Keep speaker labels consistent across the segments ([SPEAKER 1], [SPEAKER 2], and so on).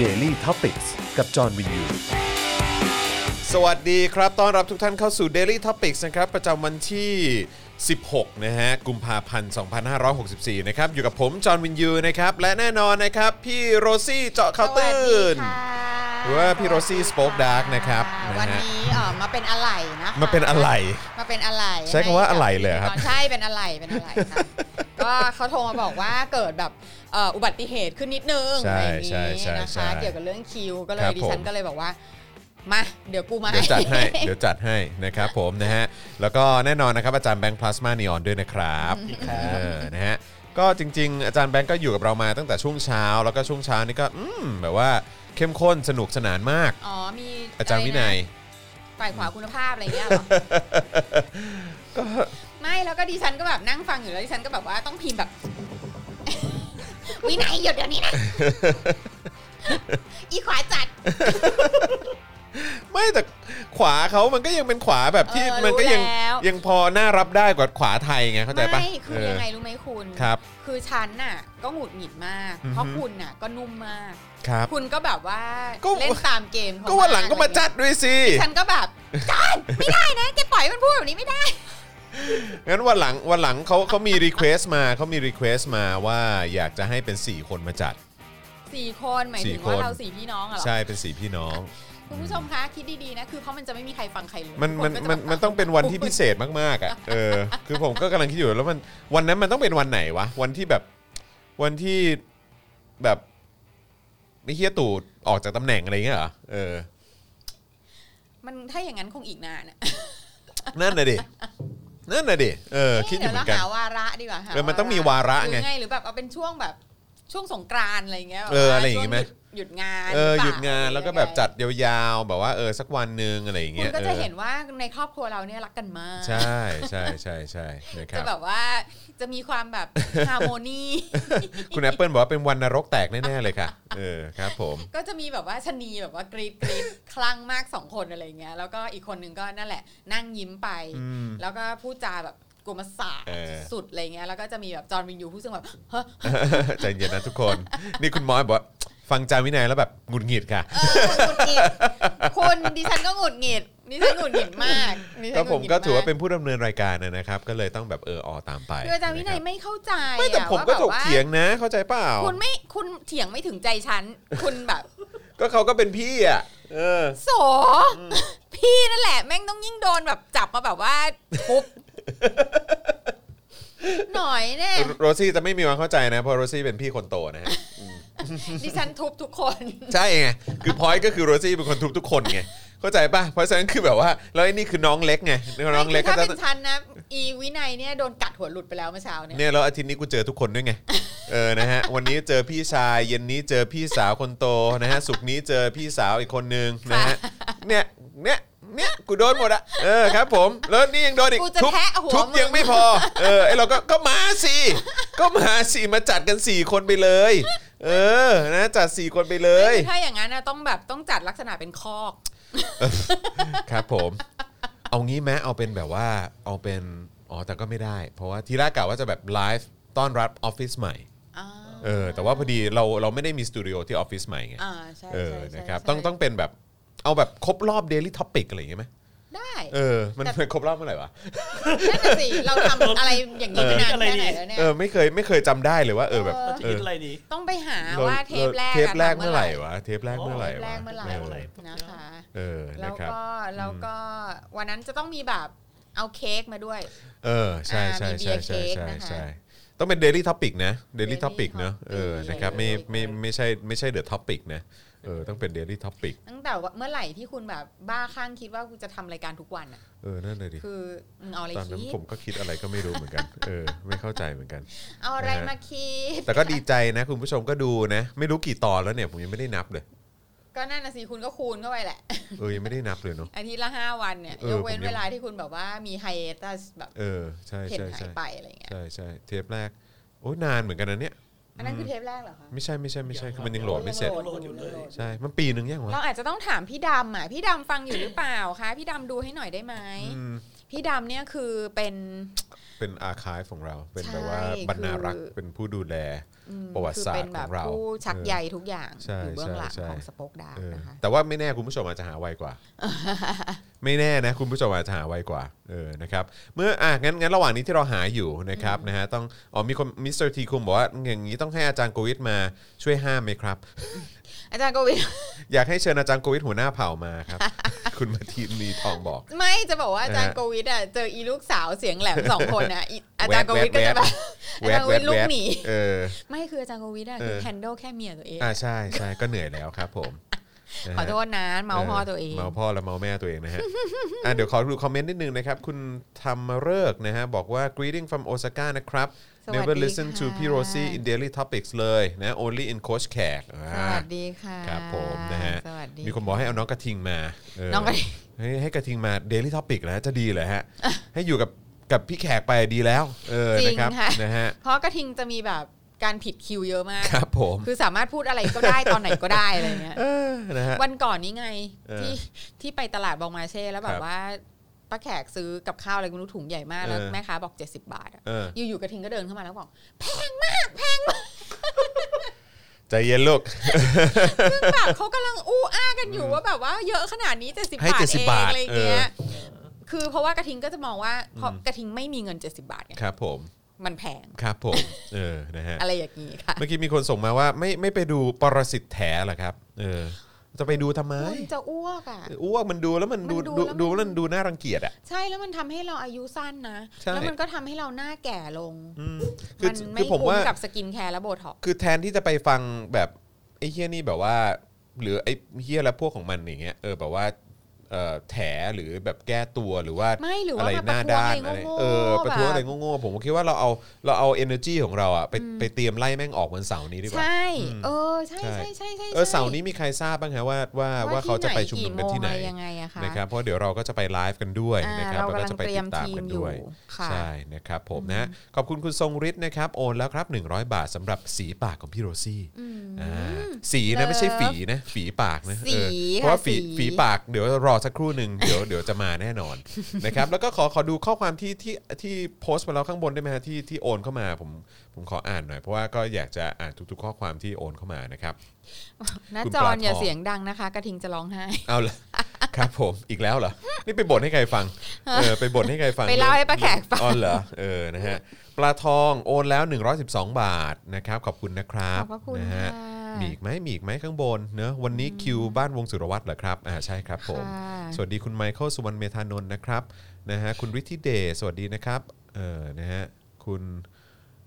[SPEAKER 1] Daily t o p i c กกับจอห์นวินยู
[SPEAKER 2] สวัสดีครับ ต้อนรับทุกท่านเข้าสู่ Daily Topics นะครับ ประจำวันที่ 16 นะฮะ กุมภาพันธ์ 2564 นะครับ อยู่กับผม จอห์นวินยูนะครับ และแน่นอนนะครับ พี่โรซี่เจาะข่าวตื่น หรือว่าพี่โรซี่ Spoke Dark นะครับนะฮะ
[SPEAKER 3] วันนี้เอ่อมาเป็นอะไรนะคะ
[SPEAKER 2] มาเป็นอะไร
[SPEAKER 3] มาเป็นอะไร
[SPEAKER 2] ใช้คำว่าอะไรเลยเหรอครับ
[SPEAKER 3] ใช่เป็นอะไรเป็นอะไร ค่ะก็เขาโทรมาบอกว่าเกิดแบบเอ่ออุบัติเหตุขึ้นนิดนึง
[SPEAKER 2] ใช่
[SPEAKER 3] อะไรอย่างนี้
[SPEAKER 2] ใช่ใช่
[SPEAKER 3] นะ
[SPEAKER 2] ใช่
[SPEAKER 3] คะเกี่ยวกับเรื่องคิว ก็เล
[SPEAKER 2] ค
[SPEAKER 3] ย
[SPEAKER 2] รับ
[SPEAKER 3] ดิฉั
[SPEAKER 2] ผ
[SPEAKER 3] น
[SPEAKER 2] ม
[SPEAKER 3] ก็เลยบอกว่ามาเดี๋ยวกูมา
[SPEAKER 2] เดี๋ยวจัดให้ เดี๋ยวจัดให้นะครับผมนะฮะ แล้วก็แน่นอนนะครับอาจารย์แบงค์พลาสมานีออนด้วยนะครับเออนะฮะ ก็จริง ๆ อาจารย์แบงค์ก็อยู่กับเรามาตั้งแต่ช่วงเช้า แล้วก็ช่วงเช้านี่ก็อืมแบบว่าเข้มข้นสนุกสนานมาก
[SPEAKER 3] อ๋อมี
[SPEAKER 2] อาจารย์วินัย
[SPEAKER 3] ฝ่ายขวาคุณภาพอะไรเงี้ยเหรอไม่แล้วก็ดิฉันก็แบบนั่งฟังอยู่แล้วดิฉันก็แบบว่าต้องพิมพ์แบบ วินัยหยุดเดี๋ยว นี้นะ อีขวาจัด
[SPEAKER 2] ไม่แต่ขวาเขามันก็ยังเป็นขวาแบบที่
[SPEAKER 3] เออ
[SPEAKER 2] มันก็ยัง
[SPEAKER 3] รู้แล้ว
[SPEAKER 2] ยังพอน่ารับได้กว่าขวาไทยไงเข้าใจปะ
[SPEAKER 3] ไม่คือยังไง
[SPEAKER 2] เ
[SPEAKER 3] รู้ไหมคุณ
[SPEAKER 2] อครับ
[SPEAKER 3] คือฉันน่ะ ก็หงุดหงิดมาก
[SPEAKER 2] อือฮึ
[SPEAKER 3] เพราะคุณน่ะ ก็นุ่มมาก
[SPEAKER 2] ครับ
[SPEAKER 3] คุณก็แบบว่า
[SPEAKER 2] ก็
[SPEAKER 3] เล่นตามเกมเข
[SPEAKER 2] ก็วันหลังก็มาจัดด้วยสิ
[SPEAKER 3] ฉันก็แบบ จัดไม่ได้นะแกปล่อยมันพูดแบบนี้ไม่ได้
[SPEAKER 2] งั้นวันหลังวันหลังเขาเขามีรีเควสมาเขามีรีเควสมาว่าอยากจะให้เป็น 4 คนมาจัด
[SPEAKER 3] สี่คนหมาย
[SPEAKER 2] สี่
[SPEAKER 3] ถึง
[SPEAKER 2] คน
[SPEAKER 3] ว่าเราสี่พี่น้องอะเหรอ
[SPEAKER 2] ใช่เป็นสี่พี่น้อง
[SPEAKER 3] คุณผู้ชมคะคิดดีๆนะ คือเพราะมันจะไม่มีใครฟังใครเลย
[SPEAKER 2] มันมัน
[SPEAKER 3] ทุกค
[SPEAKER 2] มัน
[SPEAKER 3] ก็จะแบบ
[SPEAKER 2] มันต้องเป็นวันที่พิเศษมากๆอ่ะเออคือผมก็กำลังคิดอยู่แล้วมันวันนั้นมันต้องเป็นวันไหนวะ วันที่แบบวันที่แบบไม่เฮียตู่ออกจากตำแหน่งอะไรเงี้ยเหรอเออ
[SPEAKER 3] มันถ้าอย่างนั้นคงอีกนานอะ
[SPEAKER 2] นั่นน่ะดิ นั่นน่ะดิ เออ คิดอยู่เหมือน
[SPEAKER 3] เรา
[SPEAKER 2] กัน
[SPEAKER 3] หาวาระดีกว่าหา
[SPEAKER 2] เออมันต้องมีวาระไง
[SPEAKER 3] หอหรือแบบเอาเป็นช่วงแบบช่วงสงกรานต์อะไรอย่างเงี้ยแบบ
[SPEAKER 2] เออ
[SPEAKER 3] ว่
[SPEAKER 2] อะไรอย่างงี้ไหม
[SPEAKER 3] ช่วหยุดหยุดงาน
[SPEAKER 2] เออ
[SPEAKER 3] รื
[SPEAKER 2] ห
[SPEAKER 3] เป
[SPEAKER 2] ยุดงาน
[SPEAKER 3] อะไร
[SPEAKER 2] แล้วก็แบบจัดยาวๆ แบบว่าเออสักวันหนึ่งอะไรอย่าง
[SPEAKER 3] คุ
[SPEAKER 2] เงี้
[SPEAKER 3] ณ
[SPEAKER 2] ย
[SPEAKER 3] ก็
[SPEAKER 2] เอ
[SPEAKER 3] จะ
[SPEAKER 2] อ
[SPEAKER 3] เห็นว่าในครอบครัวเราเนี่ยรักกันมาก
[SPEAKER 2] ใช่ใช่ใช่ใช่นะค
[SPEAKER 3] จะ
[SPEAKER 2] รับ
[SPEAKER 3] แบบว่าจะมีความ แบบ ฮาร์โมนี
[SPEAKER 2] คุณแอปเปิลบอกว่าเป็นวันนรกแตกแน่ๆเลยค่ะ เออครับผม
[SPEAKER 3] ก็จะมีแบบว่าชะนีแบบว่ากรีดกรีดคลั่งมากสองคนอะไรเงี้ยแล้วก็อีกคนหนึ่งก็นั่นแหละ นั่งยิ้มไป
[SPEAKER 2] อืม
[SPEAKER 3] แล้วก็พูดจาแบบกุมศาสตร์
[SPEAKER 2] เออ
[SPEAKER 3] สุดอะไรเงี้ยแล้วก็จะมีแบบจอห์นวินยูผู้ซึ่งแบบ เฮ้อ
[SPEAKER 2] ใจเย็นนะทุกคน นี่คุณมอยบอกว่าฟังจามวินัยแล้วแบบหงุดหงิดค่ะ
[SPEAKER 3] เออหงุดหงิดคุณดิฉันก็หงุดหงิดดิฉันหงุดหงิดมากดิฉั
[SPEAKER 2] ก็
[SPEAKER 3] นห
[SPEAKER 2] ผ
[SPEAKER 3] งุ
[SPEAKER 2] ม
[SPEAKER 3] ดหงิด
[SPEAKER 2] ก็ถือว่าเป็นผู้ดำเนินรายการนะนะครับ ก็เลยต้องแบบเออออตามไป
[SPEAKER 3] คืออาจารย์วินัย
[SPEAKER 2] ะค
[SPEAKER 3] ไม่เข้าใจ
[SPEAKER 2] รับไม่แต่
[SPEAKER 3] อะ
[SPEAKER 2] ผมก็
[SPEAKER 3] ว่า
[SPEAKER 2] ถ
[SPEAKER 3] แบบ
[SPEAKER 2] ก
[SPEAKER 3] ว่า
[SPEAKER 2] เถียงนะ เข้าใจเปล่า
[SPEAKER 3] คุณไม่คุณเถียงไม่ถึงใจฉันคุณแบบ
[SPEAKER 2] ก็เขาก็เป็นพี่อ่ะเออ
[SPEAKER 3] โสพี่นั่นแหละแม่งต้องยิ่งโดนแบบจับมาแบบว่าทุบหน่อยเนี่ย
[SPEAKER 2] โรซี่จะไม่มีวันเข้าใจนะเพราะโรซี่เป็นพี่คนโต นะฮะ
[SPEAKER 3] ดิฉันทุบทุกคน
[SPEAKER 2] ใช่ไงคือพอยต์ก็คือโรซี่เป็นคนทุบทุกคนไงเข้าใจป่ะเพราะฉะนั้นคือแบบว่าแล้วไอ้นี่คือน้องเล็กไงน้องเล็กก็
[SPEAKER 3] ถ้า
[SPEAKER 2] จะ
[SPEAKER 3] เป็นฉันนะ อีวินัยเนี่ยโดนกัดหัวหลุดไปแล้วเมื่อเช้าเนี่ย
[SPEAKER 2] เนี่ยแล้วอาทิตย์นี้กูเจอทุกคนด้วย ไงเออนะฮะวันนี้เจอพี่ชายเย็นนี้เจอพี่สาวคนโตนะฮะศุกร์นี้เจอพี่สาวอีกคนนึงนะฮะเนี่ยเนี่ยเนี่ยกูโดนหมดอะเออครับผมแล้วนี่ยังโดนอีก
[SPEAKER 3] กูจะ
[SPEAKER 2] ทุบ
[SPEAKER 3] แทะหัว
[SPEAKER 2] ทุบ
[SPEAKER 3] มึง
[SPEAKER 2] ยังไม่พอเออไอเราก็ก็มาสิก็มาสิมาจัดกันสี่คนไปเลย เออนะจัดสี่คนไปเลย
[SPEAKER 3] ถ้าอย่างนั้นนะต้องแบบต้องจัดลักษณะเป็นคอก
[SPEAKER 2] ครับผม เอางี้ไหมเอาเป็นแบบว่าเอาเป็นอ๋อแต่ก็ไม่ได้ เพราะว่าทีแรกกะว่าจะแบบไลฟ์ต้อนรับออฟฟิศใหม่เออแต่ว่าพอดีเราเราไม่ได้มีสตูดิโอที่ออฟฟิศใหม่ไง
[SPEAKER 3] อ่าใช่
[SPEAKER 2] เออ
[SPEAKER 3] ใช่ใช่
[SPEAKER 2] นะครับ
[SPEAKER 3] ใช่
[SPEAKER 2] ต้องต้องเป็นแบบเอาแบบครบรอบ Daily Topic อะไรอย่างเงี้ยไหม
[SPEAKER 3] ได้
[SPEAKER 2] เออมัน
[SPEAKER 3] แต่
[SPEAKER 2] มันครบรอบเมื่อไหร่วะ
[SPEAKER 3] นั่นน่ะสิ เราทำอะไรอย่างนี้มานานแค่ไหนแล้วเนี่ย
[SPEAKER 2] เออไม่เคยไม่เคยจำได้เลยว่าเออแบบ
[SPEAKER 3] เออ
[SPEAKER 2] เอ
[SPEAKER 4] คิด
[SPEAKER 2] อ
[SPEAKER 4] อะไรดี
[SPEAKER 3] ต้องไปหา
[SPEAKER 2] เรา
[SPEAKER 3] ว่าเทปแรก
[SPEAKER 2] เทปแรกเมื่อไหร่
[SPEAKER 3] วะ
[SPEAKER 2] วะเทปแรกเมื่อไห
[SPEAKER 3] เท
[SPEAKER 2] ร่
[SPEAKER 3] ปแร
[SPEAKER 2] วะ
[SPEAKER 3] กเมื่อไหร่
[SPEAKER 2] เออ
[SPEAKER 3] นะคะ
[SPEAKER 2] เออ
[SPEAKER 3] แล้
[SPEAKER 2] นะ
[SPEAKER 3] ว
[SPEAKER 2] ครับ
[SPEAKER 3] ก็แล้วก็วันนั้นจะต้องมีแบบเอาเค้กมาด้วย
[SPEAKER 2] เออใช่
[SPEAKER 3] อ่า
[SPEAKER 2] ใช่
[SPEAKER 3] มีเบี
[SPEAKER 2] ใช่
[SPEAKER 3] ยร์
[SPEAKER 2] ใช่
[SPEAKER 3] เค้ก
[SPEAKER 2] ใช่
[SPEAKER 3] นะคะ
[SPEAKER 2] ใช่ต้องเป็น Daily Topic นะ Daily
[SPEAKER 3] Daily
[SPEAKER 2] Topic เนอะ
[SPEAKER 3] Topic
[SPEAKER 2] เออนะครับไม่ไม่
[SPEAKER 3] เลย
[SPEAKER 2] ไม่ใช่ไม่ใช่ The Topic นะเออต้องเป็น Daily Topic
[SPEAKER 3] ตั้งแต่ว่าเมื่อไหร่ที่คุณแบบบ้าข้างคิดว่ากูจะทำรายการทุกวันอ่ะ
[SPEAKER 2] เออนั่นเลยดิ
[SPEAKER 3] คือมึงเอาอะไร
[SPEAKER 2] ตอนนั้น
[SPEAKER 3] คิด
[SPEAKER 2] ผมก็คิดอะไรก็ไม่รู้เหมือนกัน เออไม่เข้าใจเหมือนกัน
[SPEAKER 3] เอาอะไร
[SPEAKER 2] นะฮะ
[SPEAKER 3] มาคิด
[SPEAKER 2] แต่ก็ดีใจนะคุณผู้ชมก็ดูนะ ไม่รู้กี่ตอนแล้วเนี่ยผมยังไม่ได้นับเลย
[SPEAKER 3] ก็นั่นนะสิคุณก็คูณเข้าไปแหละ
[SPEAKER 2] เออยังไม่ได้นับเลยเนาะ
[SPEAKER 3] อาทิตย์ละห้าวันเนี่ย
[SPEAKER 2] เออย
[SPEAKER 3] กเว้น
[SPEAKER 2] ผมยัง
[SPEAKER 3] เวลาที่คุณแบบว่ามีไฮเอตัสแบบ
[SPEAKER 2] เออใช่
[SPEAKER 3] เห็น
[SPEAKER 2] ใช่
[SPEAKER 3] หา
[SPEAKER 2] ใช่
[SPEAKER 3] ยไปอะไรเงี้ย
[SPEAKER 2] ใช่ใช่เทปแรกโอ้ยนานเหมือนกันนะเนี่ย
[SPEAKER 3] อันนั้นคือเทปแรกเหรอคะ
[SPEAKER 2] ไม่ใช่ไม่ใช่ไม่ใช่คือมันยังโหลดไม่เสร็จ
[SPEAKER 3] ง
[SPEAKER 4] โหลดอยู่เลย
[SPEAKER 2] ใช่มันปีหนึ่งยังวะ
[SPEAKER 3] เราอาจจะต้องถามพี่ดำอ่ะพี่ดำฟังอยู่หรือเปล่าคะพี่ดำดูให้หน่อยได้ไหม
[SPEAKER 2] อืม
[SPEAKER 3] พี่ดำเนี่ยคือเป็น
[SPEAKER 2] เป็นอาคาฟของเรา เป็น
[SPEAKER 3] ใช่
[SPEAKER 2] แบบว่า
[SPEAKER 3] คือบ
[SPEAKER 2] รรณารักษ์เป็นผู้ดูแล
[SPEAKER 3] อืม
[SPEAKER 2] ประวัติศาสตร์ของ
[SPEAKER 3] คืป็นแบบ
[SPEAKER 2] เรา
[SPEAKER 3] ผู้ชักใยทุกอย่าง
[SPEAKER 2] ใช่
[SPEAKER 3] อยู่เบื้องหลัง
[SPEAKER 2] ใช่ใช่
[SPEAKER 3] ของสป็อกดาร์ก
[SPEAKER 2] เออ
[SPEAKER 3] นะคะ
[SPEAKER 2] แต่ว่าไม่แน่คุณผู้ชมอาจจะหาไว กว่า ไม่แน่นะคุณผู้ชมอาจจะหาไวกว่าเออนะครับเมื่ออ่ะงั้นงั้นระหว่างนี้ที่เราหาอยู่นะครับนะฮะต้องอ๋อมีคนมิสเตอร์ทีคุมบอกว่าอย่างนี้ต้องให้อาจารย์โกวิทมาช่วยห้ามไหมครับ
[SPEAKER 3] อาจารย์กวิน
[SPEAKER 2] อยากให้เชิญอาจารย์โกวิทหัวหน้าเผ่ามาครับ คุณมาทีมีทอง บอก
[SPEAKER 3] ไม่จะบอกว่าอาจารย์
[SPEAKER 2] นะฮะ
[SPEAKER 3] โกวิทอ่ะเจออีลูกสาวเสียงแหลม สองคน นะอีอาจารย์โกวิทก็
[SPEAKER 2] แว๊
[SPEAKER 3] จะ
[SPEAKER 2] บ
[SPEAKER 3] แบบ
[SPEAKER 2] แว
[SPEAKER 3] อา
[SPEAKER 2] ด
[SPEAKER 3] จาร
[SPEAKER 2] แว
[SPEAKER 3] ย์โกวิ
[SPEAKER 2] ด
[SPEAKER 3] ทลู
[SPEAKER 2] แว
[SPEAKER 3] ก
[SPEAKER 2] ด
[SPEAKER 3] หนี
[SPEAKER 2] เออ
[SPEAKER 3] ไม่คืออาจารย์โกวิทอ่ะคือ
[SPEAKER 2] เออ
[SPEAKER 3] แฮนดลแค่เมียตัวเอง
[SPEAKER 2] อ่าใช่ใช่ก็เหนื่อยแล้วครับผมนะฮะ
[SPEAKER 3] ขอโทษนะเมาพ่อตัวเอง
[SPEAKER 2] เมาพ่อและเมาแม่ตัวเองนะฮ ะ อ่ะเดี๋ยวขอดูคอมเมนต์นิดนึงนะครับ คุณธรรมเริกษ์นะฮะ บอกว่า greeting from Osaka นะครับ
[SPEAKER 3] สวัสดี
[SPEAKER 2] never listen to
[SPEAKER 3] ค่ะ
[SPEAKER 2] พี่ Rosie in daily topics เลยนะ only in coach แขกอ่า
[SPEAKER 3] สวัสดีค่ะ
[SPEAKER 2] ครับผมนะฮะ
[SPEAKER 3] สวัสดี
[SPEAKER 2] มีคนบอกให้เอาน้องกระทิงมาเ
[SPEAKER 3] น้องกระทิง
[SPEAKER 2] ให้ให้กระทิงมา daily topic แล้วจะดีเหรอฮะ ให้อยู่กับกับพี่แขกไปดีแล้ว เออ
[SPEAKER 3] จริ
[SPEAKER 2] นะ
[SPEAKER 3] ง
[SPEAKER 2] ครับ
[SPEAKER 3] ค่ะ
[SPEAKER 2] นะฮะ
[SPEAKER 3] เพราะกระทิงจะมีแบบการผิดคิวเยอะมาก
[SPEAKER 2] ครับผม
[SPEAKER 3] คือสามารถพูดอะไรก็ได้ ตอนไหนก็ได้อะไรเงี้ย
[SPEAKER 2] เออนะฮะ
[SPEAKER 3] วันก่อนนี้ไง
[SPEAKER 2] เออ
[SPEAKER 3] ที่ที่ไปตลาดบองมาเช่แล้วแบ
[SPEAKER 2] ครับ บ
[SPEAKER 3] ว่าป้าแขกซื้อกับข้าวอะไรไม่รู้ถุงใหญ่มากแล้ว
[SPEAKER 2] เออ
[SPEAKER 3] แม่ค้าบอก 70 บาทอะ
[SPEAKER 2] เออ
[SPEAKER 3] อยู่ๆกระทิงก็เดินเข้ามาแล้วบอก
[SPEAKER 2] ใจเย็นลูก
[SPEAKER 3] ซึ่งแบบเขากำลังอู้อ้ากันอยู่ว่าแบบว่าเยอะขนาดนี้ 70
[SPEAKER 2] ให้
[SPEAKER 3] บาท
[SPEAKER 2] 70
[SPEAKER 3] เอง
[SPEAKER 2] บาท
[SPEAKER 3] อะไรเงี้ย
[SPEAKER 2] เอ
[SPEAKER 3] คือเพราะว่ากระทิงก็จะมองว่าเพราะกระทิงไม่มีเงิน 70 บาทไง
[SPEAKER 2] ครับผม
[SPEAKER 3] มันแพง
[SPEAKER 2] ครับผมเออนะฮะ
[SPEAKER 3] อะไรอย่างนี้ค่ะ
[SPEAKER 2] เมื่อกี้มีคนส่งมาว่าไม่ไม่ไปดูปรสิตแถเหรอครับ เออ จะไปดูทำไม
[SPEAKER 3] คนจะอ้วกอ่ะ
[SPEAKER 2] อ้วกมันดูแล้วมันดู
[SPEAKER 3] มันดู
[SPEAKER 2] ดู
[SPEAKER 3] แล้วมัน
[SPEAKER 2] ดูแล้วมันดูน่ารังเกียจอ่ะ
[SPEAKER 3] ใช่แล้วมันทำให้เราอายุสั้นนะ
[SPEAKER 2] ใช่
[SPEAKER 3] แล้วมันก็ทำให้เราหน้าแก่ลง
[SPEAKER 2] อืมคื
[SPEAKER 3] มั
[SPEAKER 2] อน
[SPEAKER 3] ไม่
[SPEAKER 2] คือผม
[SPEAKER 3] คุ้ม
[SPEAKER 2] ว่า
[SPEAKER 3] กับสกินแคร์และโบท็อกซ์
[SPEAKER 2] คือแทนที่จะไปฟังแบบไอ้เฮี้ยนี่แบบว่า หรือไอ้เฮี้ยและพวกของมันอย่างเงี้ยเออแบบว่าเอ่อแถหรือแบบแก้ตัวหรือว่า
[SPEAKER 3] ไม่หรือ
[SPEAKER 2] อะ
[SPEAKER 3] ว่า
[SPEAKER 2] ไร
[SPEAKER 3] มา
[SPEAKER 2] ห
[SPEAKER 3] ประ
[SPEAKER 2] น้า
[SPEAKER 3] ท้วง
[SPEAKER 2] ด้าน
[SPEAKER 3] อะไร
[SPEAKER 2] อะไร
[SPEAKER 3] โง่
[SPEAKER 2] เออประท้วงอะไร
[SPEAKER 3] แบบ
[SPEAKER 2] โง่ๆผมก็คิดว่าเราเอาเราเอา energy ของเราอ่ะไปไปเตรียมไล่แม่งออกวันเสาร์นี้ดีกว่า
[SPEAKER 3] ใช่
[SPEAKER 2] อืม
[SPEAKER 3] เออใช่
[SPEAKER 2] ใช่
[SPEAKER 3] ใช่ใช่ใช่
[SPEAKER 2] เออเสาร์นี้มีใครทราบบ้างฮะว่าว่าว่าเขาจะไปชุมนุมกันที่ไหน
[SPEAKER 3] กี่โมงอะไรยังไงอะคะ
[SPEAKER 2] นะครับเพราะเดี๋ยวเราก็จะไปไลฟ์กันด้วย
[SPEAKER 3] อ่า
[SPEAKER 2] นะครับ
[SPEAKER 3] เรา
[SPEAKER 2] แล้วก็
[SPEAKER 3] กำลัง
[SPEAKER 2] จะไป
[SPEAKER 3] เตรี
[SPEAKER 2] ติ
[SPEAKER 3] ยม
[SPEAKER 2] ดตาม
[SPEAKER 3] ทีม
[SPEAKER 2] กัน
[SPEAKER 3] อ
[SPEAKER 2] ด้
[SPEAKER 3] ยู่
[SPEAKER 2] วย
[SPEAKER 3] ค่ะ
[SPEAKER 2] ใช่นะครับผมนะขอบคุณคุณทรงฤทธิ์นะครับ โอนแล้วครับ 100 บาทสำหรับสีปากของพี่โรซี่อ่าสีนะไม่ใช่ฝีนะ ฝีปากนะ
[SPEAKER 3] สี
[SPEAKER 2] เออ
[SPEAKER 3] ค่ะ
[SPEAKER 2] เพราะว่าฝี
[SPEAKER 3] สี
[SPEAKER 2] ฝีปากเดี๋ยวรอสักครู่หนึ่งเดี๋ยวเดี๋ยวจะมาแน่นอน นะครับแล้วก็ขอขอดูข้อความที่ที่ที่โพสต์มาแล้วข้างบนได้ไหมฮะที่ที่โอนเข้ามาผมผมขออ่านหน่อยเพราะว่าก็อยากจะอ่านทุกๆ ข้อความที่โอนเข้ามานะครับ
[SPEAKER 3] หน้า
[SPEAKER 2] คุณ
[SPEAKER 3] จ
[SPEAKER 2] ป
[SPEAKER 3] อ
[SPEAKER 2] ลาท
[SPEAKER 3] นอย่า
[SPEAKER 2] อง
[SPEAKER 3] เสียงดังนะคะ กระทิงจะร้องไห้
[SPEAKER 2] เอาละ ครับผมอีกแล้วเหรอ นี่ไปบ่นให้ใครฟังเออไปบ่นให้ใครฟัง
[SPEAKER 3] ไปเล่าให้ป้าแขกฟัง
[SPEAKER 2] อ๋อเหรอเออนะฮะปลาทองโอนแล้ว 112 บาทนะครับขอบคุณนะครั
[SPEAKER 3] ข
[SPEAKER 2] บ
[SPEAKER 3] อบพระคุณ
[SPEAKER 2] นะ
[SPEAKER 3] ค่ะ
[SPEAKER 2] ฮะมีอีกไหมมีอีกไหมข้างบนเนอะวันนี้คิวบ้านวงสุรวัตรเหรอครับอ่าใช่ครับผม
[SPEAKER 3] ค่ะ
[SPEAKER 2] สวัสดีคุณไมเคิลสุวรรณเมธานนท์นะครับนะฮะคุณฤทธิเดชสวัสดีนะครับเออนะฮะคุณ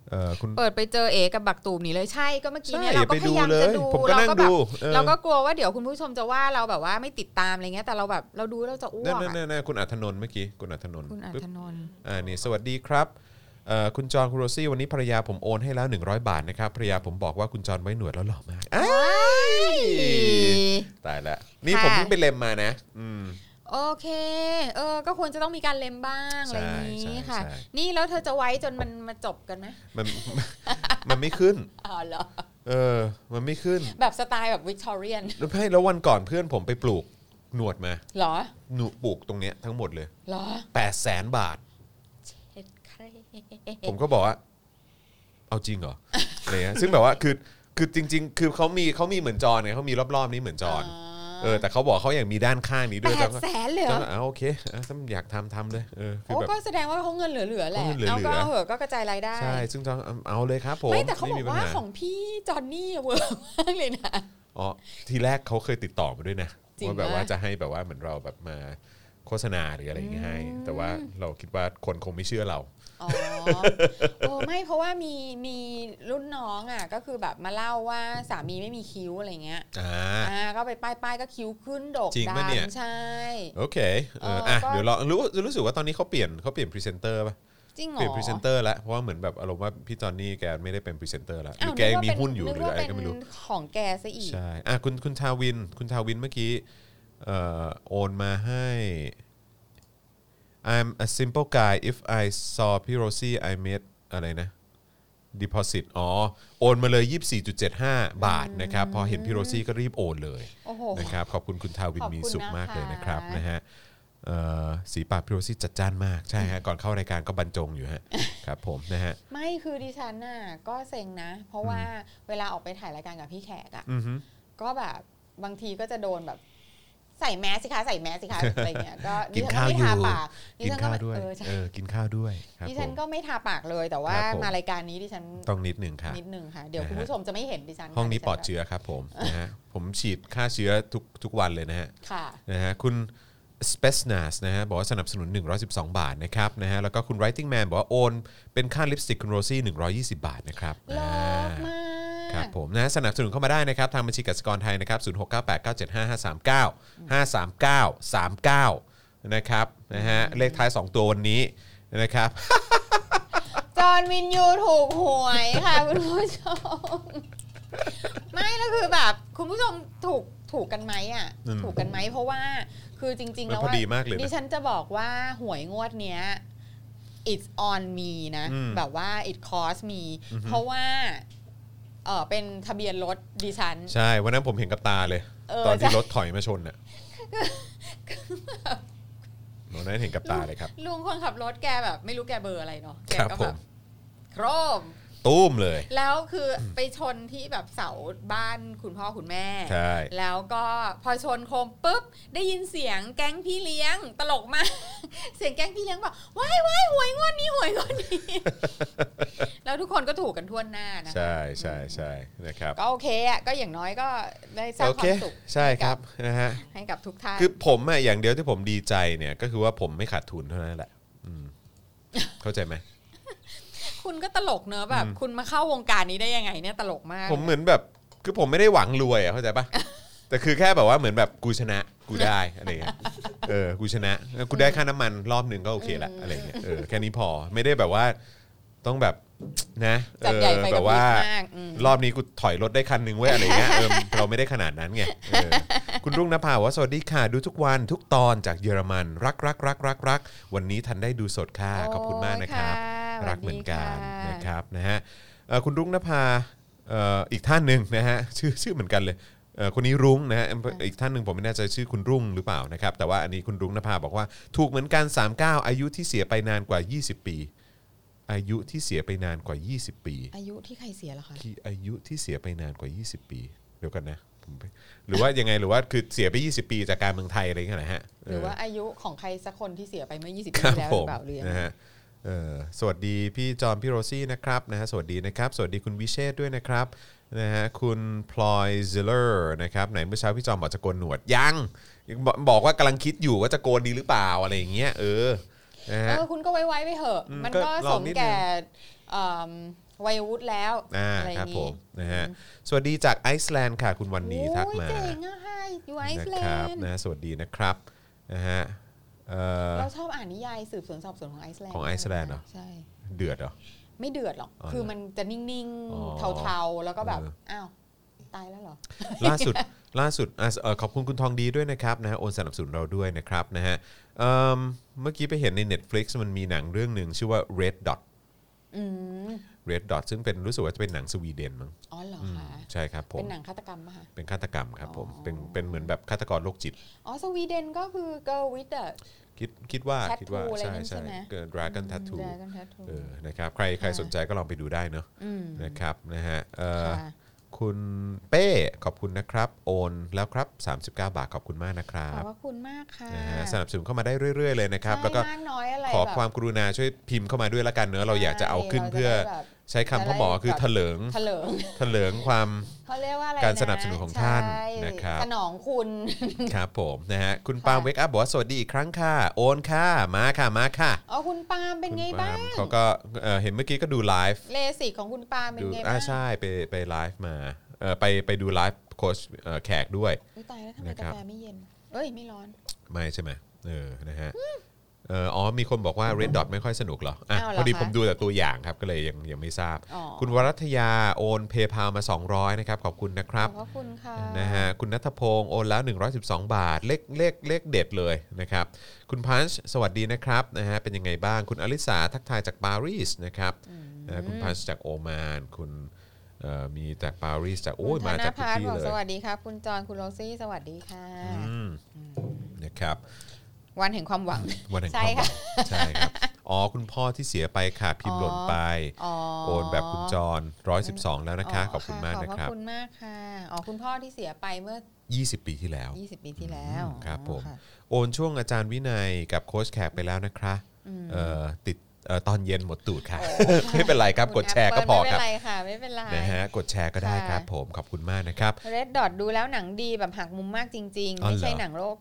[SPEAKER 2] เออคุณ
[SPEAKER 3] เปิดไปเจอเอกับบักตูมนี่เลยใช่ก็เมื่อกี้เนี่ย
[SPEAKER 2] ใช่
[SPEAKER 3] เรา
[SPEAKER 2] อ
[SPEAKER 3] ก็
[SPEAKER 2] ย่าไป
[SPEAKER 3] พยายาม
[SPEAKER 2] ดูเลย
[SPEAKER 3] จะดู
[SPEAKER 2] ผมก็นั่ง
[SPEAKER 3] แบบ
[SPEAKER 2] ดูเออ
[SPEAKER 3] เราก็กลัวว่าเดี๋ยวคุณผู้ชมจะว่าเราแบบว่าไม่ติดตามอะไรเงี้ยแต่เราแบบเราดูเราจะอ้ว
[SPEAKER 2] นั่น
[SPEAKER 3] ก
[SPEAKER 2] นั่น
[SPEAKER 3] อะ
[SPEAKER 2] นั่นนั่นคุณอัธนนท์เมื่อกี้คุณอัธนนท์
[SPEAKER 3] คุณอั
[SPEAKER 2] ปึ๊บ
[SPEAKER 3] ธนนท์
[SPEAKER 2] อ่านี่สวัสดีครับเอ่อคุณจอห์นคุณโรซี่วันนี้ภรรยาผมโอนให้แล้ว 100 บาทนะครับภรรยาผมบอกว่าคุณจอห์นไว้หนวดแล้วหล่อมากอ้ายตายแล้วนี่ผ
[SPEAKER 3] ค่ะ
[SPEAKER 2] มเพิ่งไปเล็มมานะ อืม
[SPEAKER 3] โอเค เออ ก็ควรจะต้องมีการเล็มบ้างอะไรอย่าง
[SPEAKER 2] ใช่
[SPEAKER 3] นี้
[SPEAKER 2] ใช่
[SPEAKER 3] ค่ะ
[SPEAKER 2] ใช่
[SPEAKER 3] นี่แล้วเธอจะไว้จนมันมาจบกันไหม
[SPEAKER 2] มัน มันไม่ขึ้น
[SPEAKER 3] อ๋อเหรอ
[SPEAKER 2] เออ มันไม่ขึ้น
[SPEAKER 3] แบบสไตล์แบบวิกตอเรียน
[SPEAKER 2] แล้วให้แล้ววันก่อนเพื่อนผมไปปลูกหนวดมา
[SPEAKER 3] เหรอ
[SPEAKER 2] หนูปลูกตรงเนี้ยทั้งหมดเลย
[SPEAKER 3] เหรอ
[SPEAKER 2] 8ปดแสนบาท
[SPEAKER 3] เฮ็ดใคร
[SPEAKER 2] ผมก็บอกว่า เอาจริงเหรออะไรเงี้ยซึ่งแบบว่าคือคือจริง ๆ คือเขามีเขามีเหมือนจอนไงเขามีรอบๆนี้เหมือนจอนเออแต่เขาบอกเขาอย่างมีด้านข้างนี้
[SPEAKER 3] แป
[SPEAKER 2] ด้วย
[SPEAKER 3] ด
[SPEAKER 2] แล้วก็
[SPEAKER 3] แสนเลยเหร
[SPEAKER 2] ก็
[SPEAKER 3] อ
[SPEAKER 2] อ่าโอเคอ่ะถ้าอยากทำทำเลยเออคือ
[SPEAKER 3] โอ้
[SPEAKER 2] แบบ
[SPEAKER 3] ก็แสดงว่าเขาเงินเหลือๆแหละ
[SPEAKER 2] เขาเงินเหลือๆ
[SPEAKER 3] เอาก็เหอะก็กระจายรายได้
[SPEAKER 2] ใช่ซึ่งจองเอาเลยครับผม
[SPEAKER 3] ไม่แต่เขาบอก
[SPEAKER 2] ปัญ
[SPEAKER 3] ว่า
[SPEAKER 2] ห
[SPEAKER 3] ของพี่จอนนี่เวิร์กมากเลยนะ
[SPEAKER 2] อ๋อทีแรกเขาเคยติดต่อมาด้วยนะ
[SPEAKER 3] จริง
[SPEAKER 2] ว่าแบบ
[SPEAKER 3] ปะ
[SPEAKER 2] ว่าจะให้แบบว่าเหมือนเราแบบมาโฆษณาหรืออะไรอย่างงี้ให้ แต่ว่าเราคิดว่าคนคงไม่เชื่อเรา
[SPEAKER 3] อ๋อโอ้ไม่เพราะว่ามีมีรุ่นน้องอ่ะ ก็คือแบบมาเล่าว่าสามีไม่มีคิ้วอะไรเงี้ย
[SPEAKER 2] อ่า
[SPEAKER 3] อ่าก็ไปป้ายป้ายๆก็คิ้วขึ้นดก
[SPEAKER 2] จริงปะเนี่ย
[SPEAKER 3] ดำใช่
[SPEAKER 2] โอเคเออ
[SPEAKER 3] เอออ่
[SPEAKER 2] อ่ะ
[SPEAKER 3] ก็
[SPEAKER 2] เดี๋ยวเรารู้รู้สึกว่าตอนนี้เขาเปลี่ยนเขาเปลี่ยนพรีเซนเตอร์ป่ะ
[SPEAKER 3] จริงเหร
[SPEAKER 2] เปลี่ยน
[SPEAKER 3] อ
[SPEAKER 2] พรีเซนเตอร์แล้วเพราะว่าเหมือนแบบอารมณ์ว่าพี่จอนนี่แกไม่ได้เป็นพรีเซนเตอร์แล้วห
[SPEAKER 3] อ้า
[SPEAKER 2] รื
[SPEAKER 3] ว
[SPEAKER 2] อแกยังมีหุ้นอยู่ห
[SPEAKER 3] นึ
[SPEAKER 2] รือ
[SPEAKER 3] ว่า
[SPEAKER 2] อะไร
[SPEAKER 3] เป็น
[SPEAKER 2] ก็ไม่รู้
[SPEAKER 3] ของแกซะอีก
[SPEAKER 2] ใช่ อ่ะคุณคุณทาวิน คุณทาวินเมื่อกี้เอ่อโอนมาให้ I'm a simple guy if I saw พี่ Rosie I made อะไรนะ deposit อ๋อ โอนมาเลย 24.75 บาทนะครับ พอเห็นพี่โรซี่ก็รีบโอนเลย
[SPEAKER 3] โอ้โห
[SPEAKER 2] นะครับ ขอบคุณคุณทาวิน
[SPEAKER 3] ขอบคุณ
[SPEAKER 2] มีสุขมาก
[SPEAKER 3] นะคะ
[SPEAKER 2] เลยนะครับนะฮะ เอ่อสีปากพิโรซี่จัดจ้านมากใช่ฮะก่อนเข้ารายการก็บรรจงอยู่ฮะ ครับผมนะฮะ
[SPEAKER 3] ไม่คือดิฉันน่ะก็เซ็งนะ เพราะว่าเวลาออกไปถ่ายรายการกับพี่แขกอะ
[SPEAKER 2] อือฮึ
[SPEAKER 3] ก็แบบบางทีก็จะโดนแบบใส่แมสสิคะใส่แมสสิคะอะไรเงี้ยก็
[SPEAKER 2] กินข้าว
[SPEAKER 3] ดิ
[SPEAKER 2] อ
[SPEAKER 3] ฉั
[SPEAKER 2] ยู่
[SPEAKER 3] ไม่ทาปากดิ
[SPEAKER 2] กิน
[SPEAKER 3] ฉันก็
[SPEAKER 2] ข้าว
[SPEAKER 3] ไม่
[SPEAKER 2] ด้วย
[SPEAKER 3] เออใช่
[SPEAKER 2] เออกินข้าวด้วยครับ
[SPEAKER 3] ดิ
[SPEAKER 2] ผ
[SPEAKER 3] ฉัน
[SPEAKER 2] ม
[SPEAKER 3] ก็ไม่ทาปากเลย แต่ว่า
[SPEAKER 2] ครับผม
[SPEAKER 3] มารายการนี้ดิฉัน
[SPEAKER 2] ต้องนิดหนึ่งครับ
[SPEAKER 3] นิดหนึ่งค่ะ เดี๋ยว
[SPEAKER 2] นะฮะ
[SPEAKER 3] คุณผู้ชมจะไม่เห็นดิฉันค่ะ
[SPEAKER 2] ห้องนี้
[SPEAKER 3] ดิฉั
[SPEAKER 2] ปลอดเชื้อครับผมนะฮะผมฉีดฆ่าเชื้อทุกทุกวันเลยนะฮะ
[SPEAKER 3] ค่ะ
[SPEAKER 2] นะฮะคุณสเปซนาสนะฮะบอกว่าสนับสนุน 112 บาทนะครับนะฮะแล้วก็คุณ Writing Man บอกว่าโอน เป็นค่าลิปสติกคุณโรซี่ 120 บาทนะครับ
[SPEAKER 3] เลิศ
[SPEAKER 2] อ่า
[SPEAKER 3] มาก
[SPEAKER 2] ครับผมนะสนับสนุนเข้ามาได้นะครับ ทางบัญชีกสิกรไทยนะครับ 0 6 9 8 9 7 5 5 3 9 5 3 9 3 9 นะครับนะฮะเลขท้าย 2 ตัววันนี้นะครับ
[SPEAKER 3] จอห์นวินยูถูกหวยค่ะ คุณผู้ชม ไม่แล้วคือแบบ คุณผู้ชมถูกถูกกันไหมอ่ะ
[SPEAKER 2] อืม
[SPEAKER 3] ถูกกันไหมเพราะว่าคือจริง ๆ แล้
[SPEAKER 2] มัน
[SPEAKER 3] ว
[SPEAKER 2] พอ
[SPEAKER 3] ว่า
[SPEAKER 2] ดีมากเลยนะ
[SPEAKER 3] ดิฉันจะบอกว่าหวยงวดเนี้ย it's on me นะ
[SPEAKER 2] อืม
[SPEAKER 3] แบบว่า it cost me
[SPEAKER 2] อือฮึ
[SPEAKER 3] เพราะว่าเออเป็นทะเบียนรถดิฉัน
[SPEAKER 2] ใช่ วันนั้นผมเห็นกับตาเลย
[SPEAKER 3] เออ
[SPEAKER 2] ตอนที่
[SPEAKER 3] ใช่
[SPEAKER 2] รถถอยมาชนน่ะวันนั้นเห็นกับตาเลยครับ
[SPEAKER 3] ลุงคนขับรถแกแบบ ไม่รู้แกเบอร์อะไรเนาะแก
[SPEAKER 2] ครับ
[SPEAKER 3] ก็
[SPEAKER 2] ผ
[SPEAKER 3] แบ
[SPEAKER 2] ม
[SPEAKER 3] บโครม
[SPEAKER 2] ตู้มเลย
[SPEAKER 3] แล้วคือไปชนที่แบบเสาบ้านคุณพ่อคุณแม่
[SPEAKER 2] ใช่
[SPEAKER 3] แล้วก็พอชนโคมปุ๊บ ได้ยินเสียงแก๊งพี่เลี้ยงตลกม าก เสียงแก๊งพี่เลี้ยงบอกว้ายว้ายหวยงวดนี้หวยงวดนี้ แล้วทุกคนก็ถูกกันทั่วหน้านะ
[SPEAKER 2] ใช่ใช่ใช่นะครับ
[SPEAKER 3] ก็โอเคอ่ะก็อย่างน้อยก็ได้สร้าง
[SPEAKER 2] โอ
[SPEAKER 3] ค
[SPEAKER 2] เความ
[SPEAKER 3] สุข
[SPEAKER 2] ใช่ครับนะฮะ
[SPEAKER 3] ให้กับทุกท่าน
[SPEAKER 2] คือผมอะอย่างเดียวที่ผมดีใจเนี่ยก็คือว่าผมไม่ขาดทุนเท่านั้นแหละอืมเข้าใจไหม
[SPEAKER 3] คุณก็ตลกเนอะแบบ คุณมาเข้าวงการนี้ได้ยังไงเนี่ยตลกมาก
[SPEAKER 2] ผมเหมือนแบบคือผมไม่ได้หวังรวยอะเข้าใจปะ แต่คือแค่แบบว่าเหมือนแบบกูชนะกูได้อะไรเงี้ยเออกูชนะแล้วกูได้ค่าน้ำมันรอบหนึ่งก็โอเคละอะไรเงี้ยเออแค่นี้พอไม่ได้แบบว่าต้องแบบนะ
[SPEAKER 3] จัดใหญ่ไป
[SPEAKER 2] แบ
[SPEAKER 3] กับบ พี
[SPEAKER 2] ว่า
[SPEAKER 3] มากอืม
[SPEAKER 2] รอบนี้กูถอยรถได้คันหนึ่งเว้ยอะไรเงี้ยเออเราไม่ได้ขนาดนั้นไงเออคุณรุ่งนภาบอกว่าสวัสดีค่ะ ดูทุกวันทุกตอนจากเยอรมัน รักรักรักรักรักวันนี้ทันได้ดูสดค่ะ
[SPEAKER 3] โอ้
[SPEAKER 2] ขอบคุณมากนะครับ
[SPEAKER 3] ค่ะ
[SPEAKER 2] รักเหมือนกัน
[SPEAKER 3] สวัสดีค่ะ
[SPEAKER 2] นะครับนะฮะเอ่อคุณรุ่งนภาเอ่ออีกท่านหนึ่งนะฮ ะชื่อชื่อเหมือนกันเลยเอ่อคนนี้รุ้งนะฮะอีกท่านหนึ่งผมไม่แน่ใจชื่อคุณรุ่งหรือเปล่านะครับ แต่ว่าอันนี้คุณรุ้งนภาบอกว่า ถูกเหมือนกัน 39 อายุที่เสียไปนานกว่า 20 ปี อายุที่เสียไปนานกว่า 20 ปี
[SPEAKER 3] อายุที่ใครเสียเหรอคะ
[SPEAKER 2] ที่อายุที่เสียไปนานกว่า 20 ปี เดี๋ยวกันนะผมไปหรือว่ายังไงหรือว่าคือเสียไป 20 ปีจากการเมืองไทยอะไรเงี้ยนะฮะ
[SPEAKER 3] หรือว่า
[SPEAKER 2] เ
[SPEAKER 3] อายุของใครสักคนที่เสียไปเมื่อ 20
[SPEAKER 2] ค
[SPEAKER 3] ปี
[SPEAKER 2] รับ
[SPEAKER 3] แล้ว
[SPEAKER 2] ผ
[SPEAKER 3] หรือ
[SPEAKER 2] ม
[SPEAKER 3] เปล่าเรียน
[SPEAKER 2] นะฮะเออสวัสดีพี่จอมพี่โรซี่นะครับนะฮะสวัสดีนะครับ สวัสดีคุณวิเชษฐ์ด้วยนะครับนะฮะคุณพลอยซิลเลอร์นะครับไหนเมื่อเช้าพี่จอมบอกจะโกนหนวดยังยังบอกบอกว่ากำลังคิดอยู่ว่าจะโกนดีหรือเปล่าอะไรอย่างเงี้ยเออนะฮะ
[SPEAKER 3] เออคุณก็ไว้ไว้ไปเถอะ
[SPEAKER 2] อืม
[SPEAKER 3] มัน
[SPEAKER 2] ก็
[SPEAKER 3] ก็
[SPEAKER 2] ล
[SPEAKER 3] ส
[SPEAKER 2] อง
[SPEAKER 3] ม
[SPEAKER 2] นิดนึง
[SPEAKER 3] แก่เอิ่มวัยวุฒิแล้ว
[SPEAKER 2] อ่า
[SPEAKER 3] อะไรอ
[SPEAKER 2] ครั
[SPEAKER 3] ย่า
[SPEAKER 2] บ
[SPEAKER 3] ง
[SPEAKER 2] ผ
[SPEAKER 3] งี้
[SPEAKER 2] มนะฮะสวัสดีจากไอซ์แลนด์ค่ะ คุณวันนีทักมา
[SPEAKER 3] โอ้ยเจ๋งอะค่ะอยู่ไอซ์แล
[SPEAKER 2] นะครับ
[SPEAKER 3] นด์
[SPEAKER 2] นะสวัสดีนะครับนะฮะเอ่อ
[SPEAKER 3] เราชอบอ่านนิยายสืบสวนสอบสวนของไอซ์แลนด์
[SPEAKER 2] ของไอซ์แลนด์เหรอ
[SPEAKER 3] ใช่
[SPEAKER 2] เดือดเหรอ
[SPEAKER 3] ไม่เดือดหรอก
[SPEAKER 2] อ๋อ
[SPEAKER 3] คือมันจะนิ่ง
[SPEAKER 2] อ๋
[SPEAKER 3] ๆ
[SPEAKER 2] อ
[SPEAKER 3] เทาๆ แล้วก็แบบ
[SPEAKER 2] เออ
[SPEAKER 3] อ้าว ตายแล้วเหรอ
[SPEAKER 2] ล่าสุดล่าสุดอ่ะเอ่อขอบคุณคุณทองดีด้วยนะครับนะฮะโอนสนับสนุนเราด้วยนะครับนะฮะเอิ่มเมื่อกี้ไปเห็นใน Netflix มันมีหนังเรื่องหนึ่งชื่อว่า Red Dot
[SPEAKER 3] อืม
[SPEAKER 2] Red Dot ซึ่งเป็นรู้สึกว่าจะเป็นหนังสวีเดนมั้ง
[SPEAKER 3] อ๋อเหรอ
[SPEAKER 2] อืม
[SPEAKER 3] คะ
[SPEAKER 2] ใช่ครับผม
[SPEAKER 3] เป็นหนังฆาตกรรมป่ะคะ
[SPEAKER 2] เป็นฆาตกรรมครับผม
[SPEAKER 3] อ๋อ
[SPEAKER 2] เป็นเป็นเหมือนแบบฆาตกรโรคจิต
[SPEAKER 3] อ๋อ สวีเดนก็คือ Girl with the
[SPEAKER 2] คิดคิดว่า
[SPEAKER 3] Tattoo
[SPEAKER 2] คิดว่า
[SPEAKER 3] อะไร
[SPEAKER 2] ใช่
[SPEAKER 3] นั่นใช่
[SPEAKER 2] ใช่
[SPEAKER 3] ไหม
[SPEAKER 2] เกิด Dragon Tattoo
[SPEAKER 3] Dragon Tattoo
[SPEAKER 2] เออนะครับใครใครสนใจก็ลองไปดูได้เนอะ
[SPEAKER 3] อืม
[SPEAKER 2] นะครับนะฮะเอ่อ
[SPEAKER 3] ค่ะ
[SPEAKER 2] คุณเป้ขอบคุณนะครับ โอนแล้วครับ 39 บาทขอบคุณมากนะครั
[SPEAKER 3] ขอ
[SPEAKER 2] บบ
[SPEAKER 3] พระคุณมากค่ะ
[SPEAKER 2] นะฮะสนับสนุนเข้ามาได้เรื่อยๆเลยนะครับ แล้วก็
[SPEAKER 3] ใช่มากน้อยอะไร
[SPEAKER 2] ขอ
[SPEAKER 3] แบบ
[SPEAKER 2] ความกรุณาช่วยพิมพ์เข้ามาด้วยละกันเนอะเราอยากจะเอาขึ้น
[SPEAKER 3] ใช่
[SPEAKER 2] เพื่อ
[SPEAKER 3] ราจะได้แบบ
[SPEAKER 2] ใช้คำพ่อหมอคือเถลิง
[SPEAKER 3] เถลิง
[SPEAKER 2] เถลิงความ
[SPEAKER 3] เขาเรียกว่าอะไระ
[SPEAKER 2] การสนับสนุนของท่าน
[SPEAKER 3] ใช่
[SPEAKER 2] นะครับ
[SPEAKER 3] สนองคุณ
[SPEAKER 2] ครับผมนะฮะคุณปาล์มเวกอัพบอกว่าสวัสดีอีกครั้งค่ะ โอนค่ะมาค่ะมาค่ะ
[SPEAKER 3] อ๋อคุณปาล์มเป็น
[SPEAKER 2] คุณ
[SPEAKER 3] ไง
[SPEAKER 2] ปา
[SPEAKER 3] บ้า
[SPEAKER 2] ล์
[SPEAKER 3] ง
[SPEAKER 2] มเขาก็เอ่อเห็นเมื่อกี้ก็ดูไลฟ์
[SPEAKER 3] เลสิกของคุณปาล์มเป็น
[SPEAKER 2] ดู
[SPEAKER 3] ไง
[SPEAKER 2] อ่า
[SPEAKER 3] บ้าง
[SPEAKER 2] ใช่ไปไปไลฟ์มาเออไปไปดูไลฟ์โค้ชเอ่อแขกด้วย
[SPEAKER 3] อุ๊ยตายแล้วทำไม
[SPEAKER 2] นะครั
[SPEAKER 3] กา
[SPEAKER 2] บ
[SPEAKER 3] แฟไม่เย็น เอ้ยไม่ร้อน
[SPEAKER 2] ไม่ใช่ไหมเออ นะฮะ เอออ๋อ มีคนบอกว่า Red Dot ไม่ค่อยสนุกเหรอ อ่ะ
[SPEAKER 3] าวเหร
[SPEAKER 2] พ
[SPEAKER 3] อ
[SPEAKER 2] อดี
[SPEAKER 3] คะ
[SPEAKER 2] ผมดูแต่ตัวอย่างครับ ก็เลยยังยังไม่ทราบ
[SPEAKER 3] อ๋อ
[SPEAKER 2] คุณวรัตยาโอนเพย์พามา 200 นะครับ ขอบคุณนะค
[SPEAKER 3] ข
[SPEAKER 2] รั
[SPEAKER 3] อบ บพระคุณค่ะ
[SPEAKER 2] นะฮะ คุณนัทพงศ์โอนแล้ว 112 บาท เลขเลขเลขเด็ดเลยนะครับ คุณพันช์สวัสดีนะครับ นะฮะ เป็นยังไงบ้าง คุณอลิสาทักทายจากปารีสนะครับนะฮะคุณพันช์จากโอมาน คุณเอ่อมีจากปารีสจาก โอ้ย
[SPEAKER 3] คุณ
[SPEAKER 2] มาจากทุ
[SPEAKER 3] ธ
[SPEAKER 2] ก
[SPEAKER 3] น
[SPEAKER 2] ที่
[SPEAKER 3] พัฒน์บอก
[SPEAKER 2] เลย
[SPEAKER 3] สวัสดีครับ คุณจอนคุณโรซี่สวัสดีค่ะ
[SPEAKER 2] อืมนะครับ
[SPEAKER 3] วันแห่งความหวัง
[SPEAKER 2] วันแห่งค
[SPEAKER 3] ใช่
[SPEAKER 2] วามหวั
[SPEAKER 3] ค่ะ
[SPEAKER 2] งใช่ครับอ๋อคุณพ่อที่เสียไปค่ะพิมพ์หล่นไป
[SPEAKER 3] อ๋อ
[SPEAKER 2] โอนแบบคุณจร112 แล้วนะคะ ขอบคุณมากนะ
[SPEAKER 3] ขอบ
[SPEAKER 2] ครั
[SPEAKER 3] พคุณมากค่ะอ๋อคุณพ่อที่เสียไปเมื่อ
[SPEAKER 2] บ 20 ปีที่แล้ว
[SPEAKER 3] 20 ปีที่แล้ว
[SPEAKER 2] อืมครับผม
[SPEAKER 3] ะ
[SPEAKER 2] โอนช่วงอาจารย์วินัยกับโค้ชแขกไปแล้วนะคะเอ่อติดเอ่อตอนเย็นหมดตูดค่ะ ไม่เป็นไรครับกดแชร์ก็พอครับ
[SPEAKER 3] ไม่เป็นไรค่ะ ไม่เป็นไร
[SPEAKER 2] นะฮะกดแชร์ก็ได้ครับ ผมขอบคุณมากนะครับ
[SPEAKER 3] Red Dot ดูแล้วหนังดีแบบหักมุมมากจริง ๆ
[SPEAKER 2] อ๋อเหรอ
[SPEAKER 3] ไม่ใช่หนังโรค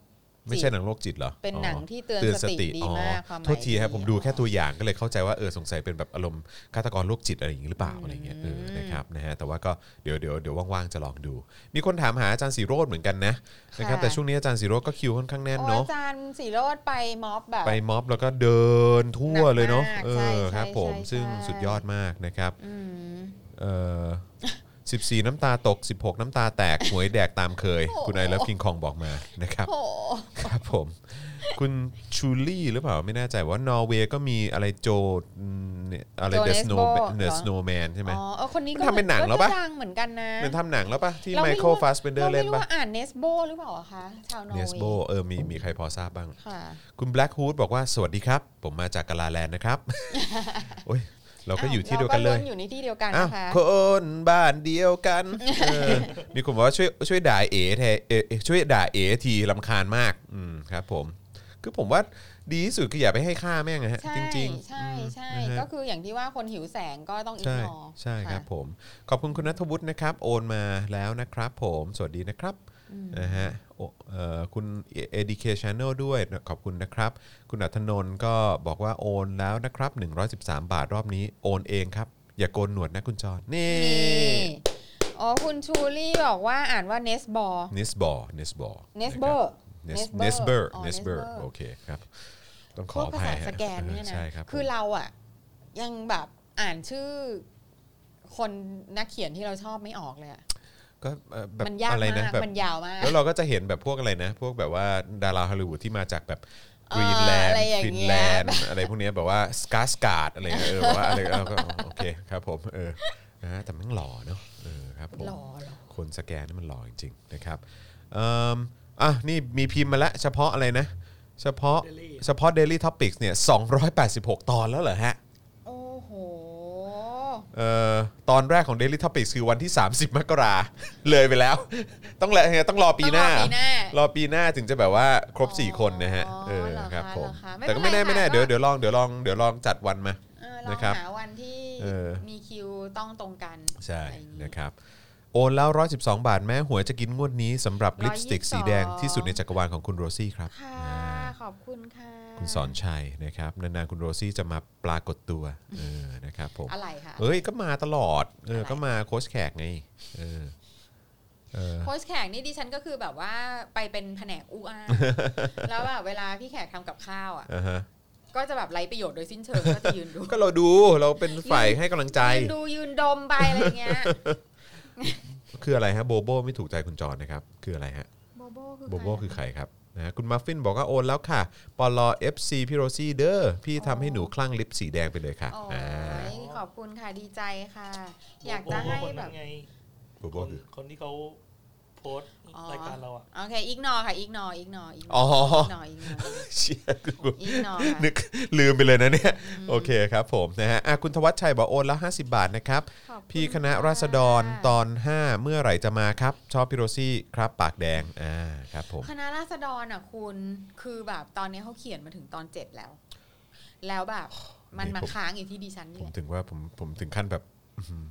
[SPEAKER 2] ไม่ใช่หนังโรคจิตเหรอ
[SPEAKER 3] เป็น
[SPEAKER 2] อ๋อ
[SPEAKER 3] หนังที่เตือน
[SPEAKER 2] เตือน
[SPEAKER 3] ส
[SPEAKER 2] ส
[SPEAKER 3] ติ
[SPEAKER 2] ติ
[SPEAKER 3] ดี
[SPEAKER 2] อ๋อ
[SPEAKER 3] มากความหมาย
[SPEAKER 2] โทษทีครับ
[SPEAKER 3] ดี
[SPEAKER 2] ผมดูแค่ตัวอย่างก็เลยเข้าใจว่าเออสงสัยเป็นแบบอารมณ์ฆาตกรโรคจิตอะไรอย่างนี้หรือเปล่าอะไรเงี้ยเออนะครับนะฮะแต่ว่าก็เดี๋ยวเดี๋ยวเดี๋ยวว่างๆจะลองดู มีคนถามหาอาจารย์สีโรดเหมือนกันนะนะครับแต่ช่วงนี้อาจารย์สีโรดก็คิวค่อนข้างแน่น
[SPEAKER 3] โอ้
[SPEAKER 2] เนาะ
[SPEAKER 3] อาจารย์สีโรดไปม็อบแบบ
[SPEAKER 2] ไปม็อบแล้วก็เดินทั่วเลยเนาะ
[SPEAKER 3] หนักมาก
[SPEAKER 2] เอ
[SPEAKER 3] ใช่
[SPEAKER 2] อครับ
[SPEAKER 3] ใช่
[SPEAKER 2] ผม
[SPEAKER 3] ใช่
[SPEAKER 2] ซึ่ง
[SPEAKER 3] ใช่
[SPEAKER 2] สุดยอดมากนะครับ
[SPEAKER 3] อืม
[SPEAKER 2] เออ14 น้ำตาตก 16 น้ำตาแตกหวยแดกตามเคย
[SPEAKER 3] โอ้
[SPEAKER 2] คุณไอเลิฟคิงคองบอกมานะครับ
[SPEAKER 3] โห
[SPEAKER 2] ครับผม คุณชูลี่หรือเปล่าไม่แน่ใจว่านอร์เวย์ก็มีอะไรโจอืมเนี่ยอะไร
[SPEAKER 3] โจ
[SPEAKER 2] The Snow
[SPEAKER 3] Nesbo
[SPEAKER 2] เ The
[SPEAKER 3] เหรอ
[SPEAKER 2] Snowman ใช่ไหม
[SPEAKER 3] อ๋อเออคนนี้
[SPEAKER 2] มั
[SPEAKER 3] ก็
[SPEAKER 2] นทำเป็นหนังแล้วปะ
[SPEAKER 3] ก็ดังเหมือนกันนะ
[SPEAKER 2] มันทำหนังแล้วปะที่
[SPEAKER 3] รา
[SPEAKER 2] ไม
[SPEAKER 3] รู้
[SPEAKER 2] เคิล
[SPEAKER 3] ว่า
[SPEAKER 2] ฟาสเบนเดอร์เล่น
[SPEAKER 3] ราไม่
[SPEAKER 2] ปะ
[SPEAKER 3] ว่าอ่านเนสโบหรือเปล่าอะคะชาวนอร์
[SPEAKER 2] เน
[SPEAKER 3] เว
[SPEAKER 2] สโบ
[SPEAKER 3] ย์
[SPEAKER 2] เออมีมีใครพอทราบบ้าง
[SPEAKER 3] ค่ะ
[SPEAKER 2] คุณแบล็กฮูดบอกว่าสวัสดีครับ ผมมาจากกาลาแลนด์ นะครับ โอ้ย เราก็อยู่ที่เดียวกันเลย
[SPEAKER 3] ราล้อยู่ในที่เดียวกัน
[SPEAKER 2] อ้าว
[SPEAKER 3] นะคะ
[SPEAKER 2] คนบ้านเดียว กันเออมีคนบอกว่าช่วยช่วยด่าเอแทนเอเอช่วยด่าเอทีลำคาญมากอืมครับผม คือผมว่าดีที่สุดคืออย่าไปให้ค่าแม่งนะฮะ
[SPEAKER 3] ใช่
[SPEAKER 2] จริง
[SPEAKER 3] ใช่ใช่
[SPEAKER 2] อืมนะฮะ
[SPEAKER 3] ก็คืออย่างที่ว่าคนหิวแสงก็ต้องอิน
[SPEAKER 2] ใช่
[SPEAKER 3] นอ
[SPEAKER 2] ใช่ครับผม ขอบคุณคุณนัทวุฒินะครับ โอนมาแล้วนะครับผม สวัสดีนะครับนะฮะโอเอ่อคุณ ADK Channel ด้วยขอบคุณนะครับ คุณอัธนนท์ก็บอกว่าโอนแล้วนะครับ 113 บาทรอบนี้โอนเองครับ อย่าโกนหนวดนะคุณจอนนี่
[SPEAKER 3] นี่อ๋อคุณชูลี่บอกว่าอ่านว่าเนสบอ
[SPEAKER 2] นิสบอร์นิสบอร์
[SPEAKER 3] เนสเบอร์
[SPEAKER 2] เนสเบอร์
[SPEAKER 3] อ๋อ
[SPEAKER 2] เนสเบอร์
[SPEAKER 3] Nesber
[SPEAKER 2] โอเคครับ ต้องข
[SPEAKER 3] พ
[SPEAKER 2] อ
[SPEAKER 3] ว
[SPEAKER 2] อ
[SPEAKER 3] ก
[SPEAKER 2] ภั
[SPEAKER 3] ภาษาย สแกน
[SPEAKER 2] ฮ
[SPEAKER 3] เนี่ยนะ
[SPEAKER 2] ใช่ครับ
[SPEAKER 3] คือเราอะยังแบบอ่านชื่อ คนนักเขียนที่เราชอบไม่ออกเลยอะ
[SPEAKER 2] ก็เอ่อแบบ
[SPEAKER 3] มันยาก
[SPEAKER 2] อะไรนะ
[SPEAKER 3] มาก
[SPEAKER 2] แบบ
[SPEAKER 3] มันยาวมาก
[SPEAKER 2] แล้วเราก็จะเห็นแบบพวกอะไรนะ พวกแบบว่าดาราฮอลลีวูดที่มาจากแบบก
[SPEAKER 3] เอ่อ
[SPEAKER 2] รีนแลนด์
[SPEAKER 3] อะไรอย่าง
[SPEAKER 2] ฟิน
[SPEAKER 3] เงี้ย
[SPEAKER 2] แลนด์อะไรพวกเนี้ยแบบว่าสกาสการ์ดอะไรเงี้ยเออแบบว่าอะไรเราก็โอเคครับผมเออนะฮะแต่แมันหล่อเนาะเออครับผม
[SPEAKER 3] หล่อหรอ
[SPEAKER 2] คนสแกนนี่มันหล่อจริงๆนะครับเอิ่มอ่ะนี่มีพิมพ์มาแล้วเฉพาะอะไรนะ เฉพาะ
[SPEAKER 4] Daily
[SPEAKER 2] เฉพาะ Daily Topics เนี่ย 286 ตอนแล้วเหรอฮะ
[SPEAKER 3] โอ้โห
[SPEAKER 2] เอ่อ ตอนแรกของ Daily Topics คือวันที่ 30 มกรา เลยไปแล้ว ต้องแลต้องรอปีหน้า
[SPEAKER 3] ต้องรอปีหน้าร
[SPEAKER 2] อปีหน้าถึงจะแบบว่าครบ
[SPEAKER 3] อ๋อ
[SPEAKER 2] 4 คนนะฮะ เออ
[SPEAKER 3] เหรอคะ
[SPEAKER 2] ครับผม
[SPEAKER 3] เหรอคะไม่
[SPEAKER 2] แต่ก็ไม่
[SPEAKER 3] เป็
[SPEAKER 2] แน่
[SPEAKER 3] นไร
[SPEAKER 2] ไม่แน่
[SPEAKER 3] ค่ะ
[SPEAKER 2] เดี๋ยว
[SPEAKER 3] ก็
[SPEAKER 2] เดี๋ยวลองเดี๋ยวลองเดี๋ยวลองจัดวันมา
[SPEAKER 3] เออลอ
[SPEAKER 2] นะ
[SPEAKER 3] ง
[SPEAKER 2] ครับ
[SPEAKER 3] หาวันที่
[SPEAKER 2] เออ
[SPEAKER 3] มีคิวต้องตรงกัน
[SPEAKER 2] ใช่
[SPEAKER 3] อะไรอย่างงี้
[SPEAKER 2] นะครับโอนแล้ว 112 บาทแม้หวยจะกินงวดนี้สำหรับลิปสติกสีแดง
[SPEAKER 3] 122
[SPEAKER 2] ที่สุดในจักรวาลของคุณโรซี่ครับ
[SPEAKER 3] ค่ะ
[SPEAKER 2] อ่า
[SPEAKER 3] ขอบคุณค่ะ
[SPEAKER 2] คุณสอนชัยนะครับนานๆคุณโรซี่จะมาปรากฏตัวเออนะครับผม
[SPEAKER 3] อะไรค่ะ
[SPEAKER 2] เอ้ยก็มาตลอดเออ
[SPEAKER 3] อะไร
[SPEAKER 2] ก็มาโค้ชแขกไงเออเออ
[SPEAKER 3] โค้ชแขกนี่ดิฉันก็คือแบบว่าไปเป็นแผนกอู้ อ้าแล้วแบบเวลาพี่แขกทำกับข้าวอ่ะ
[SPEAKER 2] อ่าฮะ
[SPEAKER 3] ก็จะแบบไร้ประโยชน์โดยสิ้นเชิงก็จะยืนดู
[SPEAKER 2] ก็เราดูเราเป็นฝ่าย
[SPEAKER 3] ยืน
[SPEAKER 2] ให้กำลังใจ
[SPEAKER 3] ยืนดูยืนดมไปอะไรเงี้ย
[SPEAKER 2] คืออะไรฮะโบโบไม่ถูกใจคุณจรนะครับ คืออะไรฮะ
[SPEAKER 3] โบโบคือ
[SPEAKER 2] โบโบคือใครครับนะฮะคุณมัฟฟินบอกว่าโอนแล้วค่ะปลอ FC พี่โรซี่เด้อพี่ทำให้หนูคลั่งลิปสีแดงไปเลยค่ะ
[SPEAKER 3] โอ้
[SPEAKER 2] อ่าย
[SPEAKER 3] ขอบคุณค่ะดีใจค่ะ อยากจะให้
[SPEAKER 4] คน
[SPEAKER 3] แบ
[SPEAKER 4] นั้
[SPEAKER 3] บ
[SPEAKER 4] นไง
[SPEAKER 2] โบโบ
[SPEAKER 4] คน
[SPEAKER 2] คือ
[SPEAKER 4] คนที่เขาโพสต์
[SPEAKER 3] อ๋อ
[SPEAKER 4] รายการเราอ่ะ
[SPEAKER 3] โอเคอีกนอค่ะอีกนออีกนออีกน
[SPEAKER 2] อ๋
[SPEAKER 3] อ
[SPEAKER 2] อ
[SPEAKER 3] อีกนออีกนอ
[SPEAKER 2] เชียกู
[SPEAKER 3] อีกนอค่ะ
[SPEAKER 2] นึกลืมไปเลยนะเนี่ย โอเคครับผมนะฮะอ่ะคุณธวัชชัยบอกโอนละ 50 บาทนะครับ
[SPEAKER 3] ขอบณ
[SPEAKER 2] พี่คณะราษฎรตอน 5 เมื่อไหร่จะมาครับ ชอบพี่โรซี่ครับปากแดงอ่าครับผม
[SPEAKER 3] คณะราษฎรอ่ะคุณคือแบบตอนนี้เขาเขียนมาถึงตอนเจ็ดแล้ว แล้วแบบมันมา
[SPEAKER 2] ผม
[SPEAKER 3] ค้างอยู่ที่ดิฉันนี่
[SPEAKER 2] ผม
[SPEAKER 3] แหละ
[SPEAKER 2] ถึงว่าผมผมถึงขั้นแบบอื้อหือ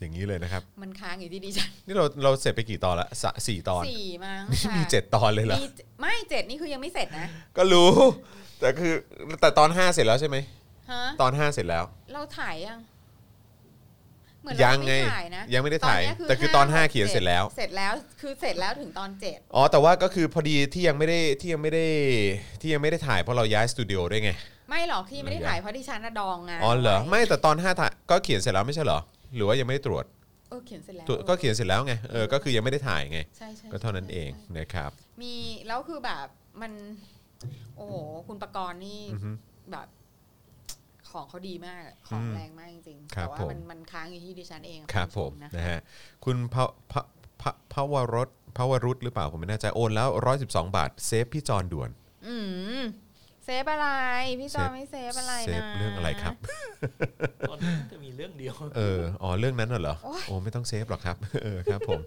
[SPEAKER 2] อย่างนี้เลยนะครับ
[SPEAKER 3] มันค้างอยู่ที่ดิฉัน
[SPEAKER 2] นี่เราเราเสร็จไปกี่ตอนละสะสี่ตอน
[SPEAKER 3] สี่มั้ง
[SPEAKER 2] นี่
[SPEAKER 3] ค่ะ
[SPEAKER 2] มี 7 ตอนเลยเหรอ
[SPEAKER 3] มีไม่เจ็ดนี่คือยังไม่เสร็จนะ
[SPEAKER 2] ก็รู้ แต่คือแต่ตอน 5 เสร็จแล้วใช่ไหม
[SPEAKER 3] ฮะ
[SPEAKER 2] ตอน 5 เสร็จแล้ว
[SPEAKER 3] เราถ่ายยังเหมือน
[SPEAKER 2] ยั
[SPEAKER 3] เรา
[SPEAKER 2] งไง
[SPEAKER 3] ไม่ถ่ายนะ
[SPEAKER 2] ยังไม่ได้ถ่าย
[SPEAKER 3] อนเนี้
[SPEAKER 2] แต่คือตอน
[SPEAKER 3] ห้า
[SPEAKER 2] 5 เขียนเสร็จแล้ว
[SPEAKER 3] เสร็จแล้วคือเสร็จแล้วถึงตอนเจ็ด
[SPEAKER 2] อ๋อแต่ว่าก็คือพอดีที่ยังไม่ได้ที่ยังไม่ได้ที่ยังไม่ได้ถ่ายเพราะเราย้ายสตูดิโอด้วยไง
[SPEAKER 3] ไม่หรอกที่ไม่ได้ถ่ายเพราะดิฉันน่ะดองงาน
[SPEAKER 2] อ๋อเหรอ
[SPEAKER 3] ไว้
[SPEAKER 2] ไม่แต่ตอน5ถ่ายก็เขียนเสร็จแล้วไม่ใช่เหรอ หรือว่ายังไม่ได้ตรวจ
[SPEAKER 3] เออเขียนเสร็จแล้ว
[SPEAKER 2] ตรวจก็เขียนเสร็จแล้วไงเออก็คือยังไม่ได้ถ่ายไง
[SPEAKER 3] ใช่ใช่
[SPEAKER 2] ก็เท่านั้นเอง
[SPEAKER 3] ใช่
[SPEAKER 2] นะครับ
[SPEAKER 3] มีแล้วคือแบบมัน โอ้โหคุณประกรณ์นี่
[SPEAKER 2] อือฮึ
[SPEAKER 3] แบบ ของเขาดีมากของ
[SPEAKER 2] อืม
[SPEAKER 3] แรงมากจริงๆ
[SPEAKER 2] ครั
[SPEAKER 3] แต่
[SPEAKER 2] บ
[SPEAKER 3] ว่า
[SPEAKER 2] ผม
[SPEAKER 3] มันมันค้างอยู่ที่ดิฉันเองอะ
[SPEAKER 2] ครับผ
[SPEAKER 3] ณ
[SPEAKER 2] ม
[SPEAKER 3] ผู้ชนะ
[SPEAKER 2] นะฮะคุณพะพะพะพะวรสพะวรุษหรือเปล่าผมไม่แน่ใจโอนแล้ว 112 บาทเซฟพี่จอนด่วน
[SPEAKER 3] อืม เซฟอะไร พี่จ
[SPEAKER 2] เซ
[SPEAKER 3] อ
[SPEAKER 2] ฟ
[SPEAKER 3] ไม่เซฟอะไรนะ
[SPEAKER 2] เซฟเรื่องอะไรครับ
[SPEAKER 4] ตอนนี้น่าจะมีเรื่องเดียว
[SPEAKER 2] เออ อ๋อ เรื่องนั้นน่ะเหรอ
[SPEAKER 3] โอ๊ย
[SPEAKER 2] โอ้ ไม่ต้องเซฟหรอกครับ เออ ครับผม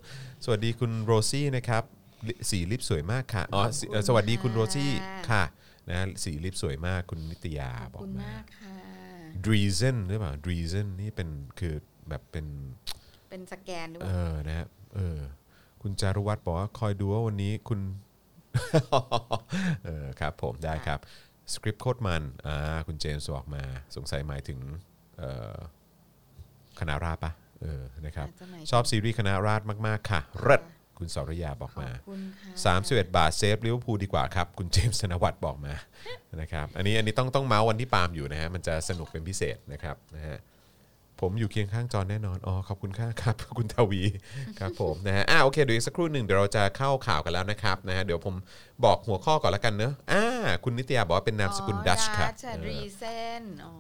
[SPEAKER 2] สวัสดีคุณโรซี่นะครับลิสีลิปสวยมากค่ะ อ๋อสีเอ่อสวัสดีคุณโรซี่ค่ะ นะ สีลิปสวยมาก คุณนิตยา
[SPEAKER 3] ขอบ
[SPEAKER 2] บอก
[SPEAKER 3] คุณ
[SPEAKER 2] มาม
[SPEAKER 3] ากค่ะ
[SPEAKER 2] ดรีเซนหรือเปล่าดรีเซนนี่เป็น คือ แบบเป็น
[SPEAKER 3] เป็นสแกนหรือเป
[SPEAKER 2] เอ
[SPEAKER 3] ล่า
[SPEAKER 2] อ นะฮะเออ คุณจารุวัตรบอกว่า คอยดูว่าวันนี้คุณ เออ ครับผม ได้ครับ สคริปต์โคตรมัน อ่า คุณเจมส์บอกมา สงสัยหมายถึง เอ่อ คณะราษฎรปะเออ นะครับ
[SPEAKER 3] าจจะหมายถึง
[SPEAKER 2] ชอบซีรีส์คณะราษฎรมาก ๆ ค่ะเริศคุณสรยาบอก
[SPEAKER 3] ขอ
[SPEAKER 2] มา
[SPEAKER 3] บคุณค่ะ
[SPEAKER 2] 31 บาทเซฟลิเวอร์พูลดีกว่าครับ คุณเจมส์ธนวัฒน์บอกมา นะครับ อันนี้อันนี้ต้องต้องเมาส์วันที่ปาล์มอยู่นะฮะ มันจะสนุกเป็นพิเศษนะครับนะฮะ ผมอยู่เคียงข้างจอแน่นอน อ๋อ ขอบคุณค่าครับ คุณทวี ครับผมนะฮะ อ่าโอเค เดี๋ยวอีกสักครู่หนึ่งเดี๋ยวเราจะเข้าข่าวกันแล้วนะครับนะฮะ เดี๋ยวผมบอกหัวข้อก่อนละกันเนอะอ่า คุณนิตยาบอกว่าเป็นนามสกุลดัชครับ
[SPEAKER 3] อ๋อ Dutch อะ
[SPEAKER 2] เออ
[SPEAKER 3] Reason อ๋อ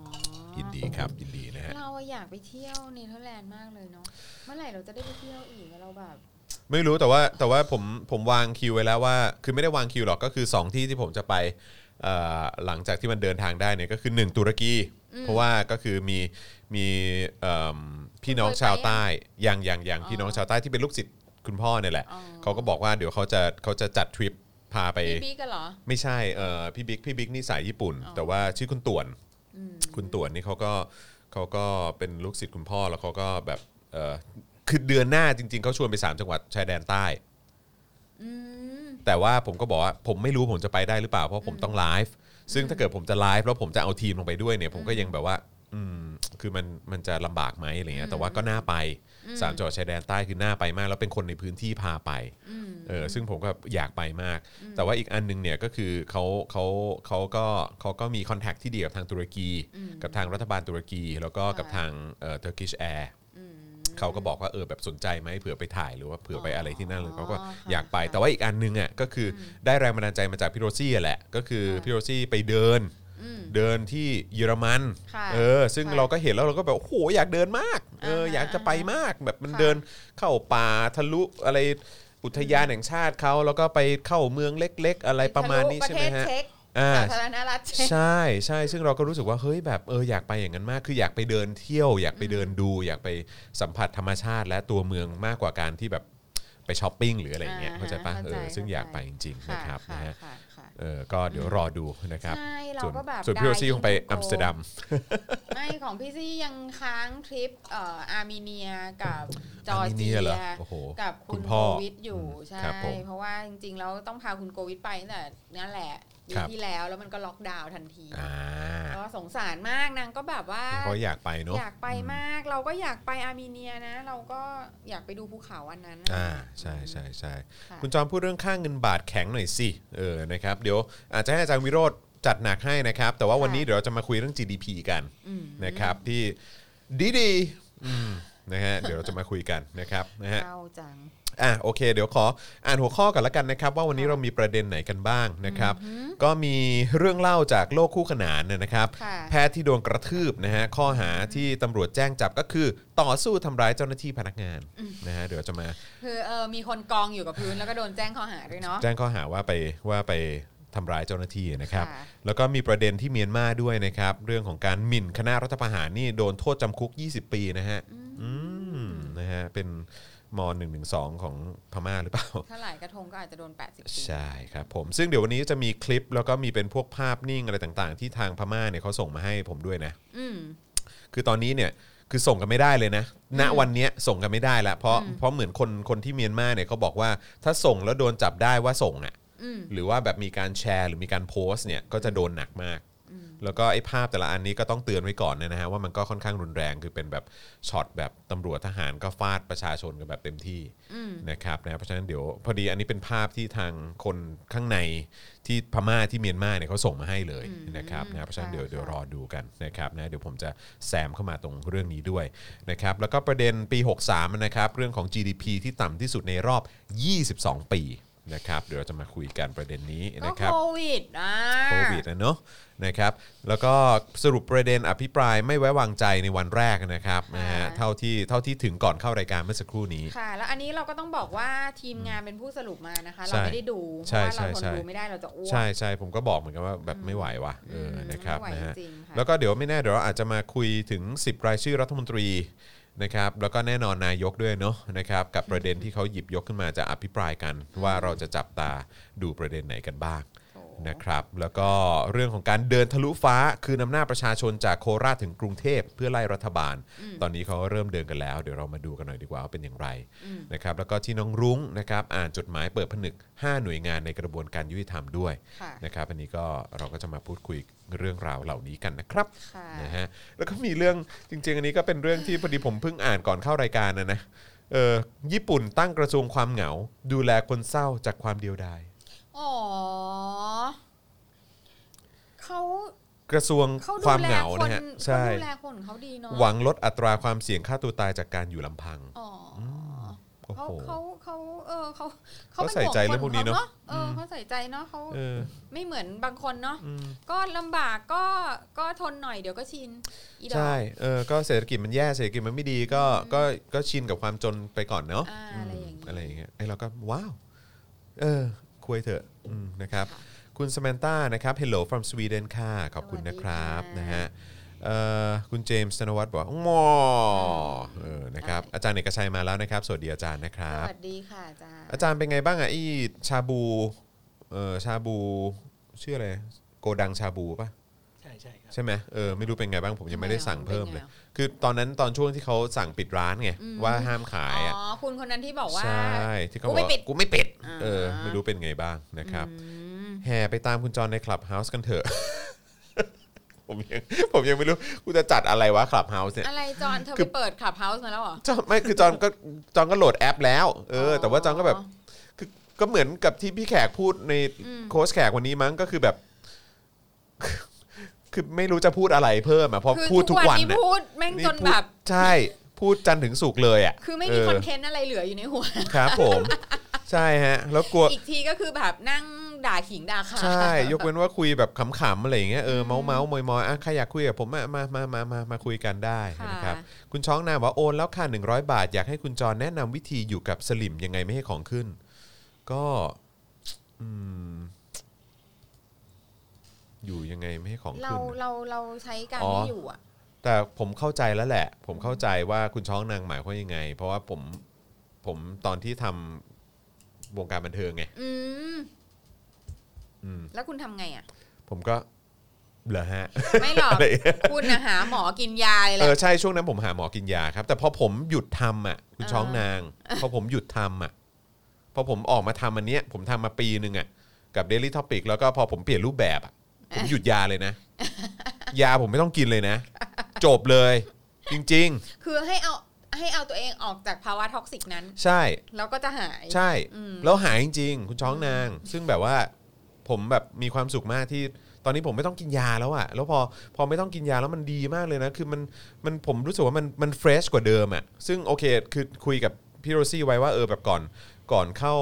[SPEAKER 2] ยินดีครับ ยินดีนะฮะ
[SPEAKER 3] เราอะอยากไปเที่ยวเนเธอร์แลนด์มากเลยเนาะเมื่อไหร่เราจะได้ไปเที่ยวอีกอะเราแบบ
[SPEAKER 2] ไม่รู้แต่ว่าแต่ว่าผมผมวางคิวไว้แล้วว่า คือไม่ได้วางคิวหรอกก็คือ 2 ที่ที่ผมจะไปเอ่อหลังจากที่มันเดินทางได้เนี่ยก็คือ 1 ตุรกี เพราะว่าก็คือมีมีเอิ่มพี่น้องชาวใต้อย่างอย่างอย่างพี่น้องชาวใต้ที่เป็นลูกศิษย์คุณพ่อเนี่ยแหละ เขาก็บอกว่าเดี๋ยวเขาจะเขาจะจัดทริปพาไป
[SPEAKER 3] พี่บิ๊กกันเหรอ
[SPEAKER 2] ไม่ใช่เอ่อพี่บิ๊กพี่บิ๊กนี่สายญี่ปุ่น
[SPEAKER 3] อ๋อ
[SPEAKER 2] แต่ว่าชื่อคุณต่วน
[SPEAKER 3] อืม
[SPEAKER 2] คุณต่วนนี่เขาก็เขาก็เป็นลูกศิษย์คุณพ่อแล้วเขาก็แบบเอ่อคือเดือนหน้าจริง ๆเขาชวนไปสามจังหวัดชายแดนใต้
[SPEAKER 3] อืม
[SPEAKER 2] แต่ว่าผมก็บอกว่าผมไม่รู้ผมจะไปได้หรือเปล่าเพราะผมต้องไลฟ์ซึ่งถ้าเกิดผมจะไลฟ์แล้วผมจะเอาทีมลงไปด้วยเนี่ยผมก็ยังแบบว่าอืมคือมันมันจะลำบากไหมอะไรเงี้ยแต่ว่าก็น่าไปสามจังหวัดชายแดนใต้คือน่าไปมาก แล้วเป็นคนในพื้นที่พาไป
[SPEAKER 3] อืม
[SPEAKER 2] เออซึ่งผมก็อยากไปมาก แต่ว่าอีกอันหนึงเนี่ยก็คือเขาเขาเขาก็เขาก็มีคอนแทคที่ดีกับทางตุรกี กับทางรัฐบาลตุรกี แล้วก็กับทางเอ่อ Turkish Air
[SPEAKER 3] อืม
[SPEAKER 2] เขาก็บอกว่าเออแบบสนใจไหมเผื่อไปถ่ายหรือว่าเผื่อไปอะไรที่นั่นเลย
[SPEAKER 3] อ๋อ
[SPEAKER 2] เขาก็
[SPEAKER 3] ค่ะ
[SPEAKER 2] อยากไป
[SPEAKER 3] ค่ะ
[SPEAKER 2] แต่ว่าอีกอันนึงอ่ะก็คืออได้แรงบันดาลใจมาจากพี่โรซี่อะแหละ ก็คือ
[SPEAKER 3] ค่ะ
[SPEAKER 2] พี่โรซี่ไปเดิน
[SPEAKER 3] อืม
[SPEAKER 2] เดินที่เยอรมัน
[SPEAKER 3] ค่ะ
[SPEAKER 2] เออซึ่ง
[SPEAKER 3] ค่ะ
[SPEAKER 2] เราก็เห็นแล้วเราก็แบบโอ้โหอยากเดินมากเออ
[SPEAKER 3] อ่าฮะ
[SPEAKER 2] อยากจะไปมากแบบมัน
[SPEAKER 3] ค่ะ
[SPEAKER 2] เดินเข้าป่าทะลุอะไรอุทยานแห่งชาติเขาแล้วก็ไปเข้าเมืองเล็ก ๆ อะไรประมาณนี้ใช่ไหม
[SPEAKER 3] ทะลุประ
[SPEAKER 2] ฮะ
[SPEAKER 3] เทศเช็ก
[SPEAKER 2] อ่า
[SPEAKER 3] สาธารณรัฐเช็ก
[SPEAKER 2] ใช่ใช่ซึ่งเราก็รู้สึกว่าเฮ้ยแบบเอออยากไปอย่างนั้นมาก คืออยากไปเดินเที่ยว อยากไปเดินดู อยากไปสัมผัสธรรมชาติ และตัวเมืองมากกว่าการที่แบบไปช้อปปิ้งหรืออะไรอย่างเงี้ย
[SPEAKER 3] อ่า
[SPEAKER 2] เข้าใจปะ
[SPEAKER 3] เข้า
[SPEAKER 2] เอ
[SPEAKER 3] ใจ
[SPEAKER 2] อซึ่ง
[SPEAKER 3] เข้าใจ
[SPEAKER 2] อยากไปจริงๆนะครับนะฮะ
[SPEAKER 3] ค่ะค่ะ
[SPEAKER 2] เออก็เดี๋ยวรอดูนะครับ
[SPEAKER 3] ใช่เรา
[SPEAKER 2] ส่วน
[SPEAKER 3] ก็แบบ
[SPEAKER 2] ส่วนพี่โรซี่
[SPEAKER 3] ด้
[SPEAKER 2] คงไป
[SPEAKER 3] ที่
[SPEAKER 2] อัมสเตอร์ดัม
[SPEAKER 3] ไม่ของพี่ซี่ยังค้างทริปเอ่ออาร์เมเนียกับจอ
[SPEAKER 2] อาร์
[SPEAKER 3] ร์
[SPEAKER 2] เมเนี
[SPEAKER 3] เจี
[SPEAKER 2] ย
[SPEAKER 3] ย
[SPEAKER 2] เหรอโอ้โห
[SPEAKER 3] กับ
[SPEAKER 2] คุ
[SPEAKER 3] คุณ ณ
[SPEAKER 2] พ่
[SPEAKER 3] โค
[SPEAKER 2] อ
[SPEAKER 3] วิดอยู่
[SPEAKER 2] อืม
[SPEAKER 3] ใช่
[SPEAKER 2] ครับผม
[SPEAKER 3] เพราะว่าจริงๆแล้วต้องพาคุณโควิดไปตั้งแต่นั่นแหละปี
[SPEAKER 2] ครับ
[SPEAKER 3] ที่แล้วแล้วมันก็ล็อกดาวน์ทันที
[SPEAKER 2] อ่า
[SPEAKER 3] ก็สงสารมากนางก็แบบว่า
[SPEAKER 2] เขาอยากไปเนอะ
[SPEAKER 3] อยากไปมากเราก็อยากไปอาร์เมเนียนะ เราก็อยากไปดูภูเขาอันนั้น
[SPEAKER 2] อ่าใช่ใช่ใช่
[SPEAKER 3] ค่ะ
[SPEAKER 2] คุณจอมพูดเรื่องค่างเงินบาทแข็งหน่อยสิ เออ นะครับ เดี๋ยวอาจจะให้อาจารย์วิโรธจัดหนักให้นะครับ แต่ว่าวันนี้เดี๋ยวเราจะมาคุยเรื่อง GDP กัน
[SPEAKER 3] อืม
[SPEAKER 2] นะครับที่ดีดีๆอืมนะฮ ะ เดี๋ยวเราจะมาคุยกันนะครับนะฮะ
[SPEAKER 3] เศร้าจัง
[SPEAKER 2] อ่ะโอเคเดี๋ยวขออ่านหัวข้อก่อนละกันนะครับ ว่าวันนี้เรามีประเด็นไหนกันบ้างนะครับ ก็มีเรื่องเล่าจากโลกคู่ขนานเนยนะครับ
[SPEAKER 3] ค่ะ
[SPEAKER 2] แพทย์ที่โดนกระทืบนะฮะข้อหาที่ตำรวจแจ้งจับก็คือ ต่อสู้ทำร้ายเจ้าหน้าที่พนักงานนะฮะเดี๋ยวจะมา
[SPEAKER 3] คือเออมีคนกองอยู่กับพื้นแล้วก็โดนแจ้งข้อหาด้วยเนาะ
[SPEAKER 2] แจ้งข้อหาว่าไปว่าไปทำร้ายเจ้าหน้าที่นะครับ
[SPEAKER 3] ค่ะ
[SPEAKER 2] แล้วก็มีประเด็นที่เมียนมาด้วยนะครับ เรื่องของการหมิ่นคณะรัฐประหารนี่โดนโทษจำคุก 20 ปีนะฮะอืมนะฮะเป็นม .112 ของพม่าหรือเปล่า
[SPEAKER 3] ถ้าหลายกระทงก็อาจจะโดน 80ปี
[SPEAKER 2] ใช่ครับผม ซึ่งเดี๋ยววันนี้จะมีคลิปแล้วก็มีเป็นพวกภาพนิ่งอะไรต่างๆ ที่ทางพม่าเนี่ยเขาส่งมาให้ผมด้วยนะ
[SPEAKER 3] อืม
[SPEAKER 2] คือตอนนี้เนี่ยคือส่งกันไม่ได้เลยนะ ณวันเนี้ยส่งกันไม่ได้ละเพราะ
[SPEAKER 3] อืม
[SPEAKER 2] เพราะเหมือนคนคนที่เมียนมาเนี่ยเขาบอกว่าถ้าส่งแล้วโดนจับได้ว่าส่งอ่ะ
[SPEAKER 3] อืม
[SPEAKER 2] หรือว่าแบบมีการแชร์หรือมีการโพสต์เนี่ยก็จะโดนหนักมาก แล้วก็ไอ้ภาพแต่ละอันนี้ก็ต้องเตือนไว้ก่อนนะฮะว่ามันก็ค่อนข้างรุนแรงคือเป็นแบบช็อตแบบตำรวจทหารก็ฟาดประชาชนกันแบบเต็มที่
[SPEAKER 3] อืม
[SPEAKER 2] นะครับนะเพราะฉะนั้นเดี๋ยวพอดีอันนี้เป็นภาพที่ทางคนข้างในที่พม่าที่เมียนมาเนี่ยเขาส่งมาให้เลย
[SPEAKER 3] อืม
[SPEAKER 2] นะครับนะเพราะฉะนั้นเดี๋ยว
[SPEAKER 3] ค่ะ
[SPEAKER 2] เดี๋ยวรอดูกันนะครับนะเดี๋ยวผมจะแซมเข้ามาตรงเรื่องนี้ด้วยนะครับแล้วก็ประเด็นปี 63นะครับเรื่องของ GDP ที่ต่ำที่สุดในรอบ 22 ปี นะครับเดี๋ยวเราจะมาคุยกันประเด็นนี้
[SPEAKER 3] ก็
[SPEAKER 2] นะค
[SPEAKER 3] โครับ วิดอ่ะ
[SPEAKER 2] โควิดนะเนอะนะครับแล้วก็สรุปประเด็นอภิปรายไม่ไว้วางใจในวันแรกนะครับนะฮะ
[SPEAKER 3] ค่ะ
[SPEAKER 2] เท่าที่เท่าที่ถึงก่อนเข้ารายการเมื่อสักครู่นี้
[SPEAKER 3] ค่ะ แล้วอันนี้เราก็ต้องบอกว่าทีมงานเป็นผู้สรุปมานะคะ
[SPEAKER 2] ใช่
[SPEAKER 3] เราไม่ได้ดูเพ
[SPEAKER 2] ใช่
[SPEAKER 3] ราะว่าเรา
[SPEAKER 2] ใช่
[SPEAKER 3] คน
[SPEAKER 2] ใช่
[SPEAKER 3] ดูไม่ได้เราจะอ้วก
[SPEAKER 2] ใช่ใช่ผมก็บอกเหมือนกันว่าแบบไม่ไหวว่ะเออ
[SPEAKER 3] ม
[SPEAKER 2] นะครับ
[SPEAKER 3] ไม่ไหว
[SPEAKER 2] นะฮะ
[SPEAKER 3] จริงๆค่ะ
[SPEAKER 2] แล้วก็เดี๋ยวไม่แน่เดี๋ยวเราอาจจะมาคุยถึง 10 รายชื่อรัฐมนตรีนะครับแล้วก็แน่นอนนายกด้วยเนาะนะครับกับประเด็นที่เขาหยิบยกขึ้นมาจะอภิปรายกัน ว่าเราจะจับตาดูประเด็นไหนกันบ้าง
[SPEAKER 3] โอ้
[SPEAKER 2] นะครับแล้วก็เรื่องของการเดินทะลุฟ้าคือนำหน้าประชาชนจากโคราชถึงกรุงเทพเพื่อไล่รัฐบาล ตอนนี้เขาเริ่มเดินกันแล้ว เดี๋ยวเรามาดูกันหน่อยดีกว่าว่าเป็นอย่างไรนะครับแล้วก็ที่น้องรุ้งนะครับอ่านจดหมายเปิดผนึก 5 หน่วยงานในกระบวนการยุติธรรมด้วย
[SPEAKER 3] ค่ะ
[SPEAKER 2] นะครับอันนี้ก็เราก็จะมาพูดคุยเรื่องราวเหล่านี้กันนะครับ
[SPEAKER 3] ค่ะ
[SPEAKER 2] นะฮะแล้วก็มีเรื่องจริง ๆ อันนี้ก็เป็นเรื่องที่พอดีผมเพิ่งอ่านก่อนเข้ารายการนะนะเออญี่ปุ่นตั้งกระทรวงความเหงา ดูแลคนเศร้าจากความเดียวดาย
[SPEAKER 3] อ๋อเขา
[SPEAKER 2] กระทรวง
[SPEAKER 3] เขา
[SPEAKER 2] ความ
[SPEAKER 3] ดูแล
[SPEAKER 2] เหงา
[SPEAKER 3] คน
[SPEAKER 2] นะฮะ
[SPEAKER 3] เขา
[SPEAKER 2] ใช่
[SPEAKER 3] ดูแลคนของเขาดีเนาะ
[SPEAKER 2] หวังลดอัตราความเสี่ยงฆ่าตัวตายจากการอยู่ลำพัง
[SPEAKER 3] อ๋ออ
[SPEAKER 2] โอ้
[SPEAKER 3] เขา
[SPEAKER 2] โห
[SPEAKER 3] เขาเขาเออเขา
[SPEAKER 2] เขาใส่ใจเรื่องพวกนี้เนอะ
[SPEAKER 3] เออเขาใส่ใจเนาะเขา
[SPEAKER 2] เออ
[SPEAKER 3] ไม่เหมือนบางคนเนาะ
[SPEAKER 2] อืม
[SPEAKER 3] ก็ลำบากก็ก็ทนหน่อยเดี๋ยวก็ชินอีดอก
[SPEAKER 2] ใช่เออก็เศรษฐกิจมันแย่เศรษฐกิจมันไม่ดีก็ก็ก็ชินกับความจนไปก่อนเนาะ
[SPEAKER 3] อ่าอะไรอย่างนี้
[SPEAKER 2] อะไรอย่างเงี้ยไอ้เราก็ว้าวเออคุยเถอะอืมนะครับ
[SPEAKER 3] ค่ะ
[SPEAKER 2] คุณสมานต้านะครับ Hello from Sweden ค่ะขอบคุณนะครับ
[SPEAKER 3] สวัสดีค่ะ
[SPEAKER 2] นะฮะเอ่อคุณเจมส์ธนวัฒน์บอกว่าหมอเออนะครับ
[SPEAKER 3] ได้
[SPEAKER 2] อาจารย์เอกชัยมาแล้วนะครับ สวัสดีอาจารย์นะครั
[SPEAKER 3] ส
[SPEAKER 2] บ
[SPEAKER 3] วัสดีค่ะอาจารย์
[SPEAKER 2] อาจารย์เป็นไงบ้างอ่ะไอชาบูเออชาบูชื่ออะไรโกดังชาบูปะ
[SPEAKER 4] ใช่ใช่ครับ
[SPEAKER 2] ใช่ไหมเออไม่รู้เป็นไงบ้างผมยังไม่ได้สั่งเพิ่มเลย
[SPEAKER 3] ป็นไงอ่ะ
[SPEAKER 2] คือตอนนั้นตอนช่วงที่เขาสั่งปิดร้านไง
[SPEAKER 3] อืม
[SPEAKER 2] ว่าห้ามขายอ่ะ
[SPEAKER 3] อ๋อคุณคนนั้นที่บอกว่า
[SPEAKER 2] ใช่ที่เขาบอก
[SPEAKER 3] กูไม่ปิด
[SPEAKER 2] ว่ากูไม่ปิด
[SPEAKER 3] อ่า
[SPEAKER 2] เออไม่รู้เป็นไงบ้างนะครับ
[SPEAKER 3] อืม
[SPEAKER 2] แห่ไปตามคุณจรในคลับเฮาส์กันเถอะ ผมยังผมยังไม่รู้กูจะจัดอะไรวะคลับเฮาส์เนี่ย
[SPEAKER 3] อะไรจอนเธอ
[SPEAKER 2] คื
[SPEAKER 3] ไป
[SPEAKER 2] อ
[SPEAKER 3] เปิดคลับเฮาส์มาแล้วเหรอ
[SPEAKER 2] จอนไม่คือจอนก็จอนก็โหลดแอปแล้วเอออ
[SPEAKER 3] อ
[SPEAKER 2] แต่ว่าจอนก็แบบคือก็เหมือนกับที่พี่แขกพูดในโค้ชแขกวันนี้มั้งก็คือแบบ คือไม่รู้จะพูดอะไรเพิ่มอ่ะเพราะ
[SPEAKER 3] คือ
[SPEAKER 2] พูดทุกวัน
[SPEAKER 3] นี้
[SPEAKER 2] น่ะ
[SPEAKER 3] พูดแม่ง
[SPEAKER 2] นี่
[SPEAKER 3] จน
[SPEAKER 2] พูด
[SPEAKER 3] แบบ
[SPEAKER 2] ใช่ พูดจันทร์ถึงสุกร์เลยอ่ะ
[SPEAKER 3] คือไม่มี
[SPEAKER 2] เ
[SPEAKER 3] คอนเทนต์อะไรเหลืออยู่ในหัว
[SPEAKER 2] ครับผม ใช่ฮะ แล้วกลัว
[SPEAKER 3] อีกทีก็คือแบบนั่งด่าขิงด่าขา
[SPEAKER 2] ใช่ ยกเว้นว่าคุยแบบขำๆอะไรอย่างเงี้ยเออเมาเมาๆมอยๆอ่ะใครอยากคุยกับผมมามามามามามาคุยกันได้นะครับ คุณช้องนามว่าโอนแล้วค่ะ100 บาท อยากให้คุณจรแนะนำวิธีอยู่กับสลิมยังไงไม่ให้ของขึ้น ก็อืมอยู่ยังไงไม่ให้ของ
[SPEAKER 3] เรา
[SPEAKER 2] ขึ้น
[SPEAKER 3] เราเราใช้การ
[SPEAKER 2] อ๋อ
[SPEAKER 3] ไม่อยู่อ่ะ
[SPEAKER 2] แต่ผมเข้าใจแล้วแหละ ผมเข้าใจว่าคุณช้องนางหมายความยังไง เพราะว่าผมผมตอนที่ทำวงการบันเทิงไง
[SPEAKER 3] อืม
[SPEAKER 2] อืม
[SPEAKER 3] แล้วคุณทำไงอ่ะ
[SPEAKER 2] ผมก็เหรอฮะ
[SPEAKER 3] ไม่หรอก
[SPEAKER 2] อะไร
[SPEAKER 3] คุณนะหาหมอกินยาเลยแห
[SPEAKER 2] เอ
[SPEAKER 3] ละ
[SPEAKER 2] อใช่ช่วงนั้นผมหาหมอกินยาครับ แต่พอผมหยุดทำอ่ะคุณ
[SPEAKER 3] อ่า
[SPEAKER 2] ช้องนางพอผมหยุดทำอ่ะพอผมออกมาทำอันเนี้ย ผมทำมาปีหนึ่งอ่ะกับ Daily Topic แล้วก็พอผมเปลี่ยนรูปแบบอ่ะผมหยุดยาเลยนะ ยาผมไม่ต้องกินเลยนะ จบเลย จริง
[SPEAKER 3] คือให้เอาให้เอาตัวเองออกจากภาวะท็อกซิกนั้น
[SPEAKER 2] ๆ ใช่
[SPEAKER 3] แล้วก็จะหาย
[SPEAKER 2] ใช่
[SPEAKER 3] อืม
[SPEAKER 2] แล้วหายจริงๆ คุณช้องนาง ซึ่งแบบว่าผมแบบมีความสุขมากที่ตอนนี้ผมไม่ต้องกินยาแล้วอะแล้วพอพอไม่ต้องกินยาแล้วมันดีมากเลยนะ คือมันมันผมรู้สึกว่ามันมันเฟรชกว่าเดิมอะซึ่งโอเคคือคุยกับพี่โรซี่ไว้ว่าเออแบบก่อนก่อนเข้า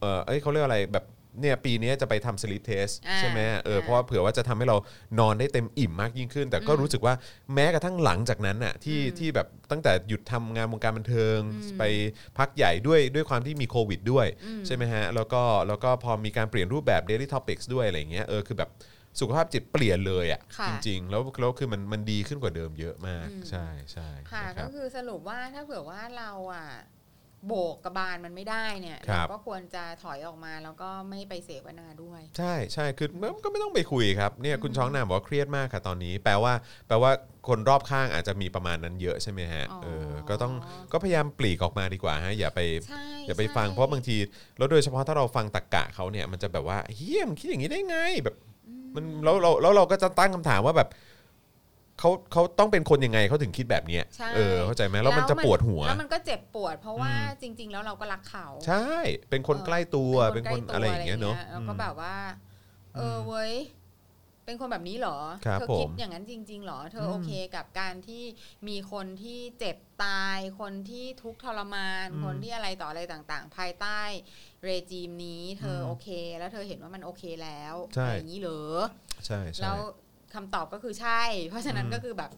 [SPEAKER 2] เออเอ้ยเขาเรียกอะไรแบบเนี่ยปีนี้จะไปทำสลิปเทส
[SPEAKER 3] อ่า
[SPEAKER 2] ใช่ไหมเออ
[SPEAKER 3] อ่า
[SPEAKER 2] เพราะว่าเผื่อว่าจะทำให้เรานอนได้เต็มอิ่มมากยิ่งขึ้น แต่ก็รู้สึกว่าแม้กระทั่งหลังจากนั้นน่ะที่ที่แบบตั้งแต่หยุดทำงานวงการบันเทิงไปพักใหญ่ด้วยด้วยความที่มีโควิดด้วย ใช่ไหมฮะ แล้วก็แล้วก็พอมีการเปลี่ยนรูปแบบ Daily Topics ด้วยอะไรอย่างเงี้ยเออคือแบบสุขภาพจิตเปลี่ยนเลยอ่ะ
[SPEAKER 3] ค่ะ
[SPEAKER 2] จริงๆ แล้วแล้วคือมันมันดีขึ้นกว่าเดิมเยอะมาก ใช่ใช่
[SPEAKER 3] ค่ะ
[SPEAKER 2] นะค
[SPEAKER 3] ก็
[SPEAKER 2] รับ
[SPEAKER 3] คือสรุปว่าถ้าเผื่อว่าเราอ่ะโบกกระบาลมันไม่ได้เนี่ย
[SPEAKER 2] ครั
[SPEAKER 3] เรา
[SPEAKER 2] บ
[SPEAKER 3] ก็ควรจะถอยออกมาแล้วก็ไม่ไปเสวนาด้วย
[SPEAKER 2] ใช่ใช่คือมันก็ไม่ต้องไปคุยครับเนี่ยคุณช้องนามบอกว่าเครียดมากค่ะตอนนี้ แปลว่า แปลว่าคนรอบข้างอาจจะมีประมาณนั้นเยอะใช่ไหมฮะ
[SPEAKER 3] อ๋อ
[SPEAKER 2] เออก็ต้องก็พยายามปลีกออกมาดีกว่าฮะอย่าไป
[SPEAKER 3] ใช่
[SPEAKER 2] อย่าไป
[SPEAKER 3] ใช่
[SPEAKER 2] ฟังเพราะบางทีแล้วโดยเฉพาะถ้าเราฟังตรกกะเขาเนี่ยมันจะแบบว่าเฮียมนคิดอย่างนี้ได้ไงแบบมันแล้วเราแล้วเราก็จะตั้งคำถามว่าแบบเขาเขาต้องเป็นคนยังไงเขาถึงคิดแบบเนี้ย
[SPEAKER 3] ใช่
[SPEAKER 2] เออเข้าใจไหมแล้วมันจะปวดหัว
[SPEAKER 3] แล้วมันก็เจ็บปวด เพราะว่า
[SPEAKER 2] อืม
[SPEAKER 3] จริง ๆ แล้วเราก็รักเขา
[SPEAKER 2] ใช่ เป็นคนใกล้ตัวเป็นคน
[SPEAKER 3] ใกล้ตัว
[SPEAKER 2] อะไรอย่างเงี้ยเนาะ
[SPEAKER 3] แล้วก็แบบว่า เอออเว้ย เป็นคนแบบนี้เหรอ
[SPEAKER 2] ครับ
[SPEAKER 3] เธอ
[SPEAKER 2] ผม
[SPEAKER 3] คิดอย่างนั้นจริง ๆ เหรอ เธอ
[SPEAKER 2] ม
[SPEAKER 3] อโอเคกับการที่มีคนที่เจ็บตาย คนที่ทุกข์ทรมาน
[SPEAKER 2] อืม
[SPEAKER 3] คนที่อะไรต่ออะไรต่างๆ ภายใต้เรจีมนี้ เธอ
[SPEAKER 2] ม
[SPEAKER 3] อโอเค แล้วเธอเห็นว่ามันโอเคแล้ว
[SPEAKER 2] ใช่
[SPEAKER 3] อะไรอย่างนี้เหรอ
[SPEAKER 2] ใช่
[SPEAKER 3] แล้
[SPEAKER 2] ใช่
[SPEAKER 3] วคำตอบก็คือใช่ เพราะฉะนั้น
[SPEAKER 2] อืม
[SPEAKER 3] ก็คือแบบ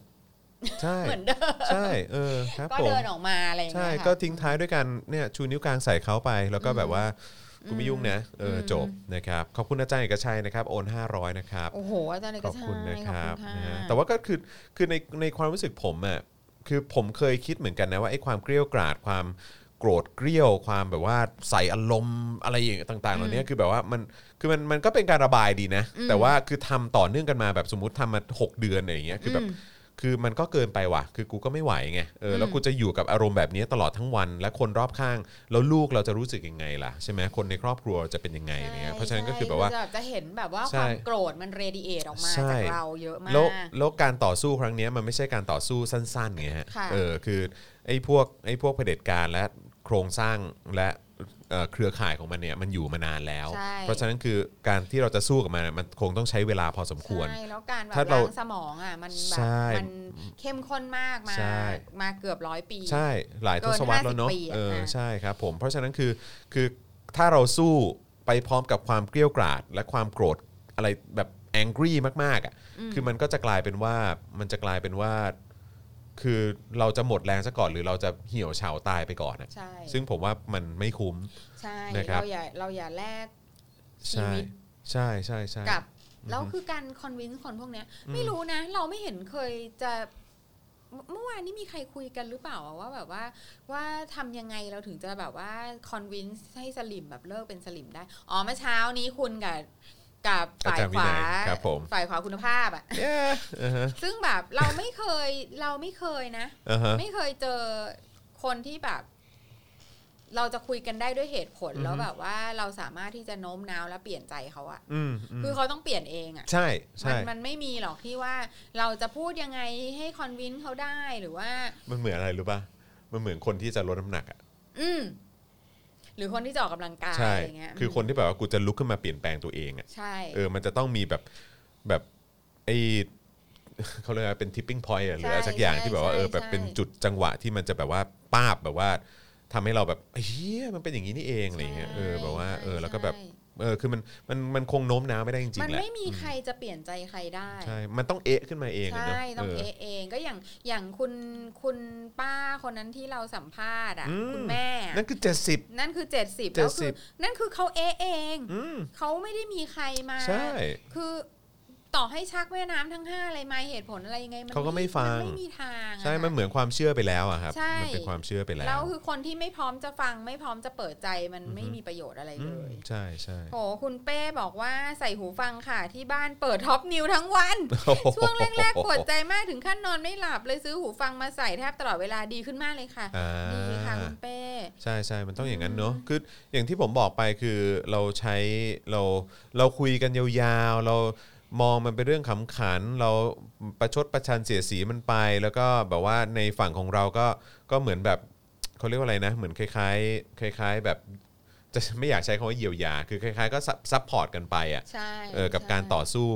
[SPEAKER 2] ใช่
[SPEAKER 3] เหมือนเดิม
[SPEAKER 2] ใช่เออครับ
[SPEAKER 3] ก็
[SPEAKER 2] ผม
[SPEAKER 3] เดินออกมาอะไรอย่าง
[SPEAKER 2] ใช่
[SPEAKER 3] เงี้ยค่ะ
[SPEAKER 2] ก็ทิ้งท้ายด้วยกันเนี่ยชูนิ้วกลางใส่เขาไป แล้วก็
[SPEAKER 3] อืม
[SPEAKER 2] แบบว่ากูไม่ยุ่งนะเอออ
[SPEAKER 3] ม
[SPEAKER 2] จบนะครับขอบคุณอาจารย์เอกชัยนะครับโอน 500 นะครับ
[SPEAKER 3] โอ้โหอาจารย์เอก
[SPEAKER 2] ขอบ
[SPEAKER 3] ชัย
[SPEAKER 2] คุณนะครับ
[SPEAKER 3] ขอณ
[SPEAKER 2] นะฮะ
[SPEAKER 3] ค่ะ
[SPEAKER 2] แต่ว่าก็คือคือในในความรู้สึกผมอ่ะคือผมเคยคิดเหมือนกันนะว่าไอ้ความเกรี้ยวกราดความโกรธเกรี้ยวความแบบว่าใส่อารมณ์อะไรอย่างต่างๆเหล่านี้คือแบบว่ามันคือมันมันก็เป็นการระบายดีนะ แต่ว่าคือทำต่อเนื่องกันมาแบบสมมติทำมา 6 เดือนอะไรอย่างเงี้ยคือแบบ
[SPEAKER 3] ม
[SPEAKER 2] คือมันก็เกินไปว่ะ คือกูก็ไม่ไหวไง เออ แล้วกูจะอยู่กับอารมณ์แบบนี้ตลอดทั้งวัน และคนรอบข้าง แล้วลูกเราจะรู้สึกยังไงล่ะ ใช่ไหมคนในครอบครัวจะเป็นยังไงอะไรเนี่ยเพราะฉะนั้นก็คือแบบว่า
[SPEAKER 3] ใช่จะเห็นแบบว่า
[SPEAKER 2] ใช่
[SPEAKER 3] ความโกรธมันเรดิเอทออกมา
[SPEAKER 2] ใช่
[SPEAKER 3] จากเราเยอะมาก
[SPEAKER 2] แล้วแล้วการต่อสู้ครั้งเนี้ยมันไม่ใช่การต่อสู้สั้นๆไงฮะ
[SPEAKER 3] ค่ะ
[SPEAKER 2] เออ คือไอ้พวกไอ้พวกเผด็จการและโครงสร้างและเอ่อเครือข่ายของมันเนี่ยมันอยู่มานานแล้ว
[SPEAKER 3] ใช่
[SPEAKER 2] เพราะฉะนั้นคือการที่เราจะสู้กับมันอะมันคงต้องใช้เวลาพอสมควร
[SPEAKER 3] ใช่แล้วการแบบ
[SPEAKER 2] ถ้าเรา
[SPEAKER 3] ล้างสมองอ่ะมันแบ
[SPEAKER 2] ใช่
[SPEAKER 3] บมันเข้มข้นมากมา
[SPEAKER 2] ใช่
[SPEAKER 3] มาเกือบร้อยปี
[SPEAKER 2] ใช่หลายทศวรรษ
[SPEAKER 3] เกิน50
[SPEAKER 2] แล้วเนาะ
[SPEAKER 3] ปีอะ
[SPEAKER 2] เออ
[SPEAKER 3] ค่ะ
[SPEAKER 2] ใช่ครับผมเพราะฉะนั้นคือคือถ้าเราสู้ไปพร้อมกับความเกรี้ยวกราด และความโกรธอะไรแบบแองกี้มากๆอ่ะคือมันก็จะกลายเป็นว่ามันจะกลายเป็นว่า คือเราจะหมดแรงซะก่อนหรือเราจะเหี่ยวเฉาตายไปก่อนอะ
[SPEAKER 3] ใช่
[SPEAKER 2] ซึ่งผมว่ามันไม่คุ้ม
[SPEAKER 3] ใช่
[SPEAKER 2] นะครับ
[SPEAKER 3] เราอย่าเราอย่าแลก ชี
[SPEAKER 2] ใช่
[SPEAKER 3] วิต
[SPEAKER 2] ใช่ใช่ใช่
[SPEAKER 3] กับแล้วคือการคอนวินส์คนพวกเนี้ย ไม่รู้นะ เราไม่เห็นเคยจะเมื่อเมื่อวานนี้มีใครคุยกันหรือเปล่าอะว่าแบบว่าว่าทำยังไงเราถึงจะแบบว่าคอนวินส์ให้สลิมแบบเลิกเป็นสลิมได้ อ๋อเมื่อเช้านี้คุณกับกับฝ่าย
[SPEAKER 2] อาจารย์วิ
[SPEAKER 3] ขวา
[SPEAKER 2] นัยครับผม
[SPEAKER 3] ฝ่ายขวาคุณภาพอ่ะ
[SPEAKER 2] เย้อ่าฮะ
[SPEAKER 3] ซึ่งแบบเราไม่เคยเราไม่เคยนะ
[SPEAKER 2] อ่าฮะ
[SPEAKER 3] ไม่เคยเจอคนที่แบบ เราจะคุยกันได้ด้วยเหตุผล
[SPEAKER 2] อือฮึ
[SPEAKER 3] แล้วแบบว่าเราสามารถที่จะโน้มน้าวและเปลี่ยนใจเขาอะ
[SPEAKER 2] อืมอืม
[SPEAKER 3] คือเขาต้องเปลี่ยนเองอะ
[SPEAKER 2] ใช่
[SPEAKER 3] มั
[SPEAKER 2] ใช่
[SPEAKER 3] นมันไม่มีหรอกที่ว่าเราจะพูดยังไงให้คอนวินเขาได้หรือว่า
[SPEAKER 2] มันเหมือนอะไรรู้ป่ะมันเหมือนคนที่จะลดน้ำหนักอ่ะ
[SPEAKER 3] อืมหรือคนที่จะออกกำลังกาย
[SPEAKER 2] ใช่
[SPEAKER 3] อะไรเงี้ย
[SPEAKER 2] คือคนที่แบบว่ากูจะลุกขึ้นมาเปลี่ยนแปลงตัวเองอ่ะ
[SPEAKER 3] ใช่
[SPEAKER 2] เออ มันจะต้องมีแบบแบบไอ เขาเรียกว่าเป็น tipping point อะหรืออะไรสักอย่างที่แบบว่าเออแบบเป็นจุดจังหวะที่มันจะแบบว่าป้าบแบบว่าทำให้เราแบบเฮียมันเป็นอย่างนี้นี่เองอะไรเงี้ยเออแบบว่าเออแล้วก็แบบ
[SPEAKER 3] ใช่
[SPEAKER 2] เออคือมันมันมันคงโน้มน้าวไม่ได้จริง
[SPEAKER 3] มัน
[SPEAKER 2] ๆแหละ
[SPEAKER 3] ไม่มีใครจะเปลี่ยนใจใครได้
[SPEAKER 2] ใช่ มันต้องเอะขึ้นมาเองะเนอะ
[SPEAKER 3] ใช่ ต้อง
[SPEAKER 2] เออ
[SPEAKER 3] เอะเองก็อย่างอย่างคุณคุณป้าคนนั้นที่เราสัมภาษณ์อ่ะ
[SPEAKER 2] อืม
[SPEAKER 3] คุณแม่อะ
[SPEAKER 2] นั่นคือ 70
[SPEAKER 3] นั่นคือเจ็ดสิบแล้วคือนั่นคือเขาเอะเอง
[SPEAKER 2] อืม
[SPEAKER 3] เขาไม่ได้มีใครมา
[SPEAKER 2] ใช่
[SPEAKER 3] คือต่อให้ชักแม่น้ำทั้งห้าอะไรมาเหตุผลอะไรยังไงน
[SPEAKER 2] เขาก็ไม่ฟัง
[SPEAKER 3] นไม่มีทางอะ
[SPEAKER 2] ใช่ มัน
[SPEAKER 3] ค่ะ
[SPEAKER 2] เหมือนความเชื่อไปแล้วอะครับ
[SPEAKER 3] ใช่
[SPEAKER 2] มันเป็นความเชื่อไปแล้ว
[SPEAKER 3] แล้วคือคนที่ไม่พร้อมจะฟังไม่พร้อมจะเปิดใจมันไม่มีประโยชน์อะไร
[SPEAKER 2] อื
[SPEAKER 3] เล
[SPEAKER 2] ม
[SPEAKER 3] ย
[SPEAKER 2] ใช่ใช่
[SPEAKER 3] โหคุณเป้บอกว่าใส่หูฟังค่ะที่บ้านเปิดท็อปนิวทั้งวัน ช่วงแรกๆปวดใจมากถึงขั้นนอนไม่หลับเลยซื้อหูฟังมาใส่แทบตลอดเวลาดีขึ้นมากเลยค่ะ
[SPEAKER 2] อ่า
[SPEAKER 3] ดีค่ะคุณเป้
[SPEAKER 2] ใช่ใช่ มันต้องอย่างนั้นเนาะ คืออย่างที่ผมบอกไปคือเราใช้เราเราคุยกันยาวๆ เรามองมันเป็นเรื่องขำขัน เราประชดประชันเสียดสีมันไป แล้วก็แบบว่าในฝั่งของเราก็ก็เหมือนแบบเขาเรียกว่าอะไรนะ เหมือนคล้าย ๆ คล้าย ๆ แบบจะไม่อยากใช้คำว่าเยียวยา คือคล้าย ๆ ก็ซับซับพอร์ตกันไปอ่ะ
[SPEAKER 3] ใช่
[SPEAKER 2] เออกับ
[SPEAKER 3] ใช่
[SPEAKER 2] การต่อสู้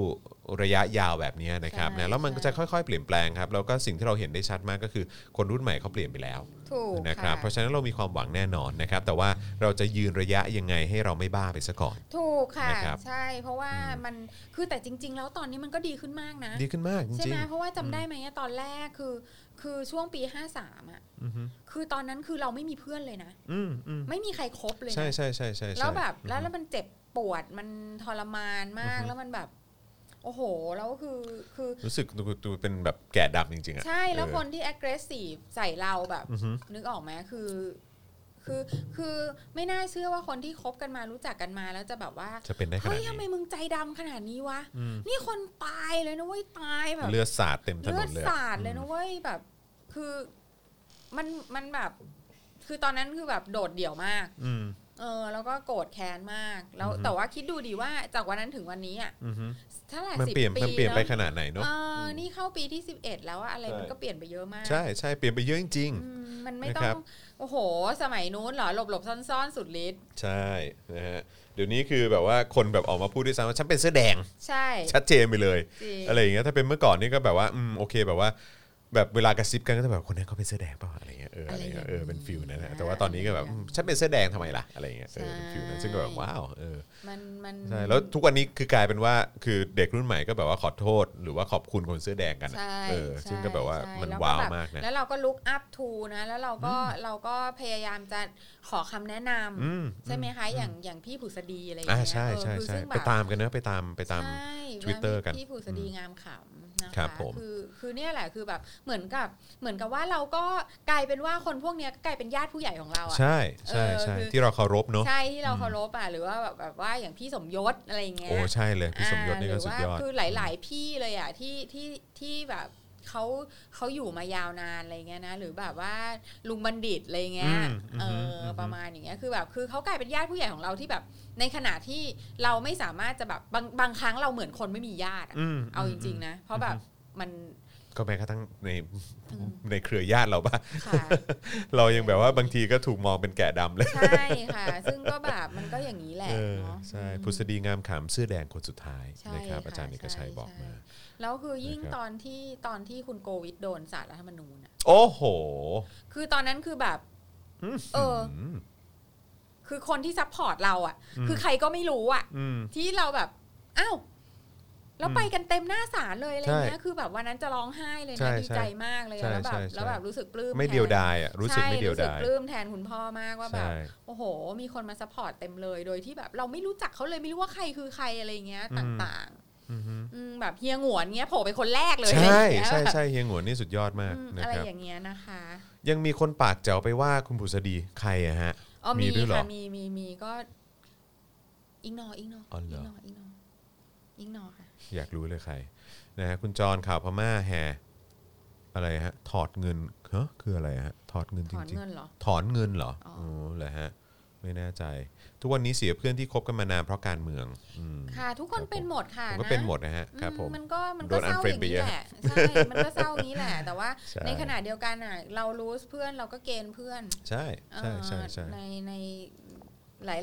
[SPEAKER 2] ระยะยาวแบบนี้นะครับ
[SPEAKER 3] ใช่
[SPEAKER 2] นะแล้วมันก็
[SPEAKER 3] ใช่
[SPEAKER 2] จะค่อยๆ เปลี่ยนแปลงครับ แล้วก็สิ่งที่เราเห็นได้ชัดมากก็คือคนรุ่นใหม่เขาเปลี่ยนไปแล้ว
[SPEAKER 3] ถูก
[SPEAKER 2] นะครับเพราะ
[SPEAKER 3] ค่ะ
[SPEAKER 2] ฉะนั้นเรามีความหวังแน่นอนนะครับ แต่ว่าเราจะยืนระยะยังไงให้เราไม่บ้าไปซะก่อน
[SPEAKER 3] ถูกค่ะ
[SPEAKER 2] นะครับ
[SPEAKER 3] ใช่เพราะว่า
[SPEAKER 2] อืม
[SPEAKER 3] มันคือแต่จริง ๆ แล้วตอนนี้มันก็ดีขึ้นมากนะ
[SPEAKER 2] ดีขึ้นมากจ
[SPEAKER 3] ใช่
[SPEAKER 2] ริง
[SPEAKER 3] ไหมเพราะว่าจำได้ไหมอะตอนแรกคือ คือช่วงปี 53อ่ะ
[SPEAKER 2] อือฮึ
[SPEAKER 3] คือตอนนั้นคือเราไม่มีเพื่อนเลยนะ
[SPEAKER 2] ๆอืมอืม
[SPEAKER 3] ไม่มีใครคบเลยนะ
[SPEAKER 2] ใช่ใช่ใช่ใช่ใช่
[SPEAKER 3] แล้วแบบแล้วแล้วมันเจ็บปวดมันทรมานมาก
[SPEAKER 2] อือฮึ
[SPEAKER 3] แล้วมันแบบ โอ้โห แล้วคือคือ
[SPEAKER 2] รู้สึกตัวตัวเป็นแบบแก่ดำจริงๆอ่ะ
[SPEAKER 3] ใช่แล้ว
[SPEAKER 2] เออ
[SPEAKER 3] คนที่ aggressive ใส่เราแบบ
[SPEAKER 2] อือฮึ
[SPEAKER 3] นึกออกไหมคือคือคือไม่น่าเชื่อว่าคนที่คบกันมารู้จักกันมาแล้วจะแบบว่า
[SPEAKER 2] จะเป็นได้ข
[SPEAKER 3] เฮ้
[SPEAKER 2] นาย ด
[SPEAKER 3] ทำไม
[SPEAKER 2] นี้
[SPEAKER 3] มึงใจดำขนาดนี้วะ
[SPEAKER 2] อืม
[SPEAKER 3] นี่คนตายเลยนะเว้ยตายแบบ
[SPEAKER 2] เลือดสาดเต็มถน
[SPEAKER 3] เลือน ด
[SPEAKER 2] เลย
[SPEAKER 3] สาดเลยนะเว้ยแบบ คือมันมันแบบ คือตอนนั้นคือแบบโดดเดี่ยวมาก
[SPEAKER 2] อืม
[SPEAKER 3] เออ แล้วก็โกรธแค้นมาก แล้ว
[SPEAKER 2] อือฮึ
[SPEAKER 3] แต่ว่าคิดดูดีว่าจากวันนั้นถึงวันนี้อ่ะ
[SPEAKER 2] อืม
[SPEAKER 3] เท่าไหร่
[SPEAKER 2] มัน
[SPEAKER 3] สิบ
[SPEAKER 2] เปลี่ยน
[SPEAKER 3] ปี
[SPEAKER 2] มันเปลี่ยนไป
[SPEAKER 3] อะ
[SPEAKER 2] ขนาดไหนเนาะ
[SPEAKER 3] เออนี่เข้าปีที่สิบเอ็ดแล้วอะอะไร
[SPEAKER 2] ใช่
[SPEAKER 3] มันก็เปลี่ยนไปเยอะมาก
[SPEAKER 2] ใช่ใช่เปลี่ยนไปเยอะจริง
[SPEAKER 3] อืมมันไม่
[SPEAKER 2] นะ
[SPEAKER 3] ต้อ
[SPEAKER 2] ครั
[SPEAKER 3] ง
[SPEAKER 2] บ
[SPEAKER 3] โ โอ้โห สมัยนู้นเหรอหลบหลบซ่อนซ่อนๆสุดฤทธิ์
[SPEAKER 2] ใช่นะฮะเดี๋ยวนี้คือแบบว่าคนแบบออกมาพูดด้วยซ้ำว่าฉันเป็นเสื้อแดง
[SPEAKER 3] ใช่
[SPEAKER 2] ชัดเจนไปเลย
[SPEAKER 3] จริง
[SPEAKER 2] อะไรอย่างเงี้ยถ้าเป็นเมื่อก่อนนี่ก็แบบว่าอืมโอเคแบบว่า แบบเวลากระซิบกันก็จะแบบคนนั้นเขาเป็นเสื้อแดงเปล่าอะไรเงี้ยเอออะไรเงี้ยเออเป็นฟิลนั้นนะแต่ว่าตอนนี้ก็แบบอืมฉันเป็นเสื้อแดงทำไมล่ะอะไรเงี้ยเออเป็นฟิลนั้นซึ่งก็แบบว้าวเออ
[SPEAKER 3] มันมัน
[SPEAKER 2] ใช่แล้วทุกวันนี้คือกลายเป็นว่าคือเด็กรุ่นใหม่ก็แบบว่าขอโทษ หรือว่าขอบคุณคนเสื้อแดงกันอะ
[SPEAKER 3] ใช่
[SPEAKER 2] เออซึ่งก็แบบว่า
[SPEAKER 3] ใช่
[SPEAKER 2] มัน
[SPEAKER 3] แล้
[SPEAKER 2] ว้าว
[SPEAKER 3] แบบ
[SPEAKER 2] มากนะ
[SPEAKER 3] แล้วเราก็ลุกอัพทูนะ แล้วเราก็เราก็พยายามจะขอคำแนะนำ
[SPEAKER 2] อืม
[SPEAKER 3] ใช่ไหมคะ อย่างอย่างพี่ผุษดีอะไรอย่าง
[SPEAKER 2] อ่า
[SPEAKER 3] เงี้ย
[SPEAKER 2] ใช่
[SPEAKER 3] เออ
[SPEAKER 2] ใช่
[SPEAKER 3] คือ
[SPEAKER 2] ใช่
[SPEAKER 3] ซึ่งแบ
[SPEAKER 2] ไป
[SPEAKER 3] บ
[SPEAKER 2] ตามกันนะไปตามไปตาม
[SPEAKER 3] ใช่ว่า
[SPEAKER 2] Twitter กัน
[SPEAKER 3] พี่ผู้สดีงามขำนะคะ
[SPEAKER 2] ครับผม
[SPEAKER 3] คือคือเนี่ยแหละคือแบบเหมือนกับเหมือนกับว่าเราก็กลายเป็นว่าคนพวกเนี้ยก็กลายเป็นญาติผู้ใหญ่ของเราอ่ะ
[SPEAKER 2] ใช่ใช่
[SPEAKER 3] เออ
[SPEAKER 2] ใช่
[SPEAKER 3] คือ
[SPEAKER 2] ที่เราเคารพเนาะ
[SPEAKER 3] ใช่ที่เราเคารพอ่ะหรือว่าแบบแบบว่าอย่างพี่สมยศอะไรอย่างเงี้ย
[SPEAKER 2] โอ้ใช่เลยพี่สมยศนี่ก็
[SPEAKER 3] าหรื
[SPEAKER 2] สุด
[SPEAKER 3] ว่าย
[SPEAKER 2] อด
[SPEAKER 3] คือหลาย ๆ พี่เลยอ่ะที่ที่ที่แบบเขาเขาอยู่มายาวนานอะไรเงี้ยนะหรือแบบว่าลุงบัณฑิตอะไรเงี้ย
[SPEAKER 2] อืมอืม
[SPEAKER 3] เอออ
[SPEAKER 2] ม
[SPEAKER 3] ประมาณอย่างเงี้ยคือแบบคือเขากลายเป็นญาติผู้ใหญ่ของเราที่แบบในขณะที่เราไม่สามารถจะแบบบางบางครั้งเราเหมือนคนไม่มีญาติอะ
[SPEAKER 2] ม
[SPEAKER 3] เอาจริง ๆ นะ เพราะแบบมัน
[SPEAKER 2] ก็แม้กระทั่งใน
[SPEAKER 3] อืม
[SPEAKER 2] ในเครือญาติเราป่ะ
[SPEAKER 3] ค่ะ
[SPEAKER 2] เรายังแบบว่าบางทีก็ถูกมองเป็นแก่ดำเลย
[SPEAKER 3] ใช่ค่ะ ซึ่งก็แบบมันก็อย่างนี้แหละ
[SPEAKER 2] เออ
[SPEAKER 3] เนาะ
[SPEAKER 2] ใช่
[SPEAKER 3] อืม
[SPEAKER 2] พุษดีงามขามเสื้อแดงคนสุดท้าย
[SPEAKER 3] ใช่
[SPEAKER 2] นะครับ
[SPEAKER 3] ค่ะ
[SPEAKER 2] อาจารย์เอกชัย
[SPEAKER 3] ใช่
[SPEAKER 2] บอก
[SPEAKER 3] ใช่
[SPEAKER 2] มา
[SPEAKER 3] แล้วคือยิ่ง
[SPEAKER 2] นะครับ
[SPEAKER 3] ตอนที่ตอนที่คุณโกวิดโดนสารรัฐธรรมนูญอะ
[SPEAKER 2] โอ้โห
[SPEAKER 3] คือตอนนั้นคือแบบ เออ
[SPEAKER 2] ม
[SPEAKER 3] คือคนที่ซัพพอร์ตเราอะ
[SPEAKER 2] อืม
[SPEAKER 3] คือใครก็ไม่รู้อะ
[SPEAKER 2] อืม
[SPEAKER 3] ที่เราแบบอ้าวแล้ว
[SPEAKER 2] อืม
[SPEAKER 3] ไปกันเต็มหน้าศาลเลยอะไร
[SPEAKER 2] ใช่
[SPEAKER 3] เงี้ยคือแบบวันนั้นจะร้องไห้เลย
[SPEAKER 2] ใช่
[SPEAKER 3] นะดีใจ
[SPEAKER 2] ใช่
[SPEAKER 3] มากเลย
[SPEAKER 2] ใช่
[SPEAKER 3] อะแล้วแบบ
[SPEAKER 2] ใช่ใช่
[SPEAKER 3] แล้วแบบรู้สึกปลื้ม
[SPEAKER 2] ไม่
[SPEAKER 3] แทน
[SPEAKER 2] เดียวดายอ่ะรู้สึก
[SPEAKER 3] ใช่
[SPEAKER 2] ไม่เดียว
[SPEAKER 3] รู้สึก
[SPEAKER 2] ดาย
[SPEAKER 3] ปลื้มแทนคุณพ่อมากว่าแบบ
[SPEAKER 2] ใช่
[SPEAKER 3] โอ้โห มีคนมาซัพพอร์ตเต็มเลยโดยที่แบบเราไม่รู้จักเขาเลยไม่รู้ว่าใครคือใครอะไรเงี้ย
[SPEAKER 2] อื
[SPEAKER 3] ต
[SPEAKER 2] ม
[SPEAKER 3] ่าง
[SPEAKER 2] อือฮึ
[SPEAKER 3] ๆอืมแบบเฮียหงวนเงี้ยโผล่ไปคนแรกเลย
[SPEAKER 2] ใช่
[SPEAKER 3] อะไรเงี้ย
[SPEAKER 2] ใช่
[SPEAKER 3] แบบ
[SPEAKER 2] ใช่เฮียหงวนนี่สุดยอดมาก
[SPEAKER 3] อืม
[SPEAKER 2] นะ
[SPEAKER 3] อะไร
[SPEAKER 2] ครับ
[SPEAKER 3] อย่างเงี้ยนะคะ
[SPEAKER 2] ยังมีคนปากแจ๋วไปว่าคุณผุษดีใครอะฮะ
[SPEAKER 3] อ๋อ
[SPEAKER 2] มี
[SPEAKER 3] มี
[SPEAKER 2] ด้วยเหรอ
[SPEAKER 3] ค่ะมีมีมีก็อิงนออิงนอ
[SPEAKER 2] อ๋อเหร
[SPEAKER 3] อิ
[SPEAKER 2] อ
[SPEAKER 3] นออิงนออิงนอค่ะ
[SPEAKER 2] อยากรู้เลยใครนะฮะคุณจรข่าวพม่าแห่อะไรฮะ ถอดเงินฮะคืออะไรฮะถอดเงิน
[SPEAKER 3] ถ
[SPEAKER 2] จ
[SPEAKER 3] อน
[SPEAKER 2] ริง
[SPEAKER 3] เงินเหรอ
[SPEAKER 2] ๆ ถอนเงินเหรอ
[SPEAKER 3] อ๋อ
[SPEAKER 2] โอ้
[SPEAKER 3] อ๋
[SPEAKER 2] เหรอฮะ ไม่แน่ใจ ทุกวันนี้เสียเพื่อนที่คบกันมานานเพราะการเมืองอืม
[SPEAKER 3] ค่ะ ทุกคนเป็นหมดค่ะ
[SPEAKER 2] ผม
[SPEAKER 3] นะ
[SPEAKER 2] ก็เป็นหมดนะฮะ
[SPEAKER 3] อื
[SPEAKER 2] ครับผม
[SPEAKER 3] มันก็มัน
[SPEAKER 2] โด
[SPEAKER 3] ก็
[SPEAKER 2] น
[SPEAKER 3] เศร้า
[SPEAKER 2] unfriend
[SPEAKER 3] อย่างนี้
[SPEAKER 2] ไปเยอะ
[SPEAKER 3] แหละใช่มันก็เศร้าอย่างนี้แหละ แต่ว่า
[SPEAKER 2] ใช่
[SPEAKER 3] ในขณะเดียวกันอ่ะ เรารู้เพื่อนเราก็เกณฑ์เพื่อน
[SPEAKER 2] ใช่ใช่ใช่ใช่
[SPEAKER 3] เอ่อในใน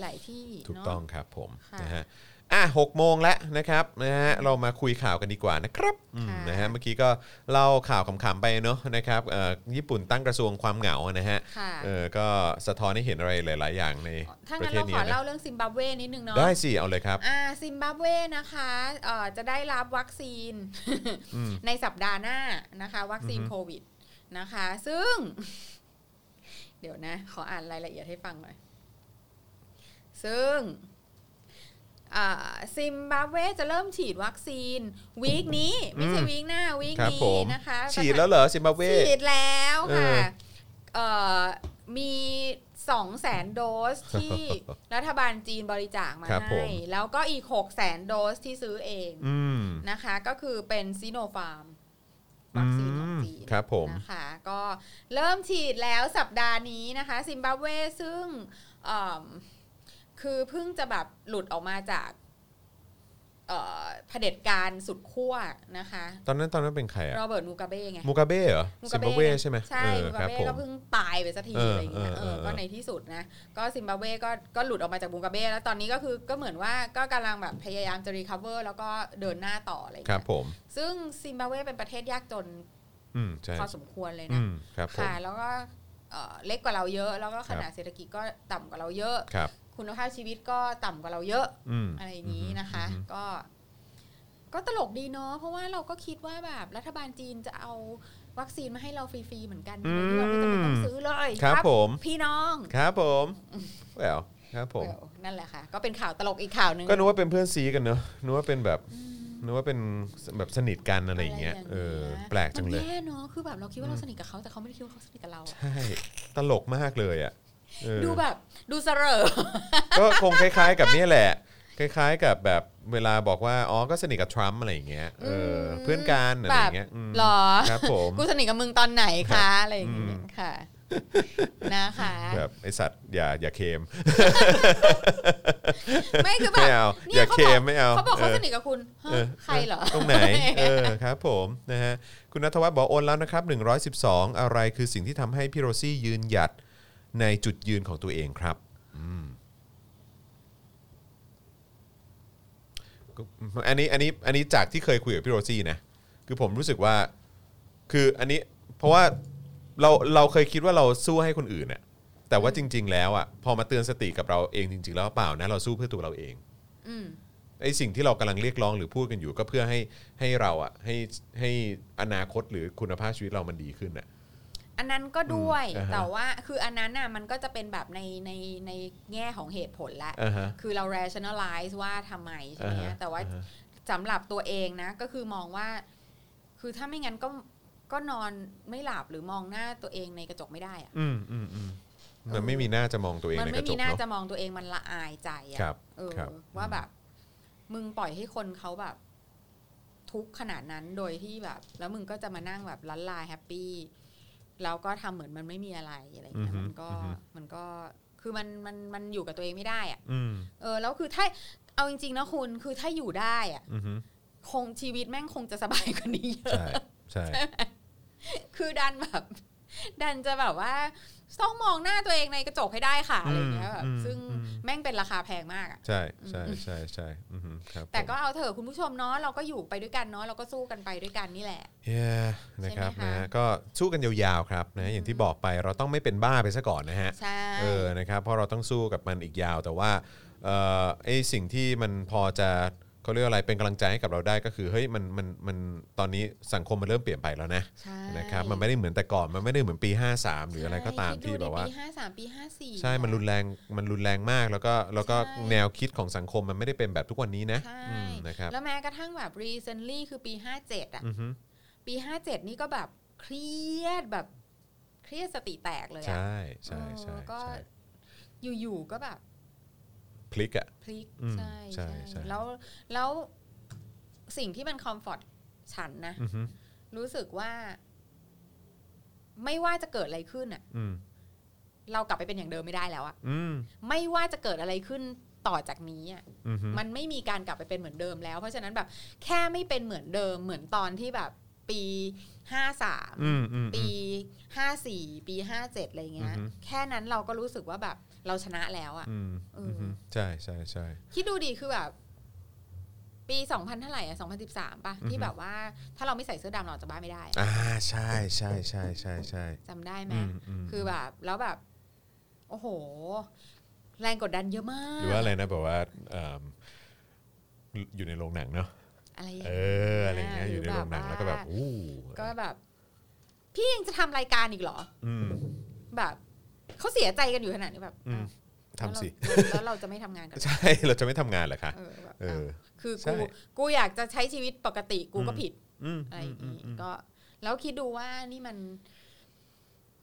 [SPEAKER 3] หลาย ๆ ที่
[SPEAKER 2] ถูก
[SPEAKER 3] เนะ
[SPEAKER 2] ต้องครับผม
[SPEAKER 3] ค่ะ
[SPEAKER 2] นะฮะอ่ะหกโมงแล้วนะครับนะฮะเรามาคุยข่าวกันดีกว่านะครับอืม
[SPEAKER 3] ค่ะ
[SPEAKER 2] นะฮะเมื่อกี้ก็เล่าข่าวขำๆไปเนอะนะครับเอ่อญี่ปุ่นตั้งกระทรวงความเหงานะฮะ
[SPEAKER 3] ค่ะ
[SPEAKER 2] เออก็สะท้อนให้เห็นอะไรหลาย ๆ อย่างใน
[SPEAKER 3] ถ้า
[SPEAKER 2] ประ
[SPEAKER 3] งั้น
[SPEAKER 2] เทศ
[SPEAKER 3] เราข
[SPEAKER 2] นี้
[SPEAKER 3] อ
[SPEAKER 2] นะ
[SPEAKER 3] เล่าเรื่องซิมบับเวนิดนึงเนาะ
[SPEAKER 2] ได้สิเอาเลยครับ
[SPEAKER 3] อ่าซิมบับเวนะคะเอ่อจะได้รับวัคซีน ในสัปดาห์หน้านะคะ วัคซีน
[SPEAKER 2] อือฮึ
[SPEAKER 3] โควิดนะคะ ซึ่ง เดี๋ยวนะ ขออ่านรายละเอียดให้ฟังหน่อย ซึ่งอ่าซิมบับเวจะเริ่มฉีดวัคซีนวีคนี้ ไม่ใช่วีคหน้าวีค
[SPEAKER 2] ครับ
[SPEAKER 3] นี้
[SPEAKER 2] ผม
[SPEAKER 3] นะคะ
[SPEAKER 2] ฉีดแล้วเหรอซิมบับเว
[SPEAKER 3] ฉีดแล้วค่ะ
[SPEAKER 2] เออ
[SPEAKER 3] เอ่อมีสองแสนโดส ที่ รัฐบาลจีนบริจาคมา
[SPEAKER 2] ครับผ
[SPEAKER 3] ให้
[SPEAKER 2] ม
[SPEAKER 3] แล้วก็อีกหกแสนโดสที่ซื้อเอง
[SPEAKER 2] อืม
[SPEAKER 3] นะคะ ก็คือเป็นซีโนฟาร์ม วัคซีนของจีน
[SPEAKER 2] ครับผม
[SPEAKER 3] นะคะ ก็เริ่มฉีดแล้วสัปดาห์นี้นะคะ ซิมบับเวซึ่งเอิ่มคือเพิ่งจะแบบหลุดออกมาจากเอ่อเผด็จการสุดขั้วนะคะ
[SPEAKER 2] ตอนนั้นตอนนั้นเป็นใครอะ
[SPEAKER 3] โรเบิร์ตมูกาเบ้ไง
[SPEAKER 2] มูกาเบ้เหรอ
[SPEAKER 3] มู
[SPEAKER 2] ซิ
[SPEAKER 3] กาม เบ้
[SPEAKER 2] บับเว
[SPEAKER 3] ไง
[SPEAKER 2] ใช่ไหม
[SPEAKER 3] ใช่
[SPEAKER 2] เออ
[SPEAKER 3] มู
[SPEAKER 2] ค
[SPEAKER 3] กา
[SPEAKER 2] รับ
[SPEAKER 3] เบ้
[SPEAKER 2] ผม
[SPEAKER 3] ก็เพิ่งตายไปสักที
[SPEAKER 2] เอออ
[SPEAKER 3] อะไรอย่างเงี้ย
[SPEAKER 2] เอ
[SPEAKER 3] เอ
[SPEAKER 2] อ
[SPEAKER 3] อ
[SPEAKER 2] เออ
[SPEAKER 3] ก็ในที่สุดนะก็ซิมบับเวก็ก็หลุดออกมาจากมูกาเบ้แล้วตอนนี้ก็คือก็เหมือนว่าก็กำลังแบบพยายามจะรีคา v เวอร์แล้วก็เดินหน้าต่ออะไรอย่าง
[SPEAKER 2] ครั
[SPEAKER 3] เงี้
[SPEAKER 2] บ
[SPEAKER 3] ย
[SPEAKER 2] ผม
[SPEAKER 3] ซึ่งซิมบับเวเป็นประเทศยากจน
[SPEAKER 2] อืมใช่
[SPEAKER 3] พอสมควรเลย
[SPEAKER 2] อื
[SPEAKER 3] นะ
[SPEAKER 2] มครับผม
[SPEAKER 3] ค่ะแล้วก็เอ่อเล็กกว่าเราเยอะ แล้วก็ขนาดเศรษฐกิจก็ต่ำกว่าเราเยอะ
[SPEAKER 2] ครับ
[SPEAKER 3] คุณภาพชีวิตก็ต่ำกว่าเราเยอะ
[SPEAKER 2] อืม
[SPEAKER 3] อะไรอย่างนี้นะคะ
[SPEAKER 2] อืม
[SPEAKER 3] ก็ ก็ตลกดีเนาะเพราะว่าเราก็คิดว่าแบบรัฐบาลจีนจะเอาวัคซีนมาให้เราฟรีๆเหมือนกันโดยที่เราไม่จำเป็นต้องซื้อเลย
[SPEAKER 2] ครับผม
[SPEAKER 3] พี่น้อง
[SPEAKER 2] ครับผมแหววครับผม
[SPEAKER 3] เออนั่นแหละค่ะ ก็เป็นข่าวตลกอีกข่าวหนึ่ง
[SPEAKER 2] ก็นึกว่าเป็นเพื่อนซีกันเนอะนึกว่าเป็นแบบนึกว่าเป็นแบบสนิทกันอะไรอย่างเงี้ย
[SPEAKER 3] อะไร
[SPEAKER 2] เออ
[SPEAKER 3] ย่างงี้ย
[SPEAKER 2] แปลกจังเลย
[SPEAKER 3] มันแย่เนาะคือแบบเราคิดว่าเราสนิทกับเขาแต่เขาไม่ได้คิดว่าเขาสนิทกับเราอะ
[SPEAKER 2] ใช่ ตลกมากเลยอ่ะเออ
[SPEAKER 3] ดูแบบดูเสรอ
[SPEAKER 2] ก็คงคล้ายๆกับเนี่ยแหละ คล้ายๆกับแบบเวลาบอกว่า อ๋อ ก็สนิทกับทรัมป์อะไรอย่างเงี้ย เออ
[SPEAKER 3] อืม
[SPEAKER 2] เพื่อนกันอะไรอย่างเงี้ยม
[SPEAKER 3] หรอ
[SPEAKER 2] ครับผม
[SPEAKER 3] กูสนิทกับมึงตอนไหน
[SPEAKER 2] ครั
[SPEAKER 3] คะ
[SPEAKER 2] บ
[SPEAKER 3] อะไรอย่างเงี้ยค่ะ นะคะ
[SPEAKER 2] แบบไอสัตว์อย่าอย่าเค็ ม
[SPEAKER 3] ไม่คือแบบ
[SPEAKER 2] ไม่เอา
[SPEAKER 3] นี่
[SPEAKER 2] อย่า
[SPEAKER 3] เขาบ
[SPEAKER 2] เค็
[SPEAKER 3] อก
[SPEAKER 2] มไม่เอา
[SPEAKER 3] เขาบอกเขา
[SPEAKER 2] ออ
[SPEAKER 3] สนิทกับคุณฮะ
[SPEAKER 2] เออ
[SPEAKER 3] ใครเหรอ
[SPEAKER 2] ตรงไหน เออครับผมนะฮะคุณนัทวัฒน์บอกโอนแล้วนะครับ 112 อะไรคือสิ่งที่ทำให้พี่โรซี่ยืนหยัด ในจุดยืนของตัวเองครับอืมก็อันนี้อันนี้อันนี้จากที่เคยคุยกับพี่โรซี่นะ คือผมรู้สึกว่า คืออันนี้เพราะว่าเราเราเคยคิดว่าเราสู้ให้คนอื่นเนี่ยแต่ว่าจริง ๆ แล้วอ่ะพอมาเตือนสติกับเราเองจริง ๆ แล้วเปล่านะ เราสู้เพื่อตัวเราเอง
[SPEAKER 3] อืม
[SPEAKER 2] ไอ้สิ่งที่เรากำลังเรียกร้องหรือพูดกันอยู่ก็เพื่อให้ให้เราอะให้ให้อนาคตหรือคุณภาพชีวิตเรามันดีขึ้นอะ
[SPEAKER 3] อันนั้นก็ด้วย
[SPEAKER 2] อืมอ่าฮะ
[SPEAKER 3] แต่ว่าคืออันนั้นน่ะมันก็จะเป็นแบบในในในแง่ของเหตุผลละ
[SPEAKER 2] อ่าฮะ
[SPEAKER 3] คือเรา rationalize ว่าทำไมใช่ไหม
[SPEAKER 2] อ่าฮะ
[SPEAKER 3] แต่ว่า
[SPEAKER 2] อ่าฮะ
[SPEAKER 3] สำหรับตัวเองนะ ก็คือมองว่า คือถ้าไม่งั้นก็ก็นอนไม่หลับหรือมองหน้าตัวเองในกระจกไม่ได้อะ
[SPEAKER 2] อืมอืมอืมมันไม่มีหน้าจะมองตัวเอง
[SPEAKER 3] มัน
[SPEAKER 2] ในก
[SPEAKER 3] ไม่
[SPEAKER 2] ระจ
[SPEAKER 3] มี
[SPEAKER 2] ก
[SPEAKER 3] หน้า
[SPEAKER 2] เนาะ
[SPEAKER 3] จะมองตัวเองมันละอายใจอะ
[SPEAKER 2] ครับ
[SPEAKER 3] เออ
[SPEAKER 2] ครับ
[SPEAKER 3] ว่าแบบ มึงปล่อยให้คนเขาแบบ ทุกข์ขนาดนั้นโดยที่แบบ แล้วมึงก็จะมานั่งแบบลันลาแฮปปี้แล้วก็ทำเหมือนมันไม่มีอะไรอะไรอย่างเงี้ย
[SPEAKER 2] อือฮึ
[SPEAKER 3] มันก็
[SPEAKER 2] อือฮึ
[SPEAKER 3] มันก็คือมันมันมันอยู่กับตัวเองไม่ได้อะ
[SPEAKER 2] อืม
[SPEAKER 3] เออแล้วคือถ้าเอาจริงๆนะคุณคือถ้าอยู่ได้อะ
[SPEAKER 2] อือฮึ
[SPEAKER 3] คงชีวิตแม่งคงจะสบายกว่านี้ เยอะ
[SPEAKER 2] ใช่ใช่
[SPEAKER 3] คือดันแบบ ดันจะแบบว่า ต้องมองหน้าตัวเองในกระจกให้ได้ค่ะอะไรอย่างเงี้ยแบบ
[SPEAKER 2] ม
[SPEAKER 3] ซึ่ง
[SPEAKER 2] อืม
[SPEAKER 3] แม่งเป็นราคาแพงมากอะ
[SPEAKER 2] ใช่ใช่ใช่ใช่อือฮึครับ
[SPEAKER 3] แต่ก็เอาเถอะคุณผู้ชมเนาะเราก็อยู่ไปด้วยกันเนาะเราก็สู้กันไปด้วยกันนี่แหละ
[SPEAKER 2] เย้นะครับ
[SPEAKER 3] ใช่ไหม
[SPEAKER 2] นะคะ ฮะก็สู้กันยาวๆครับนะอย่างที่บอกไปเราต้องไม่เป็นบ้าไปซะก่อนนะฮะ
[SPEAKER 3] ใช่
[SPEAKER 2] เออ นะครับ เพราะเราต้องสู้กับมันอีกยาว แต่ว่าเอ่อไอสิ่งที่มันพอจะเขาเรียกอะไรเป็นกำลังใจให้กับเราได้ก็คือ เฮ้ย มัน มัน มัน ตอนนี้สังคมมันเริ่มเปลี่ยนไปแล้วนะ
[SPEAKER 3] ใช่
[SPEAKER 2] นะครับ มันไม่ได้เหมือนแต่ก่อน มันไม่ได้เหมือนปี 53 หรืออะไรก็ตามที่แบบว่า
[SPEAKER 3] ปีห้าสามปีห้าสี่
[SPEAKER 2] ใช่ มันรุนแรง มันรุนแรงมาก แล้วก็ แล้วก็
[SPEAKER 3] ใช่
[SPEAKER 2] แนวคิดของสังคมมันไม่ได้เป็นแบบทุกวันนี้นะ
[SPEAKER 3] ใช่
[SPEAKER 2] อืมนะครับ
[SPEAKER 3] แล้วแม้กระทั่งแบบ recently คือปีห้าเจ็ดอ่ะ
[SPEAKER 2] อือฮึ
[SPEAKER 3] ปีห้าเจ็ดนี่ก็แบบเครียดแบบ เครียดสติแตกเลยอะ
[SPEAKER 2] ใช่ ใช่ ใช่
[SPEAKER 3] เออก็
[SPEAKER 2] ใช่
[SPEAKER 3] อยู่ๆก็แบบ
[SPEAKER 2] พลิกอะ
[SPEAKER 3] พลิก
[SPEAKER 2] อืม
[SPEAKER 3] ใช่
[SPEAKER 2] ใช่
[SPEAKER 3] ใช่
[SPEAKER 2] ใช่
[SPEAKER 3] แล้วแล้วสิ่งที่มันคอมฟอร์ตฉันนะ
[SPEAKER 2] อือฮึ
[SPEAKER 3] รู้สึกว่า ไม่ว่าจะเกิดอะไรขึ้นอ่ะ
[SPEAKER 2] อืม
[SPEAKER 3] เรากลับไปเป็นอย่างเดิมไม่ได้แล้วอะ
[SPEAKER 2] อืม
[SPEAKER 3] ไม่ว่าจะเกิดอะไรขึ้นต่อจากนี้อะ
[SPEAKER 2] อือฮึ
[SPEAKER 3] มันไม่มีการกลับไปเป็นเหมือนเดิมแล้ว เพราะฉะนั้นแบบ แค่ไม่เป็นเหมือนเดิมเหมือนตอนที่แบบ ปีห้าสาม
[SPEAKER 2] อืมอืม
[SPEAKER 3] ปีห้าสี่ปีห้าเจ็ดอะไรเงี้ย
[SPEAKER 2] อือฮึ
[SPEAKER 3] แค่นั้นเราก็รู้สึกว่าแบบ เราชนะแล้วอะ
[SPEAKER 2] อืมอือฮึ
[SPEAKER 3] เออ
[SPEAKER 2] ใช่ใช่ใช่
[SPEAKER 3] คิดดูดีคือแบบ ปีสองพันเท่าไหร่อะสองพันสิบสามป่ะ ที่
[SPEAKER 2] อือฮึ
[SPEAKER 3] แบบว่า ถ้าเราไม่ใส่เสื้อดำเราออกจากบ้านไม่ได้อะ
[SPEAKER 2] อ่า ใช่ใช่ใช่ใช่ใช่
[SPEAKER 3] จำได้ไหม
[SPEAKER 2] อืมม
[SPEAKER 3] คือแบบแล้วแบบ โอ้โห แรงกดดันเยอะมาก
[SPEAKER 2] หรือว่าอะไรนะแบบว่าเอิ่มอยู่ในโรงหนังเนาะ
[SPEAKER 3] อะไรอย่าง
[SPEAKER 2] เออ
[SPEAKER 3] เงี้ย
[SPEAKER 2] อะไรอย่างเงี้ย
[SPEAKER 3] หรือ
[SPEAKER 2] อ
[SPEAKER 3] อ
[SPEAKER 2] ยู่ในโรงหนังแล้วก็แบบอู้
[SPEAKER 3] ก็แบบ พี่ยังจะทำรายการอีกเหรอ
[SPEAKER 2] อืม
[SPEAKER 3] แบบเขาเสียใจกันอยู่ขนาดนี้แบบ
[SPEAKER 2] อืม
[SPEAKER 3] อ้าว
[SPEAKER 2] ทำสิ
[SPEAKER 3] แล้วเราแล้วเราจะไม่ทำ งานกันเหรอ
[SPEAKER 2] ใช่เราจะไม่ทำงานเหรอคะ
[SPEAKER 3] เออแบบ
[SPEAKER 2] เอ
[SPEAKER 3] อ้าว
[SPEAKER 2] อ
[SPEAKER 3] คือ
[SPEAKER 2] ใช่
[SPEAKER 3] กูกูอยากจะใช้ชีวิตปกติกูก็
[SPEAKER 2] อืม
[SPEAKER 3] ผิด
[SPEAKER 2] อืม
[SPEAKER 3] อะไรอย่าง
[SPEAKER 2] อืม
[SPEAKER 3] นี้
[SPEAKER 2] อืม
[SPEAKER 3] ก็ แล้วคิดดูว่านี่มัน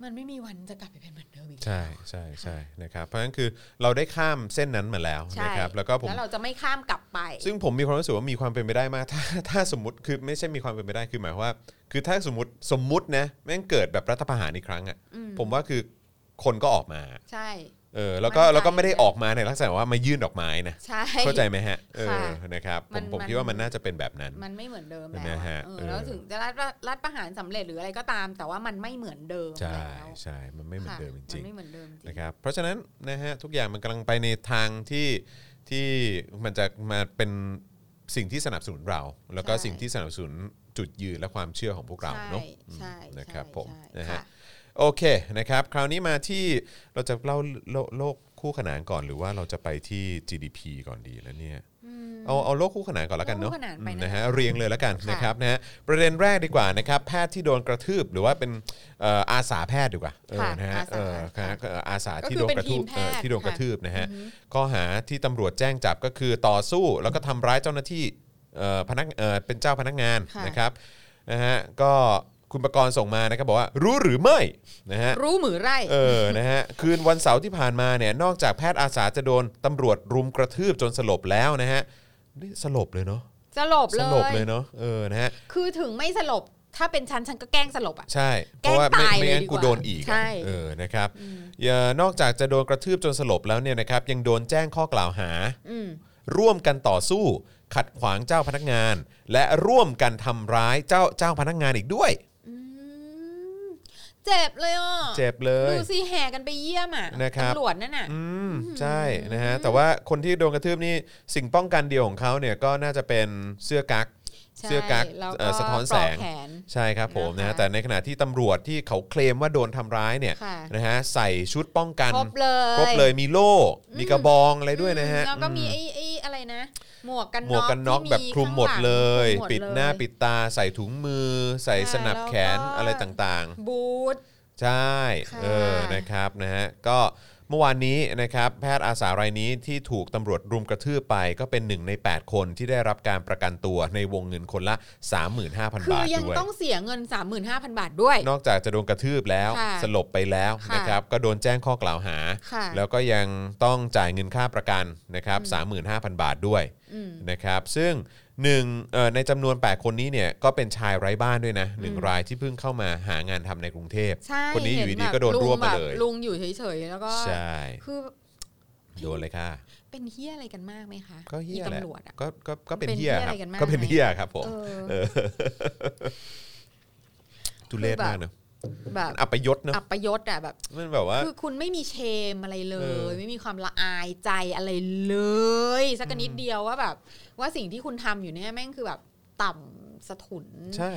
[SPEAKER 3] มันไม่มีวันจะกลับไปเป็นเหมือนเดิมอีก
[SPEAKER 2] ใช่ใช่ใช่นะครับ เพราะฉะนั้นคือเราได้ข้ามเส้นนั้นมาแล้วนะครับ แล้วก็ผม
[SPEAKER 3] แล้วเราจะไม่ข้ามกลับไป
[SPEAKER 2] ซึ่งผมมีความรู้สึกว่ามีความเป็นไปได้มาก ถ้าถ้าสมมติคือไม่ใช่มีความเป็นไปได้คือหมายความว่า คือถ้าสมมติสมมตินะแม่งเกิดแบบรัฐประหารอีกครั้งอ่ะ
[SPEAKER 3] อืม
[SPEAKER 2] ผมว่าคือคนก็ออกมา
[SPEAKER 3] ใช่
[SPEAKER 2] เออแล้วก็
[SPEAKER 3] มั่นใจ
[SPEAKER 2] แล้วก็ไม่ได้ออกมาในลักษณะว่ามายื่นดอกไม้นะ
[SPEAKER 3] ใช่
[SPEAKER 2] เข้าใจไหมฮะเอ
[SPEAKER 3] ค่ะ
[SPEAKER 2] อนะครับผ
[SPEAKER 3] มั
[SPEAKER 2] ม
[SPEAKER 3] น
[SPEAKER 2] ผม
[SPEAKER 3] มัน
[SPEAKER 2] คิดว่ามันน่าจะเป็นแบบนั้น
[SPEAKER 3] มันไม่เหมือนเดิม
[SPEAKER 2] เห็นไหม
[SPEAKER 3] แล้ว
[SPEAKER 2] ฮะ
[SPEAKER 3] อะเออ
[SPEAKER 2] เออ
[SPEAKER 3] แล้วถึงจะรัฐรัฐประหารสำเร็จหรืออะไรก็ตาม แต่ว่ามันไม่เหมือนเดิม
[SPEAKER 2] ใช่
[SPEAKER 3] แล้ว
[SPEAKER 2] ใช่มันไม่เหมือนเดิมจ
[SPEAKER 3] ค่ะ
[SPEAKER 2] ริ
[SPEAKER 3] น
[SPEAKER 2] ง
[SPEAKER 3] ไม่เหมือนเดิมจริ
[SPEAKER 2] ๆ
[SPEAKER 3] ง
[SPEAKER 2] นะครับเพราะฉะนั้นนะฮะทุกอย่างมันกำลังไปในทางที่ที่มันจะมาเป็นสิ่งที่สนับสนุนเรา แล้วก็สิ่งที่สนับสนุนจุดยืนและความเชื่อของพวกเรา
[SPEAKER 3] ใช่
[SPEAKER 2] เนาะ
[SPEAKER 3] ใช่
[SPEAKER 2] อืมนะครับ
[SPEAKER 3] ใช่
[SPEAKER 2] ผม
[SPEAKER 3] ใช่
[SPEAKER 2] นะฮะ
[SPEAKER 3] ค่
[SPEAKER 2] โอเคนะครับคราวนี้มาที่เราจะเล่าโลกโลกคู่ขนานก่อนหรือว่าเราจะไปที่ GDP ก่อนดีแล้วเนี่ย
[SPEAKER 3] อืม
[SPEAKER 2] เอาเอาโลกคู่ขนานก่อนแล้วกันเนาะ
[SPEAKER 3] โลกคู่ขนานไป
[SPEAKER 2] อืม
[SPEAKER 3] นะ
[SPEAKER 2] นะ
[SPEAKER 3] คะ
[SPEAKER 2] ฮะเรียงเลยแล้วกัน
[SPEAKER 3] ค่ะ
[SPEAKER 2] นะครับนะฮะประเด็นแรกดีกว่านะครับแพทย์ที่โดนกระทืบหรือว่าเป็นเอ่ออาสาแพทย์ดีกว่าเออ
[SPEAKER 3] ค่ะ
[SPEAKER 2] นะฮะ
[SPEAKER 3] อาสา
[SPEAKER 2] เออ
[SPEAKER 3] ค่ะ
[SPEAKER 2] เอ่ออาสา
[SPEAKER 3] ก็คื
[SPEAKER 2] ที่
[SPEAKER 3] อ
[SPEAKER 2] โดนกระทืบ
[SPEAKER 3] เป็นทีมแพ
[SPEAKER 2] เอ่
[SPEAKER 3] ทย์
[SPEAKER 2] อที่โดน
[SPEAKER 3] ค่ะ
[SPEAKER 2] กระทืบนะฮะ
[SPEAKER 3] อือฮึ
[SPEAKER 2] ข้อหาที่ตำรวจแจ้งจับก็คือต่อสู้แล้วก็ทำร้ายเจ้าหน้าที่เอ่อพนักเอ่อเป็นเจ้าพนักงาน
[SPEAKER 3] ค่ะ
[SPEAKER 2] นะครับนะฮะก็คุณประกรณ์ส่งมานะครับบอกว่ารู้หรือไม่นะฮะ
[SPEAKER 3] รู้หมือไร่
[SPEAKER 2] เออ นะฮะ คืนวันเสาร์ที่ผ่านมาเนี่ย นอกจากแพทย์อาสาจะโดนตำรวจรุมกระทืบจนสลบแล้วนะฮะ นี่สลบเลยเนาะ
[SPEAKER 3] สลบ
[SPEAKER 2] ส
[SPEAKER 3] เล
[SPEAKER 2] ลบเลย ยเนาะ เออ นะฮะ
[SPEAKER 3] คือถึงไม่สลบ ถ้าเป็นฉันฉันก็แกล้งสลบอ่ะ
[SPEAKER 2] ใช่ เพราะว่าไม่
[SPEAKER 3] แกล้งตาย
[SPEAKER 2] ไม่งั้น
[SPEAKER 3] เลยดีกว่า
[SPEAKER 2] กูโดนอีกอะ
[SPEAKER 3] ใช่
[SPEAKER 2] เออ นะครับอย่านอกจากจะโดนกระทืบจนสลบแล้วเนี่ยนะครับ ยังโดนแจ้งข้อกล่าวหา
[SPEAKER 3] อืม
[SPEAKER 2] ร่วมกันต่อสู้ ขัดขวางเจ้าพนักงาน และร่วมกันทำร้ายเจ้าเจ้าพนักงานอีกด้วย
[SPEAKER 3] อืม เจ็บเลยอ่ะ
[SPEAKER 2] เจ็บเลย
[SPEAKER 3] ดูสิแห่กันไปเยี่ยมอ่ะ
[SPEAKER 2] นะครับ
[SPEAKER 3] ตำรวจนั่นน่ะ
[SPEAKER 2] อืมใช่นะฮะแต่ว่าคนที่โดนกระทืบนี่สิ่งป้องกันเดียวของเขาเนี่ยก็น่าจะเป็นเสื้อกั๊ก
[SPEAKER 3] ใช่
[SPEAKER 2] เสื้อกั๊ก
[SPEAKER 3] แล้ว
[SPEAKER 2] เอ่อสะท้อนแสง
[SPEAKER 3] ปลกขน
[SPEAKER 2] ใช่ครับผมนะ
[SPEAKER 3] นะคะ
[SPEAKER 2] ฮะแต่ในขณะที่ตำรวจที่เขาเคลมว่าโดนทำร้ายเนี่ย
[SPEAKER 3] ค่ะ
[SPEAKER 2] นะฮะใส่ชุดป้องกัน
[SPEAKER 3] ครบเลย
[SPEAKER 2] ครบเลยมีโล่ มีกระบองอะไรด้วยนะฮะ
[SPEAKER 3] แล้วก็มี
[SPEAKER 2] อื
[SPEAKER 3] ไอ้ไอ้อะไรนะ หมวกกัน
[SPEAKER 2] มหมวกกันน็อก
[SPEAKER 3] ที่
[SPEAKER 2] แบบคลุมหมดเลย
[SPEAKER 3] ข้างลังคลุมมด
[SPEAKER 2] ปิดหน้า
[SPEAKER 3] เลย
[SPEAKER 2] ปิดตาใส่ถุงมือ ใส่
[SPEAKER 3] ค่ะ
[SPEAKER 2] สนับแขน
[SPEAKER 3] แล้วก็
[SPEAKER 2] อะไรต่างๆ
[SPEAKER 3] บูท
[SPEAKER 2] ใช่
[SPEAKER 3] ค่ะ
[SPEAKER 2] เออนะครับนะฮะก็เมื่อวานนี้นะครับแพทย์อาสารายนี้ที่ถูกตำรวจรุมกระทืบไปก็เป็นหนึ่งใน 8 คนที่ได้รับการประกันตัวในวงเงินคนละ
[SPEAKER 3] คือบ
[SPEAKER 2] 35,000าท
[SPEAKER 3] ยัง
[SPEAKER 2] ด้วย
[SPEAKER 3] ต้องเสียเงิน 35,000 บาทด้วย
[SPEAKER 2] นอกจากจะโดนกระทืบแล้ว
[SPEAKER 3] ค่ะ
[SPEAKER 2] สลบไปแล้ว
[SPEAKER 3] ค่ะ
[SPEAKER 2] นะครับก็โดนแจ้งข้อกล่าวหา
[SPEAKER 3] ค่ะ
[SPEAKER 2] แล้วก็ยังต้องจ่ายเงินค่าประกันนะครับ35,000 บาทด้วย
[SPEAKER 3] อืม
[SPEAKER 2] นะครับซึ่งหนึ่งเอ่อในจำนวน 8 คนนี้เนี่ยก็เป็นชายไร้บ้านด้วยนะหนึ่ง
[SPEAKER 3] อืม
[SPEAKER 2] รายที่เพิ่งเข้ามาหางานทำในกรุงเทพ
[SPEAKER 3] ใช่
[SPEAKER 2] คนนี้อยู่
[SPEAKER 3] เห็
[SPEAKER 2] ดี
[SPEAKER 3] แบบ
[SPEAKER 2] ก็โดนรวบมา
[SPEAKER 3] แบบ
[SPEAKER 2] เลย
[SPEAKER 3] ลุงอยู่เฉยๆ แล้วก็
[SPEAKER 2] ใช่
[SPEAKER 3] คือ
[SPEAKER 2] โดนเลยค่ะ
[SPEAKER 3] เป็นเฮี้ยอะไรกันมากไหมคะ
[SPEAKER 2] ก็เฮีย
[SPEAKER 3] อี
[SPEAKER 2] แหละ
[SPEAKER 3] ตำรวจอ่ะ
[SPEAKER 2] ก็ก็ก็เป็น
[SPEAKER 3] เป็น
[SPEAKER 2] เฮีย
[SPEAKER 3] เหี้
[SPEAKER 2] ค
[SPEAKER 3] ยอะ
[SPEAKER 2] รับ
[SPEAKER 3] ไรกันมาก
[SPEAKER 2] ก็เป็น
[SPEAKER 3] ไหม
[SPEAKER 2] เฮียครับผม
[SPEAKER 3] เออ
[SPEAKER 2] เออทุเรศมากเนอะ
[SPEAKER 3] แบบ
[SPEAKER 2] อัปยศเนอะ
[SPEAKER 3] อัปยศอ่ะแบบ
[SPEAKER 2] มันแบบว่า
[SPEAKER 3] คือคุณไม่มีเชมอะไรเล
[SPEAKER 2] เอย อ
[SPEAKER 3] ไม่มีความละอายใจอะไรเลย สักนิดเดียวว่าแบบ ว่าสิ่งที่คุณทำอยู่เนี่ยแม่งคือแบบต่ำสะทุน
[SPEAKER 2] ใช่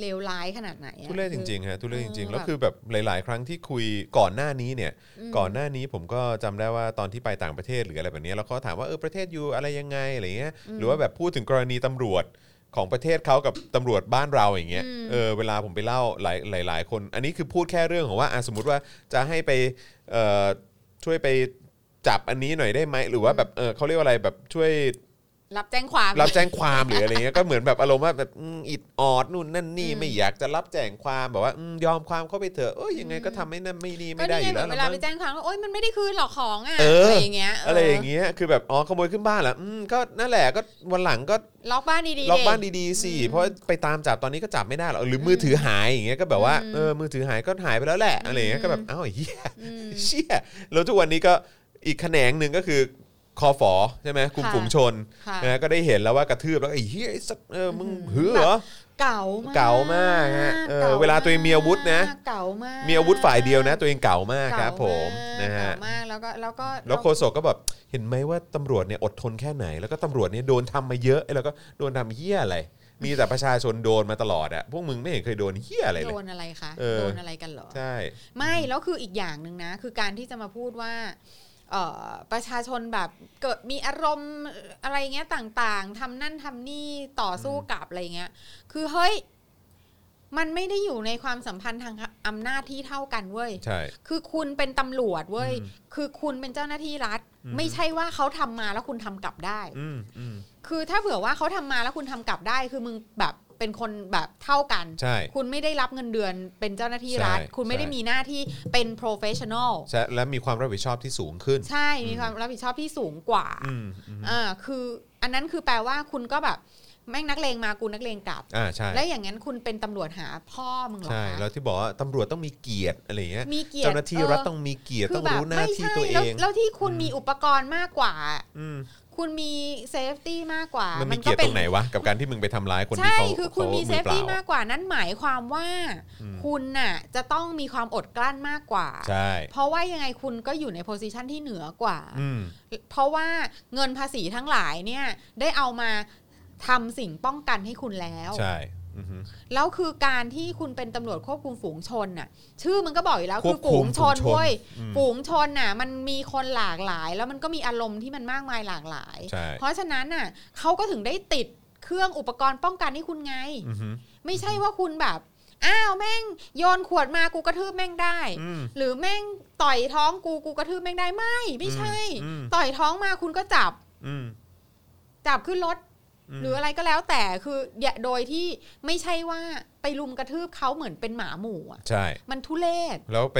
[SPEAKER 3] เลวร้ายขนาดไหนอะ
[SPEAKER 2] ทุเรศจริงๆฮะทุเรศจริงๆ แล้ว
[SPEAKER 3] เออ
[SPEAKER 2] คือแบบหลาย ๆ ครั้งที่คุยก่อนหน้านี้เนี่ย
[SPEAKER 3] ม
[SPEAKER 2] ก่อนหน้านี้ผมก็จำได้ว่าตอนที่ไปต่างประเทศหรืออะไรแบบเนี้ยแล้วเขาถามว่าเออประเทศอยู่อะไรยังไงอะไรเงี้ย
[SPEAKER 3] อืม
[SPEAKER 2] หรือว่าแบบพูดถึงกรณีตำรวจของประเทศเขากับตำรวจบ้านเราอย่างเงี้ย
[SPEAKER 3] อืม
[SPEAKER 2] เออเวลาผมไปเล่าหลายหลายหลายคน อันนี้คือพูดแค่เรื่องของว่าอ่ะสมมติว่าจะให้ไปเอ่อช่วยไปจับอันนี้หน่อยได้ไหมหรือว่า
[SPEAKER 3] อืม
[SPEAKER 2] แบบเออเขาเรียกว่าอะไรแบบช่วย
[SPEAKER 3] รับแจ้งความ
[SPEAKER 2] รับแจ้งความหรืออะไรเงี้ยก็เหมือนแบบอารมณ์ว่าแบบอืมอิดออดนู่นนั่นนี่
[SPEAKER 3] อืม
[SPEAKER 2] ไม่อยากจะรับแจ้งความแบบว่าอืมยอมความเข้าไปเถอะเอ้ยยังไงก็ทำให้นั่นไม่นี่ไม่ได้อยู่แล้ว
[SPEAKER 3] ก็นี่งเหมือน
[SPEAKER 2] ละ
[SPEAKER 3] เวลา
[SPEAKER 2] มั้ง
[SPEAKER 3] ไปแจ้งความว่าโอ๊ยมันไม่ได้คืนหรอกของอ่ะ
[SPEAKER 2] เอออ
[SPEAKER 3] ไรอย่างเงี้ย
[SPEAKER 2] อะไรอย่างเงี้ย คือแบบ อ๋อ ขโมยขึ้นบ้านเหรออืม ก็นั่นแหละ ก็วันหลังก็
[SPEAKER 3] ล็อกบ้านดีๆ
[SPEAKER 2] ล็อกบ้าน
[SPEAKER 3] เ
[SPEAKER 2] ดีๆสิ เพราะไปตามจับตอนนี้ก็จับไม่ได้หรอกหรือมือถือหายอย่างเงี้ย ก็แบบว่า
[SPEAKER 3] อืม
[SPEAKER 2] เออ มือถือหายก็หายไปแล้วแหละ อะไรอย่างเงี้ย
[SPEAKER 3] อืม
[SPEAKER 2] ก็แบบ อ้าวเฮีย
[SPEAKER 3] อืม
[SPEAKER 2] เชี่ยแล้วทุกวันนี้ก็อีกแขนงหนึ่งก็คือคอฝอใช่ไหมกลุ่ม
[SPEAKER 3] ค่ะ
[SPEAKER 2] ฝูงชน
[SPEAKER 3] ค่ะ
[SPEAKER 2] นะ ก็ได้เห็นแล้วว่ากระทืบแล้วไอ้เฮียไอ้สัตว์เออ มึง
[SPEAKER 3] อืม
[SPEAKER 2] หือเหรอ
[SPEAKER 3] เก่ามาก
[SPEAKER 2] เก่ามากฮะเออ
[SPEAKER 3] ก่มก
[SPEAKER 2] เวลาตัวเองมีอาวุธนะ
[SPEAKER 3] เก่ามาก
[SPEAKER 2] มีอาวุธฝ่ายเดียวนะ ตัวเองเก่ามากครับ ผม
[SPEAKER 3] เก่ามาก
[SPEAKER 2] นะฮะ
[SPEAKER 3] เก่ามากแล้วก็แล้วก็
[SPEAKER 2] แล้วโคศกก็แบบเห็นไหมว่าตำรวจเนี่ยอดทนแค่ไหน แล้วก็ตำรวจเนี่ยโดนทำมาเยอะไอ้แล้วก็โดนทำเหี้ยอะไร มีแต่ประชาชนโดนมาตลอดอะพวกมึงไม่เห็นเคยโดนเหี้ยอะไรเล
[SPEAKER 3] โด
[SPEAKER 2] ย
[SPEAKER 3] นอะไรคะ
[SPEAKER 2] เออ
[SPEAKER 3] โดนอะไรกันเหรอ
[SPEAKER 2] ใช่
[SPEAKER 3] ไม่แล้วคืออีกอย่างหนึ่งนะ คือการที่จะมาพูดว่าเอ่อประชาชนแบบเกิดมีอารมณ์อะไรเงี้ยต่างๆทำนั่นทำนี่ต่อสู้กับอะไรเงี้ย คือเฮ้ย มันไม่ได้อยู่ในความสัมพันธ์ทางอำนาจที่เท่ากันเว้ย
[SPEAKER 2] ใช่
[SPEAKER 3] คือคุณเป็นตำรวจเว้ย
[SPEAKER 2] อืม
[SPEAKER 3] คือคุณเป็นเจ้าหน้าที่รัฐ
[SPEAKER 2] อืม
[SPEAKER 3] ไม่ใช่ว่าเขาทำมาแล้วคุณทำกลับได้
[SPEAKER 2] อืมอืม
[SPEAKER 3] คือถ้าเผื่อว่าเขาทำมาแล้วคุณทำกลับได้ คือมึงแบบเป็นคนแบบเท่ากัน
[SPEAKER 2] ใช่
[SPEAKER 3] คุณไม่ได้รับเงินเดือนเป็นเจ้าหน้าที่รัฐ
[SPEAKER 2] ใช่
[SPEAKER 3] คุณไม่ได้
[SPEAKER 2] ใช่
[SPEAKER 3] มีหน้าที่เป็น professional
[SPEAKER 2] ใช่และมีความรับผิดชอบที่สูงขึ้น
[SPEAKER 3] ใช่ มีความรับผิดชอบที่สูงกว่า
[SPEAKER 2] อืมอืม
[SPEAKER 3] อ่าคืออันนั้นคือแปลว่าคุณก็แบบแม่งนักเลงมากูนักเลงกลับ
[SPEAKER 2] อ่าใช่
[SPEAKER 3] และอย่างนั้นคุณเป็นตำรวจหาพ่อมึงเหรอ
[SPEAKER 2] ใช่
[SPEAKER 3] คะ
[SPEAKER 2] แล้วที่บอกว่าตำรวจต้องมีเกียรติอะไรเงี้ย
[SPEAKER 3] มีเกียรติ
[SPEAKER 2] เจ้าหน้าที่รัฐ
[SPEAKER 3] เ
[SPEAKER 2] ต้องมีเกียรติ
[SPEAKER 3] คื
[SPEAKER 2] ต้องรู้หน้า
[SPEAKER 3] ไม่
[SPEAKER 2] ที่
[SPEAKER 3] ใช่
[SPEAKER 2] ตัวเอ
[SPEAKER 3] แล้ว
[SPEAKER 2] ง
[SPEAKER 3] แล้วที่คุณ
[SPEAKER 2] อืม
[SPEAKER 3] มีอุปกรณ์มากกว่า
[SPEAKER 2] อืม
[SPEAKER 3] คุณมีเซฟตี้มากกว่า
[SPEAKER 2] มัน
[SPEAKER 3] มั
[SPEAKER 2] มีเกียรติตรงไหนวะกับการที่มึงไปทำร้ายคนที่
[SPEAKER 3] ใช่
[SPEAKER 2] เขา
[SPEAKER 3] คือคุณมี
[SPEAKER 2] ขา
[SPEAKER 3] เซฟ
[SPEAKER 2] ปล่
[SPEAKER 3] ตี้มากกว่า นั่นหมายความว่า
[SPEAKER 2] อืม
[SPEAKER 3] คุณน่ะจะต้องมีความอดกลั้นมากกว่า
[SPEAKER 2] ใช่
[SPEAKER 3] เพราะว่ายังไงคุณก็อยู่ในโพสิชันที่เหนือกว่า
[SPEAKER 2] อืม
[SPEAKER 3] เพราะว่าเงินภาษีทั้งหลายเนี่ยได้เอามาทำสิ่งป้องกันให้คุณแล้ว
[SPEAKER 2] ใช่อือฮึ
[SPEAKER 3] แล้วคือการที่คุณเป็นตำรวจควบคุมฝูงชนน่ะ ชื่อมันก็บอกอยู่แล้ว
[SPEAKER 2] ค
[SPEAKER 3] คื
[SPEAKER 2] ว
[SPEAKER 3] อบ
[SPEAKER 2] คุ
[SPEAKER 3] ฝู
[SPEAKER 2] ม
[SPEAKER 3] ง
[SPEAKER 2] ฝูง
[SPEAKER 3] ชน
[SPEAKER 2] ชน
[SPEAKER 3] เว้ย
[SPEAKER 2] อืม
[SPEAKER 3] ฝูงชนน่ะ มันมีคนหลากหลาย แล้วมันก็มีอารมณ์ที่มันมากมายหลากหลาย
[SPEAKER 2] ใช่
[SPEAKER 3] เพราะฉะนั้นน่ะเขาก็ถึงได้ติดเครื่องอุปกรณ์ป้องกันให้คุณไง
[SPEAKER 2] อือฮึ
[SPEAKER 3] ไม่ใช่ว่าคุณแบบ อ้าวแม่งโยนขวดมากูกระทืบแม่งได้
[SPEAKER 2] อืม
[SPEAKER 3] หรือแม่งต่อยท้องกูกูกระทืบแม่งได้ไม่ไม่ใช่
[SPEAKER 2] อืม
[SPEAKER 3] ต่อยท้องมาคุณก็จับ
[SPEAKER 2] อืม
[SPEAKER 3] จับขึ้นรถ
[SPEAKER 2] อืม
[SPEAKER 3] หรืออะไรก็แล้วแต่คืออย่าโดยที่ไม่ใช่ว่าไปลุมกระทืบเขาเหมือนเป็นหมาหมู่อะ
[SPEAKER 2] ใช่
[SPEAKER 3] มันทุเลศ
[SPEAKER 2] แล้วไป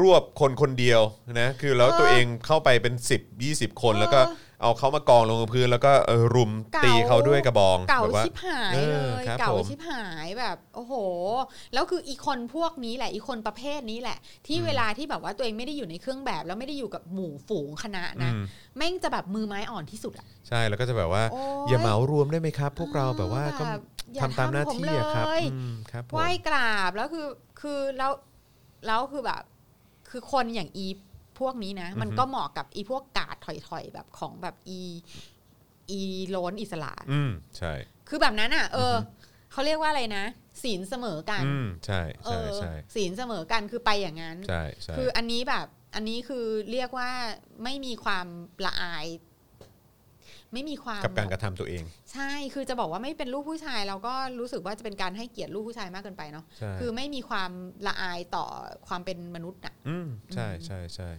[SPEAKER 2] รวบคนคนเดียวนะ คือแล้ว
[SPEAKER 3] เออ
[SPEAKER 2] ตัวเองเข้าไปเป็น 10 20 คน
[SPEAKER 3] เออ
[SPEAKER 2] แล้วก็เอาเขามากองลงกับพื้น แล้วก็เอ่อรุมตีเขาด้วยกระบอง
[SPEAKER 3] เก่า
[SPEAKER 2] แบบว่า
[SPEAKER 3] ชิบหาย
[SPEAKER 2] เออ
[SPEAKER 3] เลย
[SPEAKER 2] ครับ
[SPEAKER 3] เก่า
[SPEAKER 2] ผม
[SPEAKER 3] ชิบหายแบบโอ้โห แล้วคืออีคนพวกนี้แหละอีคนประเภทนี้แหละ ที่
[SPEAKER 2] อืม
[SPEAKER 3] เวลาที่แบบว่าตัวเองไม่ได้อยู่ในเครื่องแบบ แล้วไม่ได้อยู่กับหมู่ฝูงคณะนะ
[SPEAKER 2] อืม
[SPEAKER 3] แม่งจะแบบมือไม้อ่อนที่สุดอะ
[SPEAKER 2] ใช่ แล้วก็จะแบบว่า
[SPEAKER 3] โอ้
[SPEAKER 2] อย่าเหมารวมได้ไหมครับ พวกเราแบบว่าก็
[SPEAKER 3] แบบอย่
[SPEAKER 2] ทำตามหน้า
[SPEAKER 3] ผ
[SPEAKER 2] ที่อะครับ
[SPEAKER 3] เลย
[SPEAKER 2] อืมครับผม
[SPEAKER 3] ไหว้กราบแล้วคือคือแล้ว แล้วคือแบบ คือคนอย่างอีพวกนี้นะ มัน
[SPEAKER 2] อือฮึ
[SPEAKER 3] ก็เหมาะกับอีพวกกาดถอยๆแบบของแบบอีอีโลนอิสระ
[SPEAKER 2] อืมใช่
[SPEAKER 3] คือแบบนั้นอ่ะ เอออเขาเรียกว่าอะไรนะศีลเสมอกัน
[SPEAKER 2] อืมใช่
[SPEAKER 3] เอ
[SPEAKER 2] ใช่
[SPEAKER 3] อ
[SPEAKER 2] ใช่
[SPEAKER 3] ศีลเสมอกันคือไปอย่างนั้น
[SPEAKER 2] ใช่ใช่
[SPEAKER 3] คืออันนี้แบบ อันนี้คือเรียกว่าไม่มีความละอาย ไม่มีความ
[SPEAKER 2] กับการก
[SPEAKER 3] แบบ
[SPEAKER 2] ระทำตัวเอง
[SPEAKER 3] ใช่คือจะบอกว่าไม่เป็นลูกผู้ชาย เราก็รู้สึกว่าจะเป็นการให้เกียรติลูกผู้ชายมากเกินไปเนาะ
[SPEAKER 2] ใช่
[SPEAKER 3] คือไม่มีความละอายต่อความเป็นมนุษย์น่ะ
[SPEAKER 2] ืมใช่ใช่ใช่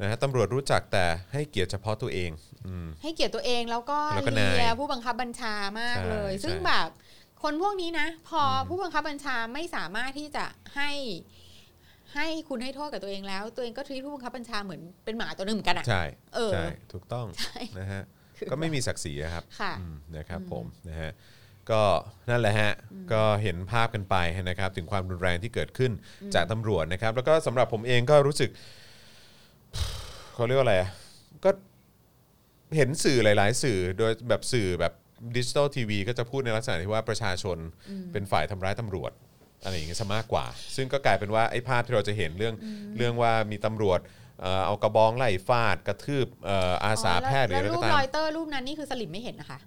[SPEAKER 2] นะฮะตำรวจรู้จักแต่ให้เกียรติเฉพาะตัวเอง อืม
[SPEAKER 3] ให้เกียรติตัวเองแล้วก็
[SPEAKER 2] แล้วก็
[SPEAKER 3] เลีย
[SPEAKER 2] นาย
[SPEAKER 3] ผู้บังคับบัญชามาก
[SPEAKER 2] ใช่
[SPEAKER 3] เลย
[SPEAKER 2] ใช่
[SPEAKER 3] ซึ่งแบบคนพวกนี้นะ พออ
[SPEAKER 2] ม
[SPEAKER 3] ผู้บังคับบัญชาไม่สามารถที่จะให้ ให้คุณให้โทษกับตัวเองแล้ว ตัวเองก็ทีผู้บังคับบัญชาเหมือนเป็นหมาตัวหนึ่งเหมือนกันอ่ะ
[SPEAKER 2] ใช่
[SPEAKER 3] เออ
[SPEAKER 2] ใช่ถูกต้อง
[SPEAKER 3] ใช่
[SPEAKER 2] นะฮะ
[SPEAKER 3] คือ
[SPEAKER 2] ก็ไม่มีศักดิ์ศรีอะครับ
[SPEAKER 3] ค่ะ
[SPEAKER 2] อืมนะครับ
[SPEAKER 3] อืม
[SPEAKER 2] ผมนะฮะก็นั่นแหละฮะก็เห็นภาพกันไปนะครับ ถึงความรุนแรงที่เกิดขึ้นจากตำรวจนะครับ แล้วก็สำหรับผมเองก็รู้สึก เขาเรียกว่าอะไรอะก็เห็นสื่อหลาย ๆ สื่อโดยแบบสื่อแบบดิจิตอลทีวีก็จะพูดในลักษณะที่ว่าประชาชนเป็นฝ่ายทำร้ายตำรวจอะไรอย่างเงี้ยซะมากกว่า ซึ่งก็กลายเป็นว่าไอ้ภาพที่เราจะเห็นเรื่องเรื่องว่ามีตำรวจเอ่อเอากระบองไล่ฟาดกระทืบเอ่ออาสาแพทย์หรือ
[SPEAKER 3] แล้
[SPEAKER 2] อะ
[SPEAKER 3] ว
[SPEAKER 2] ไร
[SPEAKER 3] รู
[SPEAKER 2] ก็
[SPEAKER 3] ป
[SPEAKER 2] ตาม
[SPEAKER 3] รอยเตอร์รูปนั้นนี่คือสลิมไม่เห็นนะคะ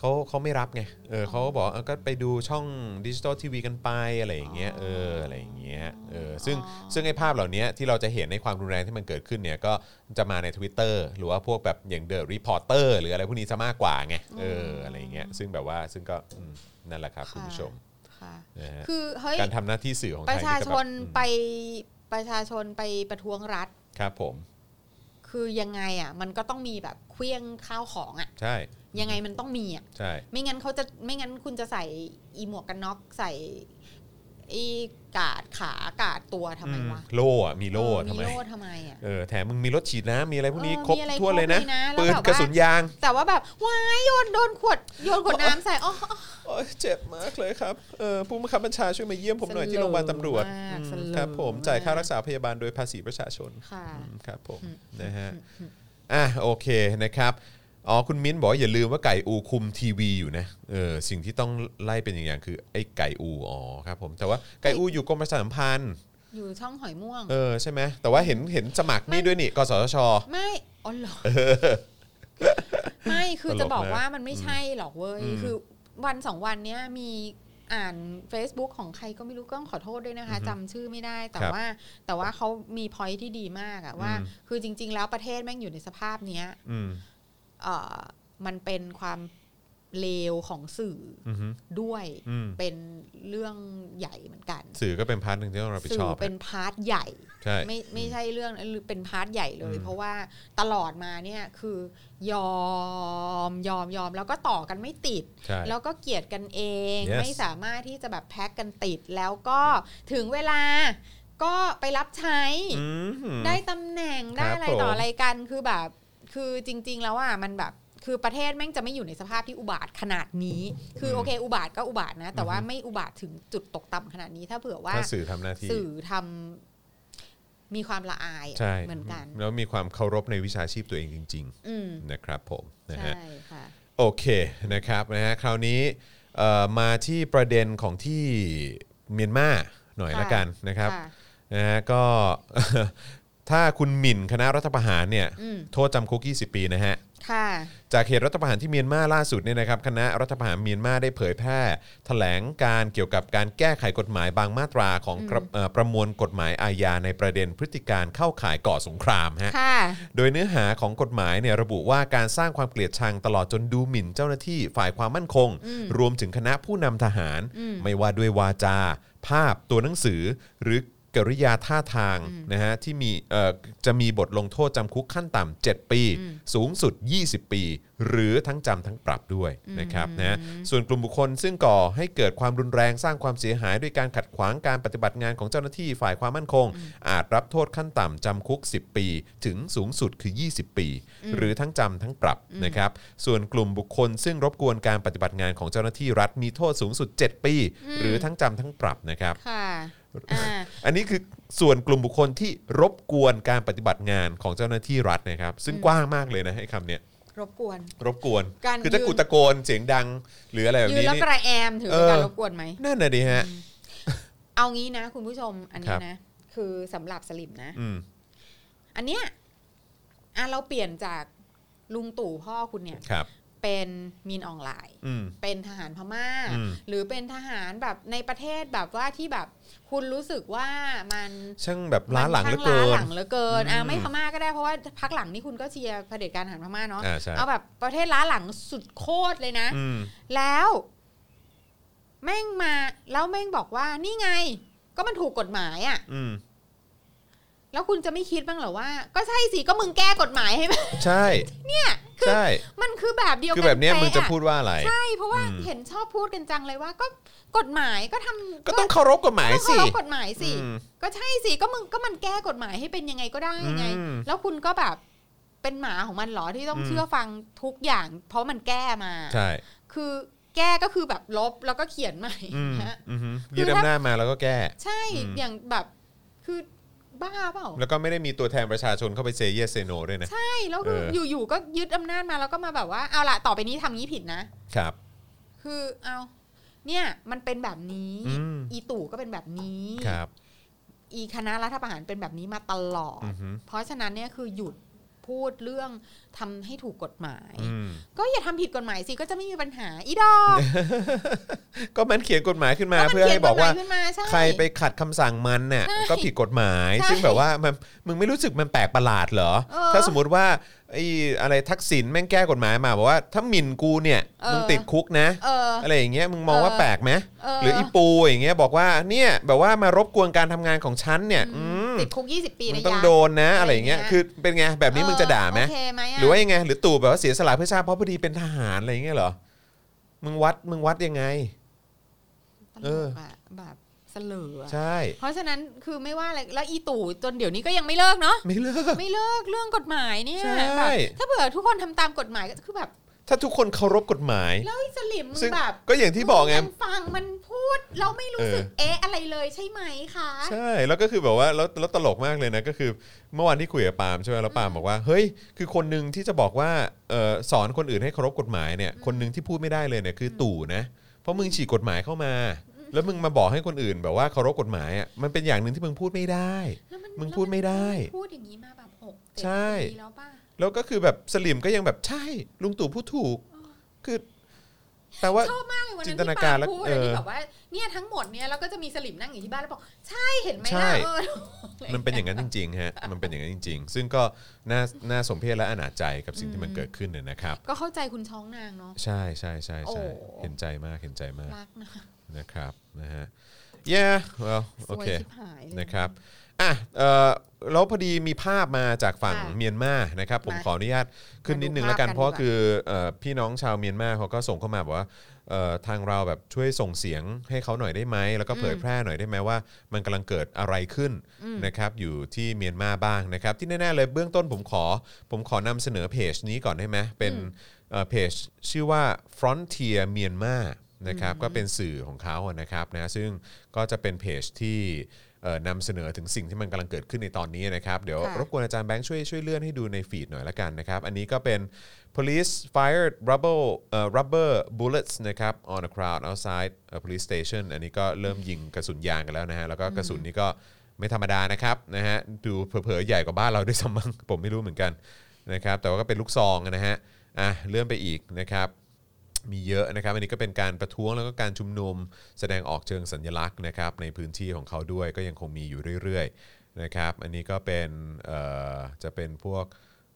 [SPEAKER 2] เขาเขาไม่รับไง เออเขาก็บอกว่าเออก็ไปดูช่องดิจิตอลทีวีกันไปอะไรอย่างเงี้ย เอออะไรอย่างเงี้ย เออ ซึ่งซึ่งไอ้ภาพเหล่านี้ที่เราจะเห็นในความรุนแรงที่มันเกิดขึ้นเนี่ยก็จะมาใน Twitter หรือว่าพวกแบบอย่างเดอะรีพอร์เตอร์หรืออะไรพวกนี้ซะมากกว่าไง เอออะไรอย่างเงี้ย ซึ่งแบบว่าซึ่งก็อืมนั่นแหละครับ
[SPEAKER 3] ค่ะ
[SPEAKER 2] คุณผู้ชม
[SPEAKER 3] ค่ะ
[SPEAKER 2] นะฮะ
[SPEAKER 3] คือเฮ้ย
[SPEAKER 2] การทำหน้าที่สื่อของไท
[SPEAKER 3] ป
[SPEAKER 2] ย
[SPEAKER 3] ระชา
[SPEAKER 2] ก็
[SPEAKER 3] ช
[SPEAKER 2] แบบ
[SPEAKER 3] น
[SPEAKER 2] อืม
[SPEAKER 3] ไปประชาชนไปประท้วงรัฐ
[SPEAKER 2] ครับผม
[SPEAKER 3] คือยังไงอ่ะ มันก็ต้องมีแบบเคลี้ยงข้าวของอ่ะ
[SPEAKER 2] ใช่
[SPEAKER 3] ยังไงมันต้องมีอ่ะ
[SPEAKER 2] ใช่
[SPEAKER 3] ไม่งั้นเขาจะไม่งั้นคุณจะใส่อีหมวกกันน็อกใส่อีกาดขากาดตัวทำไมวะ
[SPEAKER 2] โล่อะมีโล่
[SPEAKER 3] เออ
[SPEAKER 2] อะทำไม
[SPEAKER 3] โล่ทำไมอ่ะ
[SPEAKER 2] เออแถมมึงมีรถฉีดน้ำมีอะไรพวกนี้
[SPEAKER 3] เออ
[SPEAKER 2] ครบ
[SPEAKER 3] มีอะไร
[SPEAKER 2] ทั่วนเลยนะ
[SPEAKER 3] ครบเลยนะแล้ว
[SPEAKER 2] ปืน
[SPEAKER 3] แบบว่า
[SPEAKER 2] กระสุนยาง
[SPEAKER 3] แต่ว่าแบบว้ายโยนโดนขวดโยนขวดน้ำใส่อ๋อ
[SPEAKER 2] โอ้ยเจ็บมากเลยครับเออผู้บังคับบัญชาช่วยมาเยี่ยมผมหน่อยที่โรงพยาบาลตำรวจ
[SPEAKER 3] สลบมาก
[SPEAKER 2] อืม
[SPEAKER 3] สลบ
[SPEAKER 2] ครับผมจ่ายค่ารักษาพยาบาลโดยภาษีประชาชน
[SPEAKER 3] ค่ะ
[SPEAKER 2] อืมครับผม
[SPEAKER 3] อืม
[SPEAKER 2] นะฮะอ่ะโอเคนะครับอ๋อคุณมิ้นบอกว่าอย่าลืมว่าไก่อูคุมทีวีอยู่นะเออสิ่งที่ต้องไล่เป็นอย่างๆคือไอ้ไก่อูอ๋อครับผมแต่ว่าไก่อูอยู่กรมประชาสัมพันธ์
[SPEAKER 3] อยู่ช่องหอยม่วง
[SPEAKER 2] เออใช่ไหมแต่ว่าเห็นเห็นสมัครนี่ด้วยนี่กสทช
[SPEAKER 3] ไม่อ๋อ เหรอไม่คือจะบอกว่ามันไม่ใช่หรอกเว้ย
[SPEAKER 2] อืม
[SPEAKER 3] คือวันสองวันเนี้ยมีอ่าน Facebook ของใครก็ไม่รู้ก็ต้องขอโทษด้วยนะคะ
[SPEAKER 2] อือฮึ
[SPEAKER 3] จำชื่อไม่ได้แต่
[SPEAKER 2] ครับ
[SPEAKER 3] ว่า แต่ว่าเขามีพอยที่ดีมากอะว่า
[SPEAKER 2] อืม
[SPEAKER 3] คือจริง ๆ แล้วประเทศแม่งอยู่ในสภาพเนี้ย
[SPEAKER 2] อืม
[SPEAKER 3] เอ่อมันเป็นความเลวของสื่อ
[SPEAKER 2] อืม
[SPEAKER 3] ด้วย
[SPEAKER 2] อืม
[SPEAKER 3] เป็นเรื่องใหญ่เหมือนกัน
[SPEAKER 2] สื่อก็เป็นพาร์ทหนึ่งที่ต้องรับผิด
[SPEAKER 3] สื่
[SPEAKER 2] ช
[SPEAKER 3] อ
[SPEAKER 2] อบ
[SPEAKER 3] เป็นพาร์ทใหญ่
[SPEAKER 2] ใช่
[SPEAKER 3] ไม่ไม่ใช่เรื่องหรือเป็นพาร์ทใหญ่เลย
[SPEAKER 2] อืม
[SPEAKER 3] เพราะว่าตลอดมาเนี่ยคือยอมยอมยอมแล้วก็ต่อกันไม่ติด
[SPEAKER 2] ใช่
[SPEAKER 3] แล้วก็เกลียดกันเอง
[SPEAKER 2] Yes
[SPEAKER 3] ไม่สามารถที่จะแบบแพ็กกันติดแล้วก็ถึงเวลาก็ไปรับใช้
[SPEAKER 2] อืม
[SPEAKER 3] ได้ตำแหน่ง
[SPEAKER 2] ครับ
[SPEAKER 3] ได้อะไรต่อ
[SPEAKER 2] ผม
[SPEAKER 3] อะไรกันคือแบบ คือจริง ๆ แล้วอ่ะมันแบบ คือประเทศแม่งจะไม่อยู่ในสภาพที่อุบาทขนาดนี้ คือโอเค อุบาทก็อุบาทนะ แต่ว่าไม่อุบาทถึงจุดตกต่ำขนาดนี้ ถ้าเผื่อว่า
[SPEAKER 2] ถ้าสื่อทำหน้าที่
[SPEAKER 3] สื่อทำมีความละอายอะ
[SPEAKER 2] ใช่
[SPEAKER 3] เหมือนกัน
[SPEAKER 2] แล้วมีความเคารพในวิชาชีพตัวเองจริง
[SPEAKER 3] อืม
[SPEAKER 2] ๆ นะครับผมนะ
[SPEAKER 3] ใช่
[SPEAKER 2] ฮะ
[SPEAKER 3] ค่ะ
[SPEAKER 2] โอเคนะครับนะฮะคราวนี้เอ่อมาที่ประเด็นของที่เมียนมาหน่อย
[SPEAKER 3] ค่ะ
[SPEAKER 2] ละกันนะครับ
[SPEAKER 3] ค่ะ
[SPEAKER 2] นะฮะก็ ถ้าคุณหมิ่นคณะรัฐประหารเนี่ย
[SPEAKER 3] อืม
[SPEAKER 2] โทษจำคุก 20 ปีนะฮะ
[SPEAKER 3] ค่ะ
[SPEAKER 2] จากเหตุรัฐประหารที่เมียนมาล่าสุดเนี่ยนะครับคณะรัฐประหารเมียนมาได้เผยแพร่ แถลงการเกี่ยวกับการแก้ไขกฎหมายบางมาตราของกระเอ่อประมวลกฎหมายอาญาในประเด็นพฤติการเข้าข่ายก่อสงครามฮะ
[SPEAKER 3] ค่ะ
[SPEAKER 2] โดยเนื้อหาของกฎหมายเนี่ยระบุว่าการสร้างความเกลียดชังตลอดจนดูหมิ่นเจ้าหน้าที่ฝ่ายความมั่นคง รวมถึงคณะผู้นำทหาร ไม่ว่าด้วยวาจา ภาพตัวหนังสือ หรือกริยาท่าทางนะฮะที่มีเอ่อจะมีบทลงโทษจำคุกขั้นต่ำ7ปี สูงสุด 20 ปี หรือทั้งจำทั้งปรับด้วยนะครับนะส่วนกลุ่มบุคคลซึ่งก่อให้เกิดความรุนแรงสร้างความเสียหายด้วยการขัดขวางการปฏิบัติงานของเจ้าหน้าที่ฝ่ายความมั่นคง อาจรับโทษขั้นต่ำจำคุก 10 ปี ถึงสูงสุดคือ 20 ปี หรือทั้งจำทั้งปรับนะครับส่วนกลุ่มบุคคลซึ่งรบกวนการปฏิบัติงานของเจ้าหน้าที่รัฐมีโทษสูงสุด 7 ปี หรือทั้งจำทั้งปรับนะครับ
[SPEAKER 3] ค่ะ อ่า
[SPEAKER 2] อันนี้คือส่วนกลุ่มบุคคลที่รบกวนการปฏิบัติงานของเจ้าหน้าที่รัฐนะครับ ซึ่งกว้างมากเลยนะให้คำเนี้ย
[SPEAKER 3] รบกวน
[SPEAKER 2] รบกวน
[SPEAKER 3] การ
[SPEAKER 2] คือถ้า
[SPEAKER 3] ยืน
[SPEAKER 2] กูตะโกนเสียงดัง หรืออะไรแบบ
[SPEAKER 3] ยืน
[SPEAKER 2] นี้
[SPEAKER 3] แล้ว
[SPEAKER 2] นี่
[SPEAKER 3] กระแอมถือเป็น
[SPEAKER 2] เออ
[SPEAKER 3] การรบกวนไหม
[SPEAKER 2] นั่นน่ะดิฮะ
[SPEAKER 3] เอางี้นะคุณผู้ชมอัน
[SPEAKER 2] ครับ
[SPEAKER 3] นี้นะ คือสำหรับสลิมนะ
[SPEAKER 2] อืม
[SPEAKER 3] อันเนี้ยอ่ะเราเปลี่ยนจากลุงตู่พ่อคุณเนี่ย
[SPEAKER 2] ครับ
[SPEAKER 3] เป็นมีนออนไลน์
[SPEAKER 2] อืม
[SPEAKER 3] เป็นทหารพม่า
[SPEAKER 2] อืม
[SPEAKER 3] หรือเป็นทหารแบบในประเทศแบบว่าที่แบบ คุณรู้สึกว่ามัน
[SPEAKER 2] ช่างแบบล้าหลังเหลือเกิ
[SPEAKER 3] มันช่าน ล้าหลังเหลือเกินอ่ะ
[SPEAKER 2] อืม
[SPEAKER 3] ไม่พม่าก็ได้เพราะว่าพักหลังนี่คุณก็เชียร์เผด็จการทหารพม่าเนาะ
[SPEAKER 2] อ่าใช่
[SPEAKER 3] เอาแบบประเทศล้าหลังสุดโคตรเลยนะ
[SPEAKER 2] อืม
[SPEAKER 3] แล้ว แม่งมา แล้วแม่งบอกว่านี่ไง ก็มันถูกกฎหมายอะ่ะ
[SPEAKER 2] อืม
[SPEAKER 3] แล้วคุณจะไม่คิดบ้างเหรอว่า ก็ใช่สิก็มึงแก้กฎหมายให้มัน
[SPEAKER 2] ใช่
[SPEAKER 3] เนี่ยคือ
[SPEAKER 2] ใช่
[SPEAKER 3] มันคือแบบเดียวกัน
[SPEAKER 2] คือแบบเนี้ยมึงจะ
[SPEAKER 3] เป๊
[SPEAKER 2] พูดว่าอะไร
[SPEAKER 3] ใช่เพราะว่า
[SPEAKER 2] อืม
[SPEAKER 3] เห็นชอบพูดกันจังเลยว่า ก็กฎหมายก็ทำ
[SPEAKER 2] ก็ต้องเคารพกฎหมาย
[SPEAKER 3] ต้อง
[SPEAKER 2] สิ
[SPEAKER 3] เคารพกฎหมายสิ
[SPEAKER 2] อืม
[SPEAKER 3] ก็ใช่สิก็มึงก็มันแก้กฎหมายให้เป็นยังไงก็ได้ไง
[SPEAKER 2] อืม
[SPEAKER 3] แล้วคุณก็แบบเป็นหมาของมันเหรอที่ต้อง
[SPEAKER 2] อืม
[SPEAKER 3] เชื่อฟังทุกอย่าง เพราะมันแก้มา
[SPEAKER 2] ใช่
[SPEAKER 3] คือแก้ก็คือแบบลบแล้วก็เขียนใหม่
[SPEAKER 2] อืม
[SPEAKER 3] นะ
[SPEAKER 2] อือฮึ
[SPEAKER 3] คือ
[SPEAKER 2] ยืด
[SPEAKER 3] ถ้า
[SPEAKER 2] อำนาจมาแล้วก็แก้
[SPEAKER 3] ใช่
[SPEAKER 2] อืม
[SPEAKER 3] อย่างแบบคือบ้าเปล่า
[SPEAKER 2] แล้วก็ไม่ได้มีตัวแทนประชาชนเข้าไปเซเยสเซโนด้วยนะ
[SPEAKER 3] ใช่แล้วคือ
[SPEAKER 2] เออ
[SPEAKER 3] อ
[SPEAKER 2] อ
[SPEAKER 3] ยู่ๆก็ยึดอำนาจมาแล้วก็มาแบบว่าเอาละต่อไปนี้ทำงี้ผิดนะ
[SPEAKER 2] ครับ
[SPEAKER 3] คือเอาเนี่ยมันเป็นแบบนี้
[SPEAKER 2] อืม
[SPEAKER 3] อีตู่ก็เป็นแบบนี้
[SPEAKER 2] ครับ
[SPEAKER 3] อีคณะรัฐประหารเป็นแบบนี้มาตลอด
[SPEAKER 2] อือฮึ
[SPEAKER 3] เพราะฉะนั้นเนี่ยคือหยุดพูดเรื่องทำให้ถูกกฎหมาย
[SPEAKER 2] อืม
[SPEAKER 3] ก็อย่าทำผิดกฎหมายสิก็จะไม่มีปัญหาอีดอก
[SPEAKER 2] ก็มันเขียนกฎหมายขึ้นมา
[SPEAKER 3] ก็มัน
[SPEAKER 2] เพื่อให้บอกว่า
[SPEAKER 3] เขียนฎหมยขึ้นมช่
[SPEAKER 2] ใครไปขัดคำสั่งมันเนี่ย
[SPEAKER 3] ใช่
[SPEAKER 2] ก็ผิดกฎหมาย
[SPEAKER 3] ใช่
[SPEAKER 2] ซึ่งแบบว่ามันมึงไม่รู้สึกมันแปลกประหลาดเหรอ
[SPEAKER 3] เออ
[SPEAKER 2] ถ้าสมมติว่าไอ้อะไรทักษิณแม่งแก้กฎหมายมาบอกว่าถ้าหมิ่นกูเนี่ย
[SPEAKER 3] เออ
[SPEAKER 2] มึงติดคุกนะ
[SPEAKER 3] เออ
[SPEAKER 2] อะไรอย่างเงี้ยมึงมอง
[SPEAKER 3] เออ
[SPEAKER 2] ว่าแปลกไหม
[SPEAKER 3] เห
[SPEAKER 2] รืออีปูอย่างเงี้ยบอกว่าเนี่ยแบบว่ามารบกวนการทำงานของฉันเนี่ย
[SPEAKER 3] อื
[SPEAKER 2] อื
[SPEAKER 3] ม
[SPEAKER 2] ม
[SPEAKER 3] ติดคุก 20 ปี
[SPEAKER 2] มึ
[SPEAKER 3] นะ
[SPEAKER 2] งต้อง
[SPEAKER 3] ยา
[SPEAKER 2] โดนนะ
[SPEAKER 3] อะ
[SPEAKER 2] อะไรไรอย่
[SPEAKER 3] อา
[SPEAKER 2] ย่าง ง
[SPEAKER 3] เงี้
[SPEAKER 2] เงี้
[SPEAKER 3] ย
[SPEAKER 2] ยคือเป็นไงแบบนี้มึงจะด่าไหม
[SPEAKER 3] เออโอเคไหมะ
[SPEAKER 2] หรือว่ายังไง หรือตู่แบบว่าเสียสละเพื่อชาติเพราะพอดีเป็นทหารอะไรอย่างเงี้ยเหรอมึงวัดมึงวัดยังไง
[SPEAKER 3] ตลกอะแบบเสลออะ
[SPEAKER 2] ใช่
[SPEAKER 3] เพราะฉะนั้นคือไม่ว่าอะไรแล้วอีตู่จนเดี๋ยวนี้ก็ยังไม่เลิกเนาะ
[SPEAKER 2] ไม่เลิก
[SPEAKER 3] ไม่เลิกเรื่องกฎหมายเนี่ย
[SPEAKER 2] ใช่
[SPEAKER 3] แบบถ้าเผื่อทุกคนทำตามกฎหมายก็คือแบบ
[SPEAKER 2] ถ้าทุกคนเคารพกฎหมาย
[SPEAKER 3] แล้วไอ้สลิมมึ
[SPEAKER 2] ซึ่
[SPEAKER 3] ง
[SPEAKER 2] ง
[SPEAKER 3] แบบ
[SPEAKER 2] ก็อย่างที่บอกไง
[SPEAKER 3] มึยังฟังมันพูดแล้วไม่รู้สึกเอ๊ะอะไรเลยใช่ไหมคะ
[SPEAKER 2] ใช่แล้วก็คือแบบว่าแล้วแล้วตลกมากเลยนะก็คือ เมื่อวานที่คุยกับปาล์มใช่ไหมแล้วปาล์มบอกว่าเฮ้ยคือคนหนึ่งที่จะบอกว่าเอ่อสอนคนอื่นให้เคารพกฎหมายเนี่ยคนหนึ่งที่พูดไม่ได้เลยเนี่ยคือตู่นะเพราะมึงฉีกกฎหมายเข้ามา แล้วมึงมาบอกให้คนอื่น แบบว่าเคารพกฎหมายอ่ะมันเป็นอย่างหนึ่งที่มึงพูดไม่ได้
[SPEAKER 3] แล้วน
[SPEAKER 2] มึงพูดไม่ได้
[SPEAKER 3] แล้วนพูดอย่างนี้มาแบบหกเจ็ด
[SPEAKER 2] ใช่
[SPEAKER 3] ปีแล้วป่ะ
[SPEAKER 2] แล้วก็คือแบบสลิมก็ยังแบบใช่ลุงตู่พูดถูกคือแปลว่า
[SPEAKER 3] ชอบมากเลยวันนั้น
[SPEAKER 2] จินต
[SPEAKER 3] ที่
[SPEAKER 2] นา
[SPEAKER 3] ปา
[SPEAKER 2] การ
[SPEAKER 3] ล์ม
[SPEAKER 2] แล้ว
[SPEAKER 3] พูดอะไรที่
[SPEAKER 2] เออ
[SPEAKER 3] แบบว่าเนี่ยทั้งหมดเนี่ยแล้วก็จะมีสลิมนั่งอยู่ที่บ้านแล้วบอกใช่เห็นไหม
[SPEAKER 2] ใช่
[SPEAKER 3] ล่ะเออ
[SPEAKER 2] มันเป็นอย่างนั้นจริงๆฮะมันเป็นอย่างนั้นจริง ๆ ซึ่งก็น่าน่าสมเพชและอนาจใจกับสิ่งที่มันเกิดขึ้นเนี่ยนะครับ
[SPEAKER 3] ก็เข้าใจคุณช้องนางเนาะ
[SPEAKER 2] ใช่ใช่ใช่ใช่
[SPEAKER 3] โอ้
[SPEAKER 2] เห็นใจมากเห็นใจมาก
[SPEAKER 3] รักนะ
[SPEAKER 2] นะครับนะฮะ yeah well
[SPEAKER 3] ส
[SPEAKER 2] โอ
[SPEAKER 3] วย
[SPEAKER 2] เค
[SPEAKER 3] ชิบหายเลย
[SPEAKER 2] นะครับอ่ะเอ่อแล้วพอดีมีภาพมาจากฝั่ง
[SPEAKER 3] ค่ะ
[SPEAKER 2] เมียนมานะครับผม
[SPEAKER 3] มา
[SPEAKER 2] ขออนุญาตขึ้นนิดนึง
[SPEAKER 3] มาดู
[SPEAKER 2] แล้วกัน
[SPEAKER 3] ภาพกัน
[SPEAKER 2] เพราะ
[SPEAKER 3] ดีกว่า
[SPEAKER 2] คือเอ่อพี่น้องชาวเมียนมาเขาก็ส่งเข้ามาบอกว่าเอ่อทางเราแบบช่วยส่งเสียงให้เขาหน่อยได้ไหมแล้วก็เผยแพร่หน่อยได้ไหมว่า มันกำลังเกิดอะไรขึ้นนะครับอยู่ที่เมียนมาบ้างนะครับ ที่แน่ๆเลยเบื้องต้นผมขอ ผมขอนำเสนอเพจนี้ก่อนได้ไหมเป็น เอ่อเพจชื่อว่า Frontier Myanmar นะครับก็เป็นสื่อของเขาอะนะครับนะซึ่งก็จะเป็นเพจที่เอ่อนำเสนอถึงสิ่งที่มันกำลังเกิดขึ้นในตอนนี้นะครับเดี๋ยว
[SPEAKER 3] ค่ะ
[SPEAKER 2] รบกวนอาจารย์แบงค์ช่วยช่วยเลื่อนให้ดูในฟีดหน่อยละกันนะครับ อันนี้ก็เป็น police fired rubber เอ่อ rubber bullets นะครับ on a crowd outside a police station อันนี้ก็เริ่มยิงกระสุนยางกันแล้วนะฮะแล้วก็กระสุนนี้ก็ไม่ธรรมดานะครับนะฮะดูเผลอๆใหญ่กว่าบ้านเราด้วยซ้ำมั้ง ผมไม่รู้เหมือนกันนะครับแต่ว่าก็เป็นลูกซองนะฮะอ่ะเลื่อนไปอีกนะครับ มีเยอะนะครับ อันนี้ก็เป็นการประท้วงแล้วก็การชุมนุมแสดงออกเชิงสัญลักษณ์นะครับในพื้นที่ของเขาด้วยก็ยังคงมีอยู่เรื่อยๆนะครับ อันนี้ก็เป็นเอ่อจะเป็นพวก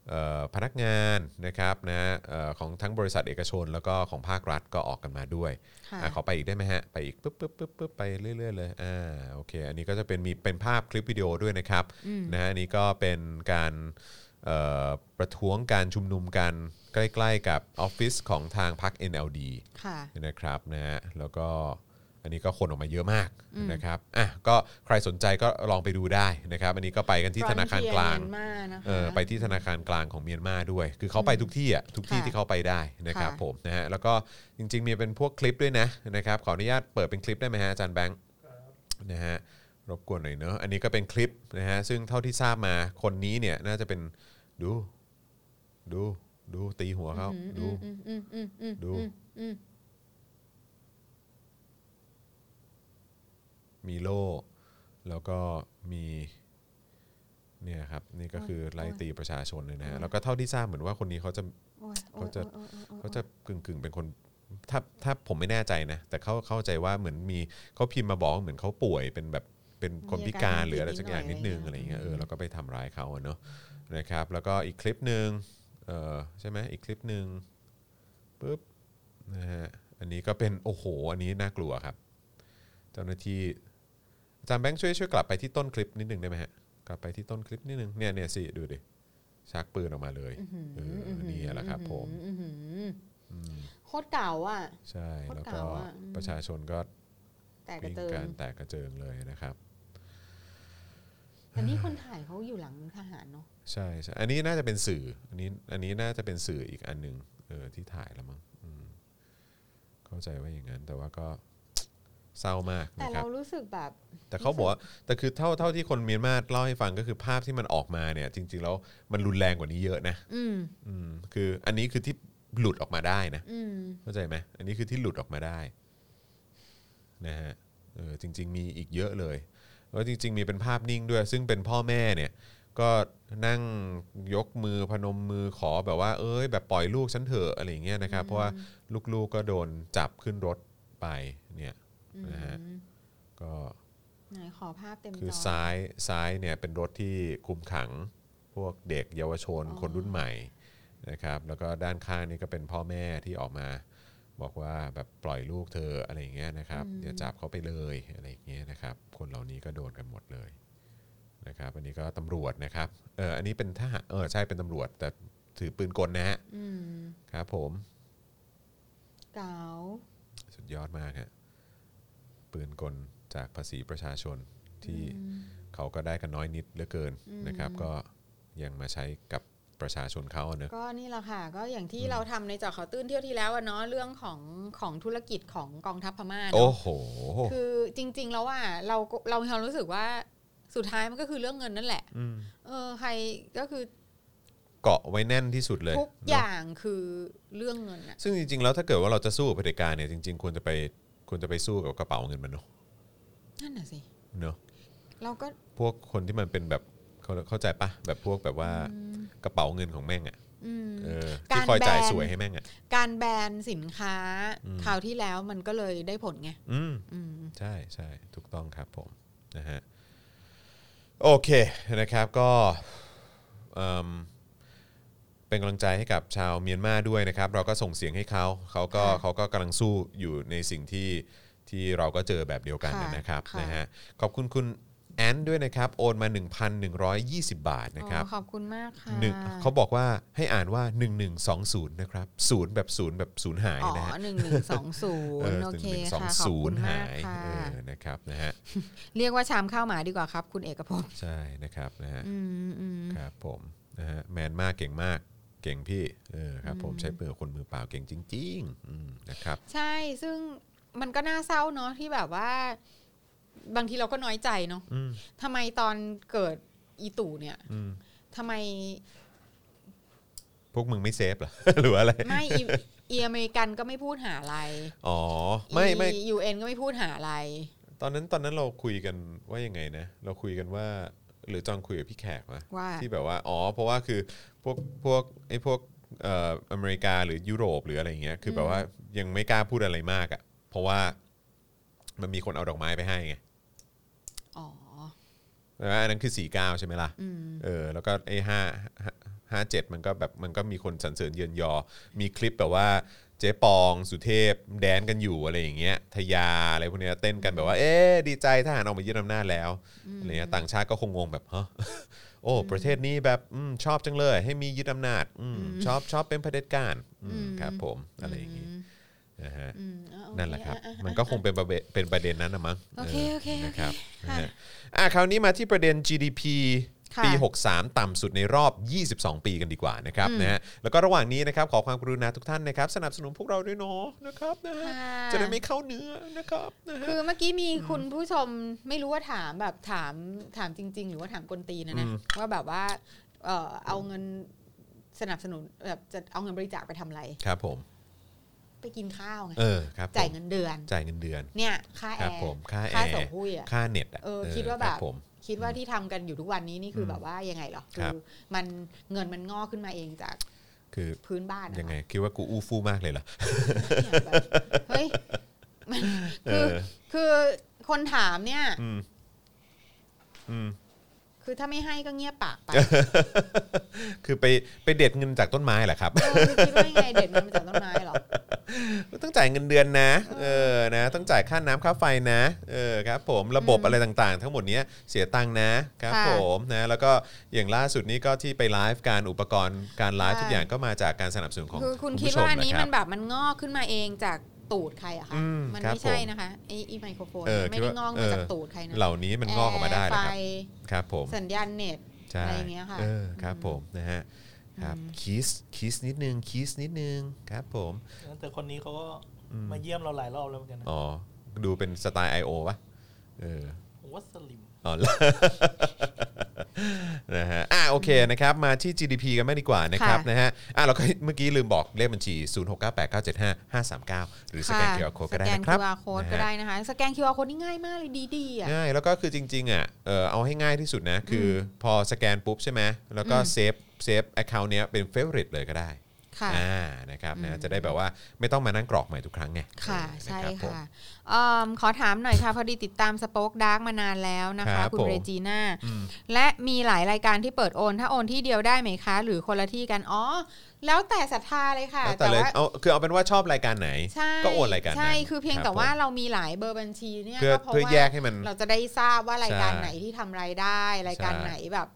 [SPEAKER 2] เอ่อพนักงานนะครับนะเอ่อของทั้งบริษัทเอกชนแล้วก็ของภาครัฐก็ออกกันมาด้วย
[SPEAKER 3] ค่ะ
[SPEAKER 2] อ่ะขอไปอีกได้ไหมฮะ ไปอีกปุ๊บปุ๊บปุ๊บปุ๊บไปเรื่อย ๆ เลยอ่าโอเค อันนี้ก็จะเป็นมีเป็นภาพคลิปวิดีโอด้วยนะครับนะฮะอันนี้ก็เป็นการเอ่อประท้วงการชุมนุมกันใกล้ ๆ กับออฟฟิศของทางพรรค NLD
[SPEAKER 3] ค่ะ
[SPEAKER 2] นะครับนะฮะแล้วก็อันนี้ก็คนออกมาเยอะมากนะครับอ่ะก็ใครสนใจก็ลองไปดูได้นะครับ อันนี้ก็ไปกันที่ธนาคารกลาง
[SPEAKER 3] Frontier Myanmar นะคะ
[SPEAKER 2] เออไปที่ธนาคารกลางของเมียนมาด้วย คือเขาไปทุกที่อ่ะทุกที่
[SPEAKER 3] ค่ะ
[SPEAKER 2] ที่เขาไปได้นะครับ
[SPEAKER 3] ค่ะ
[SPEAKER 2] ผมนะฮะแล้วก็จริงๆมีเป็นพวกคลิปด้วยนะนะครับขออนุญาตเปิดเป็นคลิปได้ไหมฮะอาจารย์แบงค์นะฮะรบกวนหน่อยเนอะอันนี้ก็เป็นคลิปนะฮะซึ่งเท่าที่ทราบมาคนนี้เนี่ยน่าจะเป็นดูดูดูตีหัวเขาดู
[SPEAKER 3] อืมอืมอืมอืม
[SPEAKER 2] ดู
[SPEAKER 3] อืม
[SPEAKER 2] มีโล่ แล้วก็มีเนี่ยครับนี่ก็คือไล่ตีประชาชนเลยนะฮะ
[SPEAKER 3] โอ้ย
[SPEAKER 2] แล้วก็เท่าที่ทราบเหมือนว่าคนนี้เขาจะ
[SPEAKER 3] โอ้ยโอ้ย
[SPEAKER 2] เขาจะ
[SPEAKER 3] โอ้ยโอ้ยโอ้ย
[SPEAKER 2] เขาจะกึ่งกึ่งๆเป็นคนถ้าถ้าผมไม่แน่ใจนะ แต่เขาเข้าใจว่าเหมือนมีเขาพิมพ์มาบอกว่าเหมือนเขาป่วยเป็นแบบเป็นคนพิการหรืออะไรสักอย่างนิดนึงอะไรอย่างเงี้ยเออแล้วก็ไปทำร้ายเขาอะเนาะนะครับ แล้วก็อีกคลิปหนึ่งเออใช่ไหมอีกคลิปหนึ่งปุ๊บนะฮะอันนี้ก็เป็นโอ้โห อันนี้น่ากลัวครับ เจ้าหน้าที่อาจารย์แบงค์ช่วยช่วยกลับไปที่ต้นคลิปนิดหนึ่งได้ไหมฮะกลับไปที่ต้นคลิปนิดหนึ่งเนี่ยเนี่ยสิดูดิชักปืนออกมาเลยเออนี่แหละครับผม
[SPEAKER 3] อื้อหือโคตรเก่าอ่ะ
[SPEAKER 2] ใช่
[SPEAKER 3] โคตร
[SPEAKER 2] แล้วก็
[SPEAKER 3] เก่าอะอืม
[SPEAKER 2] ประชาชนก็
[SPEAKER 3] แต่กระ
[SPEAKER 2] วิ่ง
[SPEAKER 3] เติ
[SPEAKER 2] กั
[SPEAKER 3] ง
[SPEAKER 2] นแตกกระเจิงเลยนะครับ
[SPEAKER 3] แต่นี่คนถ่ายเขาอยู่หลังทหารเนาะ
[SPEAKER 2] ใช่ใช่อันนี้น่าจะเป็นสื่อ อันนี้อันนี้น่าจะเป็นสื่ออีกอันหนึ่งเออที่ถ่ายแล้วมั้งอืมเข้าใจว่าอย่างนั้น แต่ว่าก็ เศร้ามาก
[SPEAKER 3] แต่
[SPEAKER 2] นะครั
[SPEAKER 3] เรา
[SPEAKER 2] บ
[SPEAKER 3] รู้สึกแบบ
[SPEAKER 2] แต่เขาบอกว่าแต่คือเท่าเท่าที่คนเมียนมาเล่าให้ฟังก็คือภาพที่มันออกมาเนี่ย จริง ๆ แล้วมันรุนแรงกว่านี้เยอะนะ
[SPEAKER 3] อืม
[SPEAKER 2] อืมคืออันนี้คือที่หลุดออกมาได้นะ
[SPEAKER 3] อืม
[SPEAKER 2] เข้าใจไหมอันนี้คือที่หลุดออกมาได้นะฮะเออจริง ๆ มีอีกเยอะเลยแล้วจริง ๆ มีเป็นภาพนิ่งด้วย ซึ่งเป็นพ่อแม่เนี่ย ก็นั่งยกมือพนมมือขอแบบว่า เอ้ย แบบปล่อยลูกฉันเถอะอะไรอย่างเงี้ยนะครับ เพราะว่าลูกๆก็โดนจับขึ้นรถไปเนี่ยนะฮะ
[SPEAKER 3] อืม
[SPEAKER 2] ก็
[SPEAKER 3] ไหนขอภาพเต็มจ
[SPEAKER 2] คือ
[SPEAKER 3] อ
[SPEAKER 2] ซ้ายซ้ายเนี่ยเป็นรถที่คุมขัง พวกเด็กเยาวชน
[SPEAKER 3] อ๋อ
[SPEAKER 2] คนรุ่นใหม่นะครับ แล้วก็ด้านข้างนี่ก็เป็นพ่อแม่ที่ออกมา บอกว่าแบบปล่อยลูกเธออะไรอย่างเงี้ยนะครับเดี๋ยวจับเขาไปเลยอะไรอย่างเงี้ยนะครับ คนเหล่านี้ก็โดนกันหมดเลยนะครับ อันนี้ก็ตำรวจนะครับเอออันนี้เป็นทหารเออใช่เป็นตำรวจ แต่ถือปืนกลนะฮะ
[SPEAKER 3] อืม
[SPEAKER 2] ครับผม
[SPEAKER 3] เก่า
[SPEAKER 2] สุดยอดมากฮะปืนกลจากภาษีประชาชนที่
[SPEAKER 3] อืม
[SPEAKER 2] เขาก็ได้กันน้อยนิดเหลือเกิน
[SPEAKER 3] อืม
[SPEAKER 2] นะครับ ก็ยังมาใช้กับประชาชนเขาอะเนอะ
[SPEAKER 3] ก็นี่แหละค่ะ ก็อย่างที่
[SPEAKER 2] อืม
[SPEAKER 3] เราทำในเจอข่าวตื้นเที่ยวที่แล้วอะเนาะเรื่องของของธุรกิจของกองทัพพม่าเนอะ
[SPEAKER 2] โอ้โห
[SPEAKER 3] คือจริง ๆ แล้วอ่ะเราก็เราเรารู้สึกว่าสุดท้ายมันก็คือเรื่องเงินนั่นแหละ
[SPEAKER 2] อืม
[SPEAKER 3] เออใครก็คือ
[SPEAKER 2] เกาะไว้แน่นที่สุดเลย
[SPEAKER 3] ทุก
[SPEAKER 2] เน
[SPEAKER 3] อ
[SPEAKER 2] อะ
[SPEAKER 3] ย่างคือเรื่องเงินอ่ะ
[SPEAKER 2] ซึ่งจริง ๆ แล้วถ้าเกิดว่าเราจะสู้กับเผด็จการเนี่ยจริง ๆ ควรจะไปควรจะไปสู้กับกระเป๋าเงินมันเนอะ
[SPEAKER 3] นั่นน่ะสิ
[SPEAKER 2] เนอะ
[SPEAKER 3] เราก็
[SPEAKER 2] พวกคนที่มันเป็นแบบเขาเข้าใจปะแบบพวกแบบว่า
[SPEAKER 3] อืม
[SPEAKER 2] กระเป๋าเงินของแม่งอ่ะ
[SPEAKER 3] อืม
[SPEAKER 2] เออ
[SPEAKER 3] การ
[SPEAKER 2] ที่คอยจ่าย
[SPEAKER 3] แบน
[SPEAKER 2] สวยให้แม่งอ่ะ
[SPEAKER 3] การแบนสินค้า
[SPEAKER 2] อืม
[SPEAKER 3] คราวที่แล้วมันก็เลยได้ผลไง
[SPEAKER 2] อืม
[SPEAKER 3] อืม
[SPEAKER 2] ใช่ใช่ถูกต้องครับผมนะฮะโอเคนะครับก็เอิ่มเป็นกำลังใจให้กับชาวเมียนมาด้วยนะครับ เราก็ส่งเสียงให้เขาเขาก็
[SPEAKER 3] ค่ะ
[SPEAKER 2] เขาก็กำลังสู้อยู่ในสิ่งที่ที่เราก็เจอแบบเดียวกัน
[SPEAKER 3] ค่ะ
[SPEAKER 2] นะครับ
[SPEAKER 3] ค่ะ
[SPEAKER 2] นะฮะขอบคุณคุณแอนด้วยนะครับ โอนมา 1,120 บาทนะครับ
[SPEAKER 3] อ๋อขอบคุณมากค่ะ
[SPEAKER 2] หนึ่งเขาบอกว่าให้อ่านว่า 1120นะครับศูนย์แบบศูนย์แบบศูนย์หาย
[SPEAKER 3] อ๋อ
[SPEAKER 2] นะฮะ
[SPEAKER 3] หนึ่งหนึ่งสองศูนย์โอเคค่ะขอบคุณ
[SPEAKER 2] 1120
[SPEAKER 3] มาก
[SPEAKER 2] หาย
[SPEAKER 3] ค่ะ
[SPEAKER 2] เออนะครับนะฮะ
[SPEAKER 3] เรียกว่าชามข้าวหมาดีกว่าครับ คุณเอกพงศ์
[SPEAKER 2] ใช่นะครับนะฮะ
[SPEAKER 3] อืมอืม
[SPEAKER 2] ครับผมนะฮะแมนมากเก่งมากเก่งพี่เออครับผม
[SPEAKER 3] อืม
[SPEAKER 2] ใช้เปลือกคนมือเปล่าเก่งจริงๆอืมนะครับ
[SPEAKER 3] ใช่ ซึ่งมันก็น่าเศร้าเนาะที่แบบว่า บางทีเราก็น้อยใจเนาะ
[SPEAKER 2] อืม
[SPEAKER 3] ทำไมตอนเกิดอีตู่เนี่ย
[SPEAKER 2] อืม
[SPEAKER 3] ทำไม
[SPEAKER 2] พวกมึงไม่เซฟเหรอ หรือว่าอะไร
[SPEAKER 3] ไม่อีอีอเมริกันก็ไม่พูดหาอะไร
[SPEAKER 2] อ๋อไม่ไม่
[SPEAKER 3] ยูเอ็นก็ไม่พูดหาอะไร
[SPEAKER 2] ตอนนั้นตอนนั้นเราคุยกันว่ายังไงนะเราคุยกันว่า หรือจองคุยกับพี่แขกวะ
[SPEAKER 3] ว่า
[SPEAKER 2] ที่แบบว่าอ๋อเพราะว่าคือพวกพวกไอ้พวกเอ่ออเมริกาหรือยุโรปหรืออะไรอย่างเงี้ยคือแบบว่ายังไม่กล้าพูดอะไรมากอะ่ะเพราะว่ามันมีคนเอาดอกไม้ไปให้ไง
[SPEAKER 3] อ๋อ
[SPEAKER 2] แต่ว่าอันนั้นคือสีก้าใช่ไหมล่ะ
[SPEAKER 3] อืม
[SPEAKER 2] เออแล้วก็ไอ้ห้าห้าห้าเจ็ดมันก็แบบมันก็มีคนสรรเสริญเยือนยอ มีคลิปแบบว่าเจ๊ปองสุเทพ แดนกันอยู่อะไรอย่างเงี้ยทยาอะไรพวกเนี้ยเต้นกันแบบว่า เอ๊ะดีใจทหารออกมายึดอำนาจแล้วอะไรเงี้ยต่างชาติก็คงงงแบบฮะ โอ้ประเทศนี้แบบอมชอบจังเลย ให้มียึดอำนาจอมชอบชอบเป็นเผด็จการอืม
[SPEAKER 3] อืม
[SPEAKER 2] ครับผมอะไรอย่างงี้นะฮะ
[SPEAKER 3] อืมอ่ะโอเ
[SPEAKER 2] นั่นแหละครับ
[SPEAKER 3] อ่อ่
[SPEAKER 2] มันก็คงเป็นประเบเป็นประเด็นนั้นนะมั้ง
[SPEAKER 3] โอเคโอเคโอ
[SPEAKER 2] นะ
[SPEAKER 3] เค
[SPEAKER 2] ครับ
[SPEAKER 3] ค่ะ
[SPEAKER 2] นะฮะอ่ะคราวนี้มาที่ประเด็น GDP
[SPEAKER 3] ค่ะ
[SPEAKER 2] ปี 63 ต่ำสุดในรอบ 22 ปีกันดีกว่านะครับนะฮะแล้วก็ระหว่างนี้นะครับขอความกรุณาทุกท่านนะครับ สนับสนุนพวกเราด้วยเนาะนะครับนะฮะ
[SPEAKER 3] ค่ะ
[SPEAKER 2] จะได้ไม่เข้าเนื้อนะครับนะฮะ
[SPEAKER 3] คือเมื่อกี้มีคุณผู้ชมไม่รู้ว่าถามแบบถามถามจริง ๆ หรือว่าถามกลตีนนะนะว่าแบบว่า เออเอาเงินสนับสนุนแบบจะเอาเงินบริจาคไปทำอะไร
[SPEAKER 2] ครับผม
[SPEAKER 3] ไปกินข้าวไง
[SPEAKER 2] เออครับผม
[SPEAKER 3] จ่ายเงินเดือน
[SPEAKER 2] จ่ายเงินเดือน
[SPEAKER 3] เนี่ยค่า
[SPEAKER 2] ค
[SPEAKER 3] แอ
[SPEAKER 2] รับ
[SPEAKER 3] ร์
[SPEAKER 2] ผมค่าแอ
[SPEAKER 3] ค่า
[SPEAKER 2] ร์
[SPEAKER 3] ส่งหุ้ยอ่ะ
[SPEAKER 2] ค่าเน็ตอะ
[SPEAKER 3] เออ
[SPEAKER 2] เออ
[SPEAKER 3] คิดว่า
[SPEAKER 2] รั
[SPEAKER 3] แบบ
[SPEAKER 2] ผม
[SPEAKER 3] คิดว่าที่ทำกันอยู่ทุกวันนี้นี่คืออ
[SPEAKER 2] ม
[SPEAKER 3] แบบว่ายังไงเหรอ
[SPEAKER 2] ครับ
[SPEAKER 3] มันเงินมันงอกขึ้นมาเองจาก
[SPEAKER 2] คือ
[SPEAKER 3] พื้นบ้านอะ
[SPEAKER 2] ยังไงคิดว่ากูอู้ฟู่มากเลยเหรอ
[SPEAKER 3] เนี่ยแบบเฮ้ยมันคือ
[SPEAKER 2] เออ
[SPEAKER 3] คือคนถามเนี่ย
[SPEAKER 2] อืมอืม
[SPEAKER 3] คือถ้าไม่ให้ก็เงียบปากไป
[SPEAKER 2] คือไปไปเด็ดเงินจากต้นไม้เหรอครับ
[SPEAKER 3] เออคือคิดว่ายังไงเด็ดมันมาจากต้นไม้เหรอ
[SPEAKER 2] ต้องจ่ายเงินเดือนนะ เออนะต้องจ่ายค่าน้ำค่าไฟนะเออครับผมระบบ
[SPEAKER 3] อืม
[SPEAKER 2] อะไรต่างๆ ทั้งหมดเนี้ยเสียตังค์นะครับ
[SPEAKER 3] ค่ะ
[SPEAKER 2] ผมนะแล้วก็อย่างล่าสุดนี้ก็ที่ไปไลฟ์การอุปกรณ์การไลฟ์ทุกอย่างก็มาจากการสนับสนุนของ
[SPEAKER 3] คือคุณคิด
[SPEAKER 2] ผู้ช
[SPEAKER 3] ว่าอันนี้
[SPEAKER 2] ะรั
[SPEAKER 3] มั
[SPEAKER 2] บ
[SPEAKER 3] นแบบมันงอกขึ้นมาเองจากตูดใครอะคะ
[SPEAKER 2] อืม
[SPEAKER 3] มัน
[SPEAKER 2] ครับ
[SPEAKER 3] ไม่ใช่นะคะไอ้ไอ้ไมโครโฟน
[SPEAKER 2] เอ
[SPEAKER 3] เนี่ย
[SPEAKER 2] อ
[SPEAKER 3] ไม่
[SPEAKER 2] คิด
[SPEAKER 3] ได้
[SPEAKER 2] ว่าง
[SPEAKER 3] อก
[SPEAKER 2] เอ
[SPEAKER 3] มา
[SPEAKER 2] อ
[SPEAKER 3] จากตูดใครนะ
[SPEAKER 2] เหล่านี้มันงอกออกมาได้
[SPEAKER 3] แอ
[SPEAKER 2] นะ
[SPEAKER 3] ร์
[SPEAKER 2] ค
[SPEAKER 3] ไฟ
[SPEAKER 2] รับครับผม
[SPEAKER 3] สัญญาณเน็ต
[SPEAKER 2] ใช่
[SPEAKER 3] อะไรอย่างเงี้ยค่ะ
[SPEAKER 2] เออครับ
[SPEAKER 3] อืม
[SPEAKER 2] ผมนะฮะครับ
[SPEAKER 3] อืม
[SPEAKER 2] คีสคีสนิดนึงคีสนิดนึงครับผม
[SPEAKER 4] แต่คนนี้เขาก็
[SPEAKER 2] อืม
[SPEAKER 4] มาเยี่ยมเราหลายรอบแล้วเหมือนกันนะ
[SPEAKER 2] อ๋อดูเป็นสไตล์ I.O. ปะเออ
[SPEAKER 4] ผมว่าสลิม
[SPEAKER 2] อ๋อ นะฮะ อ่ะโอเคนะครับ มาที่ GDP กันไม่ดีกว่านะครับ
[SPEAKER 3] ค่ะ
[SPEAKER 2] นะฮะ อ่ะเราก็เมื่อกี้ลืมบอกเลขบัญชี 0698975539 หรือสแกน
[SPEAKER 3] ะ
[SPEAKER 2] QR Code ก็
[SPEAKER 3] ส
[SPEAKER 2] ได้
[SPEAKER 3] แกน
[SPEAKER 2] นะครับ
[SPEAKER 3] QR code ก็ได้นะคะ สแกน QR code นี่ง่ายมากเลยดีๆอ่ะ
[SPEAKER 2] ง่าย แล้วก็คือจริง ๆ อ่ะ เออเอาให้ง่ายที่สุดนะ คืออพอสแกนปุ๊บใช่ไหม แล้วก็
[SPEAKER 3] อืม
[SPEAKER 2] เซฟ เซฟแอคเคาท์เนี้ยเป็นเฟ v o r i t e เลยก็ได้
[SPEAKER 3] ค่ะ
[SPEAKER 2] อ่า นะครับนะ
[SPEAKER 3] อืม
[SPEAKER 2] จะได้แบบว่าไม่ต้องมานั่งกรอกใหม่ทุกครั้งไง
[SPEAKER 3] ค่ะ
[SPEAKER 2] เออ
[SPEAKER 3] ใช่
[SPEAKER 2] นรับผม
[SPEAKER 3] ค่ะเอิ่มขอถามหน่อยค่ะ พอดีติดตามสป็อคดาร์กมานานแล้วนะ
[SPEAKER 2] ครั
[SPEAKER 3] คะ
[SPEAKER 2] บ
[SPEAKER 3] คุณ
[SPEAKER 2] ผม
[SPEAKER 3] เรจีน่า
[SPEAKER 2] อืม
[SPEAKER 3] และมีหลายรายการที่เปิดโอน ถ้าโอนที่เดียวได้ไหมคะ หรือคนละที่กัน อ๋อ แล้วแต่ศรัทธาเลยค่ะ
[SPEAKER 2] แล้วแต่เลย
[SPEAKER 3] ว่า
[SPEAKER 2] เอาคือเอาเป็นว่าชอบรายการไหน
[SPEAKER 3] ใช่
[SPEAKER 2] ก็โอนรายการนั้น
[SPEAKER 3] ใช่ คือเพียง
[SPEAKER 2] รับ
[SPEAKER 3] แต่ว่า
[SPEAKER 2] ผม
[SPEAKER 3] เรามีหลายเบอร์บัญชีเนี่ย
[SPEAKER 2] เพื่อ
[SPEAKER 3] ก็เพราะ
[SPEAKER 2] เพื่อ
[SPEAKER 3] ว่า
[SPEAKER 2] แยกให้มัน
[SPEAKER 3] เราจะได้ทราบว่ารายการ
[SPEAKER 2] ใช่
[SPEAKER 3] ไหนที่ทำรายได้ รายการ
[SPEAKER 2] ใช่
[SPEAKER 3] ไหนแบบ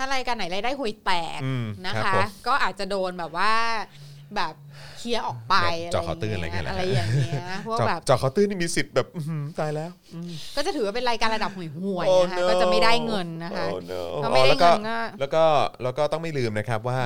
[SPEAKER 3] ถ้ารายการไหนรายได้ห่วยแตก
[SPEAKER 2] อืม
[SPEAKER 3] นะ
[SPEAKER 2] รับ
[SPEAKER 3] คะ
[SPEAKER 2] ผม
[SPEAKER 3] ก็อาจจะโดนแบบว่าแบบเคลียร์ออกไป
[SPEAKER 2] แบบเจาะเขาตื้นอะไรเงี้ยเหรอ
[SPEAKER 3] อะไรอย่างเงี้ยพวก
[SPEAKER 2] จอ
[SPEAKER 3] แบบ
[SPEAKER 2] จอเขาน์เตื้นนี่มีสิทธิ์แบบอื้อหือตายแล้ว
[SPEAKER 3] ก็จะถือว่าเป็นรายการระดับห่วยห่วย
[SPEAKER 2] โอ้
[SPEAKER 3] นะคะ
[SPEAKER 2] no
[SPEAKER 3] ก็จะไม่ได้เงินนะคะ
[SPEAKER 2] โอ้ no
[SPEAKER 3] พอไม่ได้
[SPEAKER 2] แล้วก็
[SPEAKER 3] เงินก็
[SPEAKER 2] แล้วก็แล้วก็ต้องไม่ลืมนะครับว่า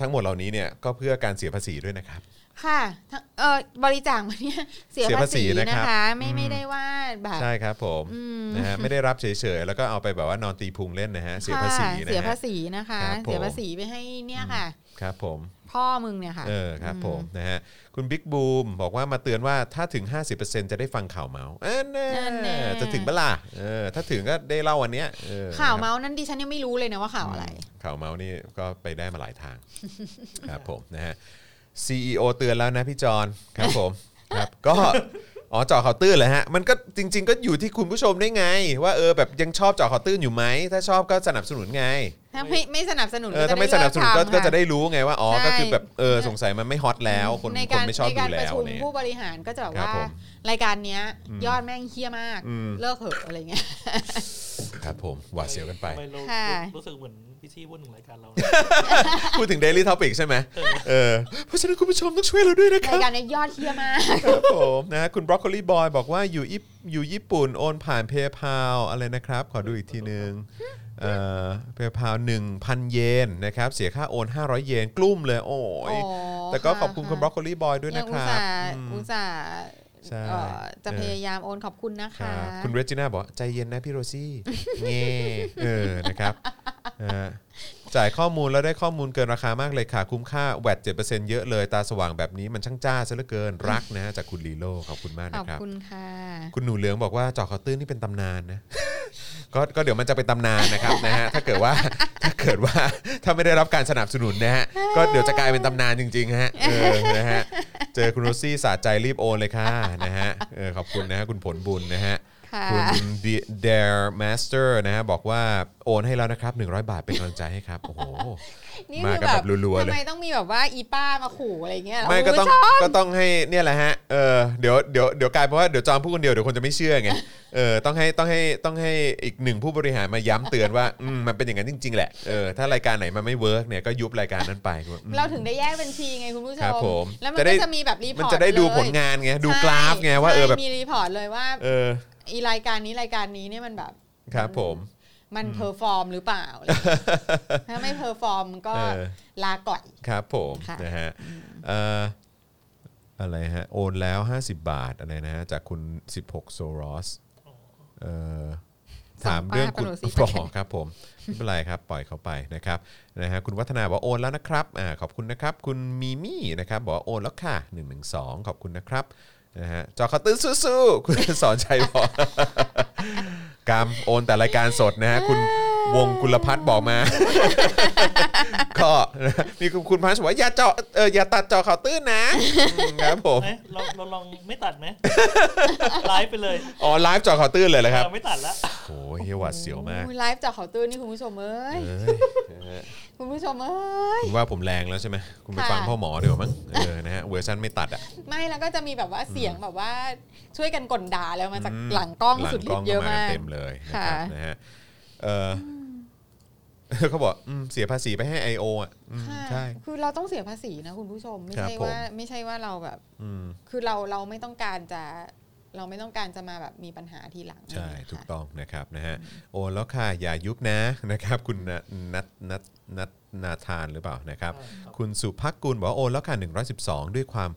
[SPEAKER 2] ทั้งหมดเหล่านี้เนี่ยก็เพื่อการเสียภาษีด้วยนะครับ
[SPEAKER 3] ค่ะทั้งเออบริจาคมาเนี่ย เสีย
[SPEAKER 2] เสียภา
[SPEAKER 3] ภา
[SPEAKER 2] ษี
[SPEAKER 3] ษี
[SPEAKER 2] นะ
[SPEAKER 3] นะครับ คะ ไม่
[SPEAKER 2] อืม
[SPEAKER 3] ไม่ได้ว่าแบบ
[SPEAKER 2] ใช่ครับผม
[SPEAKER 3] อืม
[SPEAKER 2] นะฮะไม่ได้รับเฉยๆแล้วก็เอาไปแบบว่านอนตีพุงเล่นนะฮะเสียภาษี
[SPEAKER 3] ค่ะ
[SPEAKER 2] นะ
[SPEAKER 3] เสีย
[SPEAKER 2] ฮะ
[SPEAKER 3] ภาษีนะคะ
[SPEAKER 2] ครับผม
[SPEAKER 3] เสียภาษีไปให้เนี่ยค่ะ
[SPEAKER 2] ครับผม
[SPEAKER 3] พ่อมึงเนี่ยค่ะ
[SPEAKER 2] เออครับผม
[SPEAKER 3] อื
[SPEAKER 2] นะฮะคุณบิ๊กบูมบอกว่ามาเตือนว่าถ้าถึง 50%จะได้ฟังข่าวเมาส์อันแน่
[SPEAKER 3] นั่นแน่
[SPEAKER 2] จะถึงเปล่าล่ะเออถ้าถึงก็ได้เล่าวันเนี้ยเออ
[SPEAKER 3] ข่าว
[SPEAKER 2] นะครับ
[SPEAKER 3] เมาส์นั้นดิฉันยังไม่รู้เลยนะว่าข่าวอะไร
[SPEAKER 2] ข่าวเมาส์นี่ก็ไปได้มาหลายทาง ครับผมนะฮะ CEO เตือนแล้วนะพี่จอนครับผม ครับก็อ๋อเจอข่าวตื้นเลยฮะมันก็จริง ๆ ก็อยู่ที่คุณผู้ชมด้วยไง ว่าเออแบบยังชอบเจอข่าวตื้นอยู่ไหมถ้าชอบก็สนับสนุนไง
[SPEAKER 3] ถ้าไม่ไม่สนับสนุน
[SPEAKER 2] เออ
[SPEAKER 3] ก็
[SPEAKER 2] ถ้าไม่ส
[SPEAKER 3] จะด้
[SPEAKER 2] นับสนุนก็
[SPEAKER 3] เลิทำ
[SPEAKER 2] ก็
[SPEAKER 3] ค่
[SPEAKER 2] จะได้รู้ไงว่าอ๋อ
[SPEAKER 3] ใช่
[SPEAKER 2] ก็คือแบบเออสงสัยมันไม่ฮอตแล้ว คน
[SPEAKER 3] ใน
[SPEAKER 2] คน
[SPEAKER 3] การ
[SPEAKER 2] ไม่ชอบ
[SPEAKER 3] ใน
[SPEAKER 2] ดู
[SPEAKER 3] การป
[SPEAKER 2] แล้ว
[SPEAKER 3] ระชุม
[SPEAKER 2] เนี่ย
[SPEAKER 3] ผู้บริหารก็จะแบบ
[SPEAKER 2] ครับ
[SPEAKER 3] ว่า
[SPEAKER 2] ผม
[SPEAKER 3] รายการเนี้ย
[SPEAKER 2] อืม
[SPEAKER 3] ยอดแม่งเฮี้ยมาก
[SPEAKER 2] อืม
[SPEAKER 3] เลิกเหอะอะไรเงี้ย
[SPEAKER 2] ครับผมหวาดเสียวกันไป
[SPEAKER 4] ทำมเรา
[SPEAKER 3] ค่ะ
[SPEAKER 4] รู้สึกเหมือนพี่ชี่พูดถึงรายการเรา
[SPEAKER 2] พูดถึง Daily Topic ใช่ไหมเออเพราะฉะนั้นคุณผู้ชมต้องช่วยเราด้วยนะค
[SPEAKER 3] รา
[SPEAKER 2] รับ
[SPEAKER 3] ยการเนี้ยยอดเฮี้ยมาก
[SPEAKER 2] ครับผมนะคุณบรอกโคลีบอยบอกว่าอยู่ญี่อยู่ญี่ปุ่นโอนผ่านเพย์พาอะไรนะครับ ขอดูอีกทีหนึ่งเอ่อเพย์พาหนึ่งพันเยนนะครับ เสียค่าโอน 500 เยนกลุ่มเลย โอ้ย
[SPEAKER 3] อ๋อ
[SPEAKER 2] แต่ก็ขอบคุณคุณ
[SPEAKER 3] ะ
[SPEAKER 2] บรอกโคลีบอยด้วยนะ
[SPEAKER 3] ง
[SPEAKER 2] ค
[SPEAKER 3] อุต
[SPEAKER 2] รับ
[SPEAKER 3] ส่าห์
[SPEAKER 2] อืม
[SPEAKER 3] อุตส่าห์
[SPEAKER 2] ใช่
[SPEAKER 3] เอ่อจะ
[SPEAKER 2] เออ
[SPEAKER 3] พยายามโอนขอบคุณนะ
[SPEAKER 2] ครั
[SPEAKER 3] คะ
[SPEAKER 2] บคุณเรจิน่าบอกใจเย็นนะพี่โรซี่เง่เออนะครับนะฮะจ่ายข้อมูลแล้วได้ข้อมูลเกินราคามากเลยค่ะ คุ้มค่าแวดเจ็ดเปอร์เซ็นต์เยอะเลยตาสว่างแบบนี้มันช่างจ้าซะเหลือเกินรักนะจากคุณลีโลขอบคุณมาก
[SPEAKER 3] ข
[SPEAKER 2] นะ
[SPEAKER 3] อบ
[SPEAKER 2] ครับ
[SPEAKER 3] คุณค่ะ
[SPEAKER 2] คุณหนูเหลืองบอกว่าจอเขาวตื้นนี่เป็นตำนานนะ ก็ก็เดี๋ยวมันจะเป็นตำนานนะครับ นะฮะถ้าเกิดว่า ถ้าเกิดว่าถ้าไม่ได้รับการสนับสนุนนะฮะก็เดี๋ยวจะกลายเป็นตำนานจริงๆฮะเออนะฮะเจอคุณโรซี่สะใจรีบโอนเลยค่ะนะฮะเออขอบคุณนะฮะคุณผลบุญนะฮะ
[SPEAKER 3] ค่ะ
[SPEAKER 2] คุณ Dare Master นะฮะบอกว่าโอนให้แล้วนะครับ 100 บาทเป็นกำลังใจให้ครับโอ้โห
[SPEAKER 3] นี่
[SPEAKER 2] มา
[SPEAKER 3] คือ
[SPEAKER 2] กัน
[SPEAKER 3] แบ
[SPEAKER 2] แบบ บรัวๆเลย
[SPEAKER 3] ทำไมต้องมีแบบว่าอีป้ามาขู่อะไรเงี้ยเหร
[SPEAKER 2] ไม่ก็ต้อง
[SPEAKER 3] คุณผู้ช
[SPEAKER 2] ก็ต้องให้เนี่ยแหละฮะเออเดี๋ยวเดี๋ยวเดี๋ยวกลายเป็นว่าเดี๋ยวจอมพูดคนเดียวเดี๋ยวคนจะไม่เชื่อไงเออต้องให้ต้องให้ต้องให้อีกหนึ่งผู้บริหารมาย้ำเตือนว่าอืมมันเป็นอย่างนั้นจริง ๆ แหละเออถ้ารายการไหนมันไม่เวิร์กเนี่ยก็ยุบรายการนั้นไปว่าอืม
[SPEAKER 3] มเราถึงได้แยกบัญชีไงคุณผู้ช
[SPEAKER 2] ครั
[SPEAKER 3] ม
[SPEAKER 2] บผม
[SPEAKER 3] แล้วมัน
[SPEAKER 2] จะได้
[SPEAKER 3] ก็จะมีแบบรีพอร์ต
[SPEAKER 2] มันจะได้ดู
[SPEAKER 3] เย
[SPEAKER 2] ผลงานไงดูกราฟไง
[SPEAKER 3] ใช่
[SPEAKER 2] ว่าเออ
[SPEAKER 3] ใช่
[SPEAKER 2] แบบ
[SPEAKER 3] มีรีพอร์ตเลยว่า
[SPEAKER 2] เออ
[SPEAKER 3] อีรายการนี้รายการนี้เนี่ยมันแบบ
[SPEAKER 2] ครับผม
[SPEAKER 3] มันเพอร์ฟอร์มหรือเปล่า ถ้าไม่เพอร์ฟอร์มก็
[SPEAKER 2] เออ
[SPEAKER 3] ลาก่อย
[SPEAKER 2] ครับผม
[SPEAKER 3] ค่ะ
[SPEAKER 2] นะฮะเอ่ออะไรฮะโอนแล้ว 50 บาทอะไรนะฮะจากคุณ 16 โซรอสเออ ถามเรื่อง
[SPEAKER 3] ส่งป้า
[SPEAKER 2] คุณ
[SPEAKER 3] ไปหน่อยส
[SPEAKER 2] อ๋
[SPEAKER 3] ิ
[SPEAKER 2] อครับผมไม่เป็นไรครับ ปล่อยเขาไปนะครับนะฮะคุณวัฒนาบอกว่าโอนแล้วนะครับอ่าขอบคุณนะครับ คุณมีมี่นะครับบอกว่าโอนแล้วค่ะ1นึขอบคุณนะครับนะฮะจอขาวตื้นสู้ๆคุณสอนชัยบอก กามโอนแต่รายการสดนะฮะคุณวงกุลพัฒน์บอกมา ก็นะมีคุณคุณพัฒน์บอกว่าอย่าเจาะเอออย่าตัดเจอข่าวตื้นนะอืมครับผม
[SPEAKER 4] เอ๊ะเราเราลองไม่ตัด ไหม ไลฟ์ไปเลย
[SPEAKER 2] อ๋อไลฟ์เจอข่าวตื้นเลยเหรอครับ
[SPEAKER 4] เราไม่ตัดละ
[SPEAKER 2] โอ้ยเหี้ยหวาดเสียวมาก
[SPEAKER 3] โอ้ยไลฟ์จากเขาตื้นนี่คุณผู้ชมเอ้ย คุณผู้ชมเอ้ย
[SPEAKER 2] คุณว่าผมแรงแล้วใช่ไหมคุณไป
[SPEAKER 3] ค่ะ
[SPEAKER 2] ฟังพ่อหมอดีกว่ามั้งเออนะฮะเวอร์ชันไม่ตัดอ่ะ
[SPEAKER 3] ไม่แล้วก็จะมีแบบว่าเสียงแบบว่าช่วยกันกลด่าแล้วมาจาก
[SPEAKER 2] อืม
[SPEAKER 3] หลังกล้องสุด
[SPEAKER 2] ห
[SPEAKER 3] ฤ
[SPEAKER 2] ล้
[SPEAKER 3] ทธิ์เยอะมาก
[SPEAKER 2] เต็มเลยนะค
[SPEAKER 3] ค่ะ
[SPEAKER 2] รับนะฮะเอออ เขาบอกอืมเสียภาษีไปให้ I.O. อ่ะอืม
[SPEAKER 3] ค่ะ
[SPEAKER 2] ใช่
[SPEAKER 3] คือเราต้องเสียภาษีนะคุณผู้ชมไม่
[SPEAKER 2] ครับ
[SPEAKER 3] ใช่
[SPEAKER 2] ผม
[SPEAKER 3] ว่าไม่ใช่ว่าเราแบบ
[SPEAKER 2] อืม
[SPEAKER 3] คือเราเราไม่ต้องการจะ เราไม่ต้องการจะมาแบบมีปัญหาทีหลัง
[SPEAKER 2] ใช่
[SPEAKER 3] อะไรอย่างเงี้ย
[SPEAKER 2] ถูก
[SPEAKER 3] ค่ะ
[SPEAKER 2] ต้องนะครับนะฮะโอนแล้วค่ะอย่ายุบนะนะครับ คุณณนัทนัทนัทนาธานหรือเปล่านะครับ คุณสุภักกุลบอกว่าโอนแล้วค่ะ112 ด้วยความ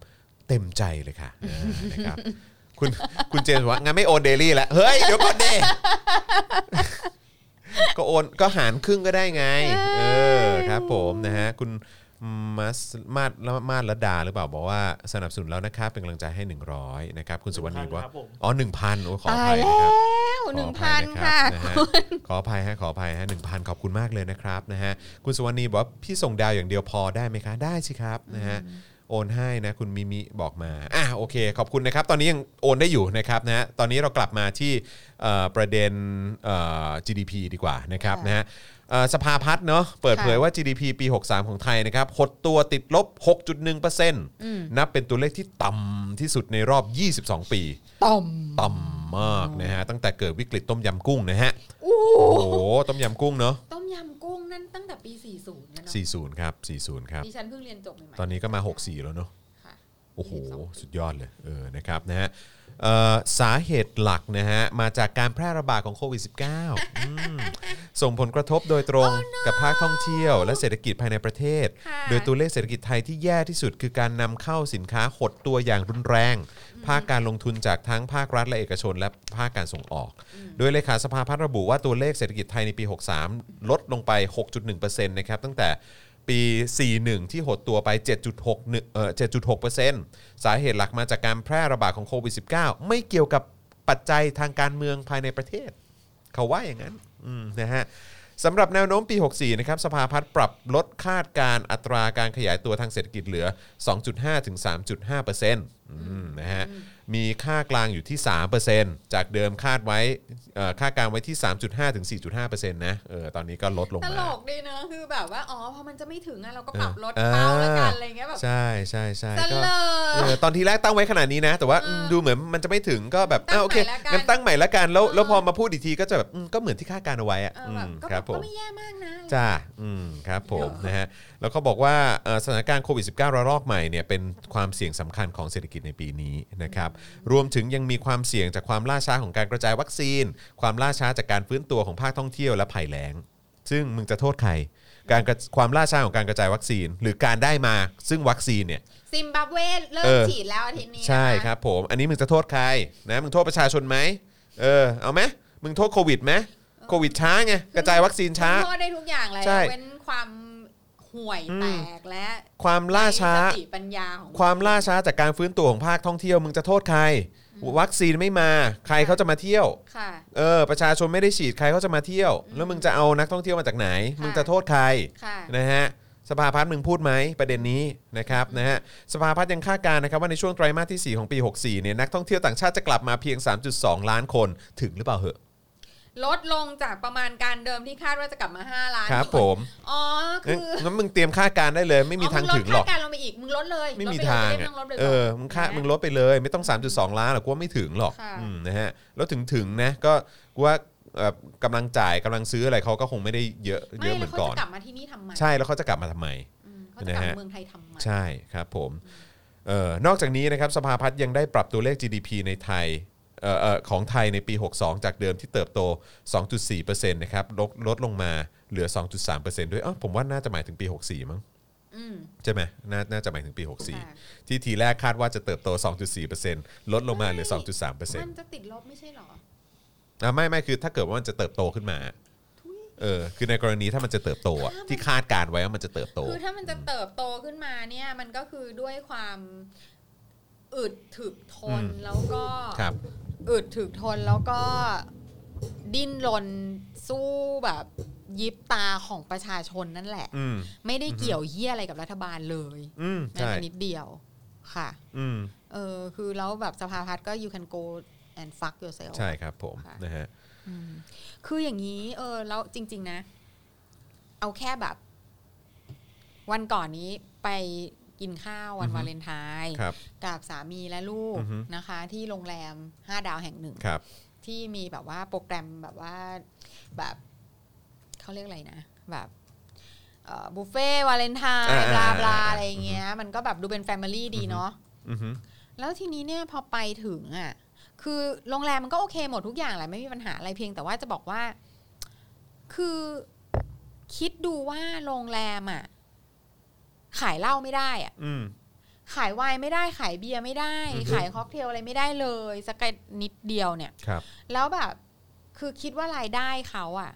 [SPEAKER 2] เต็มใจเลยค่ะเออนะครับคุณคุณเจนบอกว่างั้นไม่โอนเดลี่ละเฮ้ย เดี๋ยวก่อนเดก็โอนก็หารครึ่งก็ได้ไง เออครับผมนะฮะคุณมัสมาดมาดละดาหรือเปล่าบอกว่าสนับสนุนแล้วนะครับเป็นกำลังใจให้ 100นะครับคุณสุวรรณีบอกว่า
[SPEAKER 4] ครับผม
[SPEAKER 2] อ๋อ1,000โอ้ยขออ
[SPEAKER 3] ตา
[SPEAKER 2] ภั
[SPEAKER 3] ย
[SPEAKER 2] ย
[SPEAKER 3] แล
[SPEAKER 2] นะครับ
[SPEAKER 3] ้วหนึ่งพัน
[SPEAKER 2] ขออภั
[SPEAKER 3] ค่ะ
[SPEAKER 2] ยรับนฮขออภัยฮะขออภัยฮะหนึ่งพันขอบคุณมากเลยนะครับนะฮะคุณสวนีบอกว่าพี่ส่งดาวอย่างเดียวพอได้ไหมคะ ได้สิครับนะฮะโอนให้นะคุณมิมิบอกมาอ่ะโอเค ขอบคุณนะครับ ตอนนี้ยังโอนได้อยู่นะครับนะฮะตอนนี้เรากลับมาที่เอ่อประเด็นเอ่อ GDP ดีกว่านะครับ
[SPEAKER 3] ค่ะ
[SPEAKER 2] นะฮะเอ่อสภาพัฒน์เนาะเปิดเผยว่า GDP ปี 63 ของไทยนะครับหดตัวติดลบ 6.1%
[SPEAKER 3] ม
[SPEAKER 2] นับเป็นตัวเลขที่ต่ำที่สุดในรอบ 22 ปี
[SPEAKER 3] ต่อม
[SPEAKER 2] ต่ำมากนะฮะตั้งแต่เกิดวิกฤตต้มยำกุ้งนะฮะ
[SPEAKER 3] อู้
[SPEAKER 2] โอ้โหต้มยำกุ้งเนาะ
[SPEAKER 3] ต้มยำกุ้งนั่นตั้งแต่ปี 40นะเนาะ
[SPEAKER 2] 40 ครับ 40 ครับ
[SPEAKER 3] ดิฉันเพิ่งเรียนจบใหม่ๆ
[SPEAKER 2] ตอนนี้ก็มา 64 แล้วเนาะ
[SPEAKER 3] ค่ะ
[SPEAKER 2] โอ้โห
[SPEAKER 3] 42
[SPEAKER 2] สุดยอดเลยเออนะครับนะฮะเอ่อสาเหตุหลักนะฮะมาจากการแพร่ระบาดของโควิด -19 อืมส่งผลกระทบโดยตรงกับภาคท่องเที่ยว และเศรษฐกิจภายในประเทศ
[SPEAKER 3] ค่ะ
[SPEAKER 2] โดยตัวเลขเศรษฐกิจไทยที่แย่ที่สุดคือการนำเข้าสินค้าหดตัวอย่างรุนแรง ภาคการลงทุนจากทั้งภาครัฐและเอกชน และภาคการส่งออก โดยเลขาสภาพัฒน์ระบุว่าตัวเลขเศรษฐกิจไทยในปี 63 ลดลงไป 6.1%นะครับตั้งแต่ปี 41 ที่หดตัวไป 7.6เอ่อ7.6%สาเหตุหลักมาจากการแพร่ระบาดของโควิด -19 ไม่เกี่ยวกับปัจจัยทางการเมืองภายในประเทศ เขาว่าอย่างนั้นอืมนะฮะสำหรับแนวโน้มปี 64 นะครับ สภาพัฒน์ปรับลดคาดการอัตราการขยายตัวทางเศรษฐกิจเหลือ 2.5 ถึง 3.5เปอร์เซ็นต์นะฮะ มีค่ากลางอยู่ที่ 3เปอร์เซ็นต์จากเดิมคาดไว้เอ่อค่ากลางไว้ที่ 3.5 ถึง 4.5เปอร์เซ็นต์นะ เออ ตอนนี้ก็ลดลง
[SPEAKER 3] ต
[SPEAKER 2] มา
[SPEAKER 3] ลกดีเนอะคือแบบว่า อ๋อพอมันจะไม่ถึงอะเราก็ปรับลด
[SPEAKER 2] เออ
[SPEAKER 3] เป้าแล้วกันอะไรเงี้ยแบบ
[SPEAKER 2] ใช่ใช่ใช่
[SPEAKER 3] ต
[SPEAKER 2] ก็
[SPEAKER 3] ล
[SPEAKER 2] เอก อตอนทีแรกตั้งไว้ขนาดนี้นะ แต่ว่าอืมดูเหมือนมันจะไม่ถึงก็แบบอ้าวโอเค
[SPEAKER 3] ตั้งใหม่
[SPEAKER 2] งั้นตั้งใหม่
[SPEAKER 3] ละกัน
[SPEAKER 2] ละกัน แล้วแล้วพอมาพูดอีกทีก็จะแบบอืมก็เหมือนที่คาดการเอาไว้อะ
[SPEAKER 3] เออแบบ
[SPEAKER 2] อืม
[SPEAKER 3] ก็
[SPEAKER 2] ค
[SPEAKER 3] แบ
[SPEAKER 2] รับบผม
[SPEAKER 3] ก็ไม่แย่มากนะอะไรเงี้ย
[SPEAKER 2] จ้า อืม ครับผมนะฮะ แล้วก็บอกว่าเอ่อสถานการณ์โควิด -19 ระลอกใหม่เนี่ยเป็นความเสี่ยงสำคัญของเศรษฐกิจในปีนี้นะครับ รวมถึงยังมีความเสี่ยงจากความล่าช้าของการกระจายวัคซีน ความล่าช้าจากการฟื้นตัวของภาคท่องเที่ยวและภัยแล้ง ซึ่งมึงจะโทษใคร การกระความล่าช้าของการกระจายวัคซีน หรือการได้มาซึ่งวัคซีนเนี่ย
[SPEAKER 3] ซิมบับเวเริ่
[SPEAKER 2] เอ
[SPEAKER 3] ม
[SPEAKER 2] อ
[SPEAKER 3] ฉีดแล้วอาทิตย์นี้นะะ
[SPEAKER 2] ใช่ครับผม อันนี้มึงจะโทษใครนะมึงโทษประชาชนไหมเออเอาไหมมึงโทษโควิดไหมโควิดช้าไงกระจายวัคซีนช้า
[SPEAKER 3] โทษได้ทุกอย่างเลย
[SPEAKER 2] ใช่
[SPEAKER 3] ยกเว้นความห่วย
[SPEAKER 2] อืม
[SPEAKER 3] แตกและ
[SPEAKER 2] ความล่าช้า
[SPEAKER 3] ไร้สติปัญญาของ
[SPEAKER 2] ความล่าช้าจากการฟื้นตัวของภาคท่องเที่ยวมึงจะโทษใคร วัคซีนไม่มา ใครเขาจะมาเที่ยว
[SPEAKER 3] ค่ะ
[SPEAKER 2] เออประชาชนไม่ได้ฉีดใครเขาจะมาเที่ยว แล้วมึงจะเอานักท่องเที่ยวมาจากไหน มึงจะโทษใคร
[SPEAKER 3] ค่ะ
[SPEAKER 2] นะฮะสภาพัฒน์มึงพูดไหมประเด็นนี้นะครับนะฮะสภาพัฒน์ยังคาดการณ์นะครับว่าในช่วงไตรมาสที่ 4 ของปี 64เนี่ยนักท่องเที่ยวต่างชาติจะกลับมาเพียง 3.2 ล้านคนถึงหรือเปล่าเหอะ
[SPEAKER 3] ลดลงจากประมาณการเดิมที่คาดว่าจะกลับมา 5 ล้าน
[SPEAKER 2] ครับผม
[SPEAKER 3] อ๋อ
[SPEAKER 2] เอ้ย
[SPEAKER 3] คือ
[SPEAKER 2] งั้นมึงเตรียมคาดการณ์ได้เลย ไม่มีทางถึงหรอก
[SPEAKER 3] มึลดคาดการณ์ลงไปอีก มึงลดเลย
[SPEAKER 2] ไม่มี
[SPEAKER 3] ลดปเลย
[SPEAKER 2] ทาง
[SPEAKER 3] ไม่
[SPEAKER 2] อะ
[SPEAKER 3] ต้องลดไปก่น
[SPEAKER 2] เออ มึงค่ามึงลดไปเลย ไม่ต้อง 3.2 ล้านหรอกกูว่าไม่ถึงหรอก
[SPEAKER 3] ค่ะ
[SPEAKER 2] อืมนะฮะ แล้วถึงถึงนะ ก็กูว่าเอ่อกำลังจ่ายกำลังซื้ออะไรเขาก็คงไม่ได้เยอะเย
[SPEAKER 3] ไม่
[SPEAKER 2] อะเห
[SPEAKER 3] แล้
[SPEAKER 2] มือ
[SPEAKER 3] ว
[SPEAKER 2] น
[SPEAKER 3] เขา
[SPEAKER 2] ก่อน
[SPEAKER 3] จะกลับมาที่นี่ทำไม
[SPEAKER 2] ใช่ แล้วเขาจะกลับมาทำไม
[SPEAKER 3] อืมเขาจะกลับ
[SPEAKER 2] นะฮะ
[SPEAKER 3] เมืองไทยทำไม
[SPEAKER 2] ใช่ครับผม เอ่อนอกจากนี้นะครับสภาพัฒน์ยังได้ปรับตัวเลข GDP ในไทยเอ่อเอ่อของไทยในปี 62 จากเดิมที่เติบโต 2.4%นะครับ ลดลดลงมาเหลือ 2.3%ด้วยเอ๋อผมว่าน่าจะหมายถึงปี 64 มั้ง
[SPEAKER 3] อืม
[SPEAKER 2] ใช่ไหมนาน่าจะหมายถึงปี
[SPEAKER 3] ค่ะ
[SPEAKER 2] 64 ที่ทีแรกคาดว่าจะเติบโต 2.4%ลดลงมาเหลือ 2.3%
[SPEAKER 3] มันจะติดลบไม่ใช่หรอ
[SPEAKER 2] อ่ะไม่ไม่คือถ้าเกิดว่ามันจะเติบโตขึ้นมาเออคือในกรณีถ้ามันจะเติบโตอะที่คาดการไว้ว่ามันจะเติบโต
[SPEAKER 3] คือถ้ามันจะเติบโตขึ้นมาเนี่ยมันก็คือด้วยความอึดถึกทน
[SPEAKER 2] อืม
[SPEAKER 3] แล้วก็
[SPEAKER 2] ครับ
[SPEAKER 3] อึดถึกทนแล้วก็ดิ้นรนสู้แบบยิบตาของประชาชนนั่นแหละ
[SPEAKER 2] อืม
[SPEAKER 3] ไม่ได้
[SPEAKER 2] อือฮึ
[SPEAKER 3] เกี่ยวเหี้ยอะไรกับรัฐบาลเลย
[SPEAKER 2] อืม
[SPEAKER 3] แม้
[SPEAKER 2] ใช่
[SPEAKER 3] แต่นิดเดียวค่ะ
[SPEAKER 2] อืม
[SPEAKER 3] เออคือแล้วแบบสภาพัฒน์ก็ you can go and fuck yourself
[SPEAKER 2] ใช่ครับผม
[SPEAKER 3] ค่ะ
[SPEAKER 2] นะฮะ
[SPEAKER 3] อืมคืออย่างนี้ เออ แล้วจริง ๆ นะ เอาแค่แบบ วันก่อนนี้ไปกินข้าววันวาเลนไทน์
[SPEAKER 2] ครับ
[SPEAKER 3] กับสามีและลูก
[SPEAKER 2] อือฮึ
[SPEAKER 3] นะคะ ที่โรงแรมห้าดาวแห่งหนึ่ง
[SPEAKER 2] ครับ
[SPEAKER 3] ที่มีแบบว่าโปรแกรมแบบว่าแบบเขาเรียกอะไรนะแบบเอ่อบุฟเฟ่วาเลนไทน์
[SPEAKER 2] อ่า
[SPEAKER 3] บลาบลา
[SPEAKER 2] อ่า
[SPEAKER 3] อะไรอย่างเงี้ย มันก็แบบดูเป็นแฟมิลี่ดีเนาะ
[SPEAKER 2] อือฮึ
[SPEAKER 3] แล้วทีนี้เนี่ยพอไปถึงอ่ะ คือโรงแรมมันก็โอเคหมดทุกอย่างแหละไม่มีปัญหาอะไรเพียงแต่ว่าจะบอกว่า คือคิดดูว่าโรงแรมอ่ะ ขายเหล้าไม่ได้อ่ะ
[SPEAKER 2] อืม
[SPEAKER 3] ขายไวน์ไม่ได้ขายเบียร์ไม่ได้
[SPEAKER 2] อือฮึ
[SPEAKER 3] ขายค็อกเทลอะไรไม่ได้เลยสักนิดเดียวเนี่ย
[SPEAKER 2] ครับ
[SPEAKER 3] แล้วแบบ คือคิดว่ารายได้เขาอ่ะ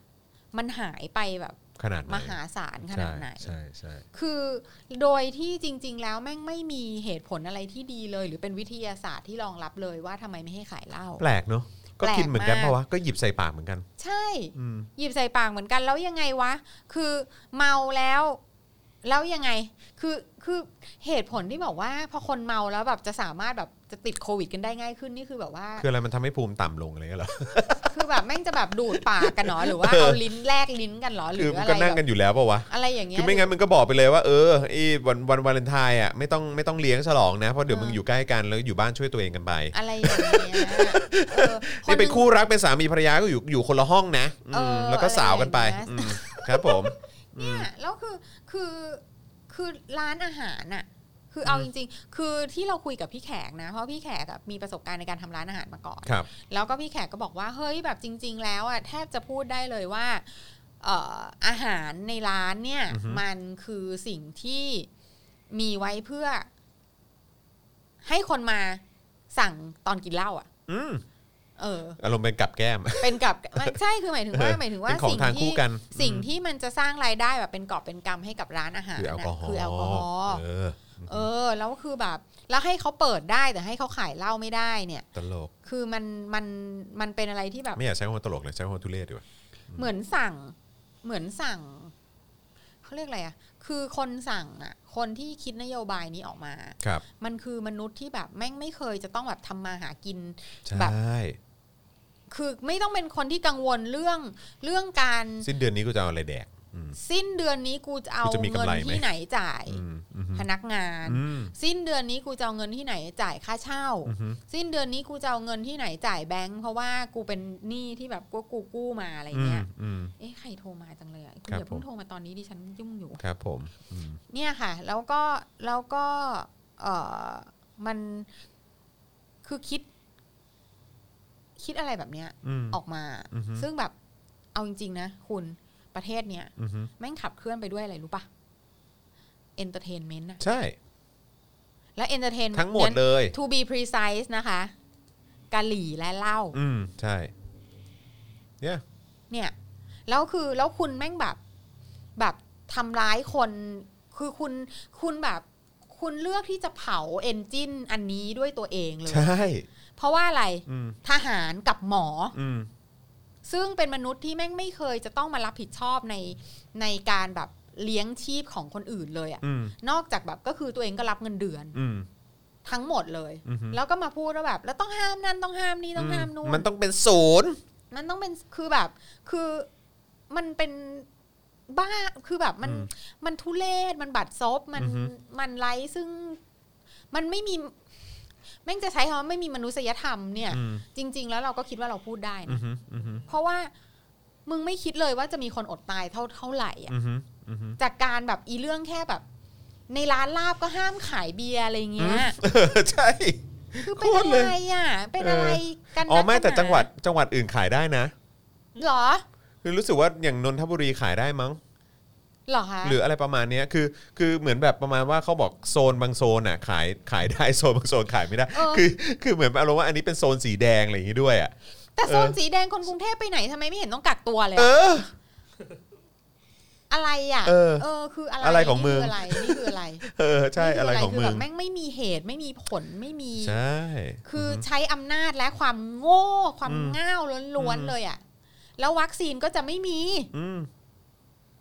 [SPEAKER 3] มันหายไปแบบ
[SPEAKER 2] ขนาดไหน
[SPEAKER 3] มหาศาลขนาดไหน
[SPEAKER 2] ใช่ใช่
[SPEAKER 3] คือโดยที่จริง ๆ แล้วแม่งไม่มีเหตุผลอะไรที่ดีเลย หรือเป็นวิทยาศาสตร์ที่รองรับเลยว่าทำไมไม่ให้ขายเหล้า
[SPEAKER 2] แปลกเนาะก็กินเหมือนกันเพ
[SPEAKER 3] แปลกมาก
[SPEAKER 2] ราะวะก็หยิบใส่ปากเหมือนกัน
[SPEAKER 3] ใช่
[SPEAKER 2] อืม
[SPEAKER 3] หยิบใส่ปากเหมือนกันแล้วยังไงวะ คือเมาแล้ว แล้วยังไง คือคือเหตุผลที่บอกว่าพอคนเมาแล้วแบบจะสามารถแบบจะติดโควิดกันได้ง่ายขึ้นนี่คือแบบว่า
[SPEAKER 2] คืออะไรมันทำให้ภูมิต่ำลงอะไรเงี้ยเหรอ
[SPEAKER 3] คือแบบแม่งจะแบบดูดปากกันเหรอหรือว่า
[SPEAKER 2] เออ
[SPEAKER 3] เอาลิ้นแลกลิ้นกันเหรอห
[SPEAKER 2] คื
[SPEAKER 3] รือ อ
[SPEAKER 2] มัน
[SPEAKER 3] อะไร
[SPEAKER 2] ก็นั่ง
[SPEAKER 3] แบ
[SPEAKER 2] กัน
[SPEAKER 3] บ
[SPEAKER 2] อยู่แล้วปะวะ
[SPEAKER 3] อะไรอย่างเงี้ย
[SPEAKER 2] คือไม่งั้นมึงก็บอกไปเลยว่าเออไอ้วันวันวาเลนไทน์อ่ะไม่ต้องไม่ต้องเลี้ยงฉลองนะเพราะเดี๋ยว
[SPEAKER 3] เออ
[SPEAKER 2] มึงอยู่ใกล้กันแล้วอยู่บ้านช่วยตัวเองกันไป
[SPEAKER 3] อะไรอย่างเงี้ยเออ
[SPEAKER 2] นี่เป็น
[SPEAKER 3] หง
[SPEAKER 2] คู่รักเป็นสามีภรรยาก็อยู่อยู่คนละห้องนะอืม
[SPEAKER 3] เออ
[SPEAKER 2] แล้วก็สาวกันไป
[SPEAKER 3] อะไรอย่างเงี้ย
[SPEAKER 2] อืมครับผม
[SPEAKER 3] เนี่ยแล้วคือคือคือร้านอาหารน่ะคือเอา
[SPEAKER 2] อืม
[SPEAKER 3] จริง ๆ คือที่เราคุยกับพี่แขกนะเพราะพี่แขกอะมีประสบการณ์ในการทำร้านอาหารมาก่อน
[SPEAKER 2] ครับ
[SPEAKER 3] แล้วก็พี่แขกก็บอกว่าเฮ้ยแบบจริง ๆ แล้วอะแทบจะพูดได้เลยว่าเอ่ออาหารในร้านเนี่ย
[SPEAKER 2] อือฮึ
[SPEAKER 3] มันคือสิ่งที่มีไว้เพื่อ ให้คนมาสั่งตอนกินเหล้าอะ
[SPEAKER 2] อืม
[SPEAKER 3] เออ
[SPEAKER 2] อารมณ์เป็นกับแก้ม
[SPEAKER 3] เป็นกับไม่ใช่คือหมายถึงว่าหมายถึงว่า
[SPEAKER 2] เป็นของ
[SPEAKER 3] สิ่ง
[SPEAKER 2] ทางคู่
[SPEAKER 3] ที่
[SPEAKER 2] กัน
[SPEAKER 3] สิ่งที่มันจะสร้างรายได้แบบเป็นกอบเป็นกำให้กับร้านอาหาร
[SPEAKER 2] คือแอลกอฮอล์
[SPEAKER 3] คือแอลกอฮอล์
[SPEAKER 2] เออ
[SPEAKER 3] เออ แล้วคือแบบ แล้วให้เขาเปิดได้แต่ให้เขาขายเหล้าไม่ได้เนี่ย
[SPEAKER 2] ตลก
[SPEAKER 3] คือมันมันมันเป็นอะไรที่แบบ
[SPEAKER 2] ไม่อยากใช้คำว่าตลกเลยใช้คำว่าทุเรศดีกว่า
[SPEAKER 3] เหมือนสั่ง เหมือนสั่งเขาเรียกอะไรอ่ะ คือคนสั่งอ่ะ คนที่คิดนโยบายนี้ออกมา
[SPEAKER 2] ครับ
[SPEAKER 3] มันคือมนุษย์ที่แบบแม่งไม่เคยจะต้องแบบทำมาหากิน
[SPEAKER 2] ใช่
[SPEAKER 3] แบบ คือไม่ต้องเป็นคนที่กังวลเรื่องเรื่องการ
[SPEAKER 2] สิ้นเดือนนี้กูจะเอาอะไรแดกอืม
[SPEAKER 3] สิ้นเดือนนี้กูจะเอา
[SPEAKER 2] กูจะมีกำ
[SPEAKER 3] เงิน
[SPEAKER 2] ไรไหม
[SPEAKER 3] ที่ไหนจ่าย
[SPEAKER 2] อืมอืม
[SPEAKER 3] พนักงาน
[SPEAKER 2] อืม
[SPEAKER 3] สิ้นเดือนนี้กูจะเอาเงินที่ไหนจ่ายค่าเช่า
[SPEAKER 2] อืม
[SPEAKER 3] สิ้นเดือนนี้กูจะเอาเงินที่ไหนจ่ายแบงค์เพราะว่ากูเป็นหนี้ที่แบบกูกูกู้มาอะไรเงี้ยเอ๊ะใครโทรมาจังเลยอ่ะคุณ
[SPEAKER 2] ครับ
[SPEAKER 3] อย่าเพิ่
[SPEAKER 2] ผ
[SPEAKER 3] ง
[SPEAKER 2] ม
[SPEAKER 3] โทรมาตอนนี้ดิฉันยุ่งอยู่
[SPEAKER 2] ครับผมอืม
[SPEAKER 3] เนี่ยค่ะ แล้วก็แล้วก็เออมันคือคิด คิดอะไรแบบเนี้ย
[SPEAKER 2] อืม
[SPEAKER 3] ออกมา
[SPEAKER 2] อือฮึ
[SPEAKER 3] ซึ่งแบบเอาจริง ๆ นะ คุณประเทศเนี้ย
[SPEAKER 2] อืม
[SPEAKER 3] แม่งขับเคลื่อนไปด้วยอะไรรู้ปะเอนเตอร์เทนเมนต์นะ
[SPEAKER 2] ใช่
[SPEAKER 3] และเอนเตอร์เทน
[SPEAKER 2] ทั้งหมดเลย
[SPEAKER 3] น to be precise นะคะกะหรี่และเหล้า
[SPEAKER 2] อืม ใช่ เนี่ย
[SPEAKER 3] เนี่ย แล้วคือแล้วคุณแม่งแบบ แบบทำร้ายคน คือคุณคุณแบบ คุณเลือกที่จะเผาเอนจินอันนี้ด้วยตัวเองเลย
[SPEAKER 2] ใช่
[SPEAKER 3] เพราะว่าอะไร
[SPEAKER 2] อืม
[SPEAKER 3] ทหารกับหมอ
[SPEAKER 2] อืม
[SPEAKER 3] ซึ่งเป็นมนุษย์ที่แม่งไม่เคยจะต้องมารับผิดชอบในในการแบบเลี้ยงชีพของคนอื่นเลยอะ
[SPEAKER 2] อืม
[SPEAKER 3] นอกจากแบบก็คือตัวเองก็รับเงินเดือน
[SPEAKER 2] อืม
[SPEAKER 3] ทั้งหมดเลย
[SPEAKER 2] อืม
[SPEAKER 3] แล้วก็มาพูดว่าแบบ แล้วต้องห้ามนั่นต้องห้ามนี่ต้องห้ามนู่น
[SPEAKER 2] มันต้องเป็นศูนย์
[SPEAKER 3] มันต้องเป็นคือแบบ คือมันเป็นบ้าคือแบบมัน
[SPEAKER 2] อื
[SPEAKER 3] มันทุเลศมันบัดซบมัน
[SPEAKER 2] อือฮึ
[SPEAKER 3] มันไร้ซึ่งมันไม่มีแม่งจะใช้คำว่าไม่มีมนุษยธรรมเนี่ย
[SPEAKER 2] อืม
[SPEAKER 3] จริง ๆ แล้วเราก็คิดว่าเราพูดได้
[SPEAKER 2] อื
[SPEAKER 3] นะ
[SPEAKER 2] มอืม
[SPEAKER 3] เพราะว่ามึงไม่คิดเลยว่าจะมีคนอดตายเท่าเท่าไหร่อะ
[SPEAKER 2] อืมอืม
[SPEAKER 3] จากการแบบอีเรื่องแค่แบบ ในร้านลาบก็ห้ามขายเบียร์อะไรเงี้ย
[SPEAKER 2] ใช่
[SPEAKER 3] คือเป็น
[SPEAKER 2] โคตร
[SPEAKER 3] อะ
[SPEAKER 2] เล
[SPEAKER 3] ไร
[SPEAKER 2] ย
[SPEAKER 3] อ่ะ เป็นอะไรกันนัก
[SPEAKER 2] อ๋อไม่
[SPEAKER 3] กัน
[SPEAKER 2] แต่
[SPEAKER 3] นา
[SPEAKER 2] จังหวัดจังหวัดอื่นขายได้นะ
[SPEAKER 3] เหรอ
[SPEAKER 2] คือรู้สึกว่าอย่างนนทบุรีขายได้มั้ง
[SPEAKER 3] เหรอคะ
[SPEAKER 2] หรืออะไรประมาณเนี้ยคือ คือเหมือนแบบประมาณว่าเขาบอกโซนบางโซนอ่ะข ายขายได้โซนบางโซนขายไม่ได้ คือคือเหมือนอารมณ์ว่าอันนี้เป็นโซนสีแดงอะไรอย่างงี้ด้วยอ่ะ
[SPEAKER 3] แต่โซนสีแดงคนกรุงเทพไปไหนทำไมไม่เห็นต้องกักตัวเลย
[SPEAKER 2] เอ
[SPEAKER 3] อะ
[SPEAKER 2] อ
[SPEAKER 3] อะไรอ่ะ
[SPEAKER 2] เออ
[SPEAKER 3] คืออะไร
[SPEAKER 2] อะไรของมึง
[SPEAKER 3] นี่คือะไรนี่คืออะไร
[SPEAKER 2] เออใช่
[SPEAKER 3] นี่คื
[SPEAKER 2] อะไรของ
[SPEAKER 3] คื
[SPEAKER 2] มึ
[SPEAKER 3] แบบ
[SPEAKER 2] ง
[SPEAKER 3] แม่งไม่มีเหตุไม่มีผลไม่มี
[SPEAKER 2] ใช่
[SPEAKER 3] คือใช้อำนาจและความโง่ความง่าวล้วนๆเลยอ่ะแล้ววัคซีนก็จะไม่มี
[SPEAKER 2] อืม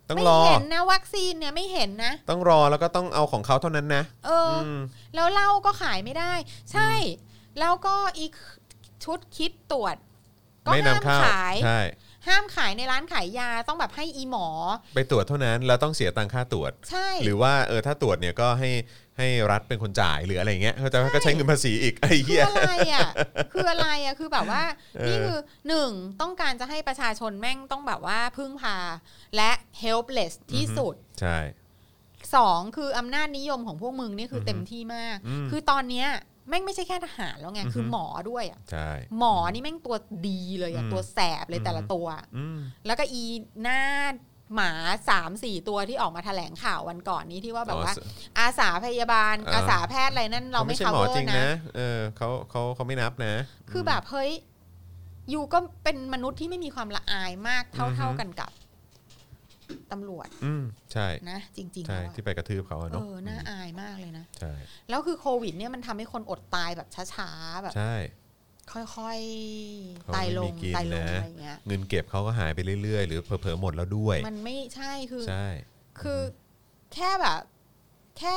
[SPEAKER 2] ต้อง
[SPEAKER 3] ไม่
[SPEAKER 2] รอ
[SPEAKER 3] เห็นนะวัคซีนเนี่ยไม่เห็นนะ
[SPEAKER 2] ต้องรอแล้วก็ต้องเอาของเขาเท่านั้นนะ
[SPEAKER 3] เอออ
[SPEAKER 2] ม
[SPEAKER 3] แล้วเหล้าก็ขายไม่ได้ ใช่ แล้วก็อีกชุดคิดตรวจ ก็
[SPEAKER 2] ไม่
[SPEAKER 3] ห้าม
[SPEAKER 2] นำเข้า
[SPEAKER 3] ขาย
[SPEAKER 2] ใช่
[SPEAKER 3] ห้ามขายในร้านขายยาต้องแบบให้อีหมอ
[SPEAKER 2] ไปตรวจเท่านั้นแล้วต้องเสียตังค่าตรวจ
[SPEAKER 3] ใช่
[SPEAKER 2] หรือว่าเออถ้าตรวจเนี่ยก็ให้ให้รัฐเป็นคนจ่ายหรืออะไรเงี้ยเขาใจะก็ใช้เงินภาษีอีกไอ้
[SPEAKER 3] คื
[SPEAKER 2] เหี้
[SPEAKER 3] อย อะไรอ่ะ คืออะไรอ่ะคือแบบว่า
[SPEAKER 2] เออ
[SPEAKER 3] นี่คือหนึ่งต้องการจะให้ประชาชนแม่งต้องแบบว่าพึ่งพา และ helpless ที่สุด
[SPEAKER 2] ใช่
[SPEAKER 3] สองคืออำนาจนิยมของพวกมึงนี่คือ
[SPEAKER 2] อ
[SPEAKER 3] อ
[SPEAKER 2] ฮึ
[SPEAKER 3] เต็มที่มาก
[SPEAKER 2] อืม
[SPEAKER 3] คือตอนเนี้ยแม่งไม่ใช่แค่ทหารแล้วไง คือ
[SPEAKER 2] อฮึ
[SPEAKER 3] หมอด้วยอ่ะ
[SPEAKER 2] ใช่
[SPEAKER 3] หมอนี่แม่งตัวดีเลยอ่ะ
[SPEAKER 2] อืม
[SPEAKER 3] ตัวแสบเลย
[SPEAKER 2] อืม
[SPEAKER 3] แต่ละตัว
[SPEAKER 2] อืม
[SPEAKER 3] แล้วก็อีหน้าหมาสามสี่ตัวที่ออกมาแถลงข่าววันก่อนนี้ที่ว่าแบบว่า อาสาพยาบาล
[SPEAKER 2] อ่า
[SPEAKER 3] อาสาแพทย์อะไรนั่นเราไม่
[SPEAKER 2] ใช่หมอ
[SPEAKER 3] cover
[SPEAKER 2] จริง
[SPEAKER 3] นะ
[SPEAKER 2] นะเออเขาเขาเขาไม่นับนะ
[SPEAKER 3] คือแบบเฮ้ยอยู่ก็เป็นมนุษย์ที่ไม่มีความละอายมากเท่าเท่ากันกับตำรวจ
[SPEAKER 2] อืมใช่
[SPEAKER 3] นะ จริงๆ
[SPEAKER 2] ใช่
[SPEAKER 3] แล้วอะ
[SPEAKER 2] ที่ไปกระทืบเขาอะ
[SPEAKER 3] เอ
[SPEAKER 2] เนาะ
[SPEAKER 3] อน่าอายมากเลยนะ
[SPEAKER 2] ใช่
[SPEAKER 3] แล้วคือโควิดเนี่ยมันทำให้คนอดตายแบบช้าๆแบบ
[SPEAKER 2] ใช่
[SPEAKER 3] ค่อยๆ
[SPEAKER 2] เขา
[SPEAKER 3] ตายล
[SPEAKER 2] ไม่
[SPEAKER 3] ง
[SPEAKER 2] มีกิน
[SPEAKER 3] ตายลง
[SPEAKER 2] นะ
[SPEAKER 3] อะไรเงี้ย
[SPEAKER 2] เงินเก็บเขาก็หายไปเรื่อยๆ หรือเผลอๆหมดแล้วด้วย
[SPEAKER 3] มันไม่ใช่คือ
[SPEAKER 2] ใช่
[SPEAKER 3] คือแค่แบบ แค่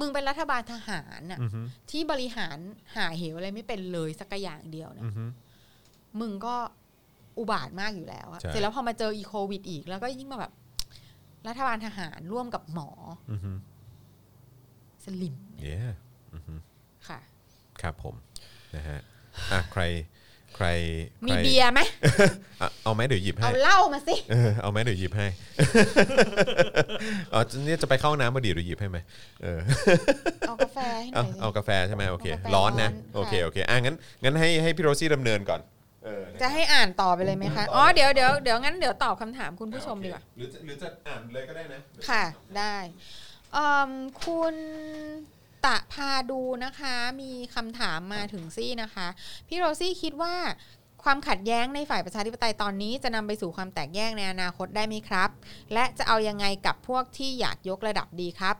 [SPEAKER 3] มึงเป็นรัฐบาลทหารน่ะ
[SPEAKER 2] อือฮึ
[SPEAKER 3] ที่บริหารหาเหวอะไรไม่เป็นเลยสักอย่างเดียวเนี่ย
[SPEAKER 2] อือฮึ
[SPEAKER 3] มึงก็อุบาทมากอยู่แล้วอะ
[SPEAKER 2] ใช่
[SPEAKER 3] เสร็จแล้วพอมาเจออีโควิดอีก แล้วก็ยิ่งมาแบบ รัฐบาลทหารร่วมกับหมอ
[SPEAKER 2] อือฮึ
[SPEAKER 3] สลิม
[SPEAKER 2] เย้อือฮึ
[SPEAKER 3] ค่ะ
[SPEAKER 2] ครับผมนะฮะอ่ะใครใคร
[SPEAKER 3] มี
[SPEAKER 2] ใค
[SPEAKER 3] เบียร์ไหม
[SPEAKER 2] อ่ะเอาไหมเดี๋ยวหยิบให้
[SPEAKER 3] เอาเหล้ามาสิ
[SPEAKER 2] เออเอาไหมเดี๋ยวหยิบให้ อ๋อเนี่ยจะไปเข้าน้ำพอดีเดี๋ยวหยิบให้ไหมเออ
[SPEAKER 3] เอากาแฟให้ห
[SPEAKER 2] เอา
[SPEAKER 3] น่อยสิ
[SPEAKER 2] เอากาแฟใช่ไหมโอเค
[SPEAKER 3] เอากาแฟ
[SPEAKER 2] ร้อนนะ
[SPEAKER 3] ร้อนค่ะ
[SPEAKER 2] โอเคโอเคอ่ะงั้นงั้นให้ให้พี่โรซี่ดำเนินก่อนเออ
[SPEAKER 3] จะให้อ่านต่อไปเลยไหมคะอ๋อเดี๋ยวเดี๋ยวเดี๋ยวงั้นเดี๋ยวตอบคำถามคุณผู้ชมดีกว่า
[SPEAKER 2] หรือจะหรือจะอ่านเลยก็ได้นะ
[SPEAKER 3] ค่ะได้เอิ่มคุณตะพาดูนะคะ มีคำถามมาถึงซี่นะคะ พี่โรซี่คิดว่าความขัดแย้งในฝ่ายประชาธิปไตยตอนนี้จะนำไปสู่ความแตกแยกในอนาคตได้ไหมครับ และจะเอายังไงกับพวกที่อยากยกระดับดีครับ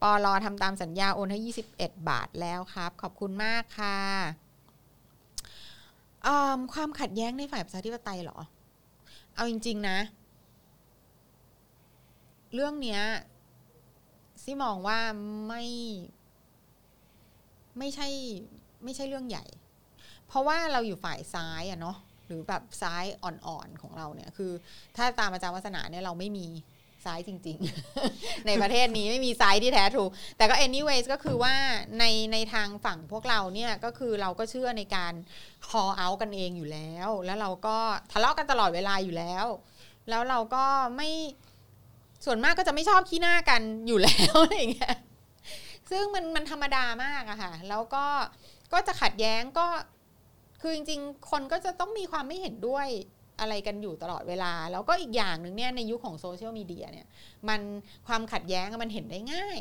[SPEAKER 3] ปอลอทำตามสัญญาโอนให้ 21 บาทแล้วครับ ขอบคุณมากค่ะเอิ่มความขัดแย้งในฝ่ายประชาธิปไตยเหรอ เอาจริง ๆ นะ เรื่องเนี้ยซี่มองว่าไม่ ไม่ใช่ ไม่ใช่เรื่องใหญ่ เพราะว่าเราอยู่ฝ่ายซ้ายอะเนาะหรือแบบซ้ายอ่อนๆของเราเนี่ย คือ ถ้าตามอาจารย์วัฒนาเนี่ยเราไม่มีซ้ายจริง ๆ ในประเทศนี้ไม่มีซ้ายที่แท้ทรูแต่ก็ anyways ก็คือว่าในในทางฝั่งพวกเราเนี่ยก็คือเราก็เชื่อในการ call out กันเองอยู่แล้ว แล้วเราก็ทะเลาะกันตลอดเวลาอยู่แล้ว แล้วเราก็ไม่ ส่วนมากก็จะไม่ชอบขี้หน้ากันอยู่แล้ว อะไรอย่างเงี้ย ซึ่งมันมันธรรมดามากอะค่ะ แล้วก็ก็จะขัดแย้งก็ คือจริงๆ คนก็จะต้องมีความไม่เห็นด้วยอะไรกันอยู่ตลอดเวลา แล้วก็อีกอย่างหนึ่งเนี่ยในยุคของโซเชียลมีเดียเนี่ย มันความขัดแย้งอะมันเห็นได้ง่าย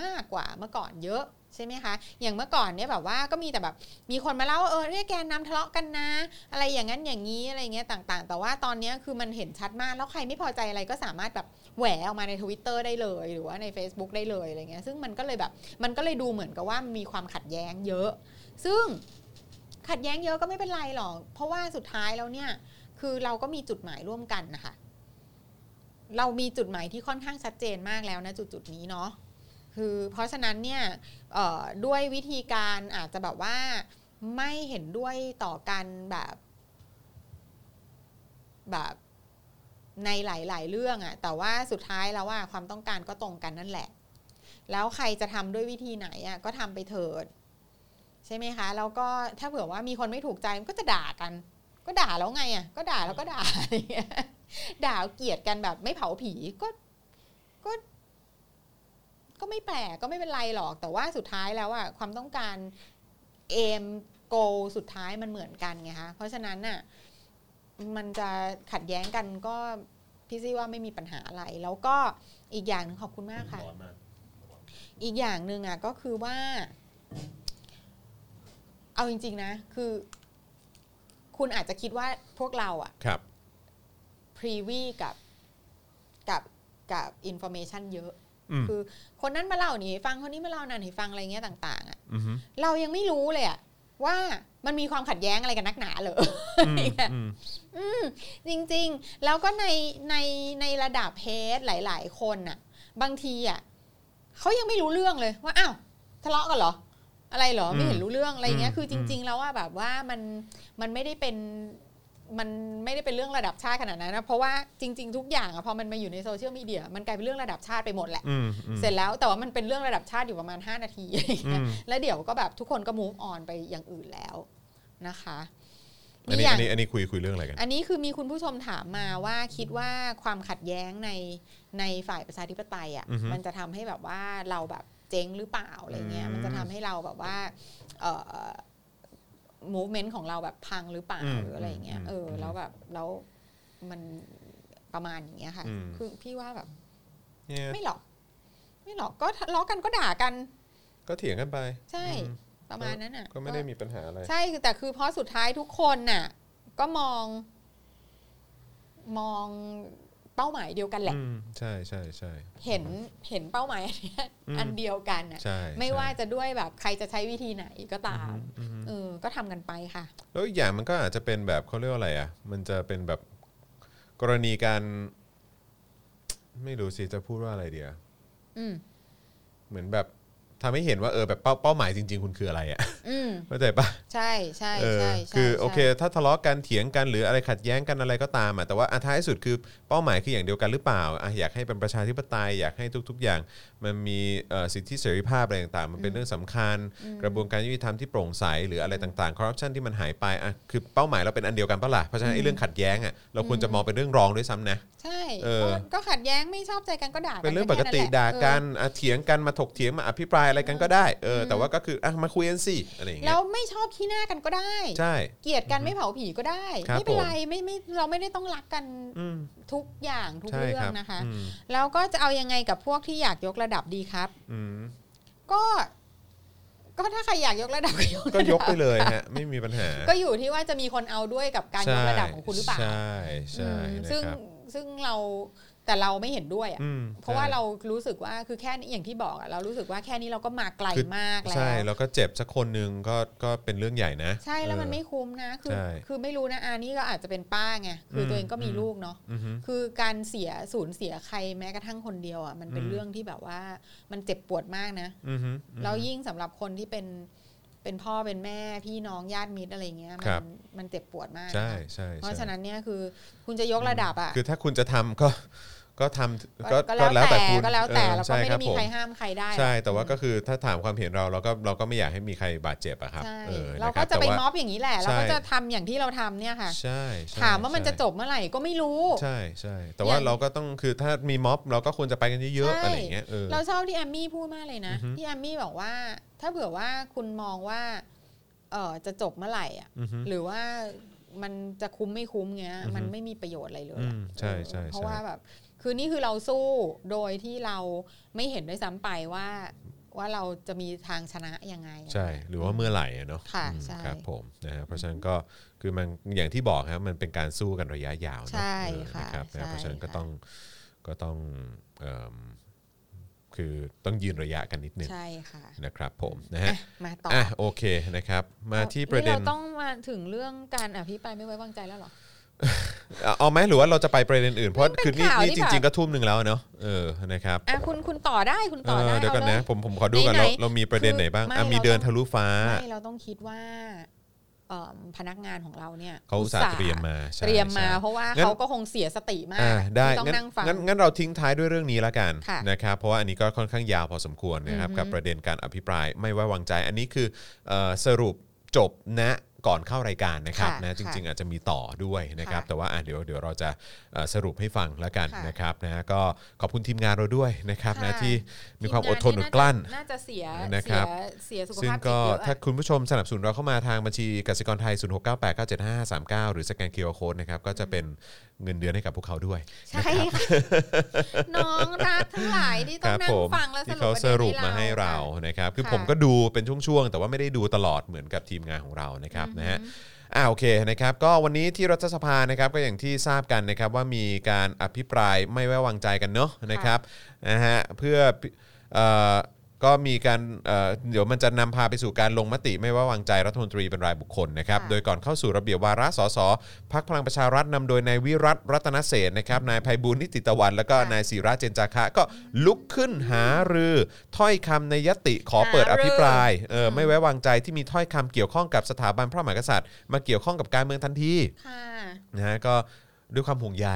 [SPEAKER 3] มากกว่าเมื่อก่อนเยอะใช่ไหมคะ อย่างเมื่อก่อนเนี่ยแบบว่าก็มีแต่แบบ มีคนมาเล่าว่าเออเนี่ยแกนนำทะเลาะกันนะ อะไรอย่างนั้นอย่างนี้อะไรเงี้ยต่างๆ แต่ว่าตอนเนี้ยคือมันเห็นชัดมาก แล้วใครไม่พอใจอะไรก็สามารถแบบแหวออกมาใน Twitter ได้เลย หรือว่าใน Facebook ได้เลยอะไรเงี้ยซึ่งมันก็เลยแบบ มันก็เลยดูเหมือนกับว่ามีความขัดแย้งเยอะ ซึ่งขัดแย้งเยอะก็ไม่เป็นไรหรอก เพราะว่าสุดท้ายแล้วเนี่ย คือเราก็มีจุดหมายร่วมกันนะคะ เรามีจุดหมายที่ค่อนข้างชัดเจนมากแล้วนะจุดจุดๆนี้เนาะ คือเพราะฉะนั้นเนี่ยเอ่อด้วยวิธีการอาจจะแบบว่าไม่เห็นด้วยต่อกันแบบ แบบในหลาย ๆ เรื่องอะแต่ว่าสุดท้ายแล้วว่าความต้องการก็ตรงกันนั่นแหละ แล้วใครจะทำด้วยวิธีไหนอะก็ทำไปเถิด ใช่ไหมคะ แล้วก็ถ้าเผื่อว่ามีคนไม่ถูกใจมันก็จะด่ากัน ก็ด่าแล้วไงอะก็ด่าแล้วก็ด่า อะไรอย่างเงี้ยด่าเกลียดกันแบบไม่เผาผีก็ก็ ก็ไม่แปลกก็ไม่เป็นไรหรอก แต่ว่าสุดท้ายแล้วอะความต้องการเอมโกสุดท้ายมันเหมือนกันไงคะเพราะฉะนั้นน่ะมันจะขัดแย้งกันก็พี่ซี่ว่าไม่มีปัญหาอะไร แล้วก็อีกอย่างหนึงขอบคุณมากค่ะ
[SPEAKER 4] ร้อนมาก
[SPEAKER 3] อีกอย่างหนึ่งอ่ะก็คือว่า เอาจริง ๆ นะ คือ คุณอาจจะคิดว่าพวกเราอะ
[SPEAKER 2] ครับ
[SPEAKER 3] พรีวีกับกับกับอินโฟเมชันเยอะ
[SPEAKER 2] อืม
[SPEAKER 3] คือคนนั้นมาเล่านี่ให้ฟังคนนี้มาเล่านั่นให้ฟังอะไรเงี้ยต่าง ๆอะ
[SPEAKER 2] อืม
[SPEAKER 3] เรายังไม่รู้เลยอะว่ามันมีความขัดแย้งอะไรกันนักหนาเหรอ
[SPEAKER 2] อืมอืม
[SPEAKER 3] จริงๆ แล้วก็ในในในระดับเพจหลาย ๆ คนน่ะ บางทีอ่ะเขายังไม่รู้เรื่องเลยว่าอ้าวทะเลาะกันเหรอ อะไรเหรอไม่เห็นรู้เรื่องอะไรเงี้ยคือจริง ๆ แล้วว่าแบบว่ามันมันไม่ได้เป็นมันไม่ได้เป็นเรื่องระดับชาติขนาดนั้นนะเพราะว่าจริง ๆ ทุกอย่างอะพอมันมาอยู่ในโซเชียลมีเดียมันกลายเป็นเรื่องระดับชาติไปหมดแหละ
[SPEAKER 2] อืมอืม
[SPEAKER 3] เสร็จแล้วแต่ว่ามันเป็นเรื่องระดับชาติอยู่ประมาณ 5 นาที
[SPEAKER 2] อืม
[SPEAKER 3] แล้วเดี๋ยวก็แบบทุกคนก็ move on ไปอย่างอื่นแล้วนะคะ
[SPEAKER 2] อันนี้
[SPEAKER 3] ย่า
[SPEAKER 2] อั
[SPEAKER 3] ง
[SPEAKER 2] นนี้อันนี้คุยคุยเรื่องอะไรกัน
[SPEAKER 3] อันนี้คือมีคุณผู้ชมถามมาว่าคิดว่าความขัดแย้งในในฝ่ายประชาธิปไตยอ่ะ
[SPEAKER 2] อือฮึ
[SPEAKER 3] มันจะทำให้แบบว่าเราแบบเจ๊งหรือเปล่าอะไรเงี้ย
[SPEAKER 2] อืม
[SPEAKER 3] มันจะทำให้เราแบบว่าเอ่อ movement ของเราแบบพังหรือเปล่า
[SPEAKER 2] อืม
[SPEAKER 3] หรืออะไรเงี้ย
[SPEAKER 2] อืม
[SPEAKER 3] เอออ
[SPEAKER 2] ม
[SPEAKER 3] แล้วแบบแล้วมันประมาณอย่างเงี้ยค่ะ
[SPEAKER 2] อืม
[SPEAKER 3] คือพี่ว่าแบบ
[SPEAKER 2] เนี่ย
[SPEAKER 3] ไม่หรอก ไม่หรอกก็ทะเลาะกันก็ด่ากัน
[SPEAKER 2] ก็เถียงกันไป
[SPEAKER 3] ใช่
[SPEAKER 2] อืม
[SPEAKER 3] ประมาณนั้นอ่ะ
[SPEAKER 2] ก็ไม่ได้มีปัญหาอะไร
[SPEAKER 3] ใช่คือแต่คือเพราะสุดท้ายทุกคนน่ะ ก็มอง มองเป้าหมายเดียวกันแหละ
[SPEAKER 2] อืมใช่ใช่ใช่
[SPEAKER 3] เห็นเห็นเป้าหมายอันเนี้ยอันเดียวกันน่ะ
[SPEAKER 2] ใช่
[SPEAKER 3] ไม่ว่า
[SPEAKER 2] ใช่
[SPEAKER 3] จะด้วยแบบใครจะใช้วิธีไหนก็ตาม
[SPEAKER 2] อืม
[SPEAKER 3] เออก็ทำกันไปค่ะ
[SPEAKER 2] แล้วอีกอย่างมันก็อาจจะเป็นแบบเขาเรียกว่าอะไรอ่ะ มันจะเป็นแบบกรณีการ ไม่รู้สิจะพูดว่าอะไรเดียว
[SPEAKER 3] อืม
[SPEAKER 2] เหมือนแบบทำให้เห็นว่าเออแบบเป้าเป้าหมายจริง ๆ คุณคืออะไร อ่ะ
[SPEAKER 3] อืม
[SPEAKER 2] เข้าใจปะ
[SPEAKER 3] ใช่ใช่
[SPEAKER 2] เออ
[SPEAKER 3] ใช่ใช่
[SPEAKER 2] คือ
[SPEAKER 3] ใช่
[SPEAKER 2] โอเค ถ้าทะเลาะกันเถียงกันหรืออะไรขัดแย้งกันอะไรก็ตามอ่ะแต่ว่าอ่ะท้ายสุดคือเป้าหมายคืออย่างเดียวกันหรือเปล่าอ่ะอยากให้เป็นประชาธิปไตยอยากให้ทุก ๆ อย่าง มันมีเอ่อสิทธิเสรีภาพอะไรต่างๆ มันเป็นเรื่องสำคัญ กระบวนการยุติธรรมที่โปร่งใสหรืออะไรต่างๆคอร์รัปชันที่มันหายไปอ่ะคือเป้าหมายเราเป็นอันเดียวกันปะล่ะเพราะฉะนั้นไอ้เรื่องขัดแย้งอ่ะเราควรจะมองเป็นเรื่องรองด้วยซ้ำนะ
[SPEAKER 3] ใช่
[SPEAKER 2] เออ
[SPEAKER 3] ก็ก็ขัดแย้งไม่ชอบใจกันก็ด่ากั
[SPEAKER 2] เป็นเรื่องป
[SPEAKER 3] แค่
[SPEAKER 2] กติ
[SPEAKER 3] แหละ
[SPEAKER 2] ด่ากัน
[SPEAKER 3] เอ
[SPEAKER 2] อ่ะเถียงกันมาถกเถียงมาอภิปรายอะไรกันก็ได้เออแต่ว่าก็คืออ่ะมาคุยกันสิอะไรอย่าง
[SPEAKER 3] อ
[SPEAKER 2] เงี้
[SPEAKER 3] แล้
[SPEAKER 2] ยว
[SPEAKER 3] ไม่ชอบขี้หน้ากันก็ได้
[SPEAKER 2] ใช่
[SPEAKER 3] เกลียดกันไม่เผาผีก็ได้
[SPEAKER 2] ครับ
[SPEAKER 3] ไม่เป็นไร
[SPEAKER 2] ผม
[SPEAKER 3] ไม่ไม่เราไม่ได้ต้องรักกัน
[SPEAKER 2] อืม
[SPEAKER 3] ทุกอย่างทุก
[SPEAKER 2] ใช่
[SPEAKER 3] เรื่อ
[SPEAKER 2] ค
[SPEAKER 3] ง
[SPEAKER 2] รับ
[SPEAKER 3] นะคะ
[SPEAKER 2] อืม
[SPEAKER 3] แล้วก็จะเอายังไงกับพวกที่อยากยกระดับดีครับ
[SPEAKER 2] อืม
[SPEAKER 3] ก็ ก็ถ้าใครอยากยกระดับ ก็ยก
[SPEAKER 2] ก็ยก
[SPEAKER 3] ระดับ
[SPEAKER 2] ไปเลยฮะ ไม่มีปัญหา
[SPEAKER 3] ก็อยู่ที่ว่าจะมีคนเอาด้วยกับการยกระดับของคุณหรือเปล่า
[SPEAKER 2] ใช่ใช่
[SPEAKER 3] อืม
[SPEAKER 2] นะ
[SPEAKER 3] ซึ่ง
[SPEAKER 2] ครับ
[SPEAKER 3] ซึ่งเราแต่เราไม่เห็นด้วยอ่ะ
[SPEAKER 2] อืม
[SPEAKER 3] เพราะว่า
[SPEAKER 2] ใช่
[SPEAKER 3] เรารู้สึกว่าคือแค่นี้อย่างที่บอกอะเรารู้สึกว่าแค่นี้เราก็มาไกล
[SPEAKER 2] คือ
[SPEAKER 3] มากแล้ว
[SPEAKER 2] ใช่แล้วก็เจ็บสักคนหนึ่งก็ก็เป็นเรื่องใหญ่นะ
[SPEAKER 3] ใช่แล้วมัน
[SPEAKER 2] เออ
[SPEAKER 3] ไม่คุ้มนะ คือ
[SPEAKER 2] ใช่
[SPEAKER 3] คือไม่รู้นะอานี่ก็อาจจะเป็นป้าไงคืออ
[SPEAKER 2] ม
[SPEAKER 3] ตัวเองก็มี
[SPEAKER 2] อืม
[SPEAKER 3] ลูกเนาะ
[SPEAKER 2] อือฮึ
[SPEAKER 3] คือการเสียสูญเสียใครแม้กระทั่งคนเดียวอ่ะมันเป็น
[SPEAKER 2] อืม
[SPEAKER 3] เรื่องที่แบบว่ามันเจ็บปวดมากนะ
[SPEAKER 2] อือฮึ
[SPEAKER 3] แล้วยิ่งสำหรับคนที่เป็นเป็นพ่อเป็นแม่พี่น้องญาติมิตรอะไรเงี้ยมั
[SPEAKER 2] ครับ
[SPEAKER 3] มันเจ็บปวดมาก
[SPEAKER 2] ใช่
[SPEAKER 3] นะคะ
[SPEAKER 2] ใช่
[SPEAKER 3] เพราะ
[SPEAKER 2] ใช่
[SPEAKER 3] ฉะนั้นเนี่ยคือคุณจะยกระดับอ่ะ
[SPEAKER 2] คือถ้าคุณจะทำ ก็ก็ทำก็
[SPEAKER 3] ก็
[SPEAKER 2] ก็แล้วแต่คุณ
[SPEAKER 3] ก็แล้วแต่
[SPEAKER 2] เออ
[SPEAKER 3] แล้วก็
[SPEAKER 2] ใช่
[SPEAKER 3] ไม่
[SPEAKER 2] ค
[SPEAKER 3] ได้
[SPEAKER 2] รับ
[SPEAKER 3] มี
[SPEAKER 2] ผม
[SPEAKER 3] ใครห้ามใครได้
[SPEAKER 2] ใช่
[SPEAKER 3] หรอก
[SPEAKER 2] แต่ว่าก็คือถ้าถามความเห็นเราเราก็เราก็ไม่อยากให้มีใครบาดเจ็บอะครับ
[SPEAKER 3] ใช่
[SPEAKER 2] ออ
[SPEAKER 3] เรา
[SPEAKER 2] นค
[SPEAKER 3] ก็
[SPEAKER 2] บ
[SPEAKER 3] จะไป
[SPEAKER 2] แต่ว่า
[SPEAKER 3] ม็อบอย่างนี้แหละ
[SPEAKER 2] ใช่
[SPEAKER 3] เราก็จะทำอย่างที่เราทำเนี่ยค่ะ
[SPEAKER 2] ใช่ใช่
[SPEAKER 3] ถามว่ามันจะจ
[SPEAKER 2] ใช่
[SPEAKER 3] บเมื่อไหร่ก็ไม่รู้
[SPEAKER 2] ใช่ใช่แต่ว่า
[SPEAKER 3] อย่าง
[SPEAKER 2] เราก็ต้องคือถ้ามีม็อบเราก็ควรจะไปกันเยอะๆอะไรอย่างเงี้ยเออ
[SPEAKER 3] เราชอบที่แอมมี่พูดมากเลยนะ
[SPEAKER 2] อือฮึ
[SPEAKER 3] ที่แอมมี่บอกว่า ถ้าเผื่อว่าคุณมองว่าเออจะจบเมื่อไหร่อ่ะ
[SPEAKER 2] อือฮึ
[SPEAKER 3] หรือว่ามันจะคุ้มไม่คุ้มเงี้ย
[SPEAKER 2] อือฮึ
[SPEAKER 3] มันไม่มีประโยชน์อะไรเลยอะ
[SPEAKER 2] อืมใช่ใช่
[SPEAKER 3] เออเพราะ
[SPEAKER 2] ใช่
[SPEAKER 3] ว่าแบบคือนี่คือเราสู้โดยที่เราไม่เห็นด้วยซ้ำไปว่าว่าเราจะมีทางชนะยังไงอะ
[SPEAKER 2] ใช่หรือว่าเมื่อไหร่อะเนาะ
[SPEAKER 3] ค่ะ
[SPEAKER 2] อืม
[SPEAKER 3] ใช่
[SPEAKER 2] ครับผมนะฮะเพราะฉะนั้นก็คือมันอย่างที่บอกครับมันเป็นการสู้กันระยะยาวเนอะ
[SPEAKER 3] ใช่
[SPEAKER 2] เออ
[SPEAKER 3] ค่ะ
[SPEAKER 2] นะครับ
[SPEAKER 3] ใช่
[SPEAKER 2] นะเพราะฉะนั้นก็
[SPEAKER 3] ค่ะ
[SPEAKER 2] ต้องก็ต้องเอิ่มคือต้องยืนระยะกันนิดนึง
[SPEAKER 3] ใช่ค่ะ
[SPEAKER 2] นะครับผมนะฮะ
[SPEAKER 3] อ่ะมาต่อ
[SPEAKER 2] อ่ะโอเคนะครับมาที่ประเด็น
[SPEAKER 3] เราต้องมาถึงเรื่องการอภิปรายไม่ไว้วางใจแล้วเหรอ
[SPEAKER 2] เอาเอาไหมหรือว่าเราจะไปประเด็นอื่นเพราะ
[SPEAKER 3] มันเป็น
[SPEAKER 2] คือนี่
[SPEAKER 3] ข่าว
[SPEAKER 2] นี่จ
[SPEAKER 3] ที่แบบ
[SPEAKER 2] ริงๆก็ทุ่มหนึ่งแล้วเนาะเออนะครับ
[SPEAKER 3] อ่ะคุณคุณต่อได้คุณ
[SPEAKER 2] เอ
[SPEAKER 3] ต่อ
[SPEAKER 2] อ
[SPEAKER 3] ได้
[SPEAKER 2] เดี๋ยวกัน
[SPEAKER 3] อาล
[SPEAKER 2] นะผมผมขอดูกันเรา
[SPEAKER 3] ไหนๆ
[SPEAKER 2] เรามีประเด็น
[SPEAKER 3] คือ
[SPEAKER 2] ไหนบ้าง
[SPEAKER 3] ไม่
[SPEAKER 2] อ่ะมี
[SPEAKER 3] เรา
[SPEAKER 2] เดิน
[SPEAKER 3] ต้อง
[SPEAKER 2] ทะลุฟ้า
[SPEAKER 3] ไม่เราต้องคิดว่าเอิ่มพนักงานของเราเนี่ย
[SPEAKER 2] เขาอุตส่าห์เตรียมมาใช่
[SPEAKER 3] เตรียมมา
[SPEAKER 2] ใช่
[SPEAKER 3] เพราะว่า
[SPEAKER 2] งั้น
[SPEAKER 3] เขาก็คงเสียสติมาก
[SPEAKER 2] อ่ะ
[SPEAKER 3] อะ
[SPEAKER 2] ได้
[SPEAKER 3] ที่ต้อง
[SPEAKER 2] งั้น
[SPEAKER 3] นั่งฟัง
[SPEAKER 2] งั้นงั้นเราทิ้งท้ายด้วยเรื่องนี้ละกัน
[SPEAKER 3] ค่ะ
[SPEAKER 2] นะครับเพราะว่าอันนี้ก็ค่อนข้างยาวพอสมควรนะครับ
[SPEAKER 3] อือฮึ
[SPEAKER 2] กับประเด็นการอภิปรายไม่ไว้วางใจ อันนี้คือเอ่อสรุปจบนะก่อนเข้ารายการนะครับ
[SPEAKER 3] ค่ะ
[SPEAKER 2] นะจริง ๆ อาจจะมีต่อด้วยนะครับ
[SPEAKER 3] ค่ะ
[SPEAKER 2] แต่ว่าอ่ะเดี๋ยวเดี๋ยวเราจะเอ่อสรุปให้ฟังละกัน
[SPEAKER 3] ค่ะ
[SPEAKER 2] นะครับนะก็ขอบคุณทีมงานเราด้วยนะครับนะ
[SPEAKER 3] ค่ะ
[SPEAKER 2] ที่มีความอดทนอดกลั้น
[SPEAKER 3] น่าจะเสีย
[SPEAKER 2] นะครับ
[SPEAKER 3] เสียเสียสุข
[SPEAKER 2] ซึ่ง
[SPEAKER 3] ภาพจิต
[SPEAKER 2] ก็
[SPEAKER 3] เยอะ
[SPEAKER 2] ถ้า
[SPEAKER 3] อะ
[SPEAKER 2] คุณผู้ชมสนับสนุนเราเข้ามาทางบัญชีกสิกรไทย 0698975539 หรือสแกนเคอร์โค้ดนะครับก็จะเป็นเงินเดือนให้กับพวกเขาด้วย
[SPEAKER 3] ใช่ค่ะ น้องรักทั้งหลายที่
[SPEAKER 2] ค
[SPEAKER 3] ต้
[SPEAKER 2] รั
[SPEAKER 3] อง
[SPEAKER 2] บ
[SPEAKER 3] นั่
[SPEAKER 2] ผ
[SPEAKER 3] ง
[SPEAKER 2] ม
[SPEAKER 3] ฟังแล้ว
[SPEAKER 2] ที่เขาส
[SPEAKER 3] สรุ
[SPEAKER 2] รุ
[SPEAKER 3] ป
[SPEAKER 2] ป
[SPEAKER 3] ประ
[SPEAKER 2] มา
[SPEAKER 3] เด็น
[SPEAKER 2] ให้
[SPEAKER 3] ให้
[SPEAKER 2] เรา
[SPEAKER 3] เรา
[SPEAKER 2] นะครับคือ
[SPEAKER 3] ค่ะ
[SPEAKER 2] ผมก็ดูเป็นช่วงๆ แต่ว่าไม่ได้ดูตลอดเหมือนกับทีมงานของเรานะครับ
[SPEAKER 3] อือหือ
[SPEAKER 2] นะฮะ อ่าโอเคนะครับก็วันนี้ที่รัฐสภานะครับก็อย่างที่ทราบกันนะครับว่ามีการอภิปรายไม่ไว้วางใจกันเนอะนะครับนะฮะเพื่อเอ่อก็มีการเอ่อเดี๋ยวมันจะนำพาไปสู่การลงมติไม่ไว้วางใจรัฐมนตรีเป็นรายบุคคลนะครับ
[SPEAKER 3] ค่ะ
[SPEAKER 2] โดยก่อนเข้าสู่ระเบียบวาระสสพักพลังประชารัฐนำโดยนายวิรัตรัตนเศรษฐ์นะครับนายภัยบุญนิติตะวัน แล้วก็นายศิระเจนจาคะก็ลุกขึ้นหารือถ้อยคำในยติขอเปิดอภิปราย ไปเอออ
[SPEAKER 3] ม
[SPEAKER 2] ไม่ไว้วางใจที่มีถ้อยคำเกี่ยวข้องกับสถาบันพระมหากษัตริย์ มาเกี่ยวข้องกับการเมืองทันที
[SPEAKER 3] ค่ะ
[SPEAKER 2] นะฮะก็ด้วยความห่วงใย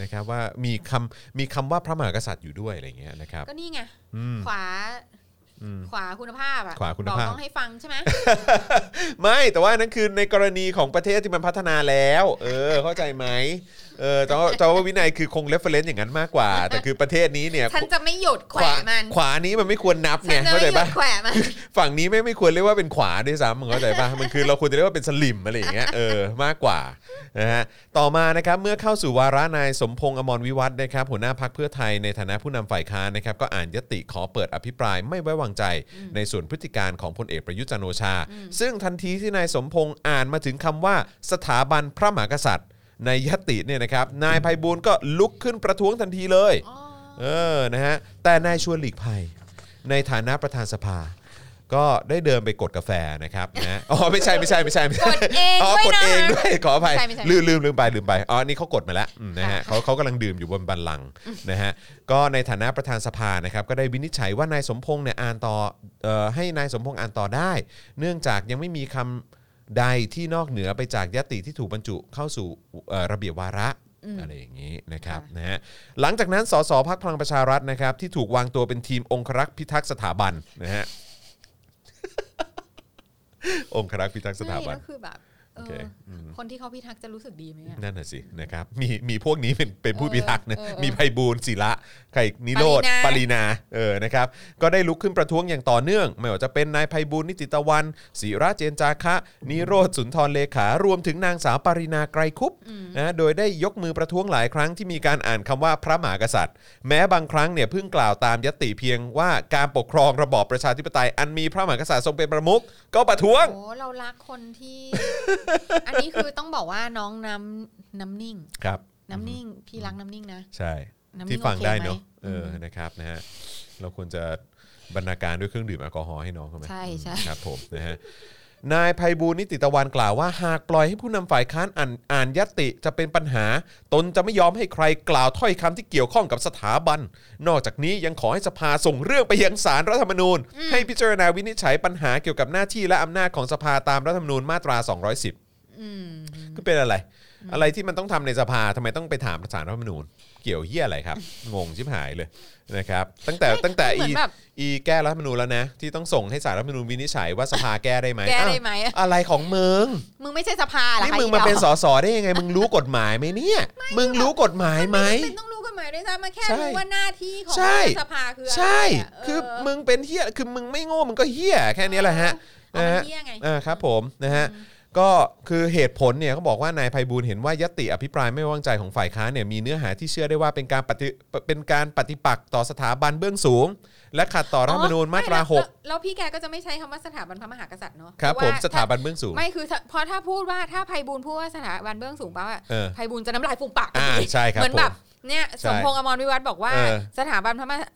[SPEAKER 2] นะครับว่ามีคำมีคำว่าพระมหากษัตริย์อยู่ด้วยอะไรอย่างเงี้ยนะครับ
[SPEAKER 3] ก็นี่ไง
[SPEAKER 2] อืม
[SPEAKER 3] ขวา
[SPEAKER 2] อืม
[SPEAKER 3] ขวาคุณภาพอ่ะ
[SPEAKER 2] ขวาคุณภาพ
[SPEAKER 3] บอกต้องให้ฟังใช่ไหม
[SPEAKER 2] ไม่แต่ว่านั่นคือในกรณีของประเทศที่มันพัฒนาแล้ว เออเข้าใจไหมเออแต่ว่าแต่ว่าวินัยคือคงเรฟเฟรนซ์อย่างนั้นมากกว่า แต่คือประเทศนี้เนี่ย
[SPEAKER 3] ฉันจะไม่หยุดแข
[SPEAKER 2] ข
[SPEAKER 3] วะ
[SPEAKER 2] วา
[SPEAKER 3] มัน
[SPEAKER 2] ขวานี้มันไม่ควรนับ
[SPEAKER 3] ฉั
[SPEAKER 2] ไง
[SPEAKER 3] นจะ
[SPEAKER 2] เข้า
[SPEAKER 3] ไม่ห
[SPEAKER 2] ใจ
[SPEAKER 3] ยุ
[SPEAKER 2] ปะ
[SPEAKER 3] ดแขวะมัน
[SPEAKER 2] ฝั่งนี้ไม่ไม่ควรเรียกว่าเป็นขวาด้วยซ้ำมึงเข้าใจปะ มันคือเราควรจะเรียกว่าเป็นสลิมอะไรอย่างเงี้ยเออมากกว่านะฮะต่อมานะครับเมื่อเข้าสู่วาระนายสมพงษ์อมรวิวัฒน์นะครับ หัวหน้าพักเพื่อไทยในฐานะผู้นำฝ่ายค้านนะครับก็อ่านยติขอเปิดอภิปรายไม่ไว้วางใจ ในส่วนพฤติการของพลเอกประยุทธ์จันทร์โอชา ซึ่งทันทีที่นายสมพงษ์อ่านมาถึงคำว่าสถาบันพระมหากษัตริย์ ในยติเนี่ยนะครับนายไพบูลย์ก็ลุกขึ้นประท้วงทันทีเลย
[SPEAKER 3] อ๋อ
[SPEAKER 2] เออ นะฮะ แต่นายชวนหลีกภัย ในฐานะประธานสภา ก็ได้เดินไปกดกาแฟนะครับนะ อ๋อ ไม่ใช่ ไม่ใช่ ไม่ใช่ไม่ใช่
[SPEAKER 3] กดเอง
[SPEAKER 2] อ๋อ
[SPEAKER 3] ด้วย
[SPEAKER 2] กด
[SPEAKER 3] นะ
[SPEAKER 2] เองด้วย ขออภัย
[SPEAKER 3] ไม่ใช่ไม่ใช่
[SPEAKER 2] ลืมลืมลืมไป ลืมไป อ๋อ นี่เขากดมาแล้วอืมนะฮะ
[SPEAKER 3] ค่ะ
[SPEAKER 2] เขาเขากำลังดื่มอยู่บนบัลลังก์นะฮะ ก็ในฐานะประธานสภานะครับ ก็ได้วินิจฉัยว่านายสมพงษ์เนี่ยอ่านต่อเอ่อให้นายสมพงษ์อ่านต่อได้ เนื่องจากยังไม่มีคำใดที่นอกเหนือไปจากยติที่ถูกบรรจุเข้าสู่เอ่อระเบียบวาระ อะไรอย่างนี้นะครับนะฮะหลังจากนั้นสสพักพลังประชารัฐนะครับ ที่ถูกวางตัวเป็นทีมองครักษ์พิทักษ์สถาบันนะฮ ะ องครักษ์พิทักษ์สถาบัน
[SPEAKER 3] ใช่แล้วคือแบบเอ
[SPEAKER 2] โอเค
[SPEAKER 3] ออคนที่เขาพิทักษ์จะรู้สึกดีไหมอะ
[SPEAKER 2] นั่นน่ะสินะครับมีมีพวกนี้เป็นเป็นผู้
[SPEAKER 3] เออ
[SPEAKER 2] พิทักษ์นะ
[SPEAKER 3] เออเออ
[SPEAKER 2] มีไพบูลย์ศิระไข่นิโรธ
[SPEAKER 3] ป
[SPEAKER 2] ป
[SPEAKER 3] ริ
[SPEAKER 2] ริ
[SPEAKER 3] นา
[SPEAKER 2] นาเออนะครับก็ได้ลุกขึ้นประท้วงอย่างต่อเนื่อง ไม่ว่าจะเป็นนายไพบูลย์นิติตะวันศิระเจนจาคะ นิโรธสุนทรเลขารวมถึงนางสาวปรินาไกรคุปนะโดยได้ยกมือประท้วงหลายครั้งที่มีการอ่านคำว่าพระมหากษัตริย์ แม้บางครั้งเนี่ยเพิ่งกล่าวตามยติเพียงว่าการปกครองระบอบประชาธิปไตยอันมีพระมหากษัตริย์ทรงเป็นประมุขก็ประท้วง
[SPEAKER 3] โอ้เรารักคนที่ อันนี้คือต้องบอกว่าน้องน้ำน้ำนิ่ง
[SPEAKER 2] ครับ
[SPEAKER 3] น้ำนิ่ง พี่รักน้ำนิ่งนะ
[SPEAKER 2] ใช่
[SPEAKER 3] น้ำนิ่ง
[SPEAKER 2] ที่ฟังได้เนอะ
[SPEAKER 3] โอเคไหม
[SPEAKER 2] เอออนะครับนะฮะเราควรจะบรรณาการด้วยเครื่องดื่มแอลกอฮอล์ให้น้องเขาไหม
[SPEAKER 3] ใช่ใช่
[SPEAKER 2] อืมครับผมนะฮะนายภัยบูลย์นิติตะวันกล่าวว่า หากปล่อยให้ผู้นำฝ่ายค้านอ่านอ่านยตติจะเป็นปัญหา ตนจะไม่ยอมให้ใครกล่าวถ้อยคำที่เกี่ยวข้องกับสถาบัน นอกจากนี้ยังขอให้สภาส่งเรื่องไปยังศาลรัฐธรรมนูญ ให้พิจารณาวินิจฉัยปัญหาเกี่ยวกับหน้าที่และอำนาจของสภาตามรัฐธรรมนูญมาตรา 210
[SPEAKER 3] อืม
[SPEAKER 2] ก็เป็นอะไร อะไรที่มันต้องทำในสภาทำไมต้องไปถามสารรัฐธรรมนูญ เกี่ยวเหี้ยอะไรครับ งงชิบหายเลยนะครับ ตั้งแต่
[SPEAKER 3] ไม่
[SPEAKER 2] ตั้งแต่
[SPEAKER 3] เหมื
[SPEAKER 2] อี
[SPEAKER 3] อนแบบ
[SPEAKER 2] อีแก้รัฐธรรมนูญแล้วนะ ที่ต้องส่งให้สารรัฐธรรมนูญวินิจฉัยว่าสภาแก้ได้ไหม
[SPEAKER 3] แก้ได้
[SPEAKER 2] อ้าว
[SPEAKER 3] ไหม
[SPEAKER 2] อะไรของมึง
[SPEAKER 3] มึงไม่ใช่สภาเหรอ
[SPEAKER 2] นี่
[SPEAKER 3] คะ
[SPEAKER 2] มึงมาเป็น
[SPEAKER 3] อี
[SPEAKER 2] ส
[SPEAKER 3] ดอก
[SPEAKER 2] สได้ยังไง มึงรู้กฎหมายไหมเนี่ย มึงรู้กฎหมายไหม
[SPEAKER 3] เป็นต้องรู้กฎหมายด้วยซ้ำมาแค่
[SPEAKER 2] ใช่
[SPEAKER 3] รู้ว่าหน้าที่ของ
[SPEAKER 2] ใช่
[SPEAKER 3] สภาคืออะไร
[SPEAKER 2] ใช่
[SPEAKER 3] ะเ
[SPEAKER 2] คือมึงเป็นเหี้ยคือมึงไม่โง่มึงก็เหี้ยแค่นี้แหละฮะ
[SPEAKER 3] เอา
[SPEAKER 2] นะ
[SPEAKER 3] มา
[SPEAKER 2] ฮะ
[SPEAKER 3] เที่ยไง
[SPEAKER 2] อ่าครับผมนะฮะก็คือเหตุผลเนี่ยเขาบอกว่านายไพบูลย์เห็นว่ายติอภิปรายไม่ไว้วางใจของฝ่ายค้านเนี่ยมีเนื้อหาที่เชื่อได้ว่าเป็นการปฏิเป็นการปฏิปักษ์ต่อสถาบันเบื้องสูง และขัดต่อรัฐธรรมนูญมาตรา
[SPEAKER 3] ไแล้วแล้วแล้วพี่แกก็จะไม่ใช้คำว่าสถาบันพระมหากษัตริย์เนาะ
[SPEAKER 2] 6 ครับ
[SPEAKER 3] เพ
[SPEAKER 2] ผ
[SPEAKER 3] ราะ
[SPEAKER 2] ม
[SPEAKER 3] ว่า
[SPEAKER 2] สถาบันเบื้องสูง
[SPEAKER 3] ไม่คือถ้าเพราะถ้าพูดว่าถ้าไพบูลย์พูดว่าสถาบันเบื้องสูงปั๊บอะ
[SPEAKER 2] เออ
[SPEAKER 3] ไพบูลย์จะน้ำลายฟูมปาก
[SPEAKER 2] อ่าใช่ครับ
[SPEAKER 3] เหมือนแบบ
[SPEAKER 2] ผม
[SPEAKER 3] เนี่ยสมพงษ์อมรวิวัฒน์บอกว่า
[SPEAKER 2] เออ
[SPEAKER 3] สถาบันพระมหา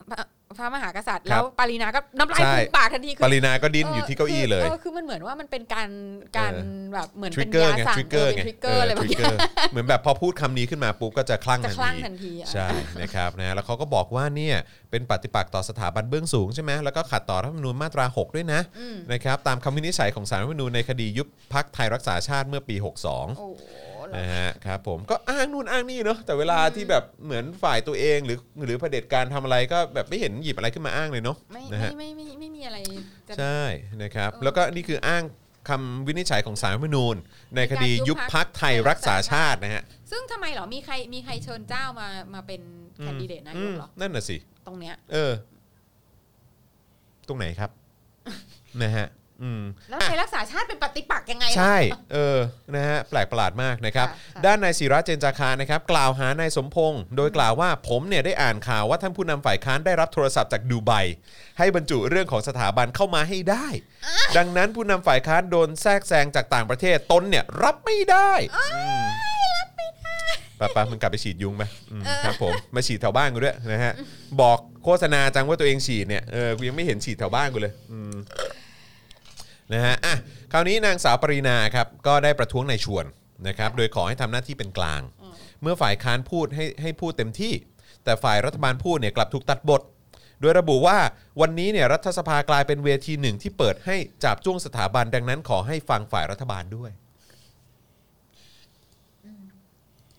[SPEAKER 3] พระมหากษัตริย์
[SPEAKER 2] ครั
[SPEAKER 3] แล้
[SPEAKER 2] บ
[SPEAKER 3] วปารีนาก็น้ำลาย
[SPEAKER 2] ใช่
[SPEAKER 3] ฟูมปากทันทีคื
[SPEAKER 2] ปรินาก็ดิ้นอยู่ที่เก้าอี้เลย
[SPEAKER 3] ออคือมันเหมือนว่ามันเป็นการการแบบเหมือน
[SPEAKER 2] ทริ
[SPEAKER 3] เป็
[SPEAKER 2] ก
[SPEAKER 3] น
[SPEAKER 2] เกอร์
[SPEAKER 3] ยา
[SPEAKER 2] ไง
[SPEAKER 3] สั่ง
[SPEAKER 2] ทริกเกอร์ไง
[SPEAKER 3] ทริกเกอร์อะไรแบบ
[SPEAKER 2] ทริกเกอ
[SPEAKER 3] เนี้ย
[SPEAKER 2] ร์เหมือนแบบพอพูดคำนี้ขึ้นมาปุ๊บก็จะคลั่ง
[SPEAKER 3] จะ
[SPEAKER 2] ทัน
[SPEAKER 3] คลั่ง
[SPEAKER 2] ที
[SPEAKER 3] ทันทีอะ
[SPEAKER 2] ใช่นะครับนะแล้วเขาก็บอกว่าเนี่ยเป็นปฏิปักษ์ต่อสถาบันเบื้องสูงใช่ไหมแล้วก็ขัดต่อรัฐธรรมนูญมาตรา 6 ด้วยนะ
[SPEAKER 3] อืม
[SPEAKER 2] นะครับตามคำวินิจฉัยของสารรัฐธรรมนูญในคดียุบพักไทยรักษาชาติเมื่อปี
[SPEAKER 3] โอ้
[SPEAKER 2] 62
[SPEAKER 3] โหแล้ว
[SPEAKER 2] นะฮะครับผมก็อ้างนู่นอ้างนี่เนาะแต่เวลาที่แบบเหมือนฝ่ายตัวเองหรือหรือเผด็จการทำอะไรก็แบบไม่เห็นหยิบอะไรขึ้นมาอ้างเลยเนาะ
[SPEAKER 3] ไม่
[SPEAKER 2] นะ
[SPEAKER 3] ไม่
[SPEAKER 2] ฮะ
[SPEAKER 3] ไม่ไม่ไม่มีอะไรจะ
[SPEAKER 2] ใช่นะครับ
[SPEAKER 3] เออ
[SPEAKER 2] แล้วก็นี่คืออ้างคำวินิจฉัยของสารรัฐธรรมนูญ ในคดียุบพักไทยรักษาชาตินะฮะ
[SPEAKER 3] ซึ่งทำไมเหรอมีใครมีใครเชิญเจ้ามามาเป็นแคนดิเดตนายกเหรอ
[SPEAKER 2] นั่นน่ะสิ
[SPEAKER 3] ตรงเนี้ย
[SPEAKER 2] เออ ตรงไหนครับ นะฮะ อืม
[SPEAKER 3] แล้วไทยรักษาชาติเป็นปฏิปักษ์ยังไงล่ะ
[SPEAKER 2] ใช่ เออ นะฮะ แปลกประหลาดมากนะครับ
[SPEAKER 3] ค่ะค่ะ
[SPEAKER 2] ด้านนายศิระเจนจาคานะครับ กล่าวหานายสมพงศ์โดยกล่าวว่าผมเนี่ยได้อ่านข่าวว่าท่านผู้นำฝ่ายค้านได้รับโทรศัพท์จากดูไบให้บรรจุเรื่องของสถาบันเข้ามาให้ได้ ดังนั้นผู้นำฝ่ายค้านโดนแทรกแซงจากต่างประเทศตนเนี่ยรับไม่ได้รับไม่ได้ป้าป้ามึงกลับไปฉีดยุงไหมอืมครับผม มาฉีดแถวบ้านกูด้วยนะฮะ บอกโฆษณาจังว่าตัวเองฉีดเนี่ย เออ กูยังไม่เห็นฉีดแถวบ้านกูเลยอืม นะฮะ อ่ะ คราวนี้นางสาวปรินาครับ ก็ได้ประท้วงนายชวนนะครับ โดยขอให้ทำหน้าที่เป็นกลาง เมื่อฝ่ายค้านพูดให้ให้พูดเต็มที่ แต่ฝ่ายรัฐบาลพูดเนี่ยกลับถูกตัดบท โดยระบุว่าวันนี้เนี่ยรัฐสภากลายเป็นเวทีหนึ่งที่เปิดให้จับจ้วงสถาบันดังนั้นขอให้ฟังฝ่ายรัฐบาลด้วย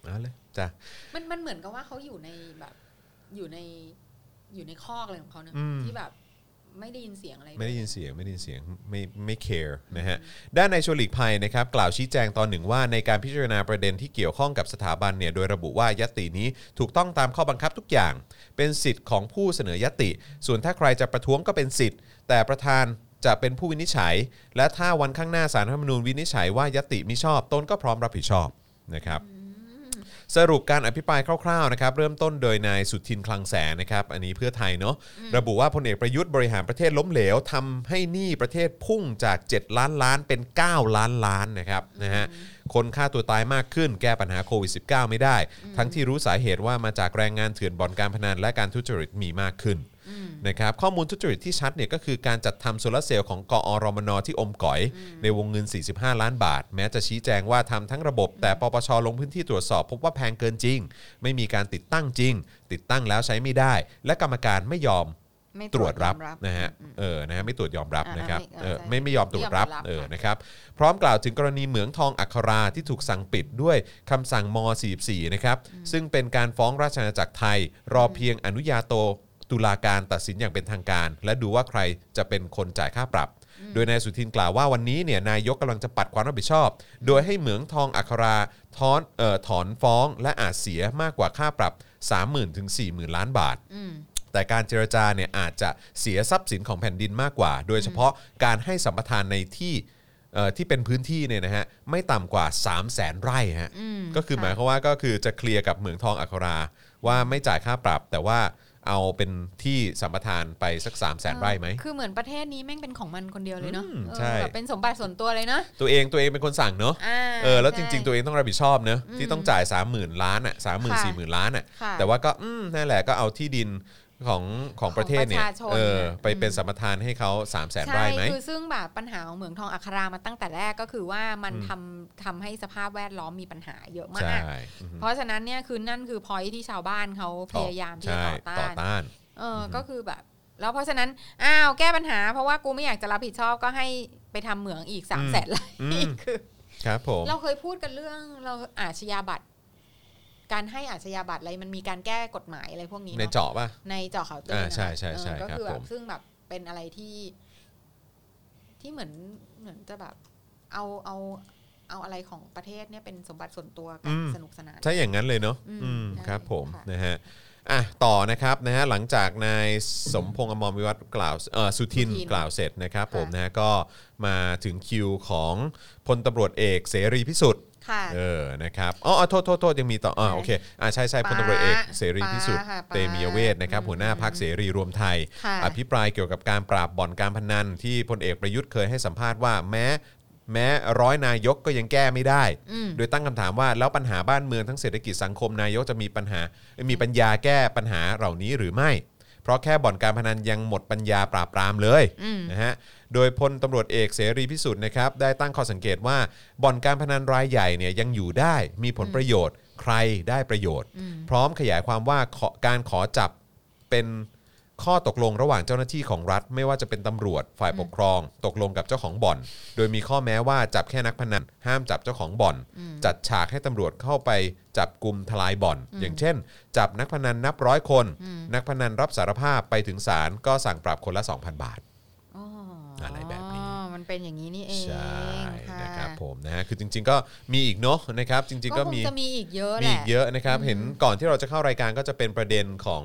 [SPEAKER 2] เอาเลยจ้ะ
[SPEAKER 3] มันมันเหมือนกับว่าเขาอยู่ในแบบ อยู่ในอยู่ในคอกอะไรของเขาเนอะ
[SPEAKER 2] อืม
[SPEAKER 3] ที่แบบไม่ได้ยินเสียงอะไร
[SPEAKER 2] ไม่ได้ยินเสียงไม่ได้ยินเสียงไม่ไม่ care นะฮะด้านนายชวนหลีกภัยนะครับกล่าวชี้แจงตอนหนึ่งว่าในการพิจารณาประเด็นที่เกี่ยวข้องกับสถาบันเนี่ยโดยระบุว่ายตตินี้ถูกต้องตามข้อบังคับทุกอย่าง เป็นสิทธิ์ของผู้เสนอยตติ ส่วนถ้าใครจะประท้วงก็เป็นสิทธิ์ แต่ประธานจะเป็นผู้วินิจฉัย และถ้าวันข้างหน้าสารรัฐธรรมนูญวินิจฉัยว่ายตติมิชอบตนก็พร้อมรับผิดชอบนะครับ สรุปการอภิปรายคร่าวๆนะครับเริ่มต้นโดยนายสุทินคลังแสงนะครับอันนี้เพื่อไทยเนาะระบุว่าพลเอกประยุทธ์บริหารประเทศล้มเหลวทำให้หนี้ประเทศพุ่งจาก 7 ล้านล้านเป็น 9 ล้านล้านนะครับนะฮะคนฆ่าตัวตายมากขึ้นแก้ปัญหาโควิด -19 ไม่ได้ ทั้งที่รู้สาเหตุว่ามาจากแรงงานเถื่อนบ่อนการพนันและการทุจริตมีมากขึ้น นะครับข้อมูลทุจริตที่ชัดเนี่ยก็คือการจัดทำโซลาร์เซลล์ของกอรมนที่อมก๋อย ในวงเงิน 45 ล้านบาท แม้จะชี้แจงว่าทำทั้งระบบ แต่ปปชลงพื้นที่ตรวจสอบพบว่าแพงเกินจริง ไม่มีการติดตั้งจริง ติดตั้งแล้วใช้ไม่ได้ และกรรมการไม่ยอม
[SPEAKER 3] ไม่
[SPEAKER 2] ตรวจรับ
[SPEAKER 3] ยอม
[SPEAKER 2] นะฮะเออนะฮะไม่ตรวจยอมรับ
[SPEAKER 3] อ่า
[SPEAKER 2] นะครับ
[SPEAKER 3] ไม่
[SPEAKER 2] เออ
[SPEAKER 3] ไม่
[SPEAKER 2] ไม่ไม่ยอมตรวจรับ
[SPEAKER 3] ไม่ยอมตรวจรับ
[SPEAKER 2] เออนะครับพร้อมกล่าวถึงกรณีเหมืองทองอัคราที่ถูกสั่งปิดด้วยคำสั่งม .44 นะครับซึ่งเป็นการฟ้องราชอาณาจักรไทย รอเพียงอนุญาโต ตุลาการตัดสินอย่างเป็นทางการ และดูว่าใครจะเป็นคนจ่ายค่าปรับ โดยนายสุทินกล่าวว่าวันนี้เนี่ยนายกกำลังจะปัดความรับผิดชอบ โดยให้เหมืองทองอัคราถอนเอ่อถอนฟ้องและอาจเสียมากกว่าค่าปรับ 30,000ถึง40,000 ล้านบาท
[SPEAKER 3] อืม
[SPEAKER 2] แต่การเจรจาเนี่ยอาจจะเสียทรัพย์สินของแผ่นดินมากกว่า โดยเฉพาะการให้สัมปทานในที่เอ่อที่เป็นพื้นที่เนี่ยนะฮะไม่ต่ำกว่า 3 0 0แสนไร่ฮะ
[SPEAKER 3] อืม
[SPEAKER 2] ก็คือหมายความว่าก็คือจะเคลียร์กับเหมืองทองอัคราว่าไม่จ่ายค่าปรับ แต่ว่าเอาเป็นที่สัมปทานไปสัก 3 0 0แสนไร่ไหม
[SPEAKER 3] คือเหมือนประเทศนี้แม่งเป็นของมันคนเดียวเลยเนาะ
[SPEAKER 2] อืม
[SPEAKER 3] เออ
[SPEAKER 2] ใช่
[SPEAKER 3] แบบเป็นสมบัติส่วนตัวเลยเนาะ
[SPEAKER 2] ตัวเองตัวเองเป็นคนสั่งเนอะ
[SPEAKER 3] า
[SPEAKER 2] เออแล้วจ
[SPEAKER 3] ใช่
[SPEAKER 2] ริง ๆ ตัวเองต้องรับผิดชอบเนอะที่ต้องจ่าย 30,000 ล้านอ่ะสามหมื่น
[SPEAKER 3] ค่ะ
[SPEAKER 2] สี่หมื่นล้านอ่ะ
[SPEAKER 3] ค่ะ
[SPEAKER 2] แต่ว่าก็อืมนั่นแหละก็เอาที่ดินของของประเทศเนี่ย
[SPEAKER 3] ของประชาชน
[SPEAKER 2] เออ
[SPEAKER 3] เนี่ย
[SPEAKER 2] ไปเป็นสัมปทานให้เขา3 0 0แสน
[SPEAKER 3] ใช่
[SPEAKER 2] ไร่ไหม
[SPEAKER 3] คือซึ่งแบบปัญหาของเหมืองทองอัครามาตั้งแต่แรกก็คือว่ามัน
[SPEAKER 2] อืม
[SPEAKER 3] ทำทำให้สภาพแวดล้อมมีปัญหาเยอะมา
[SPEAKER 2] ใช่
[SPEAKER 3] ก
[SPEAKER 2] อือฮึ
[SPEAKER 3] เพราะฉะนั้นเนี่ยคือนั่นคือพอยที่ชาวบ้านเขาพยายามที่จะ
[SPEAKER 2] ใช่
[SPEAKER 3] ต่อต้า
[SPEAKER 2] ต่อน ต้าน
[SPEAKER 3] เอออ
[SPEAKER 2] อฮึ
[SPEAKER 3] ก็คือแบบ แล้วเพราะฉะนั้น อ้าว แก้ปัญหา เพราะว่ากูไม่อยากจะรับผิดชอบก็ให้ไปทำเหมืองอีกสามแสนไร่
[SPEAKER 2] อืม
[SPEAKER 3] คือ
[SPEAKER 2] ครับผม
[SPEAKER 3] เราเคยพูดกันเรื่องเราอาชญาบัตร การให้อาชญาบัตรอะไรมันมีการแก้กฎหมายอะไรพวกนี้
[SPEAKER 2] ใน
[SPEAKER 3] เนาะ
[SPEAKER 2] เจาะป่ะ
[SPEAKER 3] ในเจาะเขาวตื่น
[SPEAKER 2] อ่า
[SPEAKER 3] นะคะ
[SPEAKER 2] ใช่ใช่ใช่
[SPEAKER 3] เออก็
[SPEAKER 2] ครับ
[SPEAKER 3] คือแบ
[SPEAKER 2] ผ
[SPEAKER 3] บ
[SPEAKER 2] ม
[SPEAKER 3] ซึ่งแบบเป็นอะไรที่ ที่เหมือนเหมือนจะแบบ เอาเอาเอาอะไรของประเทศเนี่ยเป็นสมบัติส่วนตัวกันสนุกสนาน
[SPEAKER 2] ถ้าอย่างนั้นเลยเนาะ
[SPEAKER 3] อืม
[SPEAKER 2] อืม
[SPEAKER 3] ใช่
[SPEAKER 2] ครับผม
[SPEAKER 3] ค่ะ
[SPEAKER 2] นะฮะอ่ะต่อนะครับนะฮะหลังจากนายสมพงษ์อมรวิวัฒน์กล่าวเอ่อสุทินกล่าวเสร็จนะครับผมนะฮะก็มาถึงคิวของพลตำรวจเอกเสรีพิสุทธิ์
[SPEAKER 3] ค่ะ
[SPEAKER 2] เออนะครับอ๋ออ๋อโทษโทษโทษยังมีต่ออ๋อโอเคอ่าใช่ใช่พลตำรวจเอกเสรีพิสุทธิ์
[SPEAKER 3] ป๊าค่ะป๊า
[SPEAKER 2] เตมียเวทนะครับหัวหน้าพรรคเสรีรวมไทย
[SPEAKER 3] ค่ะ
[SPEAKER 2] อภิปรายเกี่ยวกับการปราบบ่อนการพนันที่พลเอกประยุทธ์เคยให้สัมภาษณ์ว่าแม้แม้ร้อยนายกก็ยังแก้ไม่ได้
[SPEAKER 3] อืม
[SPEAKER 2] โดยตั้งคำถามว่าแล้วปัญหาบ้านเมืองทั้งเศรษฐกิจสังคมนายกจะมีปัญหา มีปัญญาแก้ปัญหาเหล่านี้หรือไม่ เพราะแค่บ่อนการพนันยังหมดปัญญาปราบปรามเลย
[SPEAKER 3] อืม
[SPEAKER 2] นะฮะโดยพลตำรวจเอกเสรีพิสุทธิ์นะครับได้ตั้งข้อสังเกตว่าบ่อนการพนันรายใหญ่เนี่ยยังอยู่ได้มีผลประโยชน์ ใครได้ประโยชน์ พร้อมขยายความว่าขอการขอจับเป็นข้อตกลงระหว่างเจ้าหน้าที่ของรัฐ ไม่ว่าจะเป็นตำรวจฝ่ายปกครอง ตกลงกับเจ้าของบ่อน โดยมีข้อแม้ว่าจับแค่นักพนันห้ามจับเจ้าของบ่อน จัดฉากให้ตำรวจเข้าไปจับกลุ่มทลายบ่อน อย่างเช่น จับนักพนันนับร้อยคน นักพนันรับสารภาพไปถึงศาลก็สั่งปรับคนละ 2,000 บาท
[SPEAKER 3] อ๋ออะไร
[SPEAKER 2] แบบนี้
[SPEAKER 3] มันเป็นอย่างนี้นี่เอง
[SPEAKER 2] ใช่
[SPEAKER 3] ค่ะ
[SPEAKER 2] นะครับผมนะฮะคือจริง ๆ ก็มีอีกเนาะนะครับจริง ๆ
[SPEAKER 3] ก็
[SPEAKER 2] ก็
[SPEAKER 3] คง
[SPEAKER 2] มี
[SPEAKER 3] จะมีอีกเยอะ
[SPEAKER 2] มีอี
[SPEAKER 3] แหละ
[SPEAKER 2] กเยอะนะครับ เห็นก่อนที่เราจะเข้ารายการก็จะเป็นประเด็นของ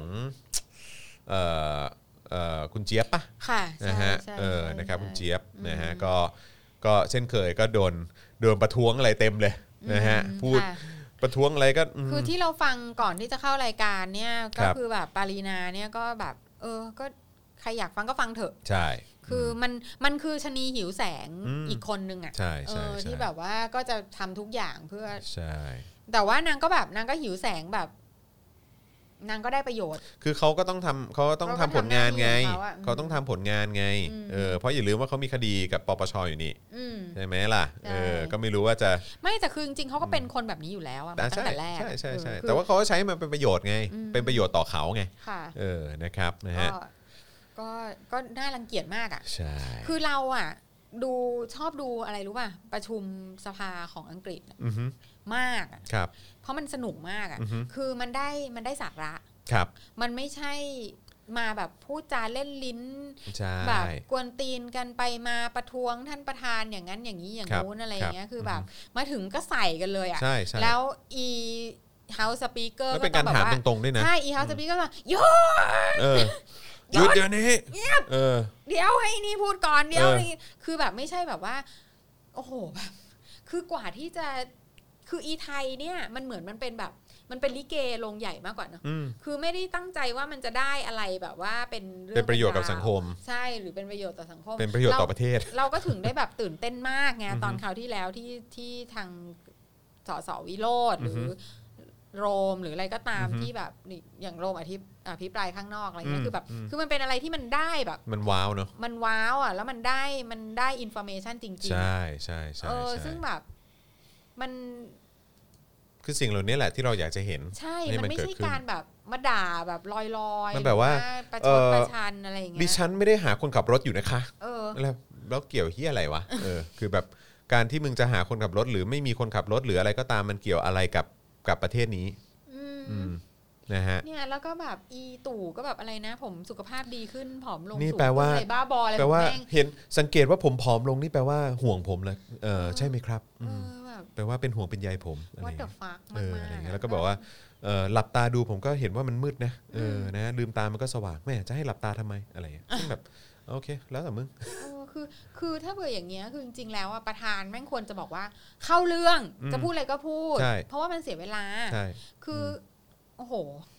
[SPEAKER 2] เอ่อ เอ่อคุณเจี๊ยบปะ
[SPEAKER 3] ค่ะ
[SPEAKER 2] นะ
[SPEAKER 3] ใช่
[SPEAKER 2] ฮะ
[SPEAKER 3] ใช่
[SPEAKER 2] เออ
[SPEAKER 3] ใช่
[SPEAKER 2] นะครับคุณ
[SPEAKER 3] ใช่
[SPEAKER 2] เจี๊ยบนะฮะ
[SPEAKER 3] อืม
[SPEAKER 2] ก็ก็เช่นเคยก็โดนโดนประท้วงอะไรเต็มเลยนะฮะ
[SPEAKER 3] อืม
[SPEAKER 2] พูด
[SPEAKER 3] ค่ะ
[SPEAKER 2] ประท้วงอะไรก็อืม
[SPEAKER 3] คือที่เราฟังก่อนที่จะเข้ารายการเนี่ยก็
[SPEAKER 2] ครับ
[SPEAKER 3] คือแบบปารีนาเนี่ยก็แบบ เออก็ใครอยากฟังก็ฟังเถอะ
[SPEAKER 2] ใช่
[SPEAKER 3] คืออมันมันคือชะนีหิวแสง
[SPEAKER 2] อืม
[SPEAKER 3] อีกคนนึงอ่ะ
[SPEAKER 2] ใช่
[SPEAKER 3] เอ
[SPEAKER 2] ใช่
[SPEAKER 3] อ
[SPEAKER 2] ใช่
[SPEAKER 3] ที่แบบว่าก็จะทำทุกอย่างเพื่อ
[SPEAKER 2] ใช่
[SPEAKER 3] แต่ว่านางก็แบบนางก็หิวแสงแบบ นางก็ได้ประโยชน์
[SPEAKER 2] คือเขาก็ต้องทำเขาก็ต้องทำ
[SPEAKER 3] เขาก็
[SPEAKER 2] ผลงานไง
[SPEAKER 3] ทำหน้าที่ของเขาอะ
[SPEAKER 2] เขาต้องทำผลงานไง
[SPEAKER 3] อืม
[SPEAKER 2] เออเพราะอย่าลืมว่าเขามีคดีกับปปชอยู่นี่
[SPEAKER 3] อืม
[SPEAKER 2] ใช่ไหมล่ะ
[SPEAKER 3] ใช่
[SPEAKER 2] เออก็ไม่รู้ว่าจะ
[SPEAKER 3] ไม่แต่คือจริงๆเขาก็เป็นคนแบบนี้อยู่แล้วอะมา
[SPEAKER 2] อ่ะ
[SPEAKER 3] ตั้
[SPEAKER 2] ใช่
[SPEAKER 3] งแต่แรก
[SPEAKER 2] ใช่ใช่ใช่
[SPEAKER 3] เออคือ
[SPEAKER 2] แต่ว่าเขาก็ใช้มันเป็นประโยชน์ไง
[SPEAKER 3] อืม
[SPEAKER 2] เป็นประโยชน์ต่อเขาไง
[SPEAKER 3] ค่ะ
[SPEAKER 2] เออนะครับนะ
[SPEAKER 3] ก็
[SPEAKER 2] ฮะ
[SPEAKER 3] ก็ก็น่ารังเกียจมากอ่ะ
[SPEAKER 2] ใช่
[SPEAKER 3] คือเราอ่ะ ดูชอบดูอะไรรู้ป่ะ ประชุมสภาของอังกฤษอะ
[SPEAKER 2] อือฮึ
[SPEAKER 3] มากอะ
[SPEAKER 2] ครับ
[SPEAKER 3] เพราะมันสนุกมากอ่ะ
[SPEAKER 2] อือฮึ
[SPEAKER 3] คือมันได้มันได้สาระ
[SPEAKER 2] ครับ
[SPEAKER 3] มันไม่ใช่มาแบบพูดจาเล่นลิ้น
[SPEAKER 2] ใช่
[SPEAKER 3] แบบกวนตีนกันไปมาประท้วงท่านประธานอย่างนั้นอย่างนี้อย่าง
[SPEAKER 2] ครับ
[SPEAKER 3] นู้นอะไร
[SPEAKER 2] ครับ
[SPEAKER 3] เงี้ยคือ
[SPEAKER 2] ม
[SPEAKER 3] อแบบมาถึงก็ใส่กันเลยอ่ะ
[SPEAKER 2] ใช่ใช่
[SPEAKER 3] แล้วอีเฮาสปีกเกอร์
[SPEAKER 2] แล้ว
[SPEAKER 3] ก็
[SPEAKER 2] เป็น
[SPEAKER 3] ต้
[SPEAKER 2] กา
[SPEAKER 3] อ
[SPEAKER 2] รง
[SPEAKER 3] แบ
[SPEAKER 2] ถาม
[SPEAKER 3] บว่า
[SPEAKER 2] ตรงๆด้วยนะ
[SPEAKER 3] ใช่อีเฮาสปีกเกอร์ก็โย
[SPEAKER 2] เออหยุดเดี๋ยวนี้เออ
[SPEAKER 3] เดี๋ยวให้นี่พูดก่อนเดี๋ยว
[SPEAKER 2] เออ
[SPEAKER 3] นี่คือแบบไม่ใช่แบบว่า โอ้โหแบบคือกว่าที่จะคืออีไทยเนี่ยมันเหมือนมันเป็นแบบ มันเป็นลิเกลงใหญ่มากกว่าเนอะ
[SPEAKER 2] อืม
[SPEAKER 3] คือไม่ได้ตั้งใจว่ามันจะได้อะไรแบบว่าเป็นเรื่อง
[SPEAKER 2] เป็นประโยชน์กับ
[SPEAKER 3] าว
[SPEAKER 2] สังคม
[SPEAKER 3] ใช่หรือเป็นประโยชน์ต่อสังคม
[SPEAKER 2] เป็นประโยชน์ต่อประเทศ
[SPEAKER 3] เราก็ถึงได้แบบตื่นเต้นมากไง
[SPEAKER 2] อือฮึ
[SPEAKER 3] ตอนคราวที่แล้วที่ที่ทางสสวิโรธห
[SPEAKER 2] อื
[SPEAKER 3] รือ
[SPEAKER 2] ฮึ
[SPEAKER 3] อโรมหรืออะไรก็ตาม
[SPEAKER 2] อือฮึ
[SPEAKER 3] ที่แบบนี่อย่างโรมอธิบอภิปรายข้างนอกอะไร
[SPEAKER 2] อื
[SPEAKER 3] เงี้ย
[SPEAKER 2] ม
[SPEAKER 3] คือแบบ
[SPEAKER 2] อืม
[SPEAKER 3] คือมันเป็นอะไรที่มันได้แบบ
[SPEAKER 2] มันว้าวเนอะ
[SPEAKER 3] มันว้าวอ่ะ แล้วมันได้มันได้อินโฟเมชันจริง
[SPEAKER 2] ใช่ใช่
[SPEAKER 3] ๆ
[SPEAKER 2] ใช่
[SPEAKER 3] เออ
[SPEAKER 2] ใช่
[SPEAKER 3] ซึ่งแบบมัน
[SPEAKER 2] คือสิ่งเหล่านี้แหละที่เราอยากจะเห็น
[SPEAKER 3] ใช่
[SPEAKER 2] ให้มัน
[SPEAKER 3] มันไม่
[SPEAKER 2] เกิด
[SPEAKER 3] ใช่
[SPEAKER 2] ขึ้น
[SPEAKER 3] การแบบมาด่าแบบลอยๆ
[SPEAKER 2] มันแบบว่า
[SPEAKER 3] หรือประช
[SPEAKER 2] เอ่
[SPEAKER 3] ด
[SPEAKER 2] อ
[SPEAKER 3] ประชันอะไรอย่าง
[SPEAKER 2] ดิ
[SPEAKER 3] เงี้ย
[SPEAKER 2] ฉันไม่ได้หาคนขับรถอยู่นะคะ
[SPEAKER 3] เออ
[SPEAKER 2] แล้วแล้วเกี่ยวเฮียอะไรวะ เออ คือแบบการที่มึงจะหาคนขับรถ หรือไม่มีคนขับรถหรืออะไรก็ตามมันเกี่ยวอะไรกับกับประเทศนี้
[SPEAKER 3] อื
[SPEAKER 2] อื
[SPEAKER 3] ม
[SPEAKER 2] มนะฮะ
[SPEAKER 3] เนี่ยแล้วก็แบบอีตู่ก็แบบอะไรนะ ผมสุขภาพดีขึ้นผอมลง
[SPEAKER 2] นี่
[SPEAKER 3] สูง
[SPEAKER 2] แปลว่า
[SPEAKER 3] ขึ้นอะไรบ้าบออะไร
[SPEAKER 2] แปลว่า
[SPEAKER 3] ของม่ง
[SPEAKER 2] เห็นสังเกตว่าผมผอมลงนี่แปลว่าห่วงผมเลยเออใช่ไหมครับ
[SPEAKER 3] เอ
[SPEAKER 2] อืม
[SPEAKER 3] อแบบ
[SPEAKER 2] แปลว่าเป็นห่วงเป็นใยผมอะไร
[SPEAKER 3] what the fuck
[SPEAKER 2] เออ
[SPEAKER 3] มากๆ
[SPEAKER 2] อะไร
[SPEAKER 3] อะ
[SPEAKER 2] เงี้ยแล้วก็บอกว่าเออหลับตาดูผมก็เห็นว่ามันมืดนะเออนะ ลืมตามันก็สว่างแม่จะให้หลับตาทำไมอะไรเงี้ยซึ่งแบบโอเค แล้วแต่มึง
[SPEAKER 3] เออคือ คือถ้าเบื่ออย่างเงี้ยคือจริงๆแล้วอะประธานแม่งควรจะบอกว่า เข้าเรื่อง
[SPEAKER 2] อืม
[SPEAKER 3] จะพูดอะไรก็พูด
[SPEAKER 2] ใช่
[SPEAKER 3] เพราะว่ามันเสียเวลา
[SPEAKER 2] ใช่
[SPEAKER 3] คืออโอ้โห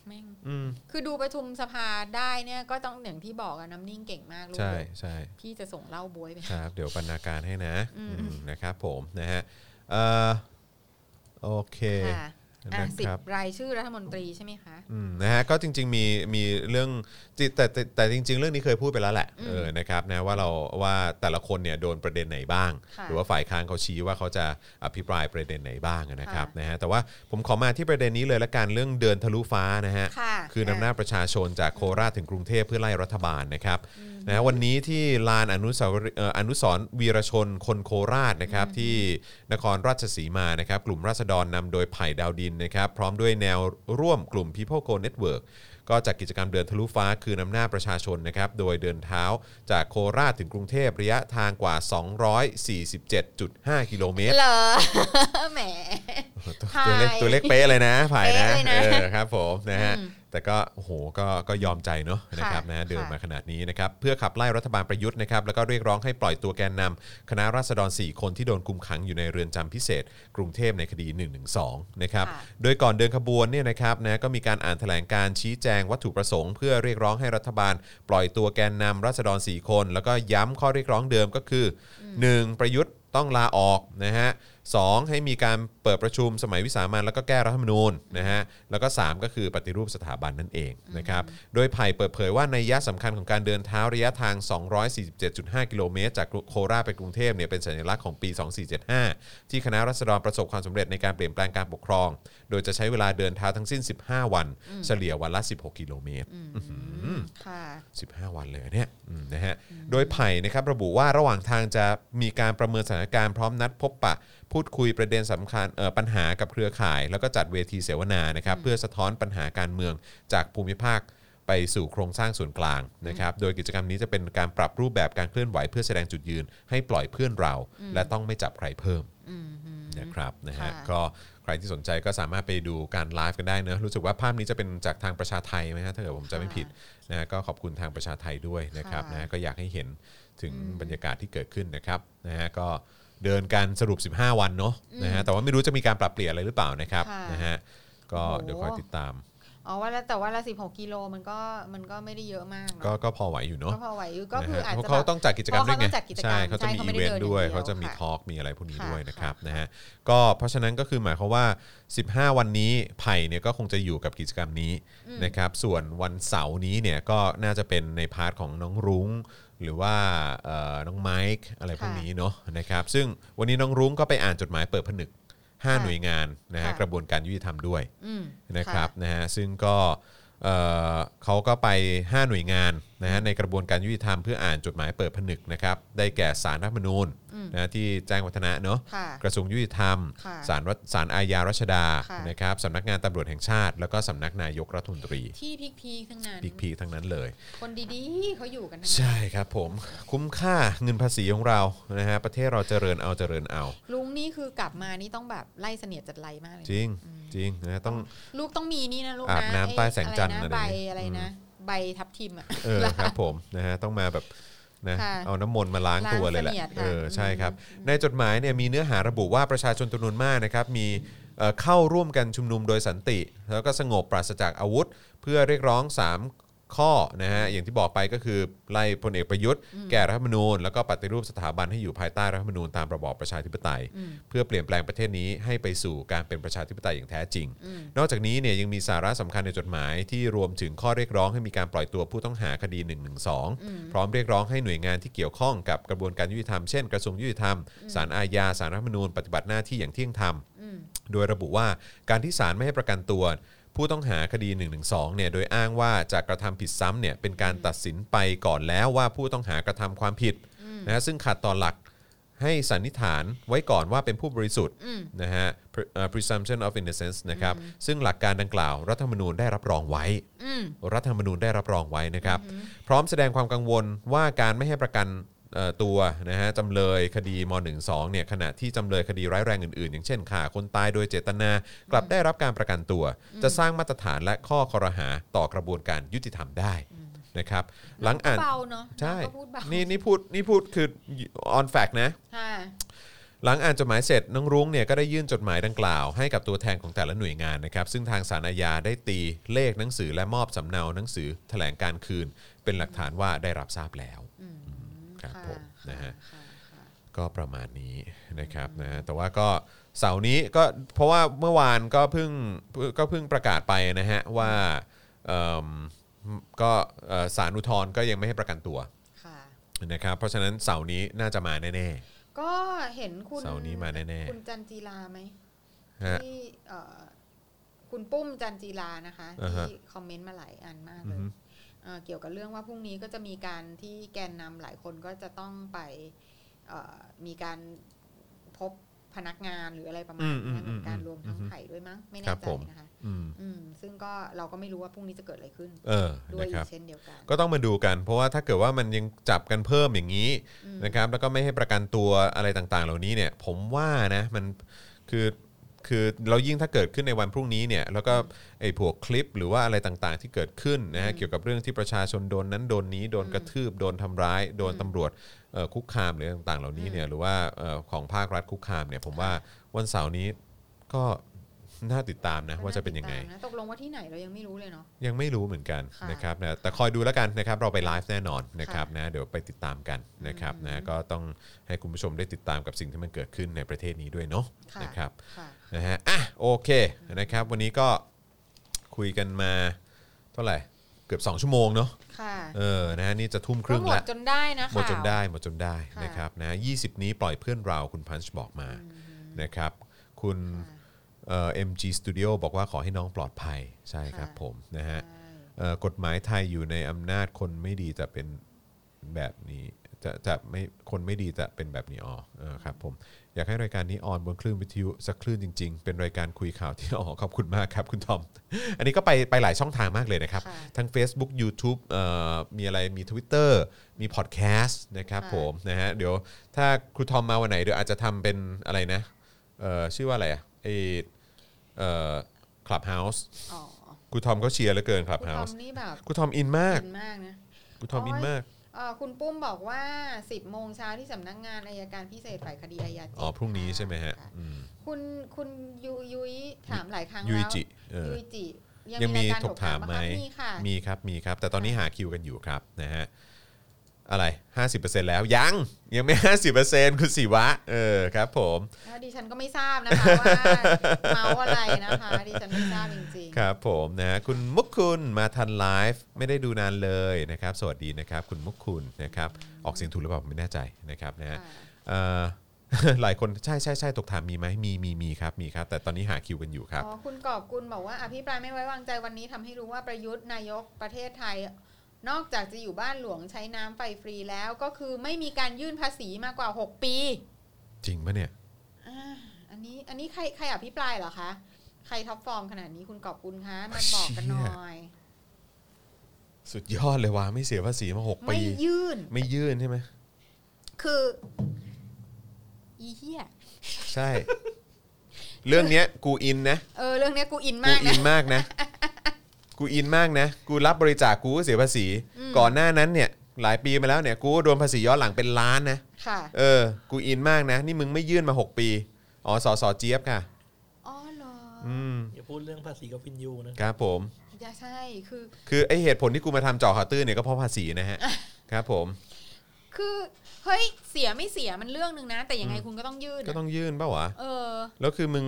[SPEAKER 3] แม่ง
[SPEAKER 2] อืม
[SPEAKER 3] คือดูประชุมสภาได้เนี่ย ก็ต้องอย่างที่บอกอะน้ำนิ่งเก่งมากลูก
[SPEAKER 2] ใช่ใช่
[SPEAKER 3] พี่จะส่งเหล้าบวยไป
[SPEAKER 2] ครับเดี๋ยวบรรณาการให้นะ
[SPEAKER 3] อืม
[SPEAKER 2] อืมนะครับผมนะฮะเอ่อโอเค
[SPEAKER 3] ค่ะอ่ะ
[SPEAKER 2] นะ
[SPEAKER 3] สิบ
[SPEAKER 2] ครับ
[SPEAKER 3] รายชื่อรัฐมนตรีใช่ไหมคะ
[SPEAKER 2] อืมนะฮะก็จริง ๆ มีมีเรื่องจิแต่แต่แต่จริง ๆ เรื่องนี้เคยพูดไปแล้วแหละ
[SPEAKER 3] อืม
[SPEAKER 2] เออนะครับนะว่าเราว่าแต่ละคนเนี่ยโดนประเด็นไหนบ้าง
[SPEAKER 3] ค่ะ
[SPEAKER 2] หรือว่าฝ่ายค้านเขาชี้ว่าเขาจะอภิปรายประเด็นไหนบ้างนะครับ
[SPEAKER 3] ค่ะ
[SPEAKER 2] นะฮะแต่ว่าผมขอมาที่ประเด็นนี้เลยละกันเรื่องเดินทะลุฟ้านะฮะ
[SPEAKER 3] ค่ะ
[SPEAKER 2] คือนำหน้าจประชาชนจากโคราชถึงกรุงเทพเพื่อไล่รัฐบาลนะครับนะฮะวันนี้ที่ลานอนุสาวรีย์เอ่ออนุสรณ์วีรชนคนโคราชนะครับที่นครราชสีมานะครับกลุ่มราษฎรนำโดยไผ่ดาวดินนะครับพร้อมด้วยแนวร่วมกลุ่ม People Go Network ก็จัดกิจกรรมเดินทะลุฟ้าคืนอำนาจประชาชนนะครับโดยเดินเท้าจากโคราชถึงกรุงเทพระยะทางกว่า 247.5 กิโลเมตร
[SPEAKER 3] เหรอ แหม
[SPEAKER 2] ตั
[SPEAKER 3] ไผ่
[SPEAKER 2] วเล็กตัวเล็กเป๊ะเลยนะไผ่นะ
[SPEAKER 3] เป๊ะเลยนะ
[SPEAKER 2] เออครับผมนะฮะ
[SPEAKER 3] อืม
[SPEAKER 2] แต่ก็โอ้โหก็ก็ยอมใจเนอะนะครับ
[SPEAKER 3] ค่ะ
[SPEAKER 2] นะเดิน
[SPEAKER 3] ค่ะ
[SPEAKER 2] มาขนาดนี้นะครับเพื่อขับไล่รัฐบาลประยุทธ์นะครับแล้วก็เรียกร้องให้ปล่อยตัวแกนนำคณะราษฎร 4 คนที่โดนคุมขังอยู่ในเรือนจำพิเศษ กรุงเทพในคดี 112นะครับ
[SPEAKER 3] ค่ะ
[SPEAKER 2] โดยก่อนเดินขบวนเนี่ยนะครับนะก็มีการอ่านแถลงการชี้แจงวัตถุประสงค์ เพื่อเรียกร้องให้รัฐบาล ปล่อยตัวแกนนำราษฎร 4 คน แล้วก็ย้ำข้อเรียกร้องเดิมก็คืออหนึ่งประยุทธ์ต้องลาออกนะฮะ สองให้มีการเปิดประชุมสมัยวิสามันแล้วก็แก้รัฐธรรมนูญนะฮะแล้วก็ 3 ก็คือปฏิรูปสถาบันนั่นเองนะครับโดยไผ่เปิดเผยว่าในยะสำคัญของการเดินเท้าระยะทาง 247.5 กิโลเมตรจากโคราชไปกรุงเทพเนี่ยเป็นสัญลักษณ์ของปี 2475 ที่คณะรัษฎรประสบความสำเร็จในการเปลี่ยนแปลงการปกครอง โดยจะใช้เวลาเดินเท้าทั้งสิ้น 15 วัน เฉลี่ยวันละ 16 กิโลเมตร
[SPEAKER 3] ค่ะ
[SPEAKER 2] 15 วันเลยเนี่ยอืมนะฮะ โดยไผ่นะครับระบุว่าระหว่างทางจะมีการประเมินสถานการณ์พร้อมนัดพบปะ พูดคุยประเด็นสำคัญเอ่อปัญหากับเครือข่าย แล้วก็จัดเวทีเสวนานะครับเพื่อสะท้อนปัญหาการเมืองจากภูมิภาคไปสู่โครงสร้างส่วนกลางนะครับโดยกิจกรรมนี้จะเป็นการปรับรูปแบบการเคลื่อนไหวเพื่อแสดงจุดยืน ให้ปล่อยเพื่อนเรา และต้องไม่จับใครเพิ่ม
[SPEAKER 3] อืม
[SPEAKER 2] นะครับนะฮะ
[SPEAKER 3] ค่ะ
[SPEAKER 2] ก็ใครที่สนใจก็สามารถไปดูการไลฟ์กันได้เนอะรู้สึกว่าภาพนี้จะเป็นจากทางประชาไทยไหมฮะถ้าเกิดผมจำไม่ผิดนะฮะก็ขอบคุณทางประชาไทยด้วยนะครับ
[SPEAKER 3] ค่ะ
[SPEAKER 2] นะฮะก็อยากให้เห็นถึงบรรยากาศที่เกิดขึ้นนะครับนะฮะก็เดินการสรุป 15 วันเนอะนะฮะแต่ว่าไม่รู้จะมีการปรับเปลี่ยนอะไรหรือเปล่านะครับ
[SPEAKER 3] ค่ะ
[SPEAKER 2] นะฮะก็
[SPEAKER 3] โอ้โห
[SPEAKER 2] เดี๋ยวคอยติดตาม
[SPEAKER 3] อ๋อว่าแล้วแต่ว่าละสิบหกกิโลมันก็มันก็ไม่ได้เยอะมากเนอะ
[SPEAKER 2] ก็ก็พอไหวอยู่เนอะ
[SPEAKER 3] ก็พอไหวอยู่ก็คือ
[SPEAKER 2] นะฮะ
[SPEAKER 3] อาจ
[SPEAKER 2] เพราะ
[SPEAKER 3] จะ
[SPEAKER 2] เขา
[SPEAKER 3] แบบ
[SPEAKER 2] ต้องจัดกิจกรรมด้วยไง
[SPEAKER 3] เพราะเขาต้องจัดกิจกรรม
[SPEAKER 2] ใช่เขาจะมี
[SPEAKER 3] ใช่
[SPEAKER 2] อี
[SPEAKER 3] เขาไม่
[SPEAKER 2] เว
[SPEAKER 3] ได้
[SPEAKER 2] นต์
[SPEAKER 3] เดิน
[SPEAKER 2] ด้วย
[SPEAKER 3] อย่างเดียว
[SPEAKER 2] เขาจะมี
[SPEAKER 3] ค่ะ
[SPEAKER 2] ทอล์กมีอะไรพวกนี้
[SPEAKER 3] ค่ะ
[SPEAKER 2] ด้วยนะครับ
[SPEAKER 3] ค่ะ
[SPEAKER 2] นะฮะก็เพราะฉะนั้นก็คือหมายความว่า 15 วันนี้ไผ่เนี่ยก็คงจะอยู่กับกิจกรรมนี้นะครับส่วนวันเสาร์นี้เนี่ยก็น่าจะเป็นในพาร์ทของน้องรุ้ง หรือว่าเอ่อน้องไมค์อะไรพวก
[SPEAKER 3] ค่ะ
[SPEAKER 2] นี้เนาะนะครับซึ่งวันนี้น้องรุ้งก็ไปอ่านจดหมายเปิดผนึก
[SPEAKER 3] ค่ะ
[SPEAKER 2] 5 หน่วยงานนะฮะ
[SPEAKER 3] ค่ะ
[SPEAKER 2] กระบวนการยุติธรรมด้วย
[SPEAKER 3] อืม
[SPEAKER 2] นะครับนะฮะซึ่งก็เอ่อเขาก็ไป 5 หน่วยงานนะฮะในกระบวนการยุติธรรมเพื่ออ่านจดหมายเปิดผนึกนะครับได้แก่สารรัฐธรรมนูญ
[SPEAKER 3] อืม
[SPEAKER 2] นะฮะที่แจ้งวัฒนะเนาะ
[SPEAKER 3] ค่ะ
[SPEAKER 2] กระทรวงยุติธรรม
[SPEAKER 3] ค่ะ
[SPEAKER 2] สารรัฐสารอาญารัชดา
[SPEAKER 3] ค่ะ
[SPEAKER 2] นะครับสำนักงานตำรวจแห่งชาติ แล้วก็สำนักนายกรัฐมนตรี
[SPEAKER 3] ที่พีคพีทั้งนั้น
[SPEAKER 2] พีกพีทั้งนั้นเลย
[SPEAKER 3] คนดีๆเขาอยู่กันทั้งนั้น
[SPEAKER 2] ใช่ครับผมคุ้มค่าเงินภาษีของเรานะฮะประเทศเราเจริญเอาเจริญเอา
[SPEAKER 3] ลุงนี่คือกลับมานี่ต้องแบบไล่เสนียดจัดไรมากเล
[SPEAKER 2] จ
[SPEAKER 3] ยนะ
[SPEAKER 2] ริงจริงนะฮะต้อง
[SPEAKER 3] ลูกต้องมีนี่นะลูก
[SPEAKER 2] อาบ
[SPEAKER 3] นะ
[SPEAKER 2] น้ำ
[SPEAKER 3] ไอ้
[SPEAKER 2] ใต้แสงจันทร์
[SPEAKER 3] อะ
[SPEAKER 2] อะไร
[SPEAKER 3] ไรนะใบ
[SPEAKER 2] อย่างเงี้ย
[SPEAKER 3] อะไรนะ ใบทับทิมอ่ะ
[SPEAKER 2] เออครับผมนะฮะต้องมาแบบนะ
[SPEAKER 3] ค่ะ
[SPEAKER 2] เอาน้ำมนต์มาล้าง
[SPEAKER 3] ล้าง
[SPEAKER 2] ตัวเลยแหละ
[SPEAKER 3] เสนียดค่ะ
[SPEAKER 2] เออใช่ครับ
[SPEAKER 3] อื
[SPEAKER 2] ในจดหมายเนี่ยมีเนื้อหาระบุว่าประชาชนจำนวนมากนะครับมีเอ่อเข้าร่วมกันชุมนุมโดยสันติ แล้วก็สงบปราศจากอาวุธ เพื่อเรียกร้อง 3 ข้อนะฮะอย่างที่บอกไปก็คือไล่พลเอกประยุทธ์ แก้รัฐธรรมนูญ แล้วก็ปฏิรูปสถาบันให้อยู่ภายใต้รัฐธรรมนูญตามระบอบประชาธิปไตย
[SPEAKER 3] อืม
[SPEAKER 2] เพื่อเปลี่ยนแปลงประเทศนี้ให้ไปสู่การเป็นประชาธิปไตยอย่างแท้จริง
[SPEAKER 3] อืม
[SPEAKER 2] นอกจากนี้เนี่ยยังมีสาระสำคัญในจดหมายที่รวมถึงข้อเรียกร้องให้มีการปล่อยตัวผู้ต้องหาคดี 1 1 2 พร้อมเรียกร้องให้หน่วยงานที่เกี่ยวข้องกับกระบวนการยุติธรรม เช่นกระทรวงยุติธรรมศาลอาญาศาลรัฐธรรมนูญปฏิบัติหน้าที่อย่างเที่ยงธรรม
[SPEAKER 3] อืม
[SPEAKER 2] โดยระบุว่าการที่ศาลไม่ให้ประกันตัว ผู้ต้องหาคดี 112เนี่ยโดยอ้างว่าจะกระทำผิดซ้ำเนี่ยเป็นการตัดสินไปก่อนแล้วว่าผู้ต้องหากระทำความผิดนะฮะซึ่งขัดต่อหลักให้สันนิษฐานไว้ก่อนว่าเป็นผู้บริสุทธิ์
[SPEAKER 3] อืม
[SPEAKER 2] นะฮะ pre- เอ่อ presumption of innocence นะครับซึ่งหลักการดังกล่าวรัฐธรรมนูญได้รับรองไว้
[SPEAKER 3] อืม
[SPEAKER 2] รัฐธรรมนูญได้รับรองไว้นะครับ พร้อมแสดงความกังวลว่าการไม่ให้ประกันเอ่อตัวนะฮะจำเลยคดีม .12 เนี่ยขณะที่จำเลยคดีร้ายแรงอื่นๆ อย่างเช่นฆ่าคนตายโดยเจตนา กลับได้รับการประกันตัว จะสร้างมาตรฐานและข้อคอรหาต่อกระบวนการยุติธรรมได้นะครับหลังอ่าน
[SPEAKER 3] เบาเนอะ
[SPEAKER 2] ใช่
[SPEAKER 3] น้องก็พูดเบานี่
[SPEAKER 2] นี่นี่พูดนี่พูดคือ on fact นะ
[SPEAKER 3] ค่ะ
[SPEAKER 2] หลังอ่านจดหมายเสร็จน้องรุ้งเนี่ยก็ได้ยื่นจดหมายดังกล่าวให้กับตัวแทนของแต่ละหน่วยงานนะครับ ซึ่งทางสารอาญาได้ตีเลขหนังสือและมอบสำเนาหนังสือแถลงการคืน เป็นหลักฐานว่าได้รับทราบแล้ว
[SPEAKER 3] อืม
[SPEAKER 2] ครับ
[SPEAKER 3] ะ
[SPEAKER 2] ผมนะฮะ
[SPEAKER 3] ค่ค่ะ
[SPEAKER 2] ก็ประมาณนี้นะครับนะฮะแต่ว่าก็เสาร์นี้ก็เพราะว่าเมื่อวานก็เพิ่งก็เพิ่งประกาศไปนะฮะว่าเอิ่มก็เอ่อศาลอุทธรณ์ก็ยังไม่ให้ประกันตัว
[SPEAKER 3] ค่ะ
[SPEAKER 2] นะครับเพราะฉะนั้นเสาร์นี้น่าจะมาแน่
[SPEAKER 3] ก็เห็นคุณ
[SPEAKER 2] เสาร์นี้มาแน่ๆ
[SPEAKER 3] คุณจันจีราไหม
[SPEAKER 2] ๆฮะ
[SPEAKER 3] ที่เอ่อคุณปุ้มจันจีรานะคะ
[SPEAKER 2] อ่าฮะ
[SPEAKER 3] ที่คอมเมนต์มาหลายอันมากเล
[SPEAKER 2] อื
[SPEAKER 3] ย
[SPEAKER 2] อฮึ
[SPEAKER 3] เอ่อเกี่ยวกับเรื่องว่าพรุ่งนี้ก็จะมีการที่แกนนำหลายคนก็จะต้องไปเอ่อมีการพบพนักงานหรืออะไรประมาณนี้นเหมือนการรวมทั้งไผ่ด้วยมั้งไม่แน่ใจนะคะ
[SPEAKER 2] อืม
[SPEAKER 3] อืมซึ่งก็เราก็ไม่รู้ว่าพรุ่งนี้จะเกิดอะไรขึ้น
[SPEAKER 2] เออ
[SPEAKER 3] ด้วย
[SPEAKER 2] นะ
[SPEAKER 3] อี
[SPEAKER 2] ครับ
[SPEAKER 3] กเช่นเดียวกัน
[SPEAKER 2] ก็ต้องมาดูกัน เพราะว่าถ้าเกิดว่ามันยังจับกันเพิ่มอย่างนี้
[SPEAKER 3] อืม
[SPEAKER 2] นะครับ แล้วก็ไม่ให้ประกันตัวอะไรต่างๆ เหล่านี้เนี่ย ผมว่านะมันคือคือเรายิ่งถ้าเกิดขึ้นในวันพรุ่งนี้เนี่ยแล้วก็ไอ้พวกคลิปหรือว่าอะไรต่างๆ ที่เกิดขึ้นนะฮะเกี่ยวกับเรื่องที่ประชาชนโดนนั้นโดนนี้โดนกระทืบโดนทำร้าย โดนตำรวจเอ่อคุกคามหรือต่างๆ เหล่านี้เนี่ยหรือว่าเอ่อของภาครัฐคุกคามเนี่ยผมว่าวันเสาร์นี้ก็น่าติดตามนะว่าจะเป็นยังไง
[SPEAKER 3] ก็าติดตามนะตกลงว่าที่ไหนเรายังไม่รู้เลยเนาะ
[SPEAKER 2] ยังไม่รู้เหมือนกัน
[SPEAKER 3] ค่ะ
[SPEAKER 2] นะครับนะแต่คอยดูแล้วกันนะครับเราไปไลฟ์แน่นอนนะครับนะเดี๋ยวไปติดตามกันนะครับนะก็ต้องให้คุณผู้ชมได้ติดตามกับสิ่งที่มันเกิดขึ้นในประเทศนี้ด้วยเนาะ
[SPEAKER 3] ค่ะ
[SPEAKER 2] นะครับ
[SPEAKER 3] ค่ะ
[SPEAKER 2] นะฮะอ่ะโอเคนะครับวันนี้ก็คุยกันมาเท่าไหร่เกือบ 2 ชั่วโมงเนาะ
[SPEAKER 3] ค่ะ
[SPEAKER 2] เออนะฮะนี่จะทุ่มค
[SPEAKER 3] ก็
[SPEAKER 2] รึ่ง
[SPEAKER 3] หมด
[SPEAKER 2] ละ
[SPEAKER 3] จนได้นะ
[SPEAKER 2] หมดจนได้
[SPEAKER 3] ข่าว
[SPEAKER 2] หมดจนได้
[SPEAKER 3] ค่ะ
[SPEAKER 2] นะครับนะยีนี้ปล่อยเพื่อนเราคุณพันช์บอกมานะครับคุณเอ่อ MG Studio บอกว่าขอให้น้องปลอดภัยใช่ครับผมนะฮะ
[SPEAKER 3] ใช่
[SPEAKER 2] เอ่อกฎหมายไทยอยู่ในอำนาจคนไม่ดีจะเป็นแบบนี้จะจะไม่คนไม่ดีจะเป็นแบบนี้อ๋อเออครับผมอยากให้รายการนี้ออนบนคลื่นวิทยุสักคลื่นจริง ๆ เป็นรายการคุยข่าว ที่ อ๋อขอบคุณมากครับคุณทอม อันนี้ก็ไปไปหลายช่องทางมากเลยนะครับ
[SPEAKER 3] ค่ะ
[SPEAKER 2] ทั้ง Facebook YouTube เอ่อมีอะไรมี Twitter มีพอดแคสต์นะครับ
[SPEAKER 3] ค่ะ
[SPEAKER 2] ผมนะฮะเดี๋ยวถ้าครูทอมมาวันไหนเดี๋ยวอาจจะทำเป็นอะไรนะ เอ่อชื่อว่าอะไรอ่ะไอเอ่อคลับเฮาส์
[SPEAKER 3] อ๋อ
[SPEAKER 2] ครูทอมเขาเชียร์เหลือเกินคลับ
[SPEAKER 3] คุณ
[SPEAKER 2] เฮา
[SPEAKER 3] ทอม
[SPEAKER 2] ส์
[SPEAKER 3] นี่แบบ
[SPEAKER 2] ครูทอมอินมาก
[SPEAKER 3] อินมากนะ
[SPEAKER 2] ครูทอมอินมาก
[SPEAKER 3] เอ่อคุณปุ้มบอกว่า 10 โมงเช้าที่สำนักงานอายการพิเศษฝ่ายคดีอาญาเจ็ด
[SPEAKER 2] อ๋อพรุ่งนี้
[SPEAKER 3] ค่
[SPEAKER 2] ใช่ไหมฮะ
[SPEAKER 3] ค่
[SPEAKER 2] อืม
[SPEAKER 3] คุณคุณยุยยุยถามหลายครั้ง
[SPEAKER 2] ยู
[SPEAKER 3] แล้ว
[SPEAKER 2] อิจิเออ
[SPEAKER 3] ยุยจิ
[SPEAKER 2] ยั
[SPEAKER 3] ยัง ง
[SPEAKER 2] มี
[SPEAKER 3] มีรายการ
[SPEAKER 2] ถ
[SPEAKER 3] ถ
[SPEAKER 2] ก
[SPEAKER 3] ก
[SPEAKER 2] ถา
[SPEAKER 3] ถาม ม
[SPEAKER 2] ไหม
[SPEAKER 3] บ้างคะมีค่ะ
[SPEAKER 2] มีครับ มีครับ แต่ตอนนี้หาคิวกันอยู่ครับนะฮะ อะไร 50%แล้ว ยัง ยังไม่ 50%คุณสิวะ เออครับผม
[SPEAKER 3] แล้วดิฉันก็ไม่ทราบนะคะว่า เมาอะไรนะคะดิฉันไม่ทราบจริงๆ
[SPEAKER 2] ครับผมนะฮะคุณมุกคุณมาทันไลฟ์ไม่ได้ดูนานเลยนะครับ สวัสดีนะครับ คุณมุกคุณนะครับ ออกเสียงถูกหรือเปล่าผมไม่แน่ใจนะครับนะฮะ
[SPEAKER 3] ค่ะ
[SPEAKER 2] เอ่อ หลายคนใช่ใช่ใช่ตกถามมีไหมมีมีมีครับมีครับ แต่ตอนนี้หาคิวกันอยู่ครับ
[SPEAKER 3] อ๋อคุณกอบคุณบอกว่าอภิปรายไม่ไว้วางใจวันนี้ทำให้รู้ว่าประยุทธ์นายกประเทศไทย นอกจากจะอยู่บ้านหลวงใช้น้ำไฟฟรีแล้วก็คือไม่มีการยื่นภาษีมากกว่า 6 ปี
[SPEAKER 2] จริงปะเนี่ย
[SPEAKER 3] อ่าอันนี้อันนี้ใครใครอภิปรายเหรอคะ ใครท็อปฟอร์มขนาดนี้คุณกอบคุณคะมาบอกกันหน่อย
[SPEAKER 2] สุดยอดเลยว่ะไม่เสียภาษีมาหก
[SPEAKER 3] ไม่
[SPEAKER 2] ปี
[SPEAKER 3] ยื่น
[SPEAKER 2] ไม่ยื่นใช่ไหม
[SPEAKER 3] คือ อีเหี้ย
[SPEAKER 2] ใช่ เรื่องเนี้ยกูอินนะ
[SPEAKER 3] เออเรื่องเนี้ยกูอิน
[SPEAKER 2] กู
[SPEAKER 3] มาก
[SPEAKER 2] อิ
[SPEAKER 3] นะ
[SPEAKER 2] นมากนะ กูอินมากนะ กูรับบริจาคกูก็เสียภาษี
[SPEAKER 3] อืม
[SPEAKER 2] ก่อนหน้านั้นเนี่ย หลายปีมาแล้วเนี่ย กูก็โดนภาษีย้อนหลังเป็นล้านนะ
[SPEAKER 3] ค่ะ
[SPEAKER 2] เออ กูอินมากนะ นี่มึงไม่ยื่นมา 6 ปี อ๋อ สอสอเจี๊ยบค่ะ
[SPEAKER 3] อ๋อเหรอ
[SPEAKER 2] อืม
[SPEAKER 4] อย่าพูดเรื่องภาษีกับวินยูนะครับ
[SPEAKER 2] ผม
[SPEAKER 3] อย่าใช่คือ
[SPEAKER 2] คือไอเหตุผลที่กูมาทำเจอข่าวตื้นเนี่ยก็เพราะภาษีนะฮะ ครับผม
[SPEAKER 3] คือเฮ้ยเสียไม่เสียมันเรื่องหนึ่งนะ แต่ยังไงคุณก็ต้องยื่น
[SPEAKER 2] ก็
[SPEAKER 3] อะ
[SPEAKER 2] ต้องยื่นเปล่าวะ
[SPEAKER 3] เออ
[SPEAKER 2] แล้วคือมึง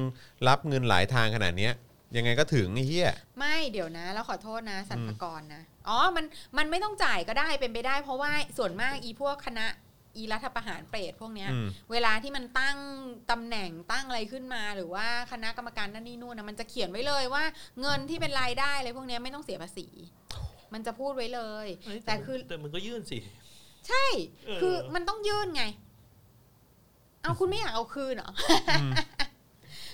[SPEAKER 2] รับเงินหลายทางขนาดเนี้ย ยังไงก็ถึงไอ้เหี้ย
[SPEAKER 3] ไม่เดี๋ยวนะแล้วขอโทษนะสรรพากรนะ อ๋อมันมันไม่ต้องจ่ายก็ได้เป็นไปได้ เพราะว่าส่วนมากอีพวกคณะอีรัฐประหารเปรตพวกเนี้ย
[SPEAKER 2] อืม
[SPEAKER 3] เวลาที่มันตั้งตำแหน่งตั้งอะไรขึ้นมา หรือว่าคณะกรรมการนั่นนี่นู่นนะมันจะเขียนไว้เลยว่า เงินที่เป็นรายได้อะไรพวกเนี้ยไม่ต้องเสียภาษี มันจะพูดไว้เลย
[SPEAKER 4] เฮ้ย
[SPEAKER 3] แต่คือ
[SPEAKER 4] แต่มึงก็ยื่นสิ
[SPEAKER 3] ใช่
[SPEAKER 4] เออ
[SPEAKER 3] คือมันต้องยื่นไง เอาคุณไม่อยากเอาคืนเหรอ
[SPEAKER 2] อืม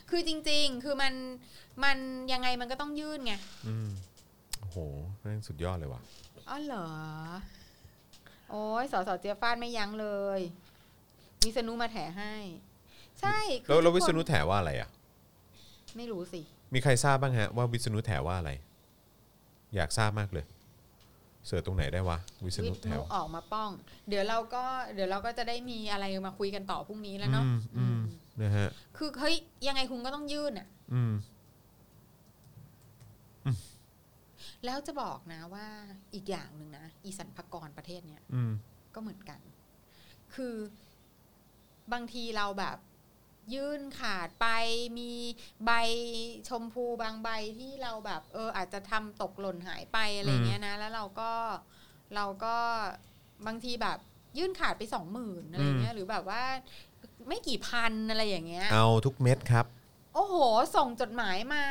[SPEAKER 3] คือจริง ๆ คือมันมันยังไงมันก็ต้องยื่นไง
[SPEAKER 2] อืมโอ้โหแม่งสุดยอดเลยว่ะ
[SPEAKER 3] อ๋อเหรอ โอ้ยสอสอเจียฟาดไม่ยั้งเลย วิษณุมาแถให้ ใช่คือ
[SPEAKER 2] แล้วแล้ววิ
[SPEAKER 3] ทุก
[SPEAKER 2] ษ
[SPEAKER 3] คน
[SPEAKER 2] ณุแถว่าอะไรอ่ะ
[SPEAKER 3] ไม่รู้สิ
[SPEAKER 2] มีใครทราบบ้างฮะว่าวิษณุแถวว่าอะไร อยากทราบมากเลย เสือตรงไหนได้วะ วิษ
[SPEAKER 3] วิ
[SPEAKER 2] ณุ
[SPEAKER 3] ษ
[SPEAKER 2] แถ
[SPEAKER 3] ณุ
[SPEAKER 2] ว
[SPEAKER 3] ออกมาป้อง เดี๋ยวเราก็เดี๋ยวเราก็จะได้มีอะไรมาคุยกันต่อพรุ่งนี้แล้วเนาะ
[SPEAKER 2] อืมอืม
[SPEAKER 3] อืม
[SPEAKER 2] นะฮะ
[SPEAKER 3] คือเฮ้ยยังไงคุณก็ต้องยื่นอะ
[SPEAKER 2] อืม
[SPEAKER 3] แล้วจะบอกนะว่าอีกอย่างหนึ่งนะ อีสันพากรประเทศเนี้ย
[SPEAKER 2] อืม
[SPEAKER 3] ก็เหมือนกัน คือบางทีเราแบบ ยื่นขาดไปมีใบชมพูบางใบที่เราแบบ เออ อาจจะทำตกหล่นหายไปอะไรเงี้ยนะ แล้วเราก็เราก็บางทีแบบยื่นขาดไปสองหมื่นอะไรเงี้ยหรือแบบว่า ไม่กี่พันอะไรอย่างเงี้ย
[SPEAKER 2] เอาทุกเม็ดครับ
[SPEAKER 3] โอ้โห ส่งจดหมายมา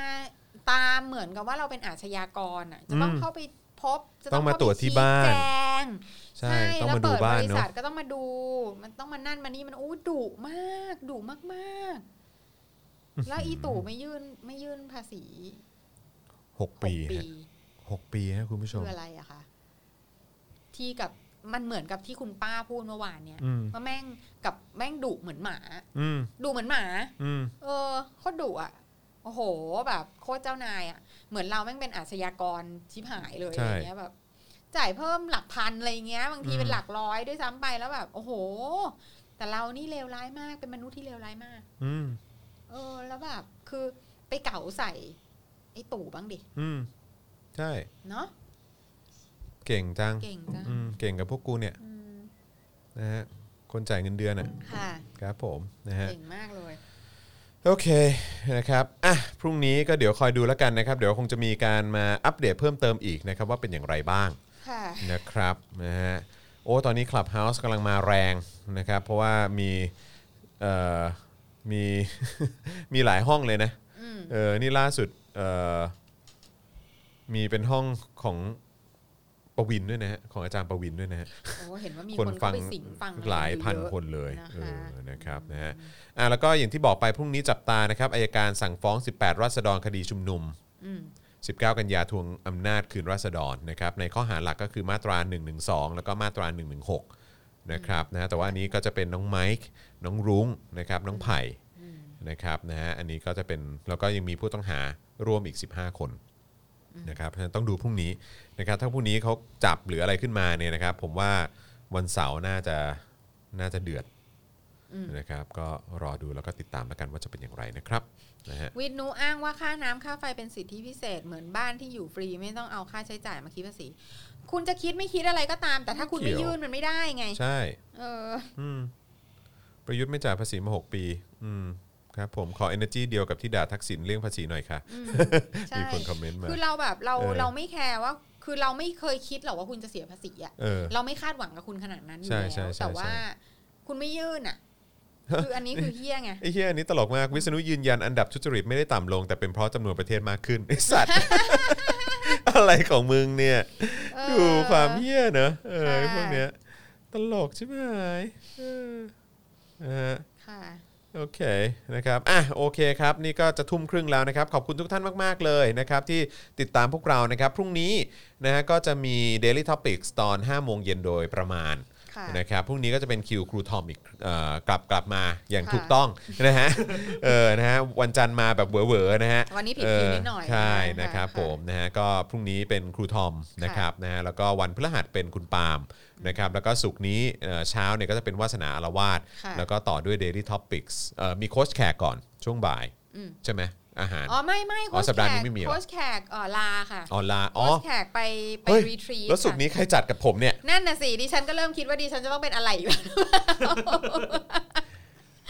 [SPEAKER 3] ตามเหมือนกับว่าเราเป็นอาชญากรอ่ะ จะต้อง
[SPEAKER 2] อืม
[SPEAKER 3] เข้าไปพบจะ
[SPEAKER 2] ต้องมา
[SPEAKER 3] เข้ไป
[SPEAKER 2] ตรวจที่
[SPEAKER 3] ชี้
[SPEAKER 2] บ้าน
[SPEAKER 3] แจง
[SPEAKER 2] ใช่ ต้องมาดู
[SPEAKER 3] แล้ว
[SPEAKER 2] บ้าน
[SPEAKER 3] เปิบริ
[SPEAKER 2] เนาะ
[SPEAKER 3] ษัทก็ต้องมาดู มันต้องมานั่นมานี่มันอู้ดุมากดุมากๆ แล้วอีตู่ไม่ยื่นไม่ยื่นภาษี
[SPEAKER 2] หก
[SPEAKER 3] ห
[SPEAKER 2] ปี
[SPEAKER 3] กปี
[SPEAKER 2] ฮะหกปีฮะคุณผู้ชม
[SPEAKER 3] คืออะไรอะคะที่กับมันเหมือนกับที่คุณป้าพูดเมื่อวานเนี่ย
[SPEAKER 2] อืม
[SPEAKER 3] ว่าแม่งกับแม่งดุเหมือนหมา
[SPEAKER 2] อืม
[SPEAKER 3] ดุเหมือนหมา
[SPEAKER 2] อืม
[SPEAKER 3] เออโคตรดุอะโอ้โห แบบโคตรเจ้านายอะเหมือนเราแม่งเป็นอาชญากรชิบหายเลยอะไรเงี้ยแบบ จ่ายเพิ่มหลักพันอะไรเงี้ย บางทีเป็นหลักร้อยด้วยซ้ำไปแล้วแบบ โอ้โห แต่เรานี่เลวร้ายมากเป็นมนุษย์ที่เลวร้ายมาก
[SPEAKER 2] อืม
[SPEAKER 3] เออ แล้วแบบคือไปเก๋าใส่ไอ้ตู่บ้างดิ
[SPEAKER 2] อืมใช่
[SPEAKER 3] เนาะ
[SPEAKER 2] เก่งจัง
[SPEAKER 3] เก่งจัง
[SPEAKER 2] อืมเก่งกับพวกกูเนี่ย
[SPEAKER 3] อืม
[SPEAKER 2] นะฮะ คนจ่ายเงินเดือนอ่ะ
[SPEAKER 3] ค่ะ
[SPEAKER 2] ครับผมนะฮะ
[SPEAKER 3] เก่งมากเลย
[SPEAKER 2] โอเคนะครับ อ่ะ พรุ่งนี้ก็เดี๋ยวคอยดูแล้วกันนะครับ เดี๋ยวคงจะมีการมาอัปเดตเพิ่มเติมอีกนะครับ ว่าเป็นอย่างไรบ้าง
[SPEAKER 3] ค่ะ
[SPEAKER 2] นะครับนะฮะ โอ้ ตอนนี้ Clubhouse กำลังมาแรงนะครับ เพราะว่ามี เอ่อ มี มีหลายห้องเลยนะ
[SPEAKER 3] อืม
[SPEAKER 2] เออ นี่ล่าสุด เอ่อ มีเป็นห้องของประวินด้วยนะฮะ ของอาจารย์ประวินด้วยนะฮะ
[SPEAKER 3] โอ้เห็นว่ามี
[SPEAKER 2] คน
[SPEAKER 3] คน
[SPEAKER 2] ฟั
[SPEAKER 3] เข้าง ไปสิงฟัง
[SPEAKER 2] หลายพัน
[SPEAKER 3] เอะ
[SPEAKER 2] คนเลย
[SPEAKER 3] นะคะ
[SPEAKER 2] เออนะครับนะฮะอ่ะแล้วก็อย่างที่บอกไปพรุ่งนี้จับตานะครับอายการสั่งฟ้อง 18 ราษฎรคดีชุมนุม
[SPEAKER 3] อืม
[SPEAKER 2] 19 กันยาทวงอำนาจคืนราษฎรนะครับในข้อหาหลักก็คือมาตรา 112 แล้วก็มาตรา 116 นะครับนะฮะแต่ว่าอันนี้ก็จะเป็นน้องไมค์น้องรุ้งนะครับน้องไผ่ นะครับนะฮะอันนี้ก็จะเป็นแล้วก็ยังมีผู้ต้องหาร่วมอีก 15 คนนะครับเพราะฉะนั้นต้องดูพรุ่งนี้นะครับถ้าพรุ่งนี้เขาจับหรืออะไรขึ้นมาเนี่ยนะครับ ผมว่าวันเสาร์น่าจะน่าจะเดือดนะครับ ก็รอดูแล้วก็ติดตามแล้วกันว่าจะเป็นอย่างไรนะครับนะฮะ
[SPEAKER 3] วิทย์นุอ้างว่าค่าน้ำค่าไฟเป็นสิทธิพิเศษเหมือนบ้านที่อยู่ฟรีไม่ต้องเอาค่าใช้จ่ายมาคิดภาษี คุณจะคิดไม่คิดอะไรก็ตาม แต่ถ้าคุณไม่ยื่นมันไม่ได้ไง
[SPEAKER 2] ใช่
[SPEAKER 3] เออ
[SPEAKER 2] อืมประยุทธ์ไม่จ่ายภาษีมา 6 ปี อืมครับผมขอ energy เดียวกับที่ด่าทักษิณเรื่องภาษีหน่อยค่ะ
[SPEAKER 3] ใช่
[SPEAKER 2] มีคนคอมเมนต์มา
[SPEAKER 3] คือเราแบบเรา
[SPEAKER 2] เออ
[SPEAKER 3] เราไม่แคร์ว่า คือเราไม่เคยคิดหรอกว่าคุณจะเสียภาษีอะ
[SPEAKER 2] เออ
[SPEAKER 3] เราไม่คาดหวังกับคุณขนาดนั้นอยู่
[SPEAKER 2] ใช่
[SPEAKER 3] แล้
[SPEAKER 2] ใช่
[SPEAKER 3] ว
[SPEAKER 2] ใช่
[SPEAKER 3] แต่ว่า
[SPEAKER 2] ใช่
[SPEAKER 3] คุณไม่ยื่นอะคืออันนี้คือเฮี้ยไง
[SPEAKER 2] ไอ้เฮียอันนี้ตลกมากวิษณุยืนยันอันดับทุจริตไม่ได้ต่ำลง แต่เป็นเพราะจำนวนประเทศมากขึ้นไอ สัตว์ อะไรของมึงเนี่ย
[SPEAKER 3] เออ
[SPEAKER 2] ดูความเฮียเนอะเออ
[SPEAKER 3] ค่ะ
[SPEAKER 2] พวกเนี้ยตลกใช่ไหมเออนะฮะ
[SPEAKER 3] ค่ะ
[SPEAKER 2] โอเคนะครับอ่ะโอเคครับ นี่ก็จะทุ่มครึ่งแล้วนะครับ ขอบคุณทุกท่านมาก ๆ เลยนะครับ ที่ติดตามพวกเรานะครับ พรุ่งนี้นะฮะก็จะมี Daily Topics ตอน 5 โมงเย็นโดยประมาณ
[SPEAKER 3] ค่ะ
[SPEAKER 2] นะครับพรุ่งนี้ก็จะเป็นคิวครูทอมอีกเอ่อกลับกลับมาอย่าง
[SPEAKER 3] ค่ะ
[SPEAKER 2] ถูกต้องนะฮะ เออนะฮะวันจันทร์มาแบบเหวอๆนะฮะ
[SPEAKER 3] วันนี้ผิด
[SPEAKER 2] เ
[SPEAKER 3] คิวนิดหน่อย
[SPEAKER 2] ใช่
[SPEAKER 3] นะคะ
[SPEAKER 2] นะครับ
[SPEAKER 3] ค่ะ
[SPEAKER 2] ผมนะฮะก็พรุ่งนี้เป็นครูทอมนะครับนะฮะแล้วก็วันพฤหัสเป็นคุณปาล์มนะครับแล้วก็ศุกร์นี้เอ่อเช้าเนี่ยก็จะเป็นวาสนาอารวาส
[SPEAKER 3] ค่ะ
[SPEAKER 2] แล้วก็ต่อด้วย Daily Topics เอ่อมีโค้ชแขกก่อนช่วงบ่ายใช่ไหมอาหาร
[SPEAKER 3] อ๋อไม่ไม่
[SPEAKER 2] อ๋อ
[SPEAKER 3] โค้ช
[SPEAKER 2] สัป
[SPEAKER 3] แข
[SPEAKER 2] ดาห์นี้
[SPEAKER 3] ก
[SPEAKER 2] ไม่มีเหรอ
[SPEAKER 3] โค้ชแขกเออลาค่ะ
[SPEAKER 2] ออนไลน์อ๋อ
[SPEAKER 3] โค้ชแขกไปไป
[SPEAKER 2] เฮ้ย
[SPEAKER 3] รีทรี
[SPEAKER 2] แล้วศุกร์นี้ใครจัดกับผมเนี่ย
[SPEAKER 3] นั่นน่ะสิดิฉันก็เริ่มคิดว่าดิฉันจะต้องเป็นอะไรอยู่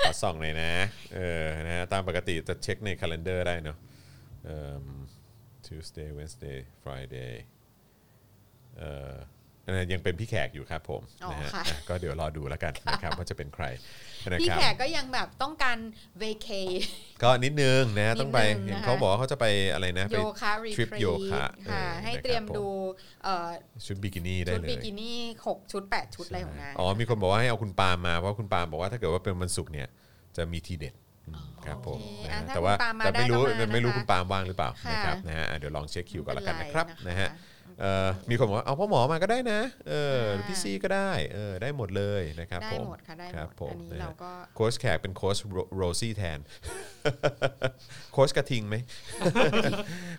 [SPEAKER 2] ขอส่องเลยนะเออนะฮะตามปกติจะเช็คใน calendar ได้เนาะ เอิ่ม Tuesday Wednesday Friday เอ่ออันนั้นยังเป็นพี่แขกอยู่ครับผม
[SPEAKER 3] อ๋อ
[SPEAKER 2] นะฮะ
[SPEAKER 3] ค่ะ
[SPEAKER 2] อ่ะก็เดี๋ยวรอดู แล้วกันนะครับว่าจะเป็นใครนะ
[SPEAKER 3] พี่
[SPEAKER 2] ครับ
[SPEAKER 3] แขกก็ยังแบบต้องการเวเค
[SPEAKER 2] ก็นิดนึงนะต้องไป
[SPEAKER 3] นิดนึงนะคะ
[SPEAKER 2] เห็นเขาบอกว่าเขาจะไปอะไรนะ ไป
[SPEAKER 3] โยคะรีท
[SPEAKER 2] trip
[SPEAKER 3] รี
[SPEAKER 2] โยคะ
[SPEAKER 3] ค่ะ
[SPEAKER 2] เออ
[SPEAKER 3] ให้
[SPEAKER 2] นะครับ
[SPEAKER 3] เตรียม
[SPEAKER 2] ผม
[SPEAKER 3] ดูเอ่อ
[SPEAKER 2] ชุดบิกินี่ได้
[SPEAKER 3] ชุด
[SPEAKER 2] เล
[SPEAKER 3] บิ
[SPEAKER 2] ย
[SPEAKER 3] กินี่หกชุดแปดชุดอะไรของนาง
[SPEAKER 2] อ๋อมีคนบอกว่าให้เอาคุณปาล์มมาเพราะคุณปาล์มบอกว่าถ้าเกิดว่าเป็นวันศุกร์เนี่ยจะมีทีเด็ดอืมครับผม
[SPEAKER 3] โอเค
[SPEAKER 2] นะ
[SPEAKER 3] อ่ะ
[SPEAKER 2] ฮะ
[SPEAKER 3] ถ้า
[SPEAKER 2] แต่ว่า
[SPEAKER 3] คุณปาล์มมา
[SPEAKER 2] แต่ไม่รู้
[SPEAKER 3] ได้ก็มา
[SPEAKER 2] ไม่รู้
[SPEAKER 3] นะคะ
[SPEAKER 2] คุณปาล์มว่างหรือเปล่า
[SPEAKER 3] ค่ะ
[SPEAKER 2] นะครับนะฮะอ่ะเดี๋ยวลองเช็คคิวกันแล้วกันนะครับ
[SPEAKER 3] ไม่เป็นไร
[SPEAKER 2] นะฮะ
[SPEAKER 3] นะคะ
[SPEAKER 2] เอ่อมีคนบอกว่าเอาพ่อหมอมาก็ได้นะเออหรือ
[SPEAKER 3] ค่ะ
[SPEAKER 2] พี่ซีก็ได้เออได้หมดเลยนะครับ
[SPEAKER 3] ได้
[SPEAKER 2] ผม
[SPEAKER 3] หมดค่ะได้
[SPEAKER 2] ค
[SPEAKER 3] หม
[SPEAKER 2] รับ
[SPEAKER 3] ด
[SPEAKER 2] ผม
[SPEAKER 3] อัน
[SPEAKER 2] ะ
[SPEAKER 3] นี้
[SPEAKER 2] ฮะ
[SPEAKER 3] เราก็
[SPEAKER 2] โค้ชแขกเป็นโค้ชโรโรซี่แทน โค้ชกระทิงไหม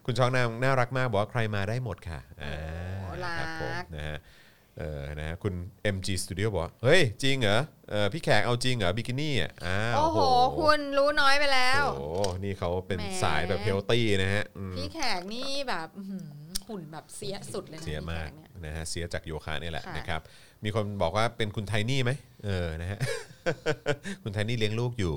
[SPEAKER 2] คุณช่องนางน่ารักมากบอกว่าใครมาได้หมดค่ะอ่าครัผม
[SPEAKER 3] รัก
[SPEAKER 2] นะฮะเออนะฮะคุณ MG Studio บอกว่าเฮ้ย จริงเหรอเออพี่แขกเอาจริงเหรอบิกินี่อ่ะอ้าว
[SPEAKER 3] โอ้โห คุณรู้น้อยไปแล้ว
[SPEAKER 2] โอ้โหนี่เขาเป็น
[SPEAKER 3] แหม
[SPEAKER 2] สายแบบเฮลตี้นะฮะอืม
[SPEAKER 3] พี่แขกนี่แบบอื้อหือหุ่นแบบเสียสุดเลยนะ
[SPEAKER 2] เสียมาก
[SPEAKER 3] พี่แขเนี่ย
[SPEAKER 2] นะฮะเสียจากโยคะนี่แหละ
[SPEAKER 3] ค่ะ
[SPEAKER 2] นะครับ มีคนบอกว่าเป็นคุณไทนี่ไหมเออนะฮ ะ คุณไทนี่เลี้ยงลูกอยู่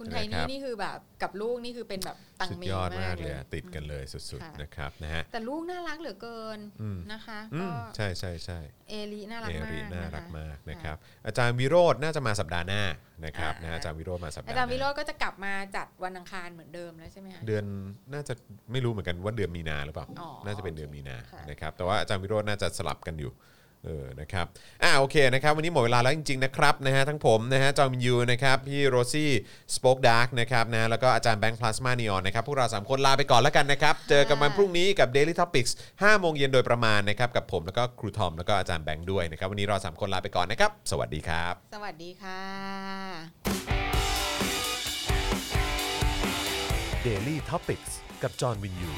[SPEAKER 3] คุณไท
[SPEAKER 2] ะ
[SPEAKER 3] ยนี่
[SPEAKER 2] รับ
[SPEAKER 3] นี่คือแบบกับลูกนี่คือเป็นแบบตัง
[SPEAKER 2] สุด
[SPEAKER 3] เม
[SPEAKER 2] ยอดมาม
[SPEAKER 3] าก ก
[SPEAKER 2] เล
[SPEAKER 3] เลยย
[SPEAKER 2] อะติดกันเลยสุด
[SPEAKER 3] ค่ะ
[SPEAKER 2] ๆนะครับนะฮะ
[SPEAKER 3] แต่ลูกน่ารักเหลือเกิน
[SPEAKER 2] อืม
[SPEAKER 3] นะคะ
[SPEAKER 2] อื
[SPEAKER 3] ก็
[SPEAKER 2] มใช่ใช่ใช่
[SPEAKER 3] เอลิน่ารั
[SPEAKER 2] เอก
[SPEAKER 3] มาก
[SPEAKER 2] ริน่ารัก
[SPEAKER 3] ะคะ
[SPEAKER 2] มากนะครับ อาจารย์วิโรจน์น่าจะมาสัปดาห์หน้านะครับ
[SPEAKER 3] อ่าน
[SPEAKER 2] นะฮะอาจารย์วิโรจน์มาสัปดาห์
[SPEAKER 3] อา
[SPEAKER 2] ห
[SPEAKER 3] จารย์วิโร
[SPEAKER 2] น้า
[SPEAKER 3] จน์ก็จะกลับมาจัดวันอังคารเหมือนเดิมแล้วใช่ไหมคะ
[SPEAKER 2] เดือนน่าจะไม่รู้เหมือนกันว่าเดือนมีนาหรือเปล่า
[SPEAKER 3] อ๋อ
[SPEAKER 2] น่าจะเป็นเดือนมีนา
[SPEAKER 3] ค่ะ
[SPEAKER 2] นะครับ แต่ว่าอาจารย์วิโรจน์น่าจะสลับกันอยู่ เออ นะครับ อ่าโอเค นะครับ วันนี้หมดเวลาแล้วจริง ๆ นะครับ นะฮะ ทั้งผม นะฮะ จอมินยู นะครับ พี่โรซี่ สป็อคดาร์กนะครับ นะฮะแล้วก็อาจารย์แบงค์ พลาสมานีออน นะครับ พวกเรา 3 คนลาไปก่อนแล้วกันนะครับ เจอกันวันพรุ่งนี้กับ Daily Topics 5โมงเย็นโดยประมาณนะครับ กับผม แล้วก็ครูทอม แล้วก็อาจารย์แบงค์ด้วยนะครับ วันนี้เราสามคนลาไปก่อนนะครับ สวัสดีครับ
[SPEAKER 3] สวัสดีค่ะ
[SPEAKER 1] Daily t o p i c กกับจอห์นวินยู